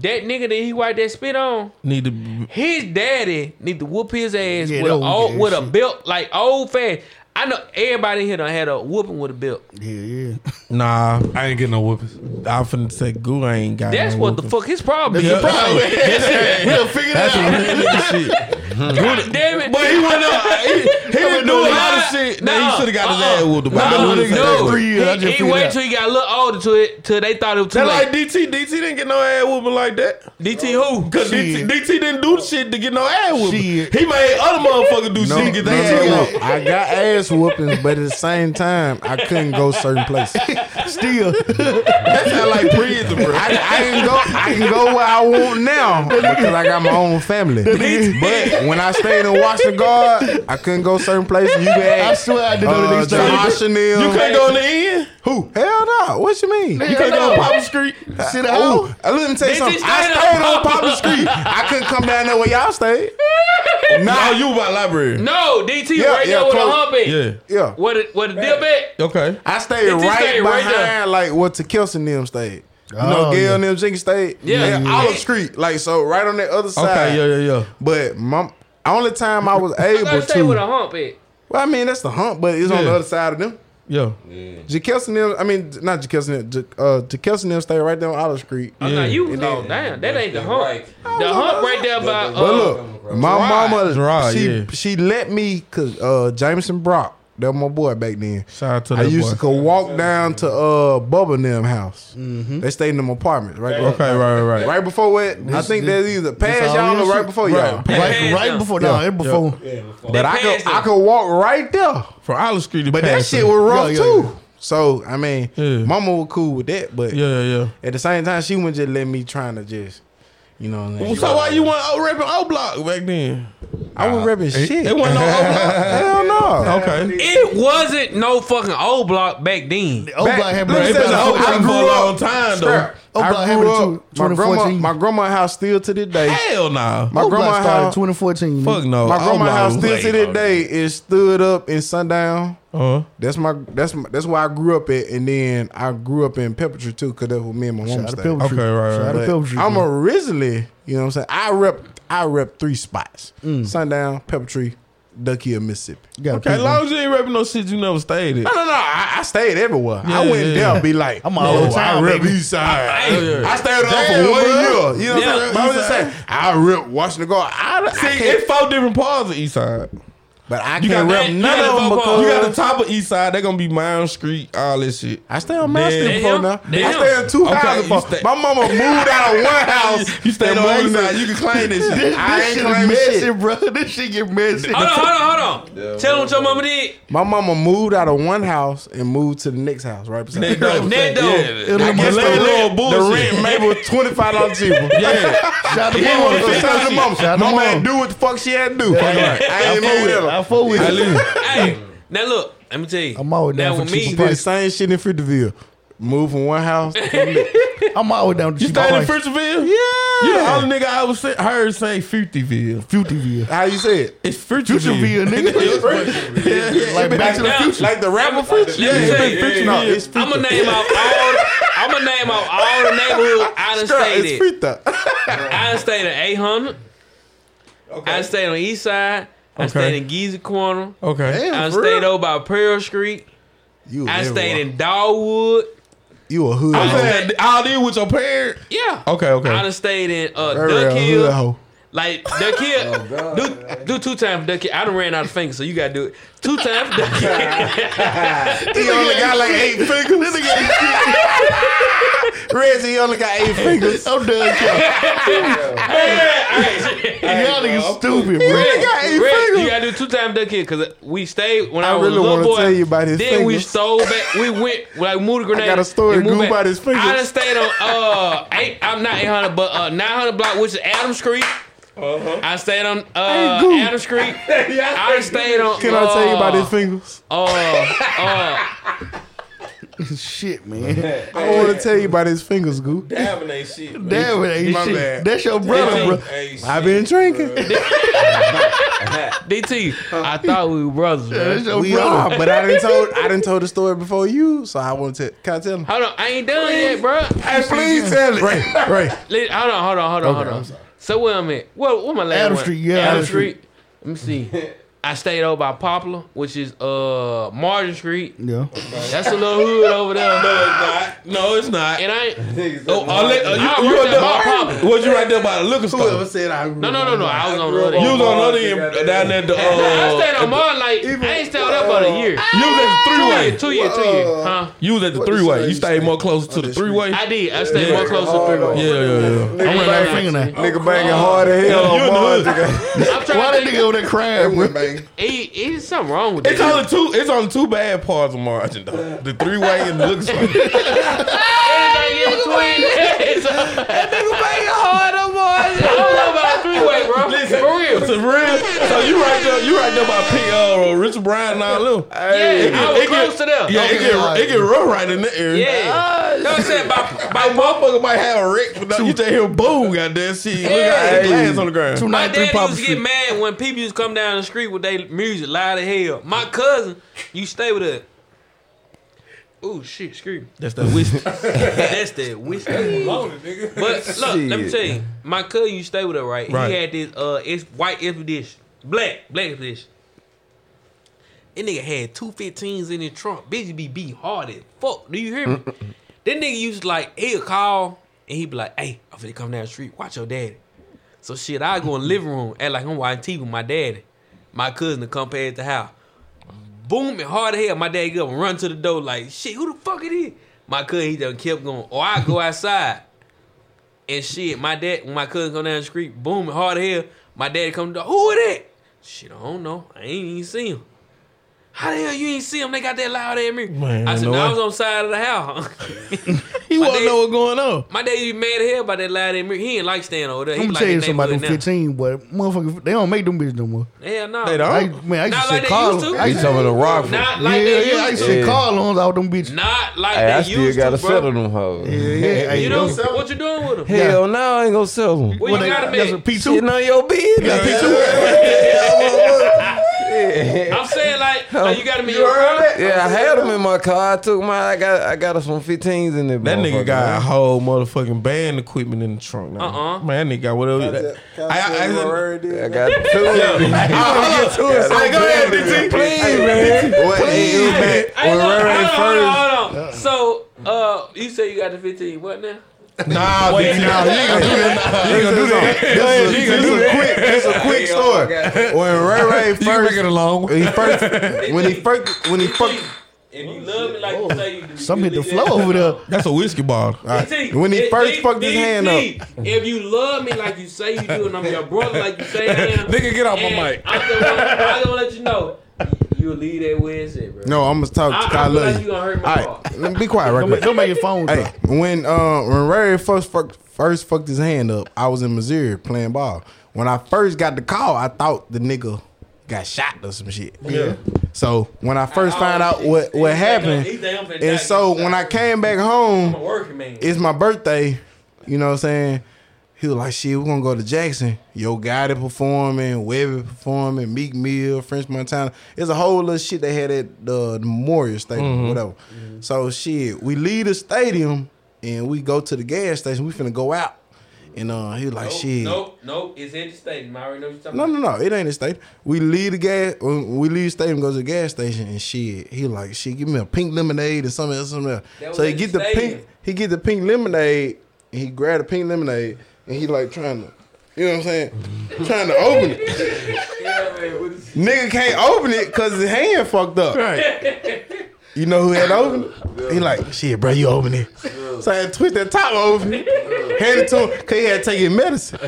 Speaker 2: That nigga that he wiped that spit on,
Speaker 7: Need to
Speaker 2: his daddy need to whoop his ass
Speaker 4: Yeah,
Speaker 2: with, a,
Speaker 4: that old
Speaker 2: old,
Speaker 4: ass
Speaker 2: with a
Speaker 4: shit.
Speaker 2: belt, like old fan. I know everybody in here done had a whooping with a belt.
Speaker 4: Yeah, yeah.
Speaker 7: Nah.
Speaker 5: I ain't getting no whoopings.
Speaker 7: I finna say goo I ain't got
Speaker 2: That's
Speaker 7: no
Speaker 2: what the
Speaker 7: whooping.
Speaker 2: fuck his problem is.
Speaker 4: We'll figure it
Speaker 7: That's
Speaker 4: out.
Speaker 7: some real nigga shit.
Speaker 2: God damn it.
Speaker 7: But he went up. He, he been doing a lot of shit. Now he should have got his ass whooped about
Speaker 2: No,
Speaker 7: it.
Speaker 2: uh-uh. no, no. He, he waited
Speaker 7: That
Speaker 2: till he got a little older to it, till they thought it was too
Speaker 7: like
Speaker 2: late.
Speaker 7: DT. DT didn't get no ass whooping like that.
Speaker 2: DT who?
Speaker 7: Because DT, DT didn't do shit to get no ass whooping.
Speaker 4: Shit.
Speaker 7: He made other motherfuckers do shit to get their ass whooped.
Speaker 8: I got ass whoopings, but at the same time, I couldn't go certain places.
Speaker 4: Still,
Speaker 7: that sound like prison, bro.
Speaker 8: I, I can go. I can go where I want now because I got my own family. But when I stayed in Washington Guard, I couldn't go certain places. You could ask.
Speaker 4: I swear I didn't know
Speaker 8: uh,
Speaker 4: these things.
Speaker 8: Josh and them.
Speaker 7: You couldn't go in the end.
Speaker 8: Who? Hell no. What you mean?
Speaker 4: You couldn't go on Poplar
Speaker 7: Street?
Speaker 4: Sit
Speaker 8: Oh,
Speaker 4: out.
Speaker 8: let me tell you
Speaker 4: Bitch,
Speaker 8: something.
Speaker 4: he
Speaker 8: I
Speaker 4: stayed
Speaker 8: stayed
Speaker 4: on
Speaker 8: on Poplar Street. I couldn't come down there where y'all stayed.
Speaker 7: Nah, Oh, you about library.
Speaker 2: No, DT right there with a
Speaker 8: close.
Speaker 2: hump at.
Speaker 7: Yeah.
Speaker 8: Yeah.
Speaker 2: What a, what a dip at?
Speaker 7: Okay.
Speaker 8: I stayed
Speaker 2: It just
Speaker 8: right
Speaker 2: stayed right
Speaker 8: behind
Speaker 2: there.
Speaker 8: like where Tekilson and them stayed. You
Speaker 4: Oh,
Speaker 8: know, Gail
Speaker 4: yeah.
Speaker 8: and them Jenkins stayed.
Speaker 2: Yeah.
Speaker 8: And Olive Street. Like so right on the other side.
Speaker 7: Okay, yeah, yeah, yeah.
Speaker 8: But my only time I was
Speaker 14: I
Speaker 8: able
Speaker 14: gotta stay
Speaker 8: to
Speaker 14: with a hump at.
Speaker 8: Well, I mean that's the hump, but it's on
Speaker 7: Yeah.
Speaker 8: the other side of them.
Speaker 7: Yeah.
Speaker 8: Jakelson and them, I mean not Jakelson and them, J- uh Jakelson and them stayed right there on Olive Street.
Speaker 14: I'm
Speaker 7: Yeah.
Speaker 14: like, you oh damn, that ain't the hump. The hump right there by uh,
Speaker 8: But look, my mama,
Speaker 7: Gerard,
Speaker 8: she
Speaker 7: yeah.
Speaker 8: she let me cause uh, Jameson Brock, that was my boy back then.
Speaker 7: Shout out to
Speaker 8: I
Speaker 7: that
Speaker 8: used
Speaker 7: boy.
Speaker 8: to go walk down to uh Bubba and them house.
Speaker 2: Mm-hmm.
Speaker 8: They stayed in them apartments right there.
Speaker 7: Okay, right, right, right.
Speaker 8: Right before what? I
Speaker 4: This-
Speaker 8: think
Speaker 4: this-
Speaker 8: that's either
Speaker 4: this
Speaker 8: past
Speaker 4: all
Speaker 8: y'all
Speaker 4: your
Speaker 8: or right
Speaker 4: shit?
Speaker 8: before
Speaker 7: Right.
Speaker 8: y'all.
Speaker 7: Past
Speaker 4: Right,
Speaker 2: Yeah.
Speaker 4: right before, no,
Speaker 7: Yeah.
Speaker 4: it before.
Speaker 8: But I could
Speaker 2: past
Speaker 8: I
Speaker 2: them.
Speaker 8: could walk right there.
Speaker 7: From Olive Street to
Speaker 8: But that shit was rough
Speaker 4: Yeah, yeah,
Speaker 8: too. So I mean,
Speaker 7: Yeah.
Speaker 8: mama was cool with that, but
Speaker 7: Yeah, yeah, yeah.
Speaker 8: at the same time, she wouldn't just let me trying to just, you know. What I'm saying?
Speaker 7: So why you want O repping O Block back then?
Speaker 8: I was repping shit.
Speaker 7: It wasn't no O Block.
Speaker 8: Uh, Hell no.
Speaker 7: Okay.
Speaker 2: It wasn't no fucking old block back then.
Speaker 4: Oh,
Speaker 8: Back-
Speaker 4: Black had
Speaker 8: let me
Speaker 4: been
Speaker 7: It
Speaker 8: tell you
Speaker 7: been
Speaker 8: something.
Speaker 7: O
Speaker 8: I
Speaker 7: Block for
Speaker 8: grew
Speaker 7: a long
Speaker 8: up-
Speaker 7: time though.
Speaker 8: Sure.
Speaker 4: Oh,
Speaker 8: I
Speaker 4: Block happened in
Speaker 8: grew up.
Speaker 4: two-
Speaker 8: My grandma,
Speaker 4: 2014.
Speaker 8: my grandma house still to this day.
Speaker 7: Hell nah.
Speaker 8: My
Speaker 4: Oh, Black
Speaker 8: grandma
Speaker 4: started
Speaker 8: house,
Speaker 4: 2014.
Speaker 7: Fuck no.
Speaker 8: my grandma
Speaker 7: Outlaw
Speaker 8: house
Speaker 7: Oh, was
Speaker 8: still
Speaker 7: way
Speaker 8: to this
Speaker 7: older.
Speaker 8: day is stood up in sundown.
Speaker 7: Uh-huh.
Speaker 8: That's my that's my, that's where I grew up at, and then I grew up in Peppertree too, cause that's where me and my mom
Speaker 4: Shout out to
Speaker 8: stayed.
Speaker 4: Pilgrim.
Speaker 7: Okay, right, right,
Speaker 4: Shout out
Speaker 8: But
Speaker 4: to Pilgrim.
Speaker 8: I'm originally, you know what I'm saying. I rep I rep three spots:
Speaker 7: Mm.
Speaker 8: Sundown, Peppertree, Ducky, and Mississippi.
Speaker 4: You gotta
Speaker 7: Okay,
Speaker 4: pick
Speaker 7: long
Speaker 4: one.
Speaker 7: as you ain't rapping no shit you never stayed in.
Speaker 8: No, no, no. I, I stayed everywhere.
Speaker 7: Yeah,
Speaker 8: I went
Speaker 7: yeah,
Speaker 8: there
Speaker 7: yeah.
Speaker 8: and be like,
Speaker 4: I'm all over
Speaker 8: "Oh, I
Speaker 4: town,
Speaker 8: rep
Speaker 4: baby."
Speaker 8: East Side.
Speaker 7: Yeah, yeah.
Speaker 8: I stayed there
Speaker 7: Damn,
Speaker 8: for one
Speaker 7: bro.
Speaker 8: year. You know what I'm saying?
Speaker 7: Yeah,
Speaker 8: But I was just
Speaker 7: East
Speaker 8: saying, I rep Washington Guard. I,
Speaker 7: See,
Speaker 8: I can't,
Speaker 7: it's four different parts of East Side.
Speaker 8: but I
Speaker 7: You got
Speaker 8: can't rep
Speaker 7: that-
Speaker 8: none
Speaker 7: you got
Speaker 8: of
Speaker 7: the
Speaker 8: them
Speaker 7: four parts.
Speaker 8: because
Speaker 7: You got the top of East Side. They're gonna be Mound Street, all this shit.
Speaker 8: I stay on my
Speaker 7: Damn.
Speaker 8: street before now.
Speaker 2: Damn.
Speaker 8: I stay in two
Speaker 7: Okay,
Speaker 8: houses
Speaker 7: you
Speaker 8: before.
Speaker 7: stay-
Speaker 8: My mama moved out of one house.
Speaker 7: You stayed
Speaker 8: and
Speaker 7: on
Speaker 8: moved
Speaker 7: East
Speaker 8: to-
Speaker 7: Side. You can claim this shit.
Speaker 4: This,
Speaker 8: I
Speaker 4: this
Speaker 8: ain't
Speaker 4: shit
Speaker 8: claiming
Speaker 4: messy,
Speaker 8: shit.
Speaker 4: bro. This shit get messy.
Speaker 2: Hold on, hold on, hold on. Tell them what your mama did.
Speaker 8: My mama moved out of one house and moved to the next house right beside.
Speaker 7: Ned
Speaker 8: me.
Speaker 7: Doe.
Speaker 2: Ned Doe.
Speaker 7: Yeah.
Speaker 8: I guess the
Speaker 7: Little
Speaker 8: rent, the
Speaker 7: bullshit.
Speaker 8: rent maybe twenty five dollars cheaper.
Speaker 7: Yeah.
Speaker 4: Shout out to
Speaker 8: Yeah,
Speaker 4: Pilgrim.
Speaker 8: well, shout out to mama.
Speaker 4: Shout out to
Speaker 8: Mama
Speaker 4: mama.
Speaker 8: had to do what the fuck she had to do. I
Speaker 4: I
Speaker 8: ain't
Speaker 4: fuck
Speaker 8: even
Speaker 4: with it.
Speaker 8: with
Speaker 4: I
Speaker 8: her.
Speaker 4: fuck with
Speaker 7: I
Speaker 4: it.
Speaker 7: live.
Speaker 2: hey, now look, let me tell you.
Speaker 4: I'm always
Speaker 2: Now
Speaker 4: down for
Speaker 2: with me,
Speaker 4: cheaper
Speaker 8: She did the
Speaker 4: price.
Speaker 8: same shit in Frittaville. Moved from one house. to the next.
Speaker 4: I'm always down for
Speaker 7: You
Speaker 4: cheaper
Speaker 7: stayed in
Speaker 4: price.
Speaker 7: Fritchville? Yeah. You the only nigga I was say, heard say Fiftyville.
Speaker 4: Futureville.
Speaker 8: How you say it?
Speaker 7: It's Fritchville.
Speaker 4: Futureville, nigga.
Speaker 7: Yeah, yeah.
Speaker 4: Like back to the
Speaker 2: Now,
Speaker 4: future.
Speaker 8: Like the rapper Fritz?
Speaker 7: Yeah,
Speaker 2: Yeah,
Speaker 7: it's
Speaker 2: yeah,
Speaker 7: Fritchville.
Speaker 8: No, it's
Speaker 2: I'm gonna name out all. I'm gonna name out all the neighborhoods I done
Speaker 8: Girl,
Speaker 2: stayed
Speaker 8: it's
Speaker 2: in.
Speaker 8: Frita.
Speaker 2: I done stayed at 800. I done stayed on East Side. I done
Speaker 7: Okay.
Speaker 2: stayed in Geezy Corner.
Speaker 7: Okay.
Speaker 2: I done
Speaker 8: for
Speaker 2: stayed
Speaker 8: real?
Speaker 2: over by Pearl Street.
Speaker 8: You
Speaker 2: I done stayed
Speaker 8: everywhere.
Speaker 2: in Dogwood.
Speaker 8: You a hood.
Speaker 7: I'm
Speaker 8: hoe.
Speaker 7: saying all did with your parents.
Speaker 2: Yeah.
Speaker 7: Okay, okay.
Speaker 2: I done stayed in uh,
Speaker 8: Very real
Speaker 2: Duck
Speaker 8: hood
Speaker 2: Hill.
Speaker 8: hoe.
Speaker 2: Like Duck Hill. do, do two times for Duck Hill. I done ran out of fingers, so you gotta do it. Two times for Duck Hill.
Speaker 8: He only got like eight fingers. This nigga- Reggie, he only got eight fingers.
Speaker 4: I'm done. Y'all Y'all niggas stupid, bro.
Speaker 8: He got eight
Speaker 2: Red,
Speaker 8: fingers.
Speaker 2: you gotta do two times duck here because we stayed when I,
Speaker 8: I
Speaker 2: was
Speaker 8: really
Speaker 2: a
Speaker 8: wanna
Speaker 2: little boy.
Speaker 8: tell you about his
Speaker 2: then we
Speaker 8: fingers.
Speaker 2: stole back. We went like moved to Grenada.
Speaker 8: got a story
Speaker 2: and moved
Speaker 8: good
Speaker 2: back.
Speaker 8: about his fingers.
Speaker 2: I done stayed on uh eight. I'm not 800, but uh 900 block, which is Adams Creek. Uh-huh. I stayed on uh,
Speaker 8: Goo.
Speaker 2: Adams Creek. I done stayed on.
Speaker 8: Can
Speaker 2: uh,
Speaker 8: I tell you about his fingers?
Speaker 4: Shit, man.
Speaker 8: I want to tell you about his fingers, Goo.
Speaker 7: Having that shit.
Speaker 4: Damn it, ain't
Speaker 8: My
Speaker 4: shit.
Speaker 8: bad.
Speaker 4: That's your brother, bro.
Speaker 8: I've been drinking.
Speaker 2: DT? I thought we were brothers, man.
Speaker 4: That's your
Speaker 8: We
Speaker 4: brother.
Speaker 8: are, but I didn't told I didn't told the story before you, so I want to. Can I tell him?
Speaker 2: Hold on, I ain't done yet, bro.
Speaker 8: Hey, please tell it. Right, right.
Speaker 2: Let, hold on, hold on, hold on, hold on. So where I'm at? What? What my last
Speaker 4: Adam
Speaker 2: one?
Speaker 4: Street, yeah,
Speaker 2: Adam
Speaker 4: Adam
Speaker 2: Street. Let me see. I stayed over by Poplar, which is uh Margin Street.
Speaker 4: Yeah.
Speaker 2: That's a little hood over there.
Speaker 7: No, it's not.
Speaker 2: And I. ain't-
Speaker 7: Oh, I'll let- uh, you,
Speaker 2: I
Speaker 7: you
Speaker 2: worked
Speaker 7: right there
Speaker 2: at Bar
Speaker 7: by,
Speaker 2: Papa.
Speaker 7: was you right there by the liquor store?
Speaker 2: Whoever
Speaker 16: said I
Speaker 2: No, no, no, no. I was on the other
Speaker 7: You was
Speaker 2: end.
Speaker 7: on the other end down there. at The, uh,
Speaker 2: I stayed
Speaker 7: at the-
Speaker 2: on mine like I ain't stayed on that but a year.
Speaker 7: You was at the three way.
Speaker 2: Two year, two year, huh?
Speaker 7: You was at the three way. You stayed more closer to the three way.
Speaker 2: I did. I stayed more close to three way.
Speaker 7: Yeah, yeah, yeah.
Speaker 2: I'm
Speaker 7: right
Speaker 8: Nigga banging hard as hell.
Speaker 7: You in the hood.
Speaker 4: Why that nigga over there crying, bro?
Speaker 2: It, it's something wrong with
Speaker 7: It's only two. It's only two bad parts of margin though. The three way and the looks like.
Speaker 2: Everything in between. That nigga banging hard on boys. I don't know about three way, bro.
Speaker 7: Listen,
Speaker 2: For real.
Speaker 7: So, for real. So you right there. You right there by P. Uh, Richard Bryan and all them.
Speaker 2: Yeah, I was close to them.
Speaker 7: Yeah, it get it get rough right in the area.
Speaker 2: Yeah.
Speaker 7: You know what I'm saying? By, by motherfucker might have a wreck, but you just hear boom, goddamn shit. Look at the glass on the ground.
Speaker 2: My dad used to get mad when people used to come down the street with their music loud as hell. My cousin, you stay with her. Oh shit, screw.
Speaker 7: That's that whiskey.
Speaker 2: That's that whiskey.
Speaker 7: Maloney, nigga.
Speaker 2: But look, let me
Speaker 7: Shit.
Speaker 2: tell you, my cousin used to stay with her, right?
Speaker 7: Right.
Speaker 2: He had this uh it's white expedition. Black, black expedition. That nigga had two 15s in his trunk. Bitch be beat hard as fuck. Do you hear me? that nigga used to like, he'll call and he'd be like, hey, I'm finna come down the street, watch your daddy. So shit, I go in the living room, act like I'm watching TV with my daddy. My cousin to come past the house. Booming hard as hell. My dad get up and run to the door like, shit, who the fuck it is? My cousin, he done kept going. Or I go outside. And shit, my dad, when my cousin come down the street, booming hard as hell, my dad come to the door, who it that? Shit, I don't know. I ain't even see him. How the hell you ain't see him? They got that loud at me.
Speaker 7: Man,
Speaker 2: I said,
Speaker 7: no
Speaker 2: no, I
Speaker 7: way.
Speaker 2: was on the side of the house.
Speaker 7: He
Speaker 2: My
Speaker 7: won't
Speaker 2: dad-
Speaker 7: know what's going on.
Speaker 2: My dad, you mad as hell about that loud at me. He ain't like staying over there.
Speaker 4: I'm
Speaker 2: He
Speaker 4: gonna
Speaker 2: like
Speaker 4: tell you
Speaker 2: the
Speaker 4: somebody
Speaker 2: neighborhood now.
Speaker 4: 15, but motherfucker, they don't make them bitches no more.
Speaker 2: Hell no.
Speaker 4: They don't? I- man, I used to
Speaker 2: Not
Speaker 4: say
Speaker 2: like they
Speaker 4: call
Speaker 2: used
Speaker 4: them.
Speaker 2: to.
Speaker 4: I used to- Some of the Rockford.
Speaker 2: Not like
Speaker 4: yeah,
Speaker 2: they
Speaker 4: yeah, I
Speaker 2: used
Speaker 4: used
Speaker 2: to.
Speaker 4: to yeah. call on all them bitches.
Speaker 2: Not like
Speaker 9: Hey, I
Speaker 2: they
Speaker 9: still
Speaker 2: used
Speaker 9: gotta
Speaker 2: to, bro.
Speaker 9: settle them hoes.
Speaker 4: Yeah, yeah.
Speaker 2: You don't sell what you doing with them?
Speaker 9: Hell no, I ain't gonna sell them.
Speaker 2: Well, you gotta be.
Speaker 9: Shit, none of your business.
Speaker 2: I'm saying like, like you gotta be.
Speaker 9: You heard that? Yeah, I had them in my car. I took my. I got. I got us some 15s in there.
Speaker 7: That nigga
Speaker 9: motherfucker,
Speaker 7: got a
Speaker 9: man.
Speaker 7: whole motherfucking band equipment in the trunk. Now.
Speaker 9: Uh-uh.
Speaker 7: Man, that nigga got whatever. That, I, I,
Speaker 9: I got two.
Speaker 7: I,
Speaker 9: Two or something.
Speaker 7: go ahead, DT.
Speaker 9: Please, man. Please, man.
Speaker 2: Hey, look, hold on, hold on, hold on. So, uh, you say you got the 15. What now?
Speaker 7: Nah,
Speaker 8: Wait,
Speaker 7: DT.
Speaker 8: nah, you ain't gonna do that. You ain't gonna do that. Go ahead, you ain't gonna do that. This is a quick story. When Ray Ray first, make it along. When he first, when he first, when he first,
Speaker 2: If you love me like you say you do.
Speaker 8: Oh, some hit the flow over there.
Speaker 7: That's a whiskey bottle.
Speaker 2: DT,
Speaker 8: When he
Speaker 2: D-
Speaker 8: first
Speaker 2: D-
Speaker 8: fucked his
Speaker 2: DT,
Speaker 8: hand up,
Speaker 2: If you love me like you say you do, and I'm your brother like you say I am.
Speaker 7: Nigga, get off my
Speaker 2: and
Speaker 7: mic.
Speaker 2: I'm gonna, I'm gonna let you know. You'll leave that Wednesday, bro.
Speaker 8: no, I'm gonna talk.
Speaker 2: I-
Speaker 8: to
Speaker 2: I
Speaker 8: I,
Speaker 2: feel
Speaker 8: love
Speaker 2: like you gonna hurt my
Speaker 8: All right, let me be quiet right
Speaker 4: Don't make-
Speaker 8: quick.
Speaker 4: don't make your phone
Speaker 8: Hey, when uh, when Ray first fucked, first fucked his hand up, I was in Missouri playing ball. When I first got the call, I thought the nigga got shot or some shit.
Speaker 7: Yeah.
Speaker 8: So when I first found out what what happened,
Speaker 2: he think I'm finna die,
Speaker 8: and so when I came back home,
Speaker 2: I'm a working man.
Speaker 8: it's my birthday. You know what I'm saying? He was like, shit, we're gonna go to Jackson. Yo Gotti performing, Webby performing, Meek Mill, French Montana. It's a whole little shit they had at the, the Memorial Stadium,
Speaker 7: Mhm.
Speaker 8: whatever. So shit, we leave the stadium and we go to the gas station. We finna go out. And uh he was like, shit.
Speaker 2: Nope, nope. It's in the statement. I already know what you're talking
Speaker 8: No,
Speaker 2: about.
Speaker 8: no, no. It ain't a state. We leave the gas. We leave the stadium, go to the gas station, and shit. He like, shit, give me a pink lemonade or something else, something else.
Speaker 2: That was
Speaker 8: So he
Speaker 2: at
Speaker 8: get
Speaker 2: the
Speaker 8: the
Speaker 2: stadium.
Speaker 8: pink. He get the pink lemonade, and he grab the pink lemonade, and he like trying to, you know what I'm saying, trying to open it. Nigga can't open it because his hand fucked up. You know who had opened it? He like, shit, bro, you open it. So I had to twist that top open, hand it to him, cause he had to take his medicine.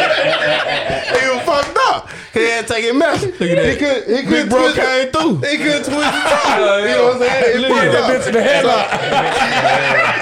Speaker 8: he was fucked up. 'cause He had to take his medicine. Look at that. He could, he could
Speaker 7: bro
Speaker 8: twist,
Speaker 7: came
Speaker 8: through. He could twist the top. you know what I'm saying? It
Speaker 7: Look at
Speaker 8: fucked
Speaker 7: that
Speaker 8: up.
Speaker 7: bitch in the headlock.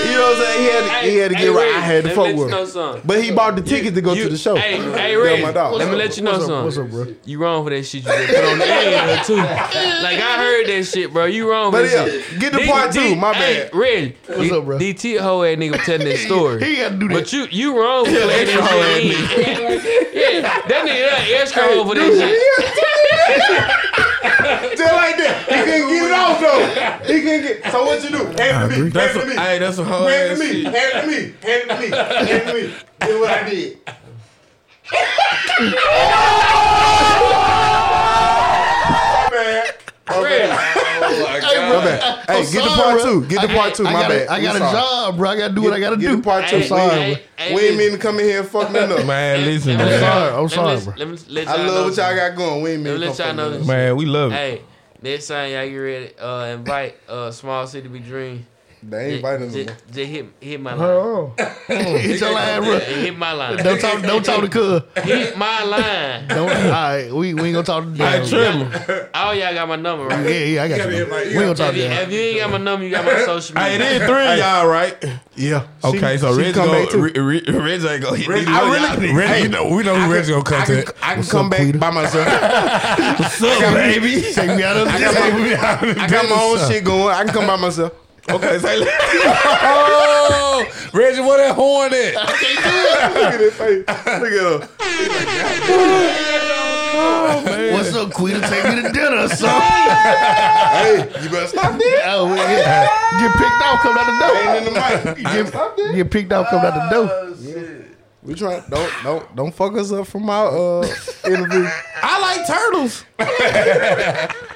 Speaker 8: You know what I'm saying? He had to, he had to
Speaker 2: Hey,
Speaker 8: get right. I
Speaker 2: Ray,
Speaker 8: had to
Speaker 2: let me
Speaker 8: fuck
Speaker 2: let you
Speaker 8: with
Speaker 2: know
Speaker 8: him.
Speaker 2: something.
Speaker 8: But he bought the ticket to go to the show.
Speaker 2: Hey, hey,
Speaker 8: That
Speaker 2: Ray,
Speaker 8: my dog.
Speaker 2: let me let you know
Speaker 8: What's up?
Speaker 2: something.
Speaker 8: What's up, bro?
Speaker 2: You wrong for that shit you just put on the end of it, too. Like I heard that shit, bro. You wrong. for
Speaker 8: But
Speaker 2: that
Speaker 8: yeah,
Speaker 2: shit.
Speaker 8: get to part two, my
Speaker 2: hey,
Speaker 8: bad.
Speaker 2: Red, what's up, bro? DT whole ass nigga telling that story.
Speaker 4: He gotta do that.
Speaker 2: But you, you wrong for
Speaker 7: Yeah,
Speaker 2: letting
Speaker 7: extra hoe ass
Speaker 2: that shit in. Yeah, that nigga that extra over that shit.
Speaker 8: Just like that. He couldn't get it off though. He couldn't get. So what you do? Hand it to me.
Speaker 7: That's a,
Speaker 8: Hand it to me.
Speaker 7: hey, that's a hard
Speaker 8: Hand it
Speaker 7: ass
Speaker 8: to me.
Speaker 7: shit.
Speaker 8: Hand it to me. Hand it to me. Hand it to me. This is what I did. Man,
Speaker 17: my God.
Speaker 8: My bad. Hey, get the part two. Get the part two. My bad.
Speaker 4: I got
Speaker 8: We
Speaker 4: a
Speaker 8: sorry.
Speaker 4: job, bro. I got to do what I got to
Speaker 8: Get
Speaker 4: do.
Speaker 8: the part two. Sorry, we ain't mean to come in here and fuck nothing up.
Speaker 7: Man, listen,
Speaker 8: I'm
Speaker 7: man.
Speaker 8: sorry. I'm
Speaker 2: Let me-
Speaker 8: sorry,
Speaker 2: let me-
Speaker 8: bro.
Speaker 2: Let me let
Speaker 8: I
Speaker 2: y'all
Speaker 8: love
Speaker 2: know
Speaker 8: what y'all got going. We ain't
Speaker 2: Let me
Speaker 8: mean to come
Speaker 2: let y'all
Speaker 8: fuck
Speaker 2: know
Speaker 8: nothing
Speaker 2: this.
Speaker 8: up.
Speaker 7: Man, we love it.
Speaker 2: Hey, next time y'all get ready, uh, invite uh, Small City Be Dream.
Speaker 8: They ain't inviting us no
Speaker 2: Just,
Speaker 8: more.
Speaker 2: just hit hit my
Speaker 7: Oh.
Speaker 2: line.
Speaker 4: Hit your line, bro.
Speaker 2: Hit my line.
Speaker 4: Don't talk. Don't talk to Cuz.
Speaker 2: Hit my line.
Speaker 4: Don't. All right, we we ain't gonna talk to them.
Speaker 2: All y'all got my number, right?
Speaker 4: Yeah, yeah, I got You gotta you. invite- you We gotta- gonna talk
Speaker 2: If you-
Speaker 4: to y'all.
Speaker 2: If you ain't got my number, you got my social media.
Speaker 7: Hey, it is three of y'all, right? Yeah. Okay, so
Speaker 8: she
Speaker 7: Reg
Speaker 8: come
Speaker 7: go,
Speaker 8: back too.
Speaker 7: Re, Re, Reg ain't gonna hit
Speaker 8: Reg-
Speaker 7: these
Speaker 8: I
Speaker 7: little
Speaker 8: really-
Speaker 7: y'all niggas.
Speaker 8: Reg-
Speaker 7: Hey, you know, we know who Reg gonna come to.
Speaker 8: I can come back by myself. What's up, baby?
Speaker 4: Take me out of
Speaker 8: I
Speaker 4: this.
Speaker 8: got my, I got my own
Speaker 7: business.
Speaker 8: shit going. I can come by myself.
Speaker 7: Okay, say oh, Reggie, where that horn at?
Speaker 8: Look at his face. Look at him.
Speaker 4: What's up, Queen? Take me to dinner, son.
Speaker 8: Hey, you better stop that.
Speaker 4: Oh, we- yeah. Get picked off, come out
Speaker 8: Ain't in the mic. You better stop
Speaker 4: the door.
Speaker 8: that. Ah,
Speaker 4: Get picked off, come out the door.
Speaker 8: We trying don't don't don't fuck us up from our uh, interview.
Speaker 7: I like turtles.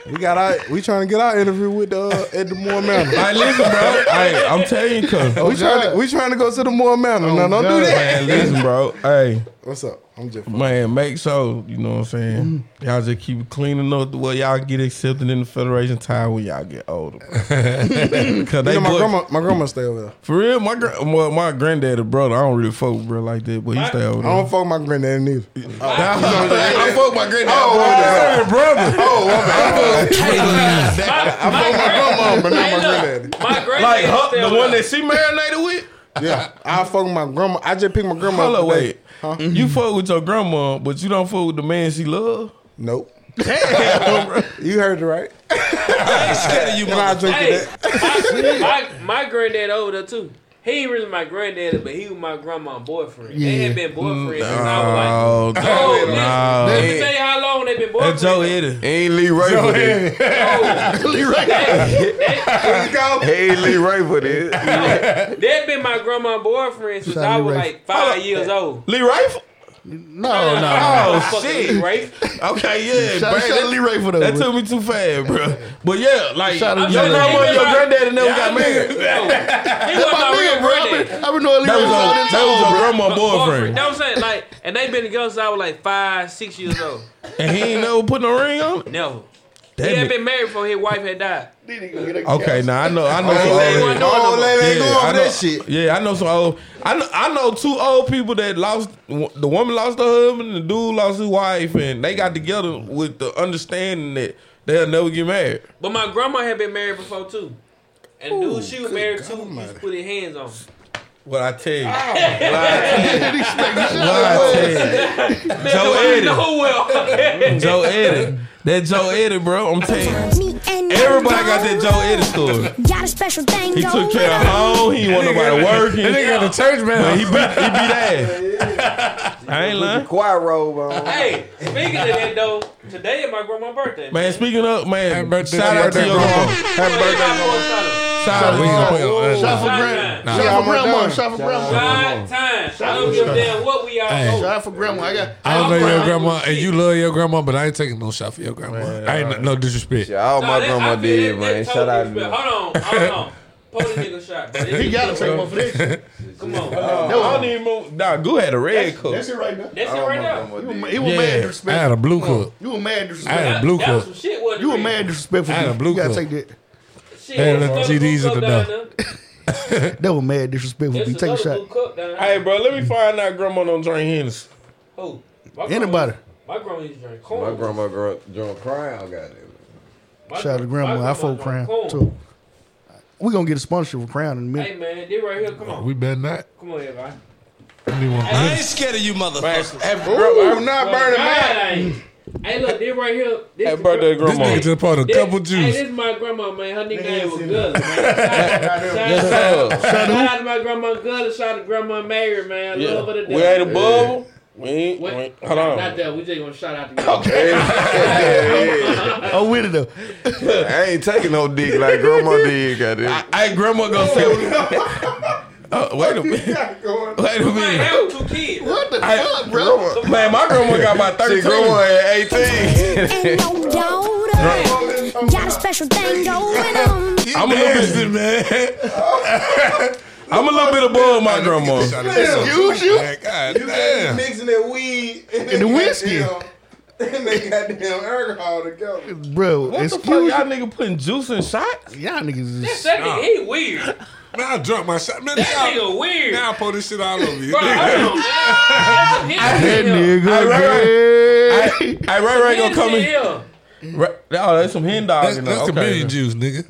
Speaker 8: We got our we trying to get our interview with uh, at the Moore Manor.
Speaker 7: Hey, listen, bro. Hey, I'm telling you, cuz.
Speaker 8: we trying to, we trying to go to the Moore Manor.
Speaker 7: Oh,
Speaker 8: now don't do
Speaker 7: Man,
Speaker 8: that.
Speaker 7: listen, bro. Hey,
Speaker 8: What's up? I'm just
Speaker 7: man, make sure, you know what I'm saying?
Speaker 8: Mm.
Speaker 7: Y'all just keep it clean enough to where y'all get accepted in the Federation time when y'all get older. bro. Cause
Speaker 8: You
Speaker 7: they
Speaker 8: know, my
Speaker 7: book-
Speaker 8: grandma my grandma stay over there.
Speaker 7: For real, my gra- well, my granddaddy brother, I don't really fuck with bro like that, but he stay over
Speaker 8: I
Speaker 7: there.
Speaker 8: don't fuck my granddad neither.
Speaker 5: Oh,
Speaker 7: I fuck my granddaddy. brother.
Speaker 8: Oh, wow.
Speaker 7: Hey, brother.
Speaker 8: Oh, my bad. I fuck my grandma, but not my
Speaker 2: Hey, look,
Speaker 8: granddaddy.
Speaker 2: My granddaddy
Speaker 7: Like huh,
Speaker 2: still
Speaker 7: the one
Speaker 2: there.
Speaker 7: that she marinated with.
Speaker 8: Yeah, I fuck my grandma. I just picked my grandma.
Speaker 7: Hold
Speaker 8: up
Speaker 7: up,
Speaker 8: today.
Speaker 7: wait.
Speaker 8: Huh?
Speaker 7: You fuck with your grandma, but you don't fuck with the man she love.
Speaker 8: Nope.
Speaker 7: Damn, bro.
Speaker 8: You heard it right.
Speaker 7: you,
Speaker 8: Can I drink
Speaker 2: Hey,
Speaker 8: to that?
Speaker 2: my, my my granddad over there too. He ain't really my granddaddy, but he was my grandma's boyfriend. They had been boyfriends since I was
Speaker 7: Oh,
Speaker 2: like, oh, listen,
Speaker 7: no.
Speaker 2: let me tell you how long they been boyfriends.
Speaker 7: That's Joe Eddie.
Speaker 17: Ain't Lee Ray for this. Ain't Lee Ray for this.
Speaker 2: They've been my grandma's boyfriend since I was like five years old.
Speaker 7: Lee Rifle.
Speaker 4: No, no.
Speaker 8: Ah,
Speaker 7: Oh
Speaker 2: Fucking
Speaker 7: shit.
Speaker 2: Right?
Speaker 7: Okay, yeah.
Speaker 4: Shout
Speaker 7: bro,
Speaker 4: shout out
Speaker 7: that,
Speaker 4: Lee Ray for
Speaker 7: that
Speaker 4: those.
Speaker 7: took me too fast, bro. But yeah, like
Speaker 4: Shout
Speaker 7: your
Speaker 4: out to
Speaker 7: grandma
Speaker 2: Lee.
Speaker 7: and your granddaddy never got married.
Speaker 2: He was my real granddaddy.
Speaker 4: I've been knowing Lee
Speaker 7: That
Speaker 4: Ray
Speaker 7: was your,
Speaker 4: for all this
Speaker 7: that was
Speaker 4: time.
Speaker 7: your grandma boyfriend,
Speaker 2: That what I'm saying. Like, and they been together since I was like five, six years old.
Speaker 7: and he ain't never put no ring on. it?
Speaker 2: Never. he
Speaker 7: Damn
Speaker 2: had
Speaker 7: it.
Speaker 2: been married before his wife had died.
Speaker 7: Okay, now I know, I know. some
Speaker 2: Oh,
Speaker 7: old-
Speaker 2: they ain't doing no
Speaker 8: Oh,
Speaker 2: more.
Speaker 8: they ain't going
Speaker 7: I
Speaker 8: for
Speaker 7: know,
Speaker 8: that shit.
Speaker 7: Yeah, I know some old. I know, I know two old people that lost. The woman lost her husband, the dude lost his wife, and they got together with the understanding that they'll never get married.
Speaker 2: But my grandma had been married before too. And the dude she was married to used to put his hands on.
Speaker 7: What I tell you, what I tell you, Joe Eddie,
Speaker 2: No well.
Speaker 7: Joe Eddie, that Joe Eddie, bro. I'm telling you, everybody got that Joe Eddie story.
Speaker 15: Got a special thing
Speaker 7: He took care of home. He wasn't nobody working. That nigga got the church man. He beat, he beat ass. I ain't lying.
Speaker 17: Choir robe on.
Speaker 2: hey, speaking of that though, today is my grandma's birthday.
Speaker 7: Man, speaking of man,
Speaker 5: birthday,
Speaker 7: shout out to
Speaker 5: birthday,
Speaker 7: your
Speaker 5: bro.
Speaker 7: grandma.
Speaker 2: Happy birthday.
Speaker 7: Shout out to your grandma.
Speaker 4: Shout for
Speaker 2: Shot
Speaker 4: grand-
Speaker 2: time.
Speaker 4: shout for grandma. Shout for grandma.
Speaker 2: Shot time. I don't give a damn what we all
Speaker 5: Hey.
Speaker 2: know.
Speaker 4: Shout for grandma. I got.
Speaker 5: I don't know your grandma, and you love your grandma, but I ain't taking no shot for your grandma. I ain't no disrespect.
Speaker 9: Yeah, all
Speaker 2: Nah,
Speaker 9: Oh, my
Speaker 2: that-
Speaker 9: grandma
Speaker 2: I feel
Speaker 9: did,
Speaker 2: that-
Speaker 9: man.
Speaker 2: that
Speaker 9: Shout
Speaker 2: total
Speaker 9: out to
Speaker 2: respect. Hold on, hold on. Pull the nigga shot. bro.
Speaker 4: He got to take one for this.
Speaker 2: Come on.
Speaker 7: I don't even move. Nah, Goo had a red cup.
Speaker 4: That's it right now.
Speaker 2: That's it
Speaker 9: all my
Speaker 2: right now.
Speaker 9: grandma
Speaker 4: You were-
Speaker 9: did.
Speaker 4: You were mad
Speaker 5: Yeah, I had
Speaker 4: disrespectful.
Speaker 5: a blue cup.
Speaker 4: You were mad
Speaker 5: I
Speaker 4: disrespectful.
Speaker 5: had a blue
Speaker 2: That was
Speaker 5: cup.
Speaker 2: some shit. wasn't
Speaker 4: You were
Speaker 2: it?
Speaker 4: mad disrespectful.
Speaker 5: I had a blue
Speaker 4: You gotta
Speaker 5: cup.
Speaker 4: take that.
Speaker 2: Shit,
Speaker 5: Hey,
Speaker 2: there's
Speaker 5: look,
Speaker 2: another
Speaker 5: GDs
Speaker 2: blue
Speaker 5: at
Speaker 2: cup
Speaker 5: the
Speaker 2: down
Speaker 5: door.
Speaker 2: there.
Speaker 4: That was mad disrespectful.
Speaker 2: There's
Speaker 4: You take a
Speaker 2: another
Speaker 4: shot.
Speaker 2: blue cup down there.
Speaker 7: Hey, bro, let me find out grandma don't drink Hennessy.
Speaker 2: Oh, my grandma-
Speaker 4: Anybody.
Speaker 2: My grandma used to drink corn.
Speaker 9: My grandma grew up drunk crying. Got it.
Speaker 2: My
Speaker 4: Shout out to
Speaker 2: my
Speaker 4: grandma. I fold
Speaker 2: drank
Speaker 4: crown
Speaker 2: corn.
Speaker 4: too. We gonna get a sponsorship for crown in a minute.
Speaker 2: Hey man, they right here. Come on,
Speaker 5: We better not.
Speaker 2: come on, everybody.
Speaker 5: We want Hennessy.
Speaker 7: scared of you, motherfucker.
Speaker 8: I'm not
Speaker 2: God,
Speaker 8: burning mine.
Speaker 2: I ain't. Hey, look, they right here. This
Speaker 7: Hey,
Speaker 2: the
Speaker 7: bro, that
Speaker 2: gr-
Speaker 5: This
Speaker 7: grandma.
Speaker 5: nigga just poured a
Speaker 2: this-
Speaker 5: cup of
Speaker 2: Hey,
Speaker 5: juice.
Speaker 2: this is my grandma, man. Her nickname was Gully. Man. Shout out- shout out-
Speaker 7: Yes,
Speaker 2: shout out to my grandma Gully. Shout out to grandma Mary, man. I love her to
Speaker 7: We had a
Speaker 2: death.
Speaker 7: bubble. We ain't. we
Speaker 2: What?
Speaker 7: ain't- Hold
Speaker 2: Not
Speaker 7: on.
Speaker 2: that. We just gonna shout out to grandma.
Speaker 4: I'm with it though.
Speaker 17: I ain't taking no dick like grandma did. Got it.
Speaker 7: Hey, grandma gonna say. Oh, wait a minute. Wait a
Speaker 2: Man,
Speaker 7: minute.
Speaker 2: that was two kids.
Speaker 4: What the
Speaker 7: Hey,
Speaker 4: fuck, bro?
Speaker 7: Man, my grandma got my
Speaker 17: See,
Speaker 7: 13.
Speaker 17: grandma at 18.
Speaker 15: Ain't no daughter.
Speaker 18: Got a special thing going on.
Speaker 7: I'm a little bit, man. I'm a little bit above my grandma.
Speaker 12: Excuse you?
Speaker 7: God
Speaker 12: You
Speaker 7: damn.
Speaker 12: can't be mixing that weed and,
Speaker 7: And the whiskey.
Speaker 12: goddamn- And they goddamn alcohol together.
Speaker 4: Bro,
Speaker 7: what the fuck y'all nigga putting juice in shots?
Speaker 4: Y'all niggas
Speaker 12: That- that nigga, he
Speaker 14: weird.
Speaker 5: Man, I drunk my shot. Man,
Speaker 12: That
Speaker 5: now-
Speaker 12: nigga
Speaker 14: weird.
Speaker 5: Now I pour this shit all over you.
Speaker 12: Bro, I
Speaker 5: nigga.
Speaker 14: That
Speaker 7: nigga. Hey, right,
Speaker 4: Oh,
Speaker 7: right. Hey, right, right, gonna come in.
Speaker 14: Yeah.
Speaker 7: Right, oh, that's some hen dog.
Speaker 5: That's,
Speaker 7: in
Speaker 5: that's
Speaker 7: there. Okay.
Speaker 5: community juice, nigga.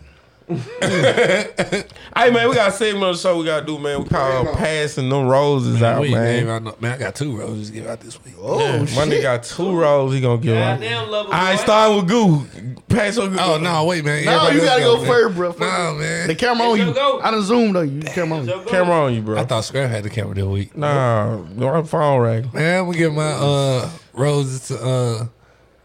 Speaker 7: Hey man, we got a segment on the show we gotta do, man. We call passing them roses out,
Speaker 5: we ain't
Speaker 7: man.
Speaker 5: gave out no- man, I got two roses to give out this week.
Speaker 7: Oh, my nigga got two rolls. He gonna give out.
Speaker 5: Goddamn
Speaker 7: All right, starting with goo. Pass on goo.
Speaker 5: Oh no, wait, man.
Speaker 4: No,
Speaker 5: Everybody
Speaker 4: you
Speaker 5: else
Speaker 4: gotta go first, bro.
Speaker 5: Nah, man.
Speaker 4: The camera on you. I done zoomed on you. The camera on you.
Speaker 7: Camera on you, bro.
Speaker 5: I thought Scrap had the camera that week.
Speaker 7: Nah, no phone rag.
Speaker 5: Man, I'm gonna give my uh, roses to uh,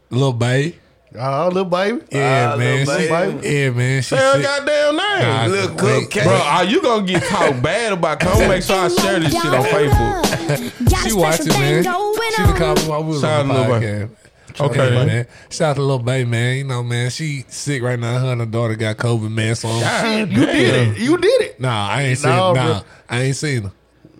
Speaker 5: little baby.
Speaker 4: Oh, little baby.
Speaker 5: Yeah,
Speaker 4: Ah,
Speaker 5: man.
Speaker 4: Lil
Speaker 5: She,
Speaker 4: Baby.
Speaker 5: yeah, man. She
Speaker 7: Say her
Speaker 5: sick.
Speaker 7: goddamn name.
Speaker 5: Nah,
Speaker 7: Lil
Speaker 5: wait.
Speaker 7: Cupcake. Bro, are you gonna get talked bad about? Come make sure I share this shit on Facebook.
Speaker 5: she watching, man. She been calling me while we was
Speaker 7: Shout
Speaker 5: on the
Speaker 7: out to Lil Baby.
Speaker 5: podcast.
Speaker 7: Okay,
Speaker 5: Anyway,
Speaker 7: man.
Speaker 5: Shout out to little baby, man. You know, man, she sick right now. Her and her daughter got COVID, man. So I'm-
Speaker 4: Ah, You did it. You did it.
Speaker 5: Nah, I ain't seen.
Speaker 4: No,
Speaker 5: nah,
Speaker 4: bro.
Speaker 5: I ain't seen her.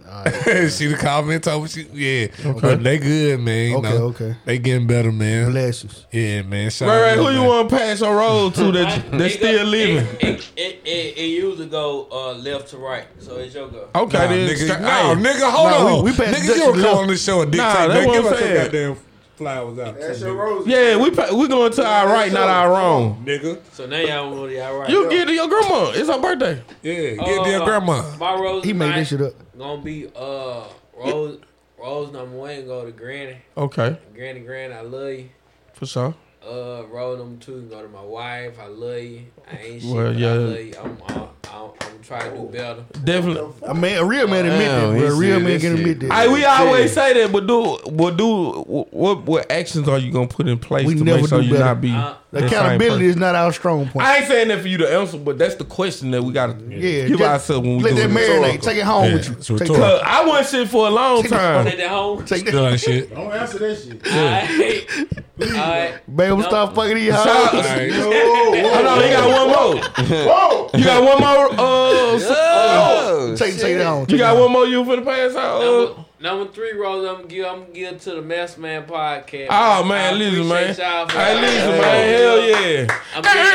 Speaker 5: she the comment told me she, yeah,
Speaker 4: Okay.
Speaker 5: but they good, man. You
Speaker 4: Okay,
Speaker 5: know,
Speaker 4: okay.
Speaker 5: They getting better, man.
Speaker 4: Bless you.
Speaker 5: Yeah, man. Shout
Speaker 7: Right, right.
Speaker 5: out to
Speaker 7: Who you
Speaker 5: Lil
Speaker 7: want to pass your roll to that
Speaker 2: It
Speaker 7: that's
Speaker 2: go-
Speaker 7: still living?
Speaker 2: It, it, it, it, it usually go uh, left to right, so it's your go.
Speaker 7: Okay,
Speaker 5: Nah,
Speaker 7: then.
Speaker 5: nigga,
Speaker 7: Stra-
Speaker 5: nah,
Speaker 7: hey.
Speaker 5: nigga, hold
Speaker 7: Nah,
Speaker 5: on.
Speaker 7: we- we passed
Speaker 5: Nigga,
Speaker 7: Dutch
Speaker 5: you don't
Speaker 7: Lil-
Speaker 5: come on this show and
Speaker 7: Nah,
Speaker 5: dictate,
Speaker 7: that's
Speaker 5: man.
Speaker 7: what
Speaker 5: Give
Speaker 7: I'm
Speaker 5: us some
Speaker 7: saying.
Speaker 5: goddamn flowers out. That's your rose.
Speaker 7: Yeah, we pa- we going to our right, not our wrong.
Speaker 5: Nigga.
Speaker 2: So now y'all want to y'all right.
Speaker 7: You get to your grandma. It's her birthday.
Speaker 5: Yeah,
Speaker 2: Uh, My rose
Speaker 4: He made
Speaker 2: tonight
Speaker 4: this shit up.
Speaker 2: Gonna be uh rose rose number one go to Granny.
Speaker 7: Okay.
Speaker 2: Granny, Granny, I love you.
Speaker 7: For sure.
Speaker 2: Uh, rose number two go to my wife. I love you. I ain't shit.
Speaker 7: Well,
Speaker 2: but
Speaker 7: yeah.
Speaker 2: I love you. I'm, I'm, I'm, I'm trying to do better.
Speaker 7: Definitely.
Speaker 4: A man, a real man admit
Speaker 7: Damn,
Speaker 4: that,
Speaker 7: he
Speaker 4: bro. A real
Speaker 7: said
Speaker 4: man
Speaker 7: that
Speaker 4: can
Speaker 7: shit.
Speaker 4: admit that.
Speaker 7: Hey, we always say that, but do, but do, what, what actions are you gonna put in place
Speaker 4: We
Speaker 7: to
Speaker 4: never
Speaker 7: make sure
Speaker 4: do
Speaker 7: you
Speaker 4: better.
Speaker 7: not be
Speaker 4: Uh,
Speaker 7: the same
Speaker 4: Accountability
Speaker 7: person?
Speaker 4: is not our strong point.
Speaker 7: I ain't saying that for you to answer, but that's the question that we gotta
Speaker 4: Yeah,
Speaker 7: give
Speaker 4: just
Speaker 7: ourselves when we
Speaker 4: let
Speaker 7: do
Speaker 4: that
Speaker 7: it.
Speaker 4: marinate. Take it home with you.
Speaker 7: it's
Speaker 4: Take it
Speaker 7: rhetorical.
Speaker 4: home.
Speaker 7: 'Cause I want shit for a long
Speaker 4: Take it home.
Speaker 7: time.
Speaker 4: Take
Speaker 2: that home.
Speaker 4: Take that-
Speaker 5: Still ain't shit.
Speaker 12: Don't answer that shit.
Speaker 4: Baby, stop fucking these
Speaker 7: Shout
Speaker 4: hoes.
Speaker 7: out- Hold on, he Oh, got one more.
Speaker 12: Whoa!
Speaker 7: You got one more. Uh, s-
Speaker 4: Oh,
Speaker 7: uh,
Speaker 4: take- take it home,
Speaker 7: You
Speaker 4: take it
Speaker 7: got
Speaker 4: home.
Speaker 7: one more. You for the pass out. Uh,
Speaker 2: Number three rose I'm gonna give I'm gonna give to the Mess Man podcast.
Speaker 7: Oh man, listen, man.
Speaker 2: appreciate y'all for-
Speaker 7: Hey, listen, man. Hell yeah.
Speaker 2: I'm giving y'all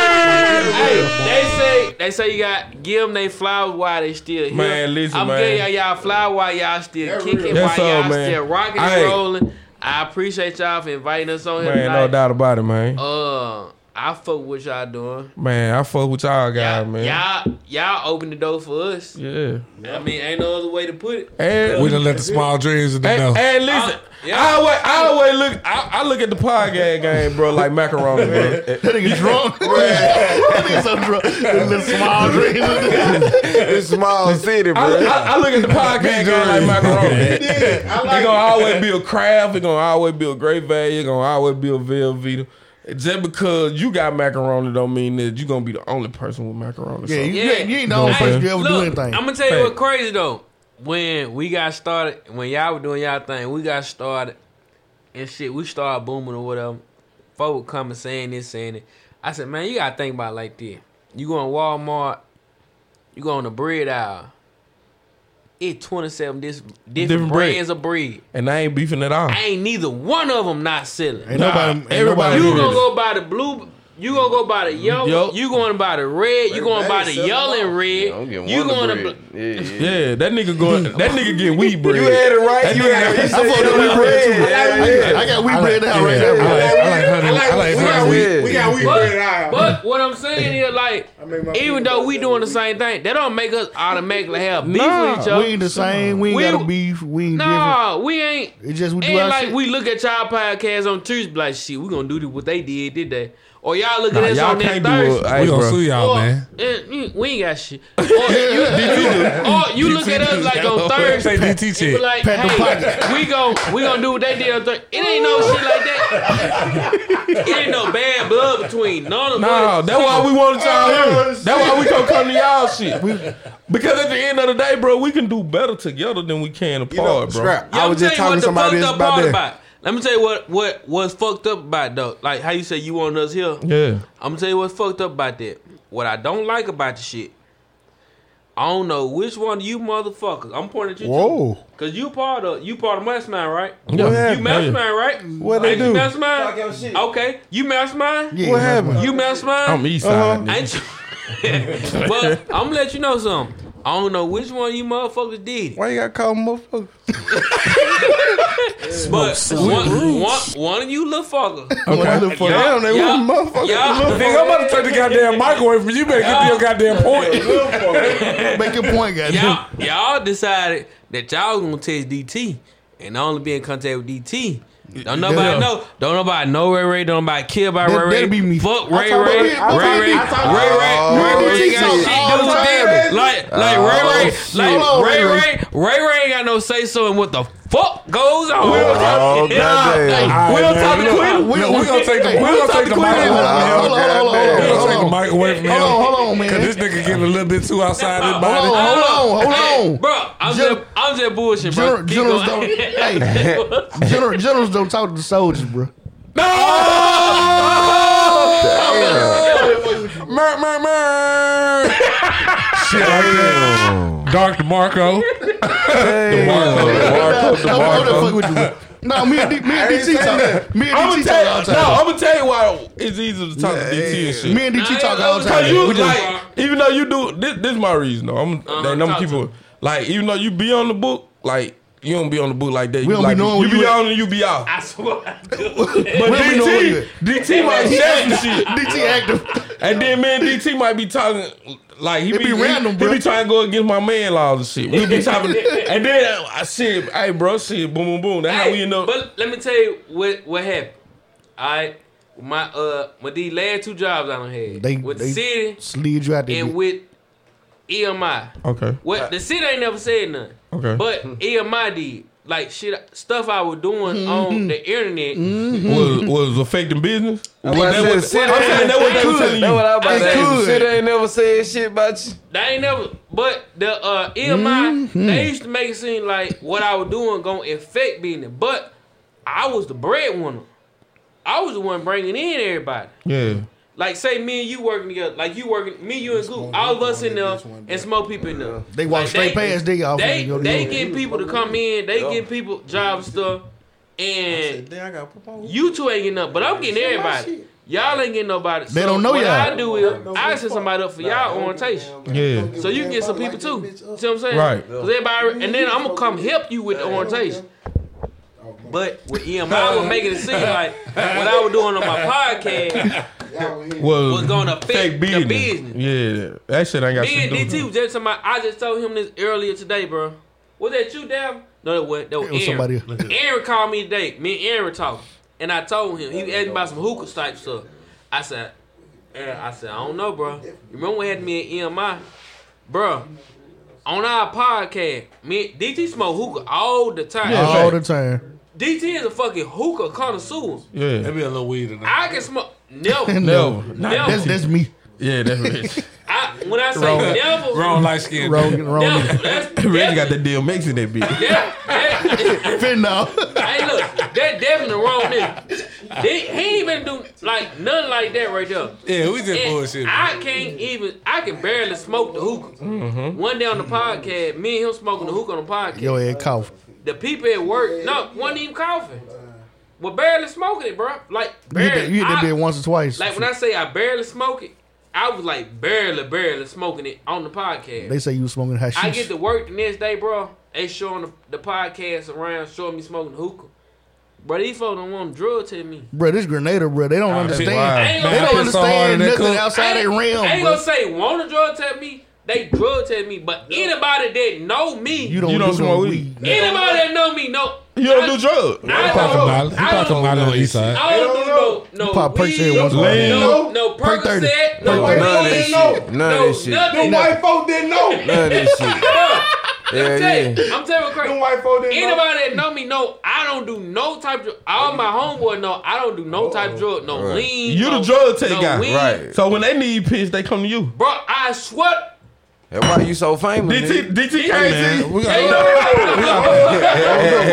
Speaker 2: that Hey, they say they say you got give them they flowers while they still here.
Speaker 7: Man, listen,
Speaker 2: I'm
Speaker 7: man.
Speaker 2: giving y'all y'all flowers while y'all still kicking,
Speaker 7: That's
Speaker 2: while
Speaker 7: all,
Speaker 2: y'all
Speaker 7: man.
Speaker 2: still rocking
Speaker 7: Hey.
Speaker 2: and rolling. I appreciate y'all for inviting us on here
Speaker 7: Man, no
Speaker 2: tonight.
Speaker 7: doubt about it, man.
Speaker 2: Uh, I fuck with y'all doing.
Speaker 7: Man, I fuck with y'all guys, man.
Speaker 2: Y'all, y'all open the door for us.
Speaker 7: Yeah.
Speaker 2: I mean, ain't no other way to put it.
Speaker 7: And
Speaker 5: We done let the small dreams of the
Speaker 7: And,
Speaker 5: know.
Speaker 7: and
Speaker 2: Uh,
Speaker 7: listen, I always, I always look, I, I look at the podcast game, bro, like macaroni, bro. that
Speaker 4: nigga drunk. that nigga so drunk. That little small drink.
Speaker 9: It's small city, bro.
Speaker 7: I, look- I, I look at the podcast game like macaroni.
Speaker 12: It
Speaker 7: it's gonna always be a craft. It's gonna always be a great value. It's gonna always be a Velveeta. Just because you got macaroni don't mean that you gonna be the only person with macaroni.
Speaker 4: Yeah,
Speaker 7: so-
Speaker 4: you, ain't- you ain't the only
Speaker 7: Hey,
Speaker 4: person you ever do
Speaker 7: look,
Speaker 4: anything.
Speaker 2: I'm gonna tell
Speaker 7: Fact.
Speaker 2: you what crazy though. When we got started, when y'all were doing y'all thing, we got started and shit. We started booming or whatever. Folk would come and saying this, saying it. I said, man, you gotta think about it like this. You go in Walmart, you go on the bread aisle. It 27 dis- different,
Speaker 7: Different bread.
Speaker 2: brands of bread.
Speaker 7: And I ain't beefing at all.
Speaker 2: I ain't neither one of them not selling.
Speaker 7: Ain't nobody- ain't nobody
Speaker 2: uh, You
Speaker 7: doing
Speaker 2: gonna
Speaker 7: it.
Speaker 2: go buy the blue. You gonna go buy the yellow.
Speaker 7: Yup.
Speaker 2: You going to buy the red. You going to buy the
Speaker 9: selling
Speaker 2: yellow and red.
Speaker 9: I'm getting
Speaker 2: you
Speaker 9: one of
Speaker 2: going
Speaker 9: bread.
Speaker 2: to.
Speaker 9: Yeah, yeah.
Speaker 7: Yeah, that nigga going. That nigga getting wheat bread.
Speaker 9: You had it right.
Speaker 7: That
Speaker 9: you
Speaker 7: nigga-
Speaker 9: had it. You
Speaker 7: I
Speaker 9: said
Speaker 7: fuck with
Speaker 9: you
Speaker 7: wheat
Speaker 9: had
Speaker 7: bread
Speaker 9: it.
Speaker 7: too.
Speaker 9: Yeah,
Speaker 4: I
Speaker 9: yeah.
Speaker 4: got- I got wheat bread now right
Speaker 5: I
Speaker 4: now.
Speaker 5: like, I like honey. I like
Speaker 12: We got
Speaker 5: honey.
Speaker 12: weed. We got weed bread out.
Speaker 2: But what I'm saying is like,
Speaker 12: my
Speaker 2: even
Speaker 12: peanut
Speaker 2: though
Speaker 12: butter
Speaker 2: we
Speaker 12: every
Speaker 2: doing the same thing, that don't make us automatically have beef
Speaker 4: Nah,
Speaker 2: with each other.
Speaker 4: we ain't the same. We ain't
Speaker 2: We-
Speaker 4: got a beef. We ain't different.
Speaker 2: Nah, we ain't.
Speaker 4: It's just we do
Speaker 2: ain't
Speaker 4: our
Speaker 2: like
Speaker 4: shit.
Speaker 2: we look at y'all podcast on Tuesday be like shit. We gonna do what they did, did they? Or y'all look at
Speaker 7: Nah,
Speaker 2: us
Speaker 7: y'all
Speaker 2: on that
Speaker 7: can't do what-
Speaker 2: Thursday.
Speaker 7: Hey,
Speaker 5: We gonna
Speaker 7: bro.
Speaker 5: sue y'all,
Speaker 2: Or-
Speaker 5: man.
Speaker 2: eh, mm, we ain't got shit. Or you, or you look at us like on Thursday.
Speaker 5: Say DT
Speaker 2: and be
Speaker 5: shit.
Speaker 2: Like,
Speaker 4: Pat the
Speaker 2: hey, we gon' we gonna do what they did on Thursday. It ain't no shit like that. it ain't no bad blood between none of
Speaker 7: Nah,
Speaker 2: us.
Speaker 7: that's why we wanted y'all here. That's why we gonna come to y'all shit. Because at the end of the day, bro, we can do better together than we can apart, bro.
Speaker 9: Scrap.
Speaker 2: Yo,
Speaker 9: I was
Speaker 2: tell
Speaker 9: just
Speaker 2: you what
Speaker 9: talking to
Speaker 2: the
Speaker 9: somebody
Speaker 2: fucked
Speaker 9: this
Speaker 2: up part
Speaker 9: about that.
Speaker 2: about. Let me tell you what what what's fucked up about though. Like how you say you want us here.
Speaker 7: Yeah.
Speaker 2: I'm gonna tell you what's fucked up about that. What I don't like about the shit. I don't know which one of you motherfuckers. I'm pointing at you.
Speaker 8: Whoa.
Speaker 2: too. Cause you part of you part of mastermind, right?
Speaker 8: Yeah. What happened?
Speaker 2: You mastermind,
Speaker 8: Yeah.
Speaker 2: right?
Speaker 8: What they
Speaker 2: Ain't you
Speaker 8: do?
Speaker 2: Mastermind. Okay. You mastermind.
Speaker 8: Yeah, What happened?
Speaker 2: You mastermind.
Speaker 7: I'm east side, nigga.
Speaker 2: Ain't you? but I'm gonna let you know something. I don't know which one of you motherfuckers did it.
Speaker 8: Why you gotta call motherfucker?
Speaker 2: But
Speaker 8: Smoke
Speaker 2: one,
Speaker 8: some
Speaker 2: one, one of you little fucker.
Speaker 8: Okay. Little fucker. Damn, they little motherfucker. Little
Speaker 5: Nigga, I'm about to take the goddamn mic away from you. You better get to your goddamn point.
Speaker 2: Make your point, guys. Y'all, y'all decided that y'all gonna text DT and only be in contact with DT. Don't nobody
Speaker 14: Yeah.
Speaker 2: know. Don't nobody know Ray Ray. Don't nobody care about
Speaker 14: That-
Speaker 2: Ray Ray.
Speaker 14: that'd be me.
Speaker 2: Fuck
Speaker 14: I
Speaker 2: Ray
Speaker 14: talk
Speaker 2: Ray. Ray
Speaker 14: about
Speaker 2: Ray.
Speaker 14: it. I talk about
Speaker 2: Ray Ray.
Speaker 14: it. I talk about it. Oh,
Speaker 2: Ray Ray. ain't got
Speaker 14: Jesus.
Speaker 2: shit
Speaker 14: All
Speaker 2: to do
Speaker 14: the
Speaker 2: with
Speaker 14: time.
Speaker 2: them. Like, like Ray
Speaker 14: Oh,
Speaker 2: Ray.
Speaker 14: shit.
Speaker 2: Like
Speaker 14: Hold on,
Speaker 2: Ray
Speaker 14: Ray
Speaker 2: Ray. Ray Ray ain't got no say so in what the fuck goes on.
Speaker 5: We'll talk- Oh,
Speaker 2: Yeah.
Speaker 5: goddamn.
Speaker 2: Hey,
Speaker 5: All right,
Speaker 2: We'll
Speaker 5: man.
Speaker 2: talk to
Speaker 5: Look,
Speaker 2: Quinn.
Speaker 5: look, we gonna take the- we gonna take the mic away
Speaker 4: Hold on, hold on, hold on,
Speaker 5: from him. We're
Speaker 4: hold
Speaker 5: gonna
Speaker 4: on.
Speaker 5: take the mic away from
Speaker 4: Hold
Speaker 5: him.
Speaker 4: on, hold on, man.
Speaker 5: Cause this nigga getting a little bit too outside his body.
Speaker 4: Hold on, hold on, hold on.
Speaker 2: Bro, I'm
Speaker 4: Gen-
Speaker 2: just, I'm just bullshit, bro.
Speaker 4: Gener-
Speaker 2: Keep
Speaker 4: generals
Speaker 2: going.
Speaker 4: don't. Hey, general, generals don't talk to the soldiers, bro.
Speaker 5: Mer, mer, mer. Shit like that. Dr. Marco. The Marco.
Speaker 4: Don't don't fuck with you, bro. No, me and D- me and DT talk. Me and
Speaker 7: I'ma
Speaker 4: DT
Speaker 7: tell-
Speaker 4: talk all the time.
Speaker 7: No, I'm gonna tell you why it's easier to talk to DT and shit.
Speaker 4: Me and DT talk all the time.
Speaker 7: Cause you
Speaker 4: We just-
Speaker 7: like, even though you do this, this is my reason though. I'm,
Speaker 2: Uh-huh,
Speaker 7: and I'm
Speaker 2: talk
Speaker 7: keep
Speaker 2: to
Speaker 7: it, like, even though you be on the book, like you don't be on the book like that.
Speaker 4: We
Speaker 7: you
Speaker 4: don't be
Speaker 7: like,
Speaker 4: knowing
Speaker 7: you
Speaker 4: where
Speaker 7: be
Speaker 4: you at.
Speaker 7: on and you be out.
Speaker 2: I swear.
Speaker 7: But
Speaker 4: We don't be knowing where you
Speaker 7: DT,
Speaker 4: at.
Speaker 7: DT might
Speaker 4: He
Speaker 7: say some
Speaker 4: active.
Speaker 7: shit.
Speaker 4: DT active.
Speaker 7: And then man, DT might be talking like he
Speaker 4: It be random,
Speaker 7: he,
Speaker 4: bro.
Speaker 7: He be trying to go against my man laws and shit. We be talking, and then I said, "Hey, bro, shit, boom, boom, boom." That's how we end up.
Speaker 2: But let me tell you what what happened. I my uh my these last two jobs I done had
Speaker 4: They-
Speaker 2: with
Speaker 4: they
Speaker 2: the city
Speaker 4: slid you out there.
Speaker 2: and with EMI.
Speaker 7: Okay.
Speaker 2: What the city ain't never said nothing.
Speaker 7: Okay.
Speaker 2: But EMI did like shit stuff I was doing
Speaker 4: Mm-hmm.
Speaker 2: on the internet.
Speaker 7: was was affecting business.
Speaker 9: I'm about to
Speaker 7: That
Speaker 9: say,
Speaker 7: was-
Speaker 9: sit
Speaker 7: I'm
Speaker 9: down.
Speaker 7: saying that was
Speaker 9: It
Speaker 7: they were
Speaker 9: could.
Speaker 7: telling you.
Speaker 9: That's what I was about to
Speaker 7: It
Speaker 9: say.
Speaker 7: could.
Speaker 9: Shit ain't never said shit about you.
Speaker 2: They ain't never. But the uh, EMI,
Speaker 4: Mm-hmm.
Speaker 2: they used to make it seem like what I was doing gonna affect business, but I was the breadwinner. I was the one bringing in everybody.
Speaker 7: Yeah.
Speaker 2: Like say me and you working together, like you working, me, you and Goop, all of us in there, and smoke people in there.
Speaker 4: They walk
Speaker 2: Like,
Speaker 4: straight past nigga off
Speaker 2: They
Speaker 4: and go to
Speaker 2: they
Speaker 4: you.
Speaker 2: get people to come in, they get people job stuff, and you two ain't getting up, but I'm getting everybody. Y'all ain't getting nobody.
Speaker 4: They
Speaker 2: So
Speaker 4: don't know
Speaker 2: what
Speaker 4: y'all.
Speaker 2: I do is I set somebody up for y'all orientation.
Speaker 7: Yeah.
Speaker 2: So you can get some people too. See what I'm saying?
Speaker 7: Right.
Speaker 2: 'Cause everybody, and then I'm gonna come help you with the orientation. But with EMI, I was making it seem like what I was doing on my podcast,
Speaker 7: Was,
Speaker 2: was gonna affect
Speaker 7: fake
Speaker 2: the
Speaker 7: business.
Speaker 2: business.
Speaker 7: Yeah, that shit ain't got
Speaker 2: me
Speaker 7: shit
Speaker 2: and
Speaker 7: to do.
Speaker 2: DT
Speaker 7: with
Speaker 2: was just somebody. I just told him this earlier today, bro. Was that you, Dab? No, that wasn't. That was,
Speaker 4: It was
Speaker 2: Aaron.
Speaker 4: somebody
Speaker 2: Aaron called me today. Me and Aaron talking, and I told him he was asking about some hookah type stuff. I said, Aaron, I said, I don't know, bro. You remember when we had me and EMI, bro? On our podcast, me DT smoke hookah all the time.
Speaker 4: all the time.
Speaker 2: DT is a fucking hookah connoisseur.
Speaker 7: Yeah.
Speaker 5: That be a little weed in there.
Speaker 2: I can smoke never,
Speaker 7: No,
Speaker 2: never.
Speaker 7: not
Speaker 4: That's that's me.
Speaker 7: Yeah, that's Rich.
Speaker 2: I, when I say
Speaker 7: Wrong-
Speaker 2: never,
Speaker 5: Wrong light skin.
Speaker 4: Wrong, wrong.
Speaker 2: never, that's
Speaker 7: Rich got the deal mix in that bitch.
Speaker 4: Fentanyl.
Speaker 2: Hey, look, that definitely wrong nigga. They, he even do like nothing like that right there.
Speaker 5: Yeah, we just
Speaker 2: And
Speaker 5: bullshit.
Speaker 2: I can't even. I can barely smoke the hookah.
Speaker 5: Mhm.
Speaker 2: One day on the podcast, me and him smoking the hookah on the podcast.
Speaker 4: Yo, head cough.
Speaker 2: The people at work, no, wasn't even coughing. We're barely smoking it, bro. Like
Speaker 4: You hit that,
Speaker 2: barely.
Speaker 4: you hit that
Speaker 2: I-
Speaker 4: bit once or twice.
Speaker 2: like when I say I barely smoke it, I was like barely, barely smoking it on the podcast.
Speaker 4: they say you was smoking hashish.
Speaker 2: I get to work the next day, bro. They showing the, the podcast around, showing me smoking hookah. Bro, these folks don't want drugs to me.
Speaker 4: Bro, this Grenada, bro, they don't
Speaker 5: Nah,
Speaker 4: understand.
Speaker 5: people wild.
Speaker 4: They
Speaker 5: Man,
Speaker 4: don't
Speaker 5: I pissed so hard in
Speaker 4: understand
Speaker 5: that
Speaker 4: nothing
Speaker 5: cook.
Speaker 4: outside their realm,
Speaker 2: I ain't
Speaker 4: bro.
Speaker 2: gonna say want a drug test me. They drug test me, but anybody that know me,
Speaker 4: You don't,
Speaker 7: You don't
Speaker 4: do
Speaker 7: smoke
Speaker 4: no
Speaker 7: weed.
Speaker 2: anybody that know me, know
Speaker 7: You don't do drugs.
Speaker 2: I
Speaker 5: He
Speaker 2: don't,
Speaker 5: popped
Speaker 2: I
Speaker 5: a
Speaker 2: don't,
Speaker 5: He popped a Molly on the east side.
Speaker 2: I don't do no no
Speaker 4: You pop perks
Speaker 2: weed,
Speaker 4: every once in a while.
Speaker 2: no no
Speaker 4: Perk 30.
Speaker 2: Percocet,
Speaker 4: Perk
Speaker 2: no
Speaker 4: 30.
Speaker 9: None of
Speaker 2: weed,
Speaker 9: this
Speaker 2: no
Speaker 9: shit. None of this shit.
Speaker 2: nothing.
Speaker 12: Them white folk didn't know.
Speaker 9: None of this shit.
Speaker 2: I'm
Speaker 9: Yeah,
Speaker 2: telling
Speaker 9: yeah.
Speaker 2: you, I'm telling you,
Speaker 12: Them
Speaker 2: crazy.
Speaker 12: white folk didn't know.
Speaker 2: Anybody that know me know I don't do no type of all my homeboy know I don't do no type of drug, no
Speaker 9: Right.
Speaker 2: lean.
Speaker 7: You
Speaker 2: no,
Speaker 7: the drug take
Speaker 2: no
Speaker 7: guy,
Speaker 2: weed.
Speaker 9: Right.
Speaker 7: So when they need piss, they come to you.
Speaker 2: Bro, I swear
Speaker 1: That's why you so famous.
Speaker 7: DT,
Speaker 1: nigga.
Speaker 7: DT,
Speaker 5: We got,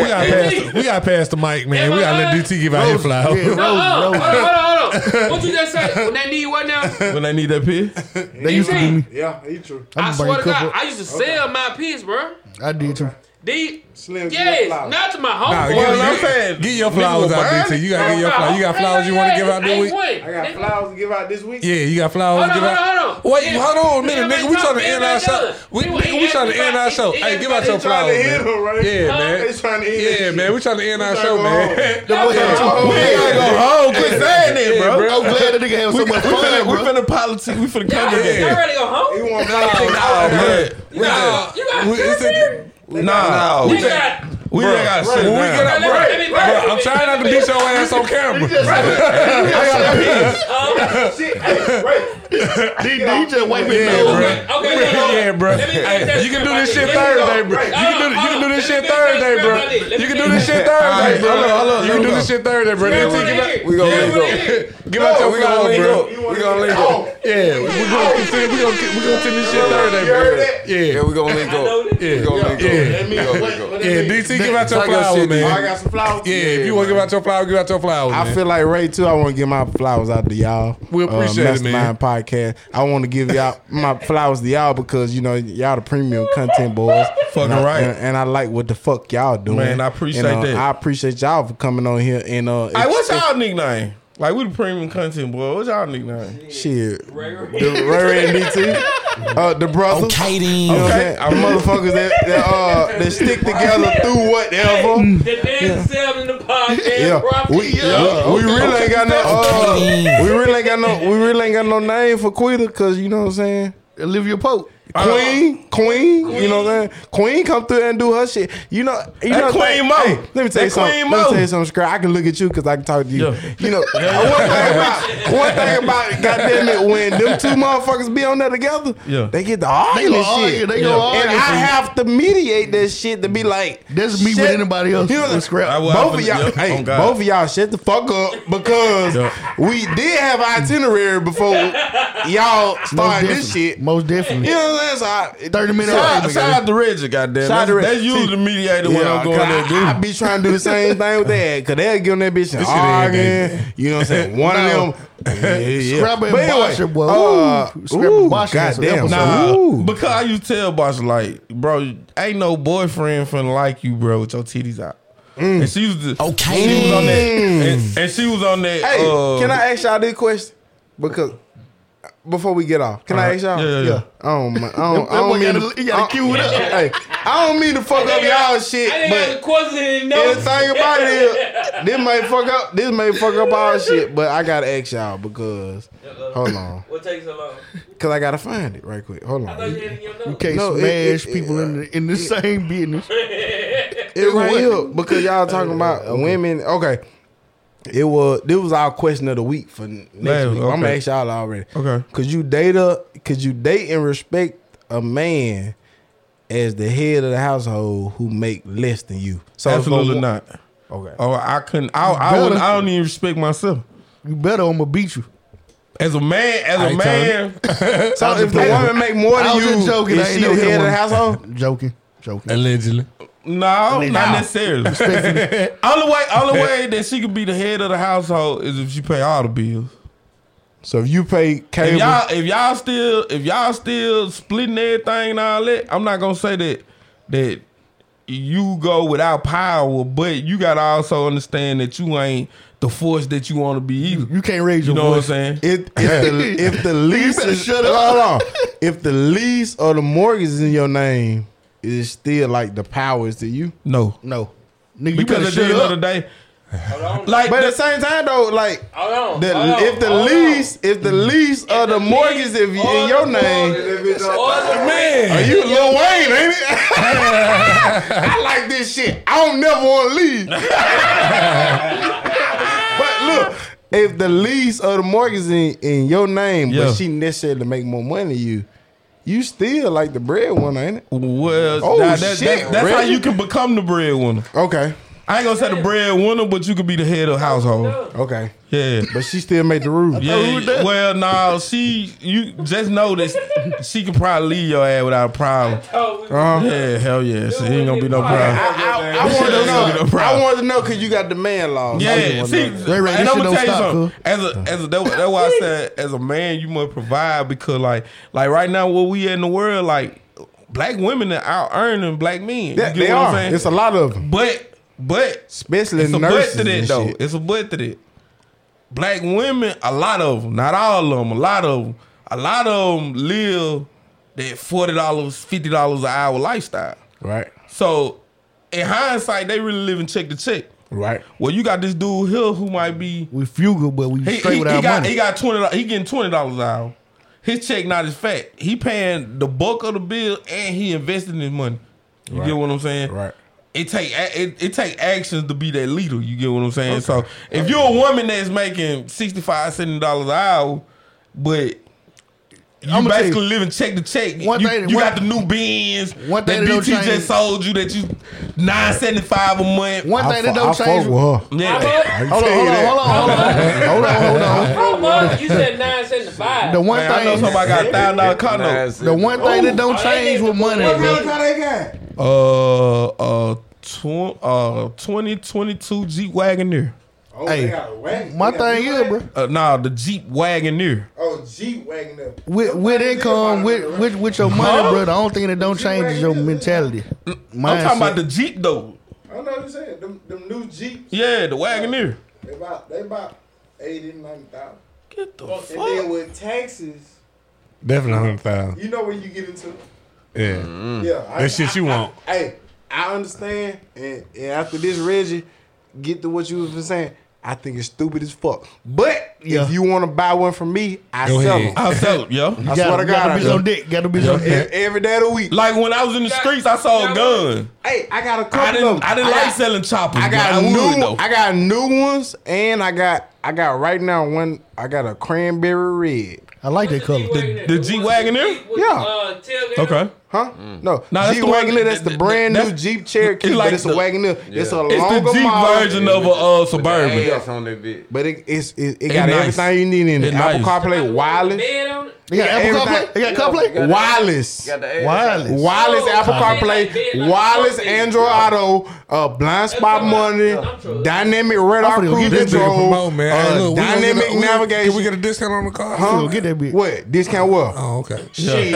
Speaker 5: we got- we got past the, we got past the mic, man. We got to let DT give out his flower.
Speaker 14: No, hold on, hold on, hold on. What you just say? When they need what now?
Speaker 7: when they need that piss,
Speaker 4: They used to give me-
Speaker 12: Yeah, he true.
Speaker 14: I
Speaker 4: I'm
Speaker 14: swear to
Speaker 4: buying
Speaker 14: God,
Speaker 4: couple-
Speaker 14: I used to sell my piece, bro.
Speaker 4: I did too.
Speaker 14: These,
Speaker 12: Slim
Speaker 14: yes, not to my
Speaker 5: Nah,
Speaker 14: homeboy.
Speaker 5: get, get- get your flowers out, DT. You got to get your flowers. You got flowers you want to give out this week?
Speaker 12: I got flowers to give out this week.
Speaker 5: Yeah, you got flowers to
Speaker 12: Hold
Speaker 5: give
Speaker 12: on,
Speaker 5: out.
Speaker 12: hold on, hold on.
Speaker 5: Wait,
Speaker 12: Yeah.
Speaker 5: hold on,
Speaker 12: Yeah,
Speaker 5: nigga,
Speaker 12: man,
Speaker 5: nigga. We
Speaker 12: talk
Speaker 5: trying to
Speaker 12: to
Speaker 5: end our
Speaker 12: everybody
Speaker 5: show.
Speaker 12: done.
Speaker 5: We,
Speaker 12: He-
Speaker 5: nigga,
Speaker 12: he
Speaker 5: we trying to end our
Speaker 12: everybody-
Speaker 5: show.
Speaker 12: he-
Speaker 5: Hey, give
Speaker 12: everybody
Speaker 5: out
Speaker 12: trying
Speaker 5: your flowers,
Speaker 12: to hit
Speaker 5: man.
Speaker 12: him, right?
Speaker 5: Yeah,
Speaker 12: Huh?
Speaker 5: man.
Speaker 12: They trying to hit his
Speaker 5: Yeah,
Speaker 12: shit.
Speaker 5: man. We trying to end our
Speaker 12: trying
Speaker 5: show,
Speaker 12: to go
Speaker 5: man.
Speaker 12: home. Y'all trying to go home.
Speaker 5: We ain't gonna hold. Quit saying that, bro.
Speaker 4: I'm glad that nigga had so much fun,
Speaker 7: finna, we
Speaker 4: bro.
Speaker 7: finna politic. We finna come
Speaker 14: Y'all
Speaker 7: together.
Speaker 14: ready to go home?
Speaker 12: He want
Speaker 7: No, no,
Speaker 14: You got
Speaker 7: We- it's a- nah.
Speaker 14: You
Speaker 7: We just
Speaker 14: got-
Speaker 7: we just gotta sit
Speaker 5: When we
Speaker 7: down.
Speaker 5: get up,
Speaker 14: Let me- let me-
Speaker 5: bro, bro, I'm trying not to beat your ass on camera.
Speaker 4: He just wiped his
Speaker 5: Yeah,
Speaker 4: nose.
Speaker 5: bro.
Speaker 14: Okay,
Speaker 5: Yeah, bro. Hey, you can do this shit Thursday, bro. You can do, you can do this shit Thursday, bro. You can do this shit Thursday,
Speaker 7: All right, hold on, hold
Speaker 5: bro.
Speaker 7: on,
Speaker 5: You can do
Speaker 7: hold
Speaker 5: this
Speaker 7: on.
Speaker 5: shit Thursday, bro.
Speaker 7: Yeah,
Speaker 5: Then
Speaker 7: we're
Speaker 5: take it
Speaker 7: in
Speaker 5: back.
Speaker 7: We gonna
Speaker 5: Yeah,
Speaker 7: link
Speaker 5: we're
Speaker 7: up.
Speaker 5: in. Give out your
Speaker 7: We gonna
Speaker 5: flowers,
Speaker 7: link
Speaker 5: bro.
Speaker 7: up. We gonna link up.
Speaker 5: Yeah, we gonna continue. We gonna we gonna continue this shit Thursday,
Speaker 12: You heard that?
Speaker 5: bro. Yeah.
Speaker 9: Yeah, we gonna link up. We gonna link up.
Speaker 5: Yeah.
Speaker 9: We gonna link up.
Speaker 5: Yeah, DT, give out your
Speaker 9: Take your
Speaker 5: flower,
Speaker 9: shit,
Speaker 5: man.
Speaker 9: DT.
Speaker 12: I got some flowers.
Speaker 5: Yeah, if you want to give out your flowers, give out your flowers.
Speaker 8: I
Speaker 5: man.
Speaker 8: feel like Ray too. I want to give my flowers out to y'all. Uh,
Speaker 5: We appreciate it, man.
Speaker 8: Mastermind podcast. I want to give y'all my flowers to y'all because you know y'all the premium content boys.
Speaker 7: Fucking
Speaker 8: And I-
Speaker 7: right.
Speaker 8: and, and I like what the fuck y'all doing.
Speaker 7: Man, I appreciate
Speaker 8: And, uh,
Speaker 7: that.
Speaker 8: I appreciate y'all for coming on here and uh.
Speaker 7: Hey, what's
Speaker 8: ex-
Speaker 7: y'all nickname? Like we the premium content boy. What's y'all nickname?
Speaker 8: Shit, the Ray Ray and DT, uh, the brothers. Okay, You know what
Speaker 7: Okay.
Speaker 8: I'm saying? The motherfuckers that, that uh that stick together through whatever.
Speaker 14: The damn seven in the podcast.
Speaker 8: Yeah,
Speaker 14: property.
Speaker 8: we, we really ain't got no. Uh, we really ain't got no. We really ain't got no name for Quita because you know what I'm saying.
Speaker 4: Olivia Pope.
Speaker 8: Queen, Queen, you know what I'm saying. Queen come through and do her shit. You know, you
Speaker 7: That
Speaker 8: know.
Speaker 7: Queen Mo.
Speaker 8: Hey, let me tell
Speaker 7: That
Speaker 8: you something.
Speaker 7: Queen
Speaker 8: Let
Speaker 7: Mo.
Speaker 8: me tell you something, Scrap. I can look at you because I can talk to you.
Speaker 7: Yeah.
Speaker 8: You know, one thing about, one thing about, goddamn it, when them two motherfuckers be on there together,
Speaker 7: Yeah.
Speaker 8: they get to arguing
Speaker 4: gonna
Speaker 8: and shit.
Speaker 4: argue, they gonna
Speaker 8: and
Speaker 4: argue.
Speaker 8: I have to mediate that shit to be like,
Speaker 4: That's me with
Speaker 8: shit.
Speaker 4: anybody else.
Speaker 8: You know,
Speaker 4: with Scrap.
Speaker 7: I will-
Speaker 8: both
Speaker 7: I
Speaker 8: of
Speaker 7: will-
Speaker 8: y'all,
Speaker 7: yep,
Speaker 8: hey,
Speaker 7: on God.
Speaker 8: both of y'all, shut the fuck up because
Speaker 7: Yeah.
Speaker 8: we did have itinerary before y'all started this
Speaker 4: definitely.
Speaker 8: shit.
Speaker 4: Most definitely.
Speaker 8: You know what I'm saying? So I,
Speaker 4: 30 minutes.
Speaker 7: Shout shout out to Reggie, goddamn.
Speaker 8: Shout out
Speaker 7: That's,
Speaker 8: to
Speaker 7: that's
Speaker 8: Reggie.
Speaker 7: you the mediator when I'm going
Speaker 8: cause
Speaker 7: there,
Speaker 8: I,
Speaker 7: dude.
Speaker 8: I be trying to do the same thing with that. Cause they'll get on that bitch and
Speaker 5: shit ain't
Speaker 8: arguing. You know what I'm saying? One
Speaker 4: No.
Speaker 8: of them. Yeah, yeah.
Speaker 4: Scrap and
Speaker 8: But anyway,
Speaker 4: Basher, boy.
Speaker 8: uh,
Speaker 4: Ooh, Scrap and
Speaker 8: ooh,
Speaker 4: Basher is an
Speaker 8: goddamn.
Speaker 4: episode.
Speaker 7: Nah,
Speaker 8: Ooh.
Speaker 7: because I used to tell boss like, bro, ain't no boyfriend finna like you, bro, with your titties out.
Speaker 8: Mm.
Speaker 7: And she was the, okay. She was on that, and, and she was on that.
Speaker 8: Oh. Hey,
Speaker 7: uh,
Speaker 4: Oh.
Speaker 8: can I ask y'all this question? Because before we get off, can
Speaker 4: Uh-huh.
Speaker 8: I ask y'all?
Speaker 7: Yeah, yeah, yeah.
Speaker 8: Oh my, I don't, I
Speaker 4: That boy
Speaker 8: don't mean
Speaker 4: gotta-
Speaker 8: to,
Speaker 4: he gotta
Speaker 8: I-
Speaker 4: cue it up.
Speaker 8: Hey, I don't mean to fuck up y'all shit,
Speaker 14: I
Speaker 8: but
Speaker 14: didn't have questions in
Speaker 8: And the
Speaker 14: notes.
Speaker 8: thing about it is, this may fuck up. This may fuck up our shit, but I gotta ask y'all because hold on,
Speaker 14: What takes so long?
Speaker 8: because I gotta find it right quick. Hold
Speaker 14: I thought
Speaker 8: on,
Speaker 14: you
Speaker 8: it,
Speaker 14: had it in your notes.
Speaker 4: You can't
Speaker 8: No, it-
Speaker 4: smash
Speaker 8: it- it-
Speaker 4: people in the, in the same business.
Speaker 8: it right here because y'all talking about women. Okay, it was this was our question of the week for next
Speaker 7: Man,
Speaker 8: week. I'm gonna
Speaker 7: okay.
Speaker 8: ask y'all already.
Speaker 7: Okay.
Speaker 8: could you date a? Could you date and respect a man? As the head of the household who make less than you, so
Speaker 7: absolutely
Speaker 8: so-
Speaker 7: not.
Speaker 8: Okay,
Speaker 7: Oh, I couldn't. I, I, wouldn't, I don't even respect myself
Speaker 4: You better, I'm gonna beat you.
Speaker 7: as a man. As a
Speaker 8: Hey,
Speaker 7: man,
Speaker 8: so if the woman make more
Speaker 4: I
Speaker 8: than
Speaker 4: was
Speaker 8: you,
Speaker 4: just joking. I
Speaker 8: is
Speaker 4: ain't
Speaker 8: she the
Speaker 4: never hit a
Speaker 8: head of the
Speaker 4: woman.
Speaker 8: household?
Speaker 4: Joking, joking.
Speaker 5: Allegedly.
Speaker 7: no, not necessarily.
Speaker 4: Respectfully.
Speaker 7: only way, only way that she could be the head of the household is if she pay all the bills.
Speaker 8: So if you pay
Speaker 7: If
Speaker 8: cable,
Speaker 7: y'all, if y'all still, if y'all still splitting everything and all that, I'm not gonna say that that you go without power, but you gotta also understand that you ain't the force that you want to be either.
Speaker 4: You can't raise
Speaker 7: You
Speaker 4: your
Speaker 7: know what I'm saying?
Speaker 4: voice.
Speaker 8: if, if the if the lease
Speaker 4: better
Speaker 8: is,
Speaker 4: shut
Speaker 8: shut
Speaker 4: up.
Speaker 8: up. Hold on. If the lease or the mortgage is in your name, it is still like the powers to you.
Speaker 7: No,
Speaker 4: No, nigga, you
Speaker 7: because
Speaker 4: better
Speaker 7: at the
Speaker 4: shut
Speaker 7: end of the
Speaker 4: up.
Speaker 7: day,
Speaker 14: Hold on.
Speaker 7: like
Speaker 8: But
Speaker 7: the-
Speaker 8: at the same time though, like
Speaker 14: Hold on.
Speaker 8: the,
Speaker 14: hold on,
Speaker 8: if the
Speaker 14: hold on.
Speaker 8: lease if the lease or the
Speaker 14: the
Speaker 8: mortgage
Speaker 14: lease
Speaker 8: if in
Speaker 14: or
Speaker 8: your
Speaker 14: the
Speaker 8: name,
Speaker 12: If it's all-
Speaker 14: Or the-
Speaker 8: are
Speaker 7: man,
Speaker 8: you Lil Wayne, ain't it? I like this shit. I don't never want to leave. but look. If the lease or the mortgage in, in your name,
Speaker 7: Yeah.
Speaker 8: but she necessarily make more money than you, you still like the breadwinner, ain't it?
Speaker 7: well,
Speaker 8: Oh,
Speaker 7: that- that-
Speaker 8: shit,
Speaker 7: that- that's how
Speaker 8: really?
Speaker 7: you can become the breadwinner.
Speaker 8: Okay.
Speaker 7: I ain't gonna say the breadwinner, but you could be the head of household.
Speaker 8: Okay.
Speaker 7: Yeah,
Speaker 19: but she still made the room.
Speaker 7: Yeah, well, no, she you just noticed she could probably leave your ass without a problem. Uh-huh. Yeah, hell yeah. So ain't gonna be no problem.
Speaker 8: I, I wanted to know. I wanted to know because you got the man law.
Speaker 7: Yeah, see, and
Speaker 8: Ray Ray,
Speaker 7: I'm gonna
Speaker 8: this shit
Speaker 7: tell
Speaker 8: don't
Speaker 7: you
Speaker 8: stop,
Speaker 7: something. As a, as a, that, that's why I said, as a man, you must provide because, like, like right now, where we at in the world, like, black women are out earning black men. You
Speaker 19: Yeah,
Speaker 7: get
Speaker 19: they
Speaker 7: what I'm
Speaker 19: are.
Speaker 7: saying?
Speaker 19: It's a lot of them.
Speaker 7: But, but,
Speaker 19: especially
Speaker 7: it's a
Speaker 19: nurses
Speaker 7: but to that
Speaker 19: and
Speaker 7: though.
Speaker 19: shit.
Speaker 7: It's a but to that. Black women, a lot of them, not all of them, a lot of them, a lot of them live that forty dollars, fifty dollars an hour lifestyle.
Speaker 19: Right.
Speaker 7: So, in hindsight, they really living check to check.
Speaker 19: Right.
Speaker 7: Well, you got this dude here who might be
Speaker 4: we fugal, but we
Speaker 7: he,
Speaker 4: straight
Speaker 7: he-
Speaker 4: with
Speaker 7: he
Speaker 4: our
Speaker 7: got
Speaker 4: money.
Speaker 7: he got twenty. He getting twenty dollars an hour. His check not as fat. He paying the bulk of the bill and he investing his money. You
Speaker 19: Right.
Speaker 7: get what I'm saying?
Speaker 19: Right.
Speaker 7: It take a- it, it take actions to be that leader. You get what I'm saying? So if you're a woman that's making 65 seventy dollars an hour, but you
Speaker 4: I'ma tell
Speaker 7: basically
Speaker 4: you-
Speaker 7: living check to check.
Speaker 4: One
Speaker 7: you
Speaker 4: thing-
Speaker 7: you
Speaker 4: one-
Speaker 7: got the new beans
Speaker 4: one
Speaker 7: that
Speaker 4: thing that don't
Speaker 7: BT
Speaker 4: change-
Speaker 7: just sold you that you nine seventy five a month.
Speaker 4: One thing that don't change.
Speaker 7: Yeah.
Speaker 4: Hold on, hold on, hold on, hold on, hold on, hold on.
Speaker 2: How much? You said nine seventy five.
Speaker 4: The one
Speaker 7: Man, I
Speaker 4: thing
Speaker 7: know somebody got a thousand dollar car note.
Speaker 4: The one thing that don't change with money.
Speaker 8: What
Speaker 4: bro.
Speaker 8: kind of car they got?
Speaker 7: Uh, uh, tw- uh, 2022 Jeep Wagoneer.
Speaker 8: Oh,
Speaker 4: Hey,
Speaker 8: they got a wagon.
Speaker 4: My
Speaker 8: They got
Speaker 4: thing
Speaker 8: a
Speaker 4: is, bro,
Speaker 7: Uh, nah, the Jeep Wagoneer.
Speaker 8: Oh, Jeep wagon up.
Speaker 4: with, with income, with, with with your money, bro, the only thing that don't change is your mentality.
Speaker 7: I'm talking about the Jeep though.
Speaker 8: I don't know what you're saying. Them, them new Jeeps,
Speaker 7: Yeah, the Wagoneer.
Speaker 8: they about they about eighty, ninety thousand.
Speaker 7: Get the
Speaker 8: And then with taxes,
Speaker 19: Definitely hundred thousand.
Speaker 8: you know where you get into.
Speaker 19: Yeah.
Speaker 4: Hmm.
Speaker 8: Yeah, I-
Speaker 19: That shit you
Speaker 8: I-
Speaker 19: want.
Speaker 8: I- Hey, I understand, and, and after this, Reggie, get to what you was saying. I think it's stupid as fuck. But
Speaker 4: Yeah.
Speaker 8: if you want to buy one from me, I
Speaker 19: Go
Speaker 8: sell
Speaker 19: ahead.
Speaker 8: them.
Speaker 7: I'll sell it, yo.
Speaker 8: I swear to God,
Speaker 4: gotta
Speaker 8: I
Speaker 4: be
Speaker 8: do.
Speaker 4: some dick, gotta be some
Speaker 8: E-
Speaker 4: dick.
Speaker 8: every day of the week.
Speaker 7: Like when I was in the streets, I saw a gun.
Speaker 8: Hey, I got a couple
Speaker 7: I
Speaker 8: of
Speaker 7: didn't.
Speaker 8: them.
Speaker 7: I didn't
Speaker 8: got-
Speaker 7: like selling choppers.
Speaker 8: I got
Speaker 7: but I
Speaker 8: new.
Speaker 7: would, though.
Speaker 8: I got new ones, and I got I got right now one. I got a cranberry red.
Speaker 4: I like that color.
Speaker 7: the G Wagoneer.
Speaker 8: Yeah.
Speaker 2: Uh, tailgate.
Speaker 7: Okay.
Speaker 8: Huh? No.
Speaker 7: Nah, that's
Speaker 8: Jeep
Speaker 7: the one-
Speaker 8: Wagoneer. That's the
Speaker 7: th-
Speaker 8: brand
Speaker 7: th-
Speaker 8: new Jeep Cherokee,
Speaker 7: it's like
Speaker 8: but it's
Speaker 7: the-
Speaker 8: a Wagoneer. It's a
Speaker 9: yeah.
Speaker 8: longer
Speaker 7: It's the Jeep
Speaker 8: model.
Speaker 7: version of a uh, suburban.
Speaker 9: Ass on that bitch.
Speaker 8: But it, it's it, it
Speaker 7: It's
Speaker 8: got
Speaker 7: nice.
Speaker 8: everything you need in it.
Speaker 7: It's
Speaker 8: Apple
Speaker 7: nice.
Speaker 8: CarPlay, wireless,
Speaker 2: Bed on it.
Speaker 4: They got Apple CarPlay. They got CarPlay.
Speaker 8: wireless,
Speaker 9: Got the ass.
Speaker 4: Wireless.
Speaker 8: wireless
Speaker 2: Oh,
Speaker 8: Apple
Speaker 2: okay. Like
Speaker 8: CarPlay,
Speaker 2: bed, like
Speaker 8: wireless
Speaker 2: something.
Speaker 8: Android Auto, uh, blind spot
Speaker 2: what I-
Speaker 8: monitoring,
Speaker 2: I'm sure.
Speaker 8: dynamic radar
Speaker 4: I'm finna go get
Speaker 8: cruise
Speaker 4: this
Speaker 5: Nigga
Speaker 8: control,
Speaker 5: promote, man. Hey,
Speaker 8: uh,
Speaker 5: look, we gonna get a-
Speaker 8: dynamic
Speaker 5: we- Can we
Speaker 8: navigation.
Speaker 5: get a discount on the car?
Speaker 4: Huh? Get that bitch.
Speaker 8: What discount? What?
Speaker 5: Oh, okay.
Speaker 8: Shit.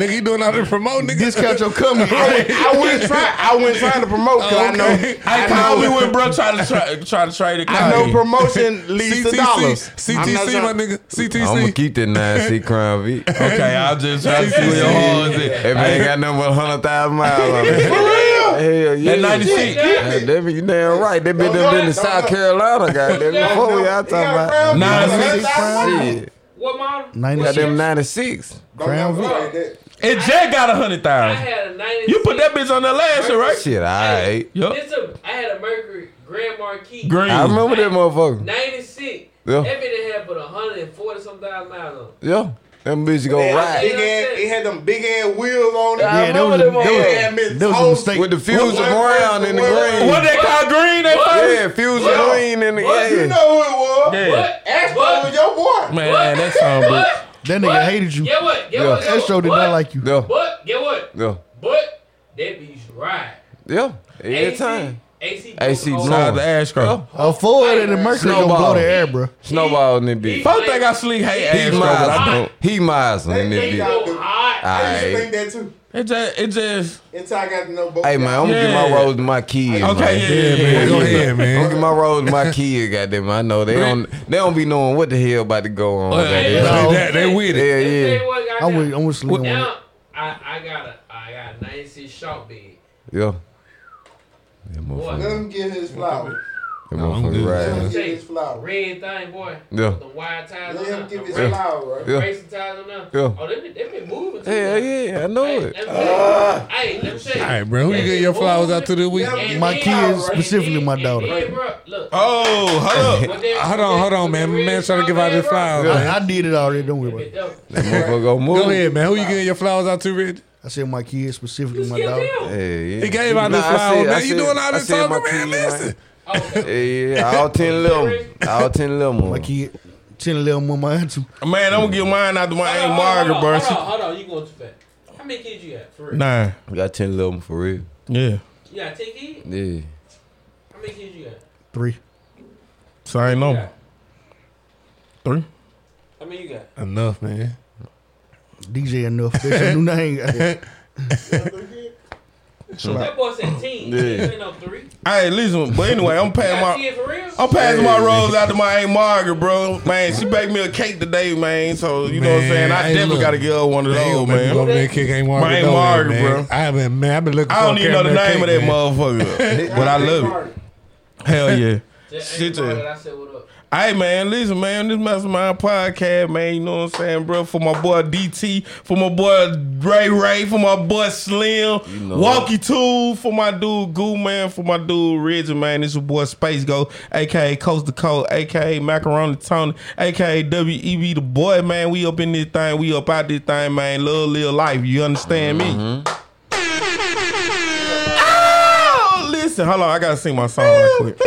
Speaker 5: nigga, you doing all this promote, nigga?
Speaker 4: Discount your company.
Speaker 8: I wouldn't try. I wouldn't try to promote because I know.
Speaker 7: I, probably went, bro, try to try, try to trade it.
Speaker 8: I know promotion leads to dollars. I'm not
Speaker 5: CTC,
Speaker 8: trying-
Speaker 5: my nigga.
Speaker 9: I'm gonna
Speaker 5: CTC.
Speaker 9: keep that nine C crown V.
Speaker 7: Okay, I'll just try to see where your horns at.
Speaker 9: That man got nothing but hundred thousand miles on it. For real? Hell yeah.
Speaker 7: At 96.
Speaker 9: God damn it, you damn right. That bitch
Speaker 8: Don't
Speaker 9: done
Speaker 8: know
Speaker 9: been to
Speaker 8: that, don't
Speaker 9: South
Speaker 8: know.
Speaker 9: Carolina, goddamn. it. Before we out talking
Speaker 8: He got a
Speaker 9: about
Speaker 8: crown
Speaker 7: Nine
Speaker 8: piece.
Speaker 7: six.
Speaker 9: shit.
Speaker 2: What model?
Speaker 4: Ninety
Speaker 9: Got them
Speaker 4: six.
Speaker 9: ninety six.
Speaker 4: Crown
Speaker 8: Don't
Speaker 4: Vic.
Speaker 8: know that.
Speaker 7: And Jack got a hundred
Speaker 2: I
Speaker 7: thousand.
Speaker 2: had a ninety.
Speaker 7: You put that bitch on that last year, right?
Speaker 9: Shit, alright.
Speaker 7: Yup.
Speaker 2: It's a. I had a Mercury Grand Marquis.
Speaker 7: Green.
Speaker 9: I remember that motherfucker.
Speaker 2: Ninety six.
Speaker 9: Yeah.
Speaker 2: That bitch had but hundred and forty some thousand miles on. it.
Speaker 9: Yeah. Them bitch go
Speaker 8: They had
Speaker 9: ride.
Speaker 8: big ass- It had them big ass wheels on it.
Speaker 9: Yeah,
Speaker 4: Yeah, that was, that
Speaker 9: remember them
Speaker 8: old
Speaker 4: was,
Speaker 8: ass
Speaker 4: that was a
Speaker 8: hoes
Speaker 4: mistake.
Speaker 9: With the
Speaker 8: What-
Speaker 9: fuse
Speaker 8: what-
Speaker 9: around in the
Speaker 8: what-
Speaker 9: green.
Speaker 7: What they call green? They first.
Speaker 9: Yeah, fuse green in the
Speaker 8: But you
Speaker 9: yeah.
Speaker 8: know who it was.
Speaker 7: Yeah.
Speaker 2: What?
Speaker 8: Astro
Speaker 2: What?
Speaker 8: was your boy.
Speaker 7: Man, that song, bitch.
Speaker 2: But
Speaker 4: That nigga hated you.
Speaker 2: Get what? Get
Speaker 9: Yeah.
Speaker 2: what? Get what?
Speaker 4: Astro did
Speaker 2: But-
Speaker 4: not like you.
Speaker 9: Yeah,
Speaker 2: But get what?
Speaker 9: yeah,
Speaker 2: But that bitch ride.
Speaker 9: yeah. Every
Speaker 2: AC
Speaker 9: time.
Speaker 2: AC.
Speaker 9: AC
Speaker 2: blowing on.
Speaker 9: blowing.
Speaker 7: Shout out to Ashcroft.
Speaker 4: A Ford and a Mercury gonna blow the air, bro.
Speaker 9: Snowball in that bitch.
Speaker 7: First thing I sleep, hey
Speaker 9: He
Speaker 7: Ashcroft, but I don't.
Speaker 9: miles. He miles in that
Speaker 8: They
Speaker 9: bitch.
Speaker 8: got
Speaker 2: So
Speaker 8: the-
Speaker 4: Ah,
Speaker 2: hot.
Speaker 8: I used to
Speaker 9: Alright.
Speaker 8: think that too.
Speaker 7: It just, it just.
Speaker 8: Until I got to know both.
Speaker 9: Hey man, I'm gonna give my
Speaker 7: Yeah.
Speaker 9: rose to my kids. man.
Speaker 7: Okay, yeah, yeah,
Speaker 5: Man,
Speaker 7: man.
Speaker 5: go ahead,
Speaker 9: I'm gonna
Speaker 5: man.
Speaker 9: give my rose to my kids. Goddamn, I know they don't. They don't be knowing what the hell about to go on.
Speaker 7: Uh,
Speaker 9: goddamn.
Speaker 7: yeah.
Speaker 5: They- they- They with it.
Speaker 9: Yeah,
Speaker 2: This
Speaker 9: yeah,
Speaker 2: thing was goddamn-
Speaker 4: I'm with, I'm with Slim on it.
Speaker 2: Now I, I got a I got a 96 short bed.
Speaker 9: yeah. That
Speaker 8: Let
Speaker 9: motherfucker,
Speaker 8: him get his flower.
Speaker 9: that
Speaker 8: Let
Speaker 9: motherfucker
Speaker 8: him
Speaker 9: right.
Speaker 8: get his flower.
Speaker 2: Red thing, boy.
Speaker 9: Yeah.
Speaker 2: The wire ties
Speaker 8: Let
Speaker 2: on
Speaker 8: him
Speaker 2: that.
Speaker 8: give
Speaker 2: The
Speaker 8: his
Speaker 2: ra-
Speaker 8: flower, bro.
Speaker 9: Yeah.
Speaker 2: racing ties on that.
Speaker 9: Yeah.
Speaker 2: Oh, they been, they been moving. too.
Speaker 9: Yeah, yeah, I know
Speaker 2: Hey,
Speaker 9: it.
Speaker 2: let me tell
Speaker 8: Ah.
Speaker 2: you. Hey, let me tell you.
Speaker 5: All right, bro. Who you get your flowers out to the week?
Speaker 8: Yeah.
Speaker 2: And
Speaker 4: My
Speaker 2: then-
Speaker 4: kids,
Speaker 2: and
Speaker 4: specifically my
Speaker 2: then-
Speaker 4: daughter.
Speaker 2: and then, bro, look.
Speaker 7: Oh, hold up.
Speaker 2: What that-
Speaker 5: Hold
Speaker 2: what
Speaker 5: on,
Speaker 2: that-
Speaker 5: hold
Speaker 2: what
Speaker 5: on, man.
Speaker 2: that
Speaker 5: My
Speaker 2: red
Speaker 5: man trying to give out his
Speaker 2: strawberry, bro,
Speaker 5: flowers. man.
Speaker 4: I, I did it already. Don't worry about
Speaker 2: it
Speaker 4: it.
Speaker 2: dope.
Speaker 9: That motherfucker go move.
Speaker 5: Go ahead, man. Who you getting your flowers out to, Rich?
Speaker 4: I said my kids, specifically my
Speaker 2: Skip
Speaker 4: daughter.
Speaker 2: him.
Speaker 9: Yeah, yeah.
Speaker 5: He gave out
Speaker 9: Nah,
Speaker 5: this
Speaker 9: I
Speaker 5: flower,
Speaker 9: said- I
Speaker 5: man. You
Speaker 9: said-
Speaker 5: doing all
Speaker 9: I
Speaker 5: this
Speaker 9: said my
Speaker 5: talking, man.
Speaker 9: kids,
Speaker 5: Listen.
Speaker 9: Yeah, yeah, all 10 little. All 10 little more. My
Speaker 4: kid. 10 little more, mine too.
Speaker 7: Man, I'm gonna get mine out to my Aunt Margaret,
Speaker 2: Hold
Speaker 7: bro.
Speaker 2: on,
Speaker 7: She-
Speaker 2: hold on, you going too fast. How many kids you got? For real?
Speaker 7: Nine.
Speaker 9: We got 10 little for real.
Speaker 7: Yeah.
Speaker 2: You got ten kids?
Speaker 9: Yeah.
Speaker 2: How many kids you got?
Speaker 4: Three.
Speaker 7: So I ain't know. Three.
Speaker 2: How many you got?
Speaker 4: Enough, man. DJ enough. That's your new name.
Speaker 2: That boy said ten.
Speaker 7: Yeah.
Speaker 2: Yeah. ain't no three.
Speaker 7: Hey, listen, but anyway, I'm passing
Speaker 2: You got ten for
Speaker 7: my
Speaker 2: real?
Speaker 7: I'm passing my rolls out to my Aunt Margaret, bro. Man, she baked me a cake today, man. So you know what I'm saying? I
Speaker 5: hey,
Speaker 7: definitely
Speaker 5: look.
Speaker 7: gotta get her one of
Speaker 5: Man, you
Speaker 7: those,
Speaker 5: gonna make me
Speaker 7: man.
Speaker 5: go over there and kick Aunt Margaret
Speaker 7: My Aunt
Speaker 5: door down,
Speaker 7: Margaret,
Speaker 5: man.
Speaker 7: bro.
Speaker 5: I been man, I've been looking.
Speaker 7: I
Speaker 5: for
Speaker 7: don't
Speaker 5: a
Speaker 7: even know the
Speaker 5: caramel
Speaker 7: name of
Speaker 5: cake,
Speaker 7: that motherfucker, but I love it. Hell yeah. Shit, yeah. Hey man, listen man, this Mastermind podcast, man. You know what I'm saying, bro? For my boy DT, for my boy Ray Ray, for my boy Slim,
Speaker 9: know
Speaker 7: Walkie Two, for my dude Goo Man, for my dude Reggie, man. This your boy Space Go, aka Coast to Coast, aka Macaroni Tony, aka WEB E the boy, man. We up in this thing, we up out this thing, man. Love live life. You understand me? Oh, listen, hold on, I gotta sing my song right quick.